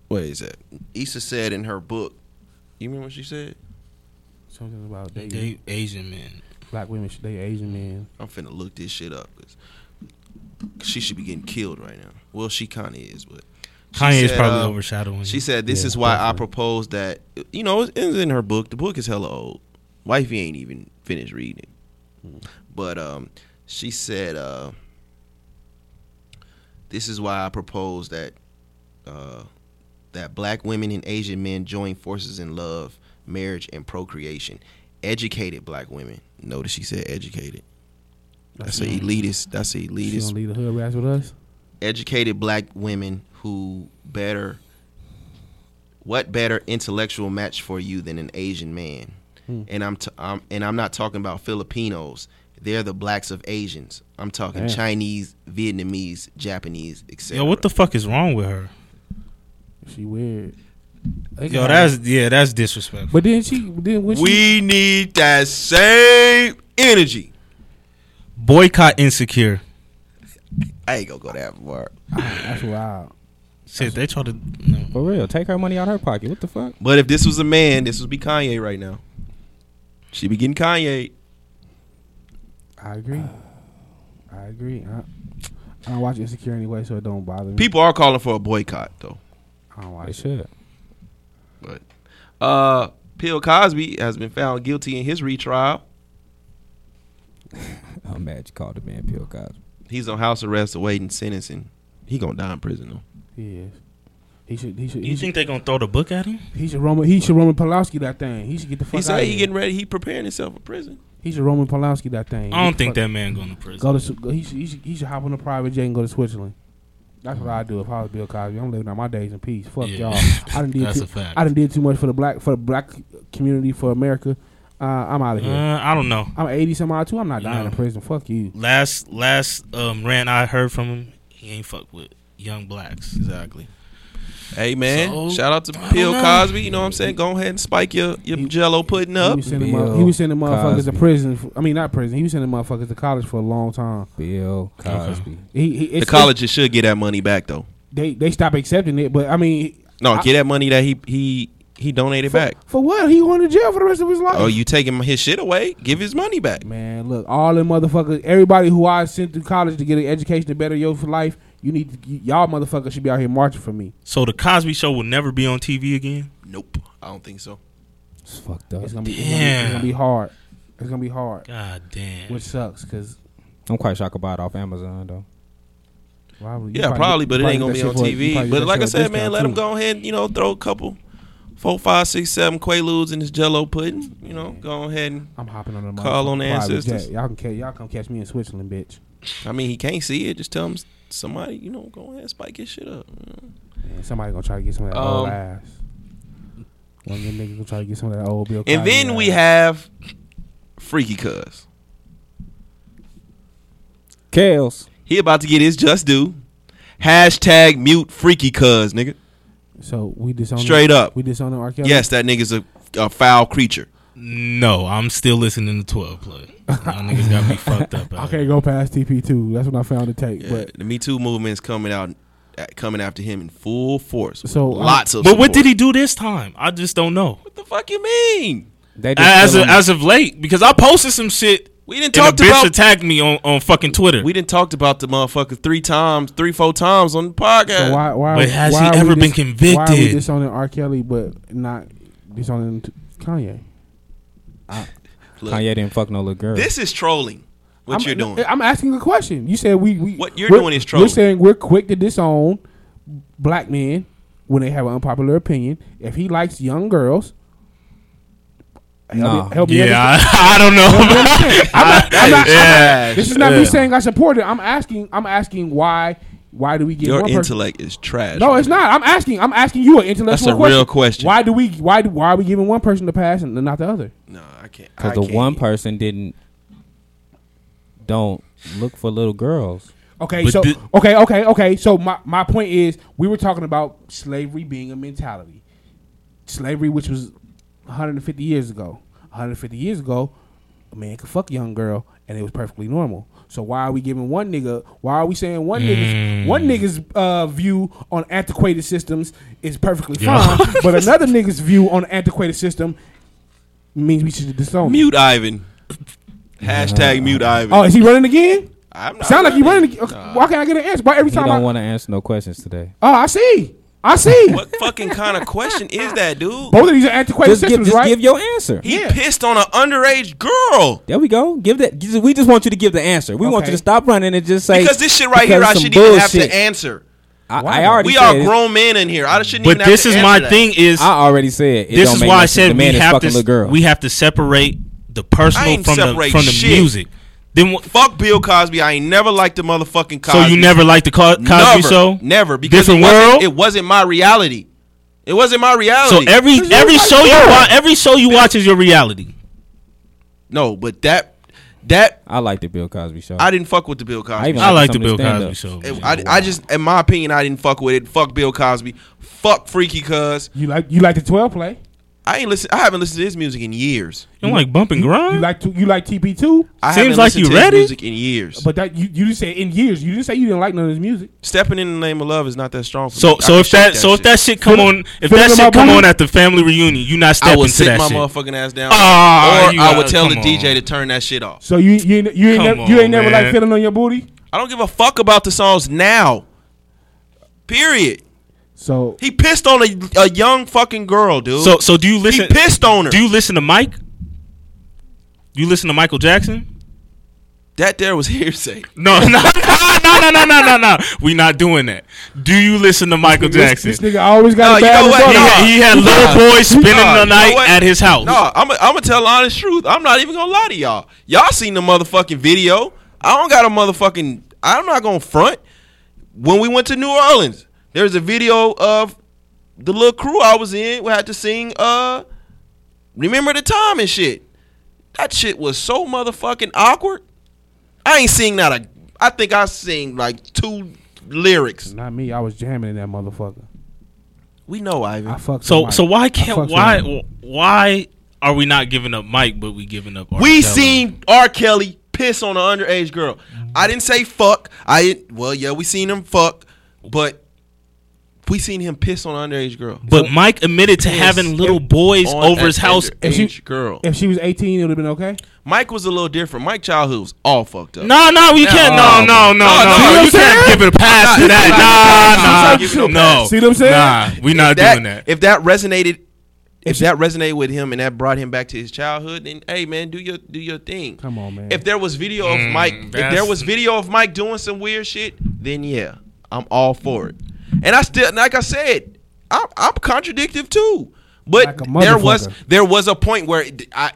Speaker 2: what is that? Issa said in her book, you remember what she said?
Speaker 4: Something about they,
Speaker 5: They Asian man.
Speaker 4: black women, sh- they Asian men.
Speaker 2: I'm finna look this shit up 'cause she should be getting killed right now. Well, she kind of is, but she
Speaker 5: Kanye's
Speaker 2: said,
Speaker 5: probably
Speaker 2: uh,
Speaker 5: overshadowing.
Speaker 2: She
Speaker 5: him.
Speaker 2: said, "This
Speaker 4: Yeah,
Speaker 2: is why I
Speaker 4: definitely.
Speaker 2: proposed that." You know, it's it's in her book. The book is hella old. Wifey ain't even finished reading it. But um, she said, uh, "This is why I proposed that uh, that black women and Asian men join forces in love, marriage, and procreation. Educated black women. Notice she said educated. That's an elitist. That's an
Speaker 4: She
Speaker 2: elitist
Speaker 4: gonna leave the hood rats with us.
Speaker 2: educated black women who better what better intellectual match for you than an Asian man?
Speaker 5: Hmm.
Speaker 2: And I'm, t- I'm and I'm not talking about Filipinos. They're the blacks of Asians. I'm talking
Speaker 4: Damn.
Speaker 2: Chinese, Vietnamese, Japanese, etc.
Speaker 5: Yo, what the fuck is wrong with her?
Speaker 4: She weird. They
Speaker 5: Yo,
Speaker 4: got-
Speaker 5: that's yeah, that's disrespectful.
Speaker 4: But then she then when she
Speaker 2: we need that same energy.
Speaker 5: Boycott insecure.
Speaker 2: I ain't gonna go that far.
Speaker 4: that's wild.
Speaker 5: Shit, they try to. No.
Speaker 6: For real. Take her money out her pocket. What the fuck?
Speaker 2: But if this was a man, this would be Kanye right now. She be getting Kanye.
Speaker 4: I agree. I agree. I, I don't watch Insecure anyway, so it don't bother me.
Speaker 2: People are calling for a boycott though.
Speaker 4: I don't
Speaker 6: They
Speaker 4: watch it.
Speaker 6: should.
Speaker 2: But uh Bill Cosby has been found guilty in his retrial.
Speaker 6: I'm mad you called the man Bill Cosby.
Speaker 2: He's on house arrest awaiting sentencing. He gonna die in prison though.
Speaker 4: He is. He should. He should. He
Speaker 5: You
Speaker 4: should,
Speaker 5: think they gonna throw the book at him?
Speaker 4: he should Roman. He should Roman Polanski that thing. He should get the fuck.
Speaker 2: He
Speaker 4: out
Speaker 2: said
Speaker 4: of
Speaker 2: he
Speaker 4: here.
Speaker 2: getting ready. He preparing himself for prison.
Speaker 4: He should Roman Polanski that thing.
Speaker 5: I don't
Speaker 4: Get
Speaker 5: think
Speaker 4: the
Speaker 5: that man going to prison.
Speaker 4: fuck- Go to. Swi- Go, he, should, he should. He should hop on a private jet and go to Switzerland. That's what I do if I was Bill Cosby. I'm living out my days in peace. Fuck
Speaker 5: Yeah.
Speaker 4: y'all. I done did.
Speaker 5: That's
Speaker 4: Too,
Speaker 5: a fact.
Speaker 4: I done did too much for the black for the black community for America. Uh, I'm out of here.
Speaker 5: Uh, I don't know.
Speaker 4: I'm 80 some odd too. I'm not dying
Speaker 5: No.
Speaker 4: in prison. Fuck you.
Speaker 5: Last last um, rant I heard from him, he ain't fuck with young blacks.
Speaker 2: Exactly. Hey man,
Speaker 5: So,
Speaker 2: shout out to
Speaker 5: I don't
Speaker 2: Bill
Speaker 5: know.
Speaker 2: Cosby. You know what I'm saying? Go ahead and spike your your
Speaker 4: He-
Speaker 2: Jello pudding
Speaker 4: He
Speaker 2: up.
Speaker 4: was sending,
Speaker 6: Bill
Speaker 4: mother- he was sending motherfuckers to
Speaker 6: Cosby.
Speaker 4: prison. For, I mean, not prison. He was sending motherfuckers to college for a long time.
Speaker 6: Bill Cosby.
Speaker 4: He, he,
Speaker 2: The
Speaker 4: it's-
Speaker 2: colleges should get that money back though.
Speaker 4: they they stop accepting it. But I mean,
Speaker 2: No,
Speaker 4: I-
Speaker 2: get that money that he he he donated back.
Speaker 4: for what? He going to jail for the rest of his life.
Speaker 2: Oh, you taking his shit away? Give his money back.
Speaker 4: Man, look, all them motherfuckers, everybody who I sent to college to get an education to better your life, you need to, y- y'all motherfuckers should be out here marching for me.
Speaker 5: So the Cosby Show will never be on TV again.
Speaker 2: Nope, I don't think so.
Speaker 6: It's fucked up.
Speaker 4: It's gonna be, it's gonna be, it's gonna be hard. It's gonna be hard,
Speaker 5: God damn.
Speaker 4: which sucks because
Speaker 6: I'm quite shocked about it off Amazon though.
Speaker 4: probably you
Speaker 2: Yeah, probably,
Speaker 4: get-
Speaker 2: but
Speaker 4: you
Speaker 2: it ain't gonna
Speaker 4: probably
Speaker 2: be
Speaker 4: get that shit
Speaker 2: on
Speaker 4: for- you
Speaker 2: TV.
Speaker 4: probably
Speaker 2: But
Speaker 4: get
Speaker 2: like
Speaker 4: that
Speaker 2: I
Speaker 4: shit for a
Speaker 2: said, man, let him
Speaker 4: discount,
Speaker 2: go ahead. You know, throw a couple, four, five, six, seven Quaaludes in his Jello pudding. You know, go ahead. and
Speaker 4: too. I'm hopping on the
Speaker 2: Call on the
Speaker 4: motherfucking private
Speaker 2: ancestors.
Speaker 4: jet. Y'all can ca- y'all come catch me in Switzerland, bitch.
Speaker 2: I mean, he can't see it. Just tell him s- somebody. You know, go ahead, and spike his shit up.
Speaker 4: Man, somebody gonna try to get some of that
Speaker 2: Um,
Speaker 4: old ass. One of them niggas gonna try to get some of that old Bill.
Speaker 2: And
Speaker 4: Cosby
Speaker 2: then we
Speaker 4: ass.
Speaker 2: have Freaky Cuz.
Speaker 6: Kales.
Speaker 2: He about to get his just due. Hashtag mute Freaky Cuz, nigga.
Speaker 4: so we disown
Speaker 2: Straight up.
Speaker 4: We disown R. Kelly.
Speaker 2: Yes, that nigga's a, a foul creature.
Speaker 5: No, I'm still listening to 12 play. Y'all niggas got me fucked up.
Speaker 4: I
Speaker 5: out here.
Speaker 4: can't go past TP two. That's when I found the tape.
Speaker 2: Yeah,
Speaker 4: But
Speaker 2: the Me Too movement's coming out, uh, coming after him in full force.
Speaker 4: So, uh,
Speaker 2: lots of.
Speaker 5: But what
Speaker 2: support.
Speaker 5: did he do this time? I just don't know.
Speaker 2: What the fuck you mean?
Speaker 6: They just
Speaker 5: as
Speaker 6: feel
Speaker 5: of,
Speaker 6: them-
Speaker 5: as of late because I posted some shit.
Speaker 2: We didn't
Speaker 5: And a
Speaker 2: talk
Speaker 5: bitch
Speaker 2: about
Speaker 5: attacked me on, on fucking Twitter.
Speaker 2: we didn't talked about the motherfucker three times, three four times on the podcast.
Speaker 4: So why, why,
Speaker 5: But has
Speaker 4: why
Speaker 5: he
Speaker 4: are we
Speaker 5: ever been
Speaker 4: Why are we
Speaker 5: convicted?
Speaker 4: disowning R. Kelly but not disowning t- Kanye?
Speaker 2: Look,
Speaker 6: Kanye didn't fuck no little girl.
Speaker 2: This is trolling.
Speaker 4: I'm,
Speaker 2: What you're doing?
Speaker 4: I'm asking a question. You said we. we
Speaker 2: What you're
Speaker 4: we're-
Speaker 2: doing is
Speaker 4: You're
Speaker 2: trolling.
Speaker 4: saying we're quick to disown black men when they have an unpopular opinion. If he likes young girls, help
Speaker 6: Nah.
Speaker 4: me, help me
Speaker 5: yeah,
Speaker 4: understand.
Speaker 5: I, I don't
Speaker 4: You
Speaker 5: know.
Speaker 4: understand? I'm not- I'm not-
Speaker 5: yeah,
Speaker 4: This is not me
Speaker 5: yeah.
Speaker 4: saying I support it. I'm asking. I'm asking why. Why do we get
Speaker 2: Your
Speaker 4: one person?
Speaker 2: intellect is trash.
Speaker 4: No,
Speaker 2: man.
Speaker 4: it's not. I'm asking. I'm asking you an intellectual.
Speaker 2: That's a
Speaker 4: question.
Speaker 2: real question.
Speaker 4: Why do we? Why do? Why are we giving one person the pass and not the other?
Speaker 2: No, I can't. I
Speaker 6: Because the
Speaker 2: can't.
Speaker 6: one person didn't don't look for little girls.
Speaker 4: Okay,
Speaker 5: But
Speaker 4: so
Speaker 5: thi-
Speaker 4: okay, okay, okay. So my my point is, we were talking about slavery being a mentality, slavery which was 150 years ago. 150 years ago, a man could fuck a young girl, and it was perfectly normal. So why are we giving one nigga? Why are we saying one nigga's one nigga's uh, view on antiquated systems is perfectly
Speaker 5: Yeah.
Speaker 4: fine, but another nigga's view on antiquated system means we should disown? it?
Speaker 2: Mute Ivan. Hashtag mute Ivan.
Speaker 4: Oh, is he running again?
Speaker 2: I'm not
Speaker 4: Sound like he running. Again. Okay, Why can't I get an answer? Why every
Speaker 6: He
Speaker 4: time I
Speaker 6: don't want to answer no questions today.
Speaker 4: Oh, I see. I see.
Speaker 2: What fucking kind of question is that, dude?
Speaker 4: Both of these are antiquated
Speaker 6: Just, give,
Speaker 4: systems,
Speaker 6: just
Speaker 4: right?
Speaker 6: give your answer.
Speaker 2: He
Speaker 4: Yeah.
Speaker 2: pissed on an underage girl.
Speaker 6: There we go. Give that. just- We just want you to give the answer. We want
Speaker 4: Okay.
Speaker 6: you to stop running and just say
Speaker 2: Because this shit right
Speaker 6: because
Speaker 2: here, I
Speaker 6: some
Speaker 2: shouldn't even have
Speaker 6: bullshit.
Speaker 2: to answer.
Speaker 6: I, I already
Speaker 2: We
Speaker 6: said
Speaker 2: are
Speaker 6: it.
Speaker 2: grown men in here. I shouldn't
Speaker 5: But
Speaker 2: even have
Speaker 5: this
Speaker 2: to
Speaker 5: is
Speaker 2: answer
Speaker 5: my
Speaker 2: that.
Speaker 5: thing is
Speaker 6: I already said it.
Speaker 5: this
Speaker 6: don't
Speaker 5: is
Speaker 6: make
Speaker 5: why
Speaker 6: no
Speaker 5: I
Speaker 6: sense. The
Speaker 5: said we
Speaker 6: man is
Speaker 5: have to
Speaker 6: fucking
Speaker 5: s-
Speaker 6: little girl.
Speaker 5: we have to separate the
Speaker 2: I
Speaker 5: personal
Speaker 2: ain't
Speaker 5: from the
Speaker 2: separate
Speaker 5: from the
Speaker 2: shit.
Speaker 5: music. Then what,
Speaker 2: Fuck Bill Cosby. I ain't never liked the motherfucking Cosby.
Speaker 5: so you never liked the Co- Cosby
Speaker 2: never,
Speaker 5: Show?
Speaker 2: Never. Because
Speaker 5: Different
Speaker 2: it wasn't,
Speaker 5: World?
Speaker 2: It wasn't my reality. It wasn't my
Speaker 5: So
Speaker 2: reality.
Speaker 5: every
Speaker 4: This is
Speaker 5: every
Speaker 4: like
Speaker 5: show you
Speaker 4: that.
Speaker 5: watch, every show you watch is your reality.
Speaker 2: no, but that that
Speaker 6: I like the Bill Cosby show.
Speaker 2: I didn't fuck with the Bill Cosby.
Speaker 6: even
Speaker 5: I like the
Speaker 6: some
Speaker 5: Bill
Speaker 6: of his
Speaker 5: Cosby
Speaker 6: stand-ups.
Speaker 5: Show.
Speaker 2: It-
Speaker 5: man.
Speaker 2: I, I just, in my opinion, I didn't fuck with it. Fuck Bill Cosby. Fuck Freaky Cuz.
Speaker 4: you like you like the twelve play.
Speaker 2: I ain't listen. I haven't listened to his music in years.
Speaker 5: you don't like bumping grind.
Speaker 4: You like to, you like TP two,
Speaker 2: I
Speaker 5: Seems
Speaker 2: haven't
Speaker 5: like
Speaker 2: listened
Speaker 5: you
Speaker 2: to his
Speaker 5: ready.
Speaker 2: music in years. But
Speaker 4: but that you you just said in years. You didn't say you didn't like none of his music.
Speaker 2: stepping in the name of love is not that strong. For
Speaker 5: so
Speaker 2: me. I
Speaker 5: so
Speaker 2: can
Speaker 5: if
Speaker 2: shake
Speaker 5: that, so if
Speaker 2: shit.
Speaker 5: that shit come
Speaker 4: Fill-
Speaker 5: on if
Speaker 4: fill
Speaker 5: that
Speaker 4: it
Speaker 5: shit
Speaker 4: up,
Speaker 5: come
Speaker 4: buddy.
Speaker 5: on at the family reunion, you not
Speaker 2: I
Speaker 5: stepping
Speaker 2: would
Speaker 5: to
Speaker 2: sit
Speaker 5: that
Speaker 2: my
Speaker 5: shit.
Speaker 2: motherfucking ass down,
Speaker 5: Ah,
Speaker 2: or
Speaker 5: you
Speaker 2: I
Speaker 5: gotta-
Speaker 2: would tell the
Speaker 5: come
Speaker 2: DJ
Speaker 5: on.
Speaker 2: to turn that shit off.
Speaker 4: So you you ain't, you ain't
Speaker 5: Come
Speaker 4: never, you
Speaker 5: on,
Speaker 4: ain't never like
Speaker 5: man.
Speaker 4: feeling on your booty.
Speaker 2: I don't give a fuck about the songs now. Period.
Speaker 4: So
Speaker 2: He pissed on a, a young fucking girl, dude.
Speaker 5: So so do you
Speaker 2: he
Speaker 5: listen?
Speaker 2: pissed on her.
Speaker 5: Do you listen to Mike? Do you listen to Michael Jackson?
Speaker 2: that there was hearsay.
Speaker 5: No, no, no, no, no, no, no, no, no. We not doing that. Do you listen to Michael
Speaker 4: this,
Speaker 5: Jackson?
Speaker 4: this nigga always got
Speaker 2: No,
Speaker 4: a
Speaker 2: you
Speaker 4: bad
Speaker 2: know what?
Speaker 4: result.
Speaker 5: He had, he had little boy spending
Speaker 2: Nah,
Speaker 5: the
Speaker 2: you know
Speaker 5: night
Speaker 2: what?
Speaker 5: at his house.
Speaker 2: No, I'm gonna tell the honest truth. I'm not even gonna lie to y'all. Y'all seen the motherfucking video. I don't got a motherfucking. I'm not gonna front. When we went to New Orleans, there's a video of the little crew I was in. We had to sing. Uh, remember the time and shit. That shit was so motherfucking awkward. I ain't seen that. A, I think I sing like two lyrics.
Speaker 4: Not me. I was jamming in that motherfucker.
Speaker 2: We know,
Speaker 4: I
Speaker 2: Ivan.
Speaker 4: fucked.
Speaker 5: So
Speaker 4: with
Speaker 5: so
Speaker 4: Mike.
Speaker 5: why
Speaker 4: I fucks
Speaker 5: can't
Speaker 4: with
Speaker 5: why
Speaker 4: Mike.
Speaker 5: why are we not giving up Mike but we giving up? R.
Speaker 2: We
Speaker 5: Kelly?
Speaker 2: seen R. Kelly piss on an underage girl. I didn't say fuck. I didn't, well, yeah, we seen him fuck, but we seen him piss on an underage girl.
Speaker 5: But Mike admitted to having little boys
Speaker 2: On
Speaker 5: over
Speaker 2: an
Speaker 5: his house.
Speaker 4: If she-
Speaker 2: underage girl.
Speaker 4: If she was eighteen, it would have been okay.
Speaker 2: Mike was a little different. Mike childhood was all fucked up.
Speaker 5: No, no, we can't. No, no, no,
Speaker 2: No, no,
Speaker 5: no.
Speaker 2: no,
Speaker 5: You
Speaker 4: see what I'm
Speaker 5: can't
Speaker 4: saying?
Speaker 5: give it a pass to
Speaker 2: I'm not-
Speaker 5: that.
Speaker 2: I'm not- I'm
Speaker 5: Nah,
Speaker 2: not-
Speaker 5: nah, no.
Speaker 4: See what I'm saying?
Speaker 5: Nah, we
Speaker 2: If
Speaker 5: not
Speaker 2: that,
Speaker 5: doing that.
Speaker 2: If that resonated, if that resonated with him and that brought him back to his childhood, then hey man, do your do your thing.
Speaker 4: Come on, man.
Speaker 2: If there was video of Mike, if there
Speaker 5: that's-
Speaker 2: was video of Mike doing some weird shit, then yeah, I'm all for it. And I still, like I said, I'm, I'm contradictive too. But
Speaker 4: Like a
Speaker 2: there was
Speaker 4: motherfucker.
Speaker 2: there was a point where it- I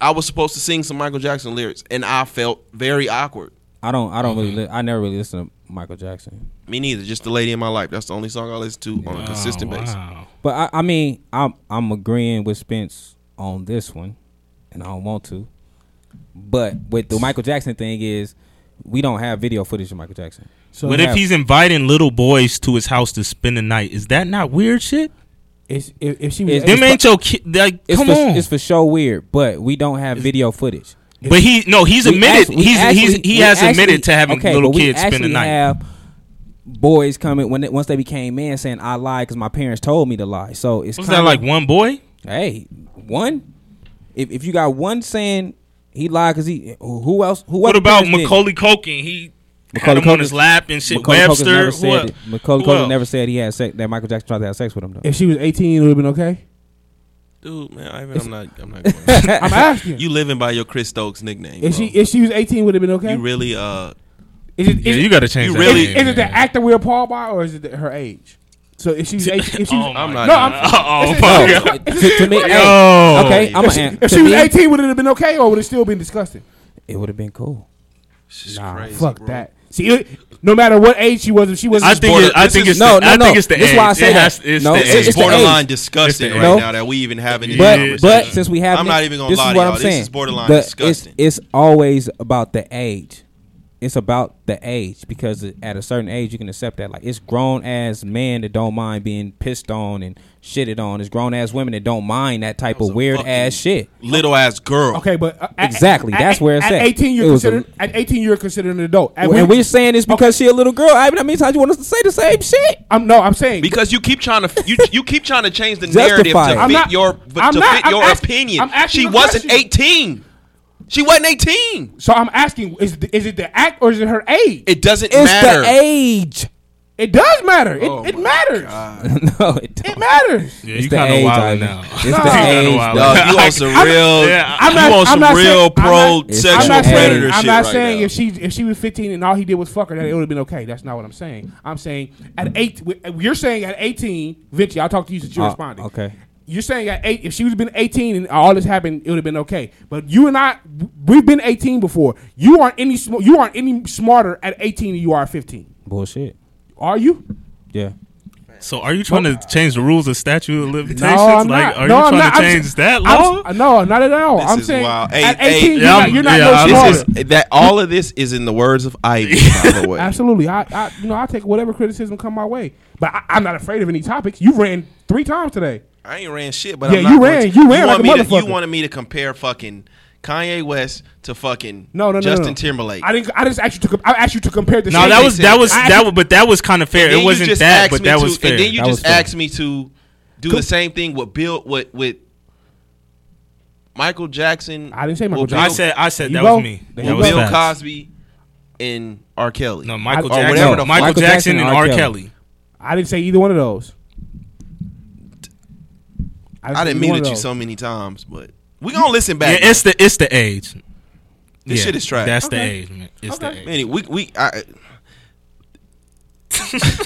Speaker 2: I was supposed to sing some Michael Jackson lyrics, and I felt very awkward.
Speaker 6: I don't. I don't really.
Speaker 5: Mm-hmm.
Speaker 6: Li- I never really listen to Michael Jackson.
Speaker 2: Me neither. Just the lady in my life. That's the only song I listen to on a consistent
Speaker 5: Oh,
Speaker 2: basis.
Speaker 5: wow.
Speaker 6: But I, I mean, I'm I'm agreeing with Spence on this one, and I don't want to. But with the Michael Jackson thing is, we don't have video footage of Michael Jackson.
Speaker 4: So
Speaker 5: What if he's inviting little boys to his house to spend the night? Is that not weird shit?
Speaker 4: it's, if, if she was
Speaker 6: It's-
Speaker 4: eight-
Speaker 5: Them ain't your kid. Like,
Speaker 6: It's
Speaker 5: come
Speaker 6: for,
Speaker 5: on.
Speaker 6: It's for sure weird, but we don't have video footage.
Speaker 5: But he no, he's
Speaker 6: We
Speaker 5: admitted.
Speaker 6: actually- we
Speaker 5: he's, he's
Speaker 6: actually-
Speaker 5: he
Speaker 6: we
Speaker 5: has
Speaker 6: actually-
Speaker 5: admitted to having
Speaker 6: okay,
Speaker 5: little
Speaker 6: but we
Speaker 5: kids spend the
Speaker 6: actually
Speaker 5: night.
Speaker 6: Have boys coming when they, once they became men saying I lied because my parents told me to lie. So it's
Speaker 5: was
Speaker 6: kinda-
Speaker 5: that like one boy?
Speaker 6: hey one If if you got one saying he lied because he who else? Who
Speaker 5: What
Speaker 6: else
Speaker 5: about
Speaker 6: finished it?
Speaker 5: Macaulay Culkin? He
Speaker 6: Macaulay
Speaker 5: had him on his
Speaker 6: Culkin-
Speaker 5: lap and shit.
Speaker 6: Macaulay Culkin
Speaker 5: Webster.
Speaker 6: never
Speaker 5: who
Speaker 6: said
Speaker 5: else?
Speaker 6: it. Macaulay
Speaker 5: Who
Speaker 6: Culkin
Speaker 5: else?
Speaker 6: never said he had sex. That Michael Jackson tried to have sex with him though.
Speaker 4: If she was 18, it would have been okay.
Speaker 2: Dude, man, I, I'm not. I'm not. Going
Speaker 4: I'm asking.
Speaker 2: you living by your Chris Stokes nickname.
Speaker 4: if she
Speaker 2: bro.
Speaker 4: if she was 18, would have been okay.
Speaker 2: you really uh
Speaker 4: is it, is,
Speaker 5: Yeah, you got to change.
Speaker 2: You
Speaker 5: that
Speaker 2: really-
Speaker 5: name,
Speaker 4: is, is it the
Speaker 5: man.
Speaker 4: actor we appalled by, or is it the, her age? So if she's eight, if she was,
Speaker 5: Oh my
Speaker 2: I'm not
Speaker 4: no,
Speaker 2: doing
Speaker 4: I'm,
Speaker 5: Oh,
Speaker 6: No,
Speaker 5: fuck.
Speaker 6: to, to me, hey,
Speaker 5: Yo.
Speaker 6: okay, I'm a,
Speaker 4: if
Speaker 6: to
Speaker 4: she was
Speaker 6: me,
Speaker 4: 18, would it have been okay, or would it still been disgusting?
Speaker 6: It would have been cool.
Speaker 2: She's
Speaker 6: Nah,
Speaker 2: crazy,
Speaker 4: Fuck
Speaker 2: bro.
Speaker 4: that. See, it- no matter what age she was, if she was,
Speaker 5: I think.
Speaker 2: border-
Speaker 5: It, I
Speaker 2: this
Speaker 5: think
Speaker 2: is-
Speaker 5: it's.
Speaker 6: No,
Speaker 5: the, I
Speaker 6: no,
Speaker 5: think
Speaker 6: no.
Speaker 5: it's the
Speaker 6: This
Speaker 5: age.
Speaker 6: why I say
Speaker 5: it
Speaker 6: that.
Speaker 5: has, it's
Speaker 6: No,
Speaker 5: the
Speaker 6: it's-
Speaker 5: age.
Speaker 2: It's,
Speaker 6: the
Speaker 2: borderline
Speaker 6: age.
Speaker 2: disgusting
Speaker 5: It's
Speaker 2: right
Speaker 5: the
Speaker 6: age.
Speaker 2: now that we even having this
Speaker 6: But
Speaker 5: Yeah.
Speaker 6: but
Speaker 2: conversation.
Speaker 6: since we have,
Speaker 2: I'm not even gonna
Speaker 6: this
Speaker 2: lie
Speaker 6: is
Speaker 2: to
Speaker 6: what
Speaker 2: y'all.
Speaker 6: I'm
Speaker 2: This
Speaker 6: saying.
Speaker 2: is borderline
Speaker 6: The- it's-
Speaker 2: disgusting.
Speaker 6: It's, always about the age. It's about the age because at a certain age you can accept that. Like it's grown ass men that don't mind being pissed on and shitted on. It's grown ass women that don't mind that type
Speaker 2: was
Speaker 6: of
Speaker 2: a
Speaker 6: weird
Speaker 2: fucking-
Speaker 6: ass shit.
Speaker 2: Little ass girl.
Speaker 4: Okay, but uh, at-
Speaker 6: Exactly,
Speaker 4: at-
Speaker 6: that's where it's
Speaker 4: at.
Speaker 6: at.
Speaker 4: 18, you're
Speaker 6: It was a-
Speaker 4: considered at 18, you're considered an adult. At
Speaker 6: and
Speaker 4: when-
Speaker 6: we're saying this because she a little girl. I mean, that means how you want us to say the same shit.
Speaker 4: I'm no, I'm saying
Speaker 2: Because you keep trying to you you keep trying to change the
Speaker 6: Justify
Speaker 2: narrative
Speaker 6: it.
Speaker 2: to
Speaker 6: I'm
Speaker 2: fit
Speaker 4: not-
Speaker 2: your to
Speaker 4: I'm not-
Speaker 2: fit
Speaker 4: I'm
Speaker 2: your
Speaker 4: ask-
Speaker 2: opinion.
Speaker 4: I'm asking
Speaker 2: she
Speaker 4: a
Speaker 2: wasn't
Speaker 4: question.
Speaker 2: 18. She wasn't 18.
Speaker 4: So I'm asking: is the, is it the act or is it her age? It,
Speaker 2: It doesn't
Speaker 6: It's
Speaker 2: matter.
Speaker 6: the age.
Speaker 4: does matter. It,
Speaker 2: Oh
Speaker 4: it
Speaker 2: my
Speaker 4: matters.
Speaker 6: no, it don't.
Speaker 4: It matters.
Speaker 5: Yeah,
Speaker 6: It's
Speaker 5: you
Speaker 6: the
Speaker 5: kind
Speaker 6: age,
Speaker 5: of wild
Speaker 6: Ivan.
Speaker 5: now.
Speaker 6: It's the
Speaker 5: You
Speaker 6: age,
Speaker 5: kinda
Speaker 6: dog.
Speaker 5: wild.
Speaker 2: Dog, you on some
Speaker 5: I'm-
Speaker 2: real,
Speaker 5: yeah,
Speaker 4: I'm
Speaker 2: you
Speaker 4: not-
Speaker 2: on
Speaker 4: I'm
Speaker 2: some
Speaker 4: not
Speaker 2: real
Speaker 4: saying- I'm
Speaker 2: pro
Speaker 4: not-
Speaker 6: It's
Speaker 2: sexual
Speaker 4: I'm not
Speaker 6: Sexual
Speaker 2: predator
Speaker 4: saying,
Speaker 2: shit
Speaker 4: I'm not
Speaker 2: right
Speaker 4: saying
Speaker 2: now.
Speaker 4: if she if she was 15 and all he did was fuck her, that it would have been okay. That's not what I'm saying. I'm saying at eight, you're saying at 18, Vinci. I'll talk to you since you're
Speaker 6: Uh,
Speaker 4: responding.
Speaker 6: okay.
Speaker 4: You're saying at eight, if she was been 18 and all this happened, it would have been okay. But you and I, we've been 18 before. You aren't any sm- you aren't any smarter at 18 than you are at 15.
Speaker 6: Bullshit.
Speaker 4: Are you?
Speaker 6: Yeah.
Speaker 5: So are you trying to change the rules of statute of limitations?
Speaker 4: I'm
Speaker 5: like,
Speaker 4: not.
Speaker 5: are
Speaker 4: No,
Speaker 5: you
Speaker 4: I'm
Speaker 5: trying
Speaker 4: not.
Speaker 5: to
Speaker 4: I'm
Speaker 5: change
Speaker 4: s-
Speaker 5: that law?
Speaker 4: I'm, no, not at all.
Speaker 2: This
Speaker 4: I'm
Speaker 2: is
Speaker 4: saying
Speaker 2: wild.
Speaker 4: at
Speaker 2: Hey, hey,
Speaker 4: 18, you're
Speaker 5: yeah,
Speaker 4: not,
Speaker 5: I'm-
Speaker 4: you're not
Speaker 5: yeah, I'm-
Speaker 4: no smarter.
Speaker 2: This is that all of this is in the words of Ivy, by the way.
Speaker 4: Absolutely. I, I you know I take whatever criticism come my way, but I, I'm not afraid of any topics. You ran three times today.
Speaker 2: I ain't ran shit, but
Speaker 4: Yeah,
Speaker 2: I'm
Speaker 4: you
Speaker 2: not
Speaker 4: ran-
Speaker 2: going to-
Speaker 4: you ran like
Speaker 2: want
Speaker 4: a
Speaker 2: me to-
Speaker 4: motherfucker.
Speaker 2: You wanted me to compare fucking Kanye West to fucking
Speaker 4: No, no, no,
Speaker 2: Justin
Speaker 4: no, no.
Speaker 2: Timberlake.
Speaker 4: I didn't. I just asked you to. com- I asked you to compare the.
Speaker 5: No,
Speaker 4: same
Speaker 5: that
Speaker 4: thing.
Speaker 5: was that was
Speaker 4: I-
Speaker 5: that was, but that was kind of fair.
Speaker 2: Then
Speaker 5: It
Speaker 2: you
Speaker 5: wasn't
Speaker 2: just
Speaker 5: that,
Speaker 2: asked
Speaker 5: but
Speaker 2: me
Speaker 5: that
Speaker 2: to-
Speaker 5: was fair.
Speaker 2: And then you
Speaker 6: That was
Speaker 2: just
Speaker 6: fair.
Speaker 2: asked me to do the same thing with Bill with with Michael Jackson.
Speaker 4: I didn't say
Speaker 2: with
Speaker 4: Michael
Speaker 2: Bill-
Speaker 5: I said I said
Speaker 4: You
Speaker 5: that
Speaker 4: go.
Speaker 5: was me.
Speaker 4: There
Speaker 5: That
Speaker 4: you
Speaker 5: was
Speaker 4: go.
Speaker 2: Bill
Speaker 5: facts.
Speaker 2: Cosby and R. Kelly.
Speaker 5: No, Michael
Speaker 4: I- or
Speaker 5: Jackson.
Speaker 2: whatever the
Speaker 5: Michael,
Speaker 2: fuck.
Speaker 5: Jackson and R. Kelly.
Speaker 4: I didn't say either one of those.
Speaker 2: I
Speaker 4: say either
Speaker 2: didn't mean
Speaker 4: one
Speaker 2: it
Speaker 4: of
Speaker 2: you
Speaker 4: those.
Speaker 2: so many times, but we gonna listen
Speaker 5: Yeah,
Speaker 2: back.
Speaker 5: it's the it's the age.
Speaker 2: This
Speaker 5: Yeah,
Speaker 2: shit is trash.
Speaker 5: That's the
Speaker 4: Okay.
Speaker 5: age, man. It's
Speaker 4: Okay.
Speaker 5: the age.
Speaker 2: Anyway, we we. I,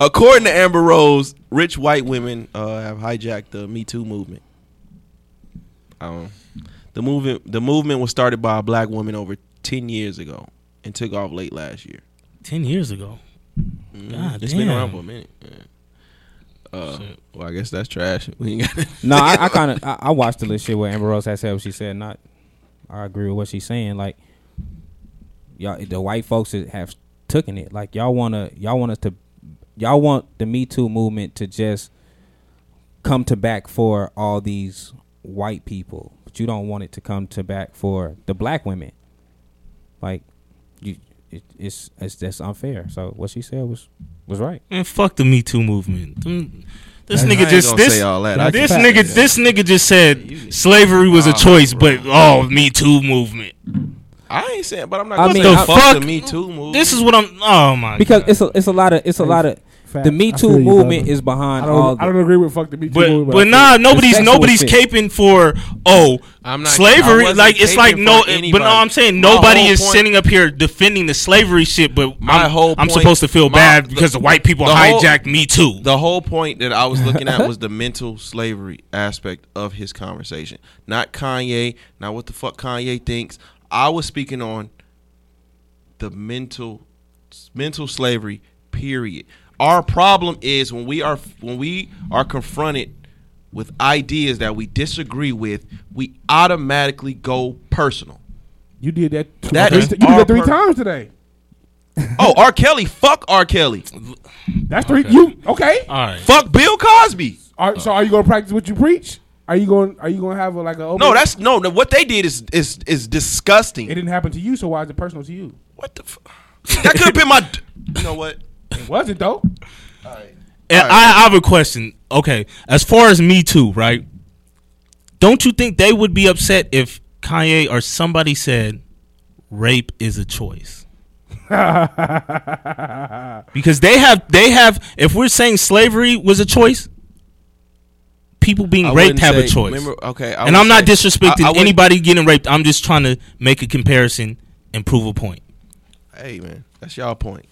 Speaker 2: According to Amber Rose, rich white women uh, have hijacked the Me Too movement. Um, the movement the movement was started by a black woman over ten years ago and took off late last year.
Speaker 5: Ten years ago. God
Speaker 2: It's
Speaker 5: Ah, damn.
Speaker 2: been around for a minute. Yeah. Uh, well, I guess that's trash. We ain't got
Speaker 6: No, I, I kind of I, I watched the little shit where Amber Rose had said what she said. Not, I agree with what she's saying. Like, y'all, the white folks that have taken it. Like, y'all wanna y'all want us to y'all want the Me Too movement to just come to back for all these white people, but you don't want it to come to back for the black women. Like, you, it, it's it's that's unfair. So what she said was was right.
Speaker 5: Man, fuck the Me Too movement. Them- This
Speaker 2: I
Speaker 5: nigga
Speaker 2: ain't
Speaker 5: just
Speaker 2: gonna
Speaker 5: this
Speaker 2: say all that. I
Speaker 5: this
Speaker 2: can't-
Speaker 5: nigga this nigga just said slavery was a
Speaker 2: Nah,
Speaker 5: choice,
Speaker 2: bro.
Speaker 5: but oh Me Too movement.
Speaker 2: I ain't saying, but I'm not.
Speaker 6: I
Speaker 2: gonna
Speaker 6: mean,
Speaker 2: say
Speaker 6: I-
Speaker 2: fuck the
Speaker 5: fuck-
Speaker 2: Me Too movement.
Speaker 5: This is what I'm. Oh my.
Speaker 6: Because
Speaker 5: God.
Speaker 6: it's a it's a lot of it's a lot of
Speaker 4: Facts.
Speaker 6: the Me
Speaker 4: I
Speaker 6: Too
Speaker 4: feel you,
Speaker 6: movement
Speaker 4: brother.
Speaker 6: is behind
Speaker 4: I
Speaker 6: all.
Speaker 4: don't,
Speaker 6: The,
Speaker 4: I don't agree with fuck the Me Too
Speaker 5: But
Speaker 4: movement,
Speaker 5: but
Speaker 4: I
Speaker 5: nah, nobody's
Speaker 6: sexual
Speaker 5: nobody's
Speaker 6: shit.
Speaker 5: caping for oh
Speaker 2: I'm not- I
Speaker 5: slavery.
Speaker 2: wasn't
Speaker 5: Like it's like
Speaker 2: caping
Speaker 5: no,
Speaker 2: for
Speaker 5: but
Speaker 2: anybody.
Speaker 5: no, I'm saying
Speaker 2: My
Speaker 5: nobody
Speaker 2: whole
Speaker 5: is
Speaker 2: point-
Speaker 5: sitting up here defending the slavery shit. But
Speaker 2: My
Speaker 5: I'm,
Speaker 2: whole
Speaker 5: I'm
Speaker 2: point-
Speaker 5: supposed to feel
Speaker 2: my-
Speaker 5: bad
Speaker 2: the-
Speaker 5: because the white people
Speaker 2: the whole-
Speaker 5: hijacked me too.
Speaker 2: The whole point that I was looking at was the mental slavery aspect of his conversation, not Kanye, not what the fuck Kanye thinks. I was speaking on the mental mental slavery period. Our problem is when we are when we are confronted with ideas that we disagree with, we automatically go personal.
Speaker 4: feel. you did that. Two,
Speaker 2: That
Speaker 4: three,
Speaker 2: is
Speaker 4: you did that three
Speaker 2: our per-
Speaker 4: times today.
Speaker 2: Oh, R. Kelly, fuck R. Kelly,
Speaker 4: That's three. You okay? Uh,
Speaker 5: All right.
Speaker 2: fuck Bill Cosby.
Speaker 4: Are, so are you gonna practice what you preach? Are you going? Are you gonna have a, like a?
Speaker 2: No, that's no. no, What they did is is is disgusting.
Speaker 4: It didn't happen to you, so why is it personal to you?
Speaker 2: What the? F- that could have been my. D- you know what?
Speaker 4: It wasn't though.
Speaker 5: And I, I have a question. Okay, as far as Me Too, right? Don't you think they would be upset if Kanye or somebody said rape is a choice? because they have they have if we're saying slavery was a choice, people being
Speaker 2: I
Speaker 5: raped
Speaker 2: wouldn't
Speaker 5: have a
Speaker 2: say-
Speaker 5: choice.
Speaker 2: remember- okay, I
Speaker 5: and I'm not
Speaker 2: wouldn't say-
Speaker 5: disrespecting
Speaker 2: I- I wouldn't-
Speaker 5: anybody getting raped. I'm just trying to make a comparison and prove a point.
Speaker 2: Mm-hmm. Hey man, that's y'all point.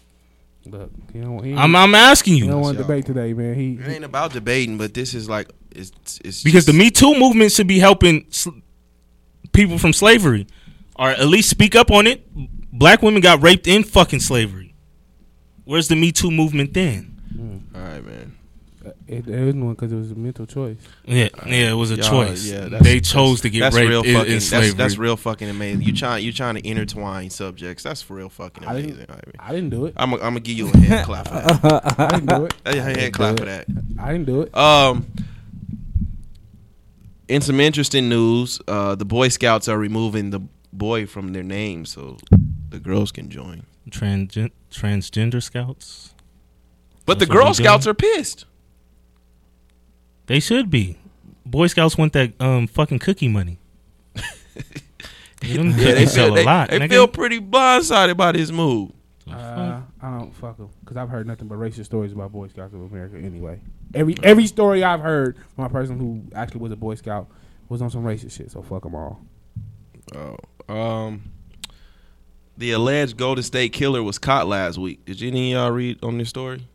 Speaker 4: Look, he don't, he,
Speaker 5: I'm I'm asking
Speaker 4: he don't
Speaker 5: you
Speaker 4: want to debate today, man. He,
Speaker 2: It ain't about debating, but this is like it's it's
Speaker 5: because the
Speaker 2: just-
Speaker 5: Me Too movement should be helping sl- people from slavery, or at least speak up on it. Black women got raped in fucking slavery. Where's the Me Too movement then?
Speaker 2: All right, man.
Speaker 4: uh, it, it wasn't one because it was a mental choice.
Speaker 5: Yeah, yeah, it was a
Speaker 2: Y'all-
Speaker 5: choice.
Speaker 2: yeah, that's-
Speaker 5: they chose to get
Speaker 2: that's
Speaker 5: raped
Speaker 2: real
Speaker 5: in,
Speaker 2: fucking,
Speaker 5: in
Speaker 2: that's,
Speaker 5: slavery.
Speaker 2: that's real fucking amazing. You trying you trying to intertwine subjects. That's real fucking
Speaker 4: I didn't-
Speaker 2: amazing. I mean,
Speaker 4: I didn't do it.
Speaker 2: I'm gonna I'm gonna give you a hand clap for that.
Speaker 4: I didn't do it.
Speaker 2: A hand clap for that.
Speaker 4: I didn't do it.
Speaker 2: Um, in some interesting news, uh, the Boy Scouts are removing the boy from their name so the girls can join.
Speaker 5: Transgen- transgender scouts.
Speaker 2: But
Speaker 5: That's
Speaker 2: the
Speaker 5: what
Speaker 2: Girl
Speaker 5: we doing?
Speaker 2: Scouts are pissed.
Speaker 5: They should be. Boy Scouts want that um fucking cookie money. Them
Speaker 2: Yeah, they
Speaker 5: cookies
Speaker 2: feel,
Speaker 5: sell a
Speaker 2: they,
Speaker 5: lot.
Speaker 2: they
Speaker 5: nigga.
Speaker 2: feel pretty blindsided by this move.
Speaker 4: Uh, I don't fuck them because I've heard nothing but racist stories about Boy Scouts of America. Anyway, every every story I've heard from a person who actually was a Boy Scout was on some racist shit. So fuck them all.
Speaker 2: Oh, um, the alleged Golden State killer was caught last week. Did any of y'all read on this story?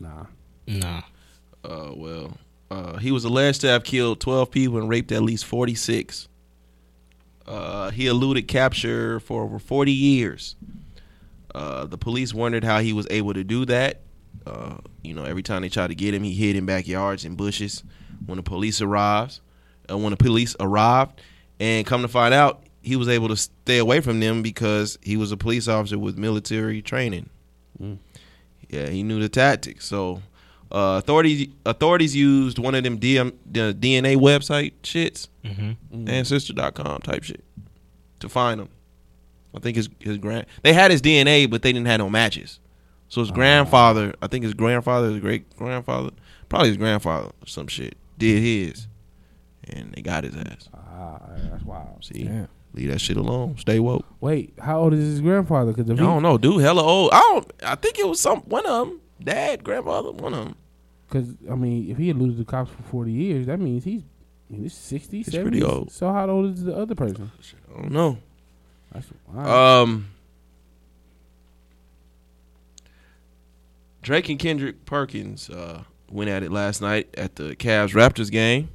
Speaker 4: Nah,
Speaker 5: nah.
Speaker 2: Uh, well, uh, he was alleged to have killed 12 people and raped at least 46. Uh, he eluded capture for over 40 years. Uh, the police wondered how he was able to do that. Uh, you know, every time they tried to get him, he hid in backyards and bushes. When the police arrives, uh, when the police arrived, and come to find out, he was able to stay away from them because he was a police officer with military training. Yeah, he knew the tactics. So uh, authorities authorities used one of them DM, the DNA website shits, mm-hmm. ancestor.com type shit to find him. I think his his grand they had his DNA, but they didn't have no matches. So his grandfather, I think his grandfather, his great grandfather, probably his grandfather or some shit did his, and they got his ass.
Speaker 4: ah, that's wild.
Speaker 2: See, leave that shit alone. Stay woke.
Speaker 4: Wait, how old is his grandfather? Because
Speaker 2: I don't know, dude. Hella old. I don't. I think it was some one of them. Dad, grandfather, one of them.
Speaker 4: Because I mean, if he eluded the cops for forty years, that means he's in his sixties,
Speaker 2: He's pretty
Speaker 4: seventies.
Speaker 2: old.
Speaker 4: So how old is the other person?
Speaker 2: I don't know.
Speaker 4: That's wild.
Speaker 5: Uh-huh.
Speaker 2: Um, Drake and Kendrick Perkins uh, went at it last night at the Cavs Raptors game.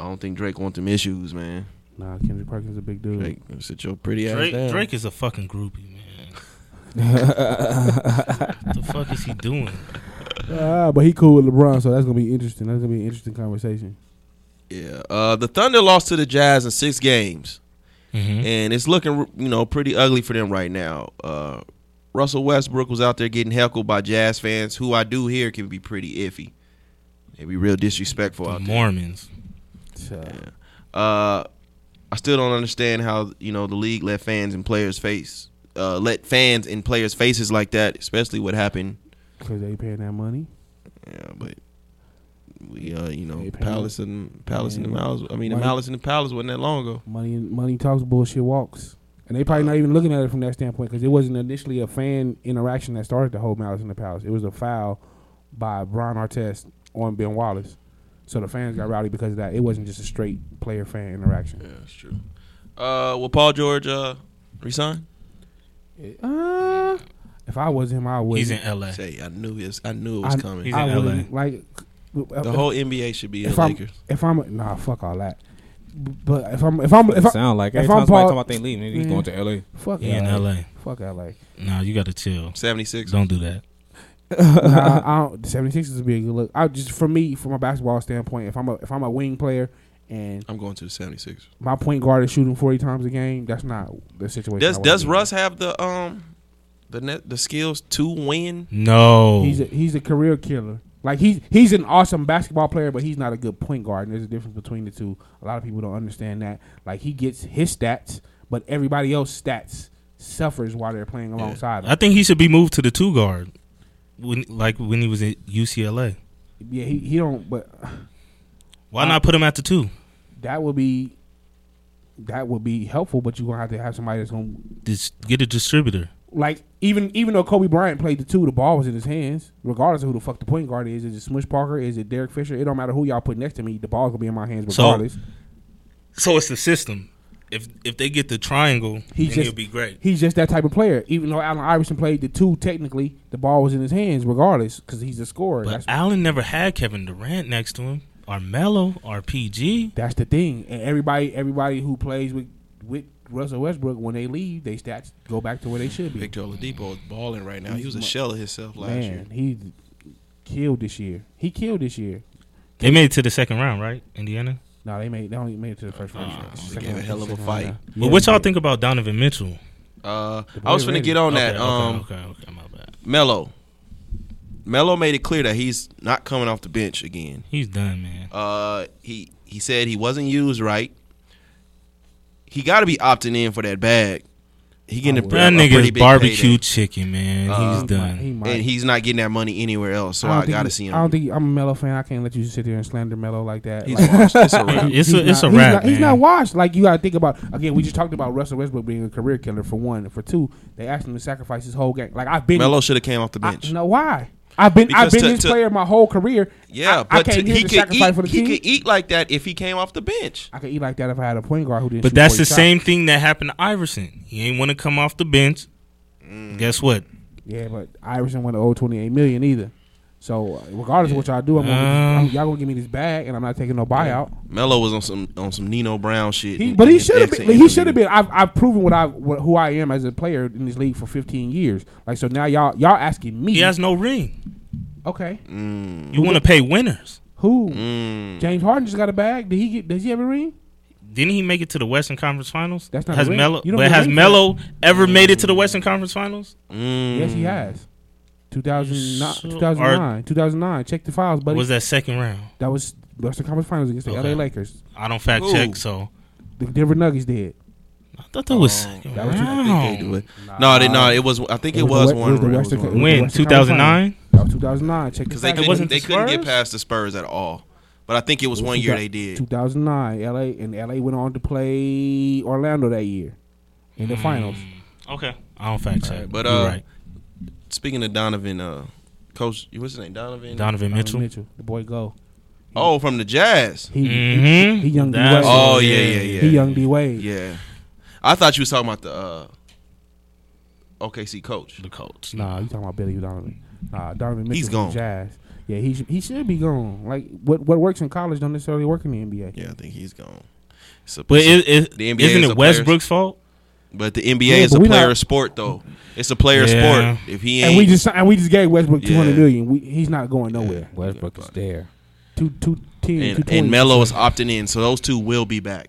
Speaker 2: I don't think Drake wants them issues, man.
Speaker 4: nah, Kendrick Perkins a big dude.
Speaker 2: Drake, sit your pretty ass
Speaker 5: Drake,
Speaker 2: down.
Speaker 5: Drake is a fucking groupie, man. what the fuck is he doing?
Speaker 4: Ah, but he cool with LeBron, so that's gonna be interesting. That's gonna be an interesting conversation.
Speaker 2: Yeah. Uh, the Thunder lost to the Jazz in six games,
Speaker 4: Mm-hmm.
Speaker 5: Mhm.
Speaker 2: and it's looking you know pretty ugly for them right now. Uh, Russell Westbrook was out there getting heckled by Jazz fans, who I do hear can be pretty iffy. They be real disrespectful out there.
Speaker 5: Mormons.
Speaker 2: Uh, I still don't understand how you know the league let fans and players face uh, let fans in players faces like that, especially what happened.
Speaker 4: Because they paying that money.
Speaker 2: Yeah, but we uh, you know
Speaker 4: Hey, Pam.
Speaker 2: Palace and Palace and the
Speaker 4: Yeah.
Speaker 2: Miles. I mean the
Speaker 4: Why-
Speaker 2: Malice and the Palace wasn't that long ago.
Speaker 4: Money money talks, bullshit walks. And they probably not even looking at it from that standpoint because it wasn't initially a fan interaction that started the whole Malice in the Palace. It was a foul by Brian Artest on Ben Wallace. So the fans got rowdy because of that. It wasn't just a straight player fan interaction.
Speaker 2: that's true. Uh, will Paul George uh resign?
Speaker 4: Uh, if I was him, I would.
Speaker 5: He's in L.A.
Speaker 2: Say I knew his I knew it was
Speaker 4: I,
Speaker 2: coming.
Speaker 5: He's
Speaker 4: I
Speaker 5: in LA.
Speaker 4: wouldn't. Like, uh,
Speaker 2: the whole NBA should be in
Speaker 4: if I'm,
Speaker 2: Lakers.
Speaker 4: if I'm nah, fuck all that. But if I'm if I'm if I,
Speaker 6: sound like
Speaker 4: if
Speaker 6: every
Speaker 4: I'm
Speaker 6: time somebody
Speaker 4: Paul-
Speaker 6: talking about they leaving, he's
Speaker 4: Mm.
Speaker 6: going to LA.
Speaker 4: fuck
Speaker 5: He in
Speaker 4: LA.
Speaker 5: L.A.
Speaker 4: fuck LA.
Speaker 5: Nah, you gotta chill.
Speaker 2: Seventy six.
Speaker 5: Don't do that.
Speaker 4: nah, I don't, the 76ers would be a good look. I just for me, from a basketball standpoint, if I'm a if I'm a wing player and
Speaker 2: I'm going to the 76.
Speaker 4: my point guard is shooting forty times a game, that's not the situation. I
Speaker 2: Does
Speaker 4: wanna
Speaker 2: does
Speaker 4: be
Speaker 2: Russ have the um the net the skills to win?
Speaker 5: No.
Speaker 4: in. He's a, he's a career killer. Like he's he's an awesome basketball player, but he's not a good point guard. And there's a difference between the two. A lot of people don't understand that. Like he gets his stats, but everybody else's stats suffers while they're playing alongside
Speaker 5: I
Speaker 4: him.
Speaker 5: think he should be moved to the two guard, when like when he was at UCLA.
Speaker 4: Yeah, he, he don't. But
Speaker 5: Why not put him at the two?
Speaker 4: that would be that would be helpful, but you're gonna have to have somebody that's gonna
Speaker 5: Just get a distributor.
Speaker 4: like even even though Kobe Bryant played the two, the ball was in his hands. Regardless of who the fuck the point guard is, is it Smush Parker? Is it Derek Fisher? It don't matter who y'all put next to me. The ball's gonna be in my hands
Speaker 5: So-
Speaker 4: regardless.
Speaker 5: So it's the system. If if they get the triangle,
Speaker 4: He
Speaker 5: then
Speaker 4: just-
Speaker 5: he'll be great.
Speaker 4: he's just that type of player. Even though Allen Iverson played the two, technically the ball was in his hands regardless because he's a scorer.
Speaker 5: But
Speaker 4: That's,
Speaker 5: Allen never had Kevin Durant next to him, or Melo, or PG.
Speaker 4: that's the thing. And everybody everybody who plays with with Russell Westbrook when they leave, they stats go back to where they should be.
Speaker 2: Victor Oladipo is balling right now. He was a shell of himself last year.
Speaker 4: Man, he killed this year. He killed this year.
Speaker 5: They made it to the second round, right? Indiana.
Speaker 4: No, they made they only made it to the first round.
Speaker 2: They
Speaker 4: Second
Speaker 2: gave a
Speaker 4: round-
Speaker 2: hell of a
Speaker 4: second
Speaker 2: fight.
Speaker 4: round.
Speaker 5: But what y'all think about Donovan Mitchell?
Speaker 2: Uh,
Speaker 4: boy
Speaker 2: I was finna
Speaker 4: ready.
Speaker 2: get on that.
Speaker 5: okay,
Speaker 2: um,
Speaker 5: okay, okay, okay, my bad.
Speaker 2: Melo. Melo made it clear that he's not coming off the bench again.
Speaker 5: He's done, man.
Speaker 2: Uh, he he said he wasn't used right. He got to be opting in for that bag. He getting a,
Speaker 5: That
Speaker 2: a
Speaker 5: nigga
Speaker 2: pretty
Speaker 5: is
Speaker 2: big
Speaker 5: barbecue
Speaker 2: payday.
Speaker 5: chicken, man.
Speaker 2: Uh,
Speaker 5: He's done.
Speaker 4: Um, He might.
Speaker 2: and he's not getting that money anywhere else. So
Speaker 4: I don't
Speaker 2: I,
Speaker 4: think
Speaker 2: got to
Speaker 4: you-
Speaker 2: see
Speaker 4: I don't
Speaker 2: him.
Speaker 4: think I'm a Mello fan. I can't let you sit here and slander Mello like that.
Speaker 2: He's
Speaker 4: Like,
Speaker 2: washed. It's a wrap.
Speaker 5: it's a it's
Speaker 4: not,
Speaker 5: a wrap,
Speaker 4: He's not,
Speaker 5: man.
Speaker 4: he's not washed. Like you got to think about again. We just talked about Russell Westbrook being a career killer for one. For two, they asked him to sacrifice his whole game. Like I've been.
Speaker 2: Melo should have came off the
Speaker 4: I,
Speaker 2: bench.
Speaker 4: no, why? I've been.
Speaker 2: Because
Speaker 4: I've been
Speaker 2: to-
Speaker 4: this
Speaker 2: to-
Speaker 4: player my whole career.
Speaker 2: yeah,
Speaker 4: I,
Speaker 2: but
Speaker 4: I can't
Speaker 2: t-
Speaker 4: get
Speaker 2: he
Speaker 4: to
Speaker 2: could
Speaker 4: sacrifice
Speaker 2: eat.
Speaker 4: for the
Speaker 2: He
Speaker 4: team.
Speaker 2: could eat like that if he came off the bench.
Speaker 4: I could eat like that if I had a point guard who didn't.
Speaker 5: But
Speaker 4: shoot
Speaker 5: that's
Speaker 4: 40
Speaker 5: the
Speaker 4: shots.
Speaker 5: same thing that happened to Iverson. He ain't want to come off the bench.
Speaker 4: Mm.
Speaker 5: Guess what?
Speaker 4: Yeah, but Iverson went to owe twenty eight million either. So uh, regardless of what y'all do, I'm gonna,
Speaker 5: Um,
Speaker 4: I'm- y'all gonna give me this bag, and I'm not taking no buyout.
Speaker 2: Melo was on some on some Nino Brown shit.
Speaker 4: He,
Speaker 2: in-
Speaker 4: but
Speaker 2: in
Speaker 4: he
Speaker 2: his
Speaker 4: should have
Speaker 2: exit
Speaker 4: been. He
Speaker 2: interview.
Speaker 4: should have been. I've, I've proven what I what, who I am as a player in this league for 15 years. Like so now y'all y'all asking me.
Speaker 5: He has no ring.
Speaker 4: Okay.
Speaker 5: You want to pay winners.
Speaker 4: Who?
Speaker 2: Mm.
Speaker 4: James Harden just got a bag. Did he get? Does he have a ring?
Speaker 5: Didn't he make it to the Western Conference Finals?
Speaker 4: That's not
Speaker 5: has
Speaker 4: a ring.
Speaker 5: Melo.
Speaker 4: You don't
Speaker 5: But
Speaker 4: get a
Speaker 5: has
Speaker 4: ring for
Speaker 5: Melo ever made it to the Western Conference Finals?
Speaker 2: Mm.
Speaker 4: Yes, he has. 2009,
Speaker 5: So-
Speaker 4: 2009, 2009. Check the files, buddy.
Speaker 5: Was that second round?
Speaker 4: that was Western Conference Finals against the
Speaker 5: Okay.
Speaker 4: LA Lakers.
Speaker 5: I don't fact
Speaker 2: Who?
Speaker 5: check, so
Speaker 4: The Denver Nuggets did.
Speaker 5: I thought that was
Speaker 2: Oh,
Speaker 5: second
Speaker 4: that was-
Speaker 5: round.
Speaker 2: I think they do it. No, they, no, it was. I think it was,
Speaker 4: the we-
Speaker 2: one.
Speaker 4: the
Speaker 2: round.
Speaker 4: Western Co- it was the
Speaker 5: When
Speaker 4: Western
Speaker 5: two
Speaker 4: Conference
Speaker 5: thousand nine?
Speaker 4: Finals. That was 2009. Check the
Speaker 2: because they
Speaker 4: fact
Speaker 2: couldn't,
Speaker 5: wasn't
Speaker 2: they
Speaker 5: the
Speaker 2: couldn't get
Speaker 5: Spurs?
Speaker 2: past the Spurs at all. But I think it was one year they did.
Speaker 4: 2009, LA, and LA went on to play Orlando that year in
Speaker 2: Mm.
Speaker 4: the finals.
Speaker 5: Okay, I don't fact check.
Speaker 2: but,
Speaker 5: You're
Speaker 2: uh, Speaking of Donovan, uh, Coach, what's his name? Donovan.
Speaker 5: Donovan
Speaker 4: Donovan
Speaker 5: Mitchell.
Speaker 4: Mitchell, the boy, go.
Speaker 2: Oh, from the Jazz.
Speaker 4: He,
Speaker 5: Mhm.
Speaker 4: he, he young D Wade.
Speaker 5: That's-
Speaker 2: Oh yeah, yeah, yeah.
Speaker 4: He young D Wade.
Speaker 2: Yeah, I thought you was talking about the uh, OKC coach.
Speaker 5: The coach.
Speaker 4: Nah, you talking about Billy Donovan? Nah, Donovan Mitchell.
Speaker 2: He's
Speaker 4: from the
Speaker 2: gone.
Speaker 4: Jazz. Yeah, he should, he should be gone. Like what what works in college don't necessarily work in the NBA.
Speaker 2: Yeah, I think he's gone. So-
Speaker 5: But
Speaker 2: so-
Speaker 5: it, it,
Speaker 2: The NBA
Speaker 5: isn't
Speaker 2: is a
Speaker 5: it
Speaker 2: player's-
Speaker 5: Westbrook's fault?
Speaker 2: but the NBA
Speaker 4: Yeah,
Speaker 2: is
Speaker 4: but
Speaker 2: a
Speaker 4: we not-
Speaker 2: player sport, though. It's a player
Speaker 5: Yeah.
Speaker 2: sport. If he ain't,
Speaker 4: And we just and we just gave Westbrook
Speaker 2: Yeah.
Speaker 4: two hundred million. We, he's not going nowhere.
Speaker 6: Westbrook is there.
Speaker 4: Two two ten two
Speaker 2: and,
Speaker 4: twenty.
Speaker 2: and Melo is opting in, so those two will be back.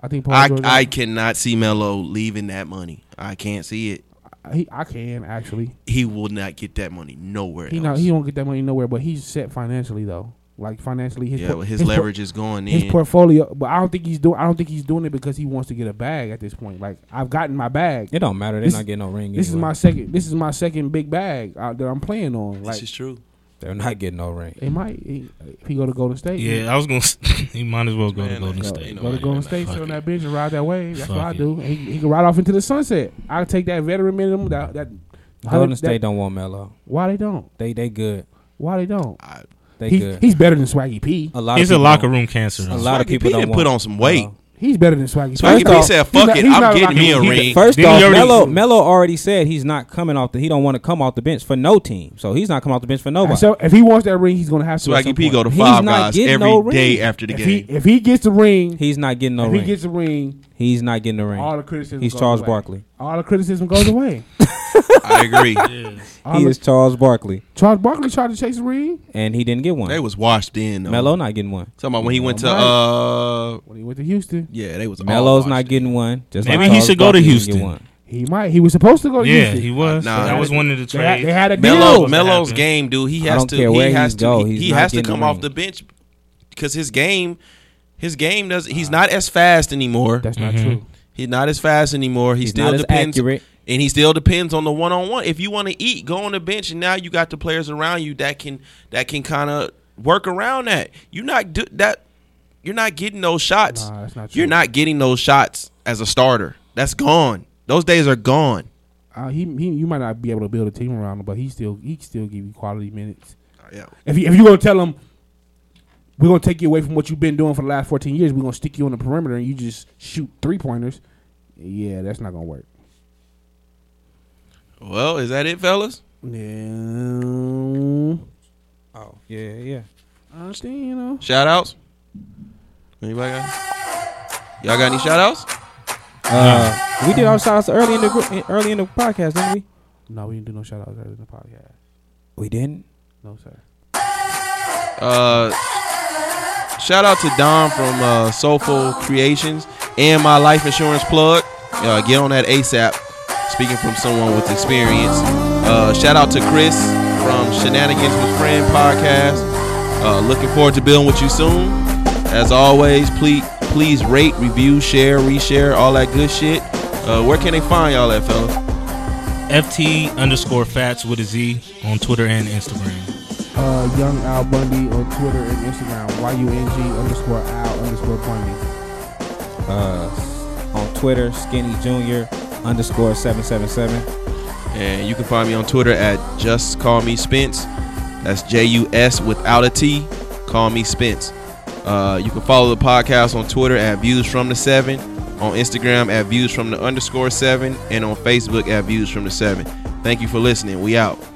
Speaker 4: I think Paul
Speaker 2: I,
Speaker 4: George.
Speaker 2: I cannot see Melo leaving that money. I can't see it.
Speaker 4: he, I can actually.
Speaker 2: He will not get that money nowhere
Speaker 4: He
Speaker 2: else.
Speaker 4: not he don't get that money nowhere, but he's set financially though. Like financially, his
Speaker 2: yeah,
Speaker 4: por-
Speaker 2: well, his,
Speaker 4: por-
Speaker 2: leverage is going
Speaker 4: his
Speaker 2: in.
Speaker 4: portfolio. But I don't think he's doing. I don't think he's doing it because he wants to get a bag at this point. Like I've gotten my bag.
Speaker 6: It don't matter. They're
Speaker 4: This-
Speaker 6: not getting no ring.
Speaker 4: This is
Speaker 6: anyway.
Speaker 4: my second. This is my second big bag uh, that I'm playing on. Like
Speaker 2: this is true.
Speaker 6: They're not getting no ring.
Speaker 4: It might he, if he go to Golden State.
Speaker 5: Yeah, I was gonna. s- he might as well go to
Speaker 2: Man, like,
Speaker 5: Golden
Speaker 4: go,
Speaker 5: State.
Speaker 4: go to
Speaker 2: Ain't
Speaker 4: Golden
Speaker 2: nobody
Speaker 4: State,
Speaker 5: fuck
Speaker 4: sit on
Speaker 5: it.
Speaker 4: that bench and ride that wave. That's
Speaker 5: Fuck
Speaker 4: what I
Speaker 5: it.
Speaker 4: do. He, he can ride off into the sunset. I'll take that veteran minimum. That, that
Speaker 6: Golden
Speaker 4: that-
Speaker 6: State don't want Melo.
Speaker 4: Why they don't?
Speaker 6: They they good.
Speaker 4: Why they don't?
Speaker 2: I,
Speaker 6: They
Speaker 4: He,
Speaker 6: good. Uh,
Speaker 4: he's better than Swaggy P.
Speaker 6: a lot.
Speaker 5: He's a
Speaker 6: people
Speaker 5: locker
Speaker 6: don't-
Speaker 5: room cancer. though.
Speaker 6: A lot of
Speaker 2: Swaggy
Speaker 6: people
Speaker 2: P
Speaker 6: don't
Speaker 2: didn't put
Speaker 6: want-
Speaker 2: on some weight.
Speaker 6: Melo.
Speaker 4: He's better than Swaggy.
Speaker 2: Swaggy
Speaker 4: P.
Speaker 2: P said, "Fuck it, I'm getting me a
Speaker 5: he-
Speaker 2: ring."
Speaker 6: First
Speaker 5: Didn't
Speaker 6: off,
Speaker 5: he already-
Speaker 6: Melo Melo already said he's not coming off the. He don't want to come off the bench for no team. So he's not coming off the bench for nobody.
Speaker 4: So if he wants that ring, he's gonna have to. at some
Speaker 2: Swaggy P
Speaker 4: point.
Speaker 2: go to
Speaker 6: He's
Speaker 2: five
Speaker 6: not
Speaker 2: guys
Speaker 6: getting
Speaker 2: every day
Speaker 6: no ring.
Speaker 2: after the
Speaker 4: If he
Speaker 2: game.
Speaker 4: if he gets the ring,
Speaker 6: he's not getting no
Speaker 4: if
Speaker 6: ring.
Speaker 4: he gets the ring,
Speaker 6: he's not getting the ring.
Speaker 4: all the criticism.
Speaker 6: he's
Speaker 4: goes
Speaker 6: Charles
Speaker 4: away.
Speaker 6: Barkley.
Speaker 4: All the criticism goes away.
Speaker 2: I agree.
Speaker 4: All
Speaker 6: He
Speaker 4: the-
Speaker 6: is Charles Barkley,
Speaker 4: Charles Barkley tried to chase a ring
Speaker 6: and he didn't get one.
Speaker 2: they was washed in. Though.
Speaker 6: Melo not getting one.
Speaker 2: Talking about when he went to
Speaker 4: Right.
Speaker 2: uh
Speaker 4: when he went to Houston.
Speaker 2: yeah, they was all
Speaker 6: Melo's
Speaker 2: washed
Speaker 6: not
Speaker 2: in.
Speaker 6: getting one. Just
Speaker 5: Maybe
Speaker 6: like
Speaker 5: he
Speaker 6: Charles
Speaker 5: should go to
Speaker 6: Barkley didn't get
Speaker 5: Houston.
Speaker 6: one.
Speaker 4: He might. He was supposed to go to
Speaker 5: Yeah,
Speaker 4: Houston.
Speaker 5: he was.
Speaker 2: Nah.
Speaker 5: that was one of the
Speaker 4: They had,
Speaker 5: trades.
Speaker 4: they had a deal.
Speaker 2: Melo
Speaker 5: That
Speaker 2: Melo's
Speaker 5: happened.
Speaker 2: game, dude. He
Speaker 6: I
Speaker 2: has
Speaker 6: don't
Speaker 2: to.
Speaker 6: care where
Speaker 2: He has
Speaker 6: he's
Speaker 2: to.
Speaker 6: go,
Speaker 2: he
Speaker 6: he's
Speaker 2: he
Speaker 6: not
Speaker 2: has to
Speaker 6: getting the
Speaker 2: come off
Speaker 6: ring.
Speaker 2: the bench because his game, his game doesn't. He's not as fast anymore.
Speaker 4: That's
Speaker 5: Mm-hmm.
Speaker 4: not true.
Speaker 2: He's not as fast anymore. He
Speaker 6: He's
Speaker 2: still
Speaker 6: not as
Speaker 2: depends,
Speaker 6: accurate.
Speaker 2: and he still depends on the one on one. If you want to eat, go on the bench, and now you got the players around you that can that can kind of work around that. You're not do, that. You're not getting those shots.
Speaker 4: Nah, that's not true.
Speaker 2: You're not getting those shots as a starter. That's gone. Those days are gone.
Speaker 4: Uh, he, he, you might not be able to build a team around him, but he still, he still give you quality minutes.
Speaker 2: Yeah.
Speaker 4: If you, if you're gonna tell him, we're gonna take you away from what you've been doing for the last 14 years, we're gonna stick you on the perimeter and you just shoot three pointers. Yeah, that's not gonna work.
Speaker 2: Well, is that it, fellas?
Speaker 4: Yeah.
Speaker 6: Oh yeah, yeah.
Speaker 4: I think you know.
Speaker 2: Shout outs. Anybody got? Y'all got any shout outs?
Speaker 6: Uh, we did our shots early in the gr- early in the podcast, didn't we?
Speaker 4: No, we didn't do no shout outs earlier in the podcast.
Speaker 6: We didn't.
Speaker 4: No sir.
Speaker 2: Uh, shout out to Don from uh, Soulful Creations and my life insurance plug. Uh, get on that ASAP. Speaking from someone with experience. Uh, shout out to Chris from Shenanigans with Friend podcast. Uh, looking forward to building with you soon. As always, please please rate, review, share, reshare, all that good shit. Uh, where can they find y'all at, fella?
Speaker 5: FT underscore Fats with a Z on Twitter and Instagram.
Speaker 4: Uh, Young Al Bundy on Twitter and Instagram. Y U N G underscore Al underscore Bundy.
Speaker 6: Uh, on Twitter, Skinny Junior underscore seven seven seven.
Speaker 2: And you can find me on Twitter at Just Call Me Spence. That's J U S without a T. Call me Spence. Uh, you can follow the podcast on Twitter at Views from the Seven, on Instagram at Views from the underscore seven, and on Facebook at Views from the Seven. Thank you for listening. We out.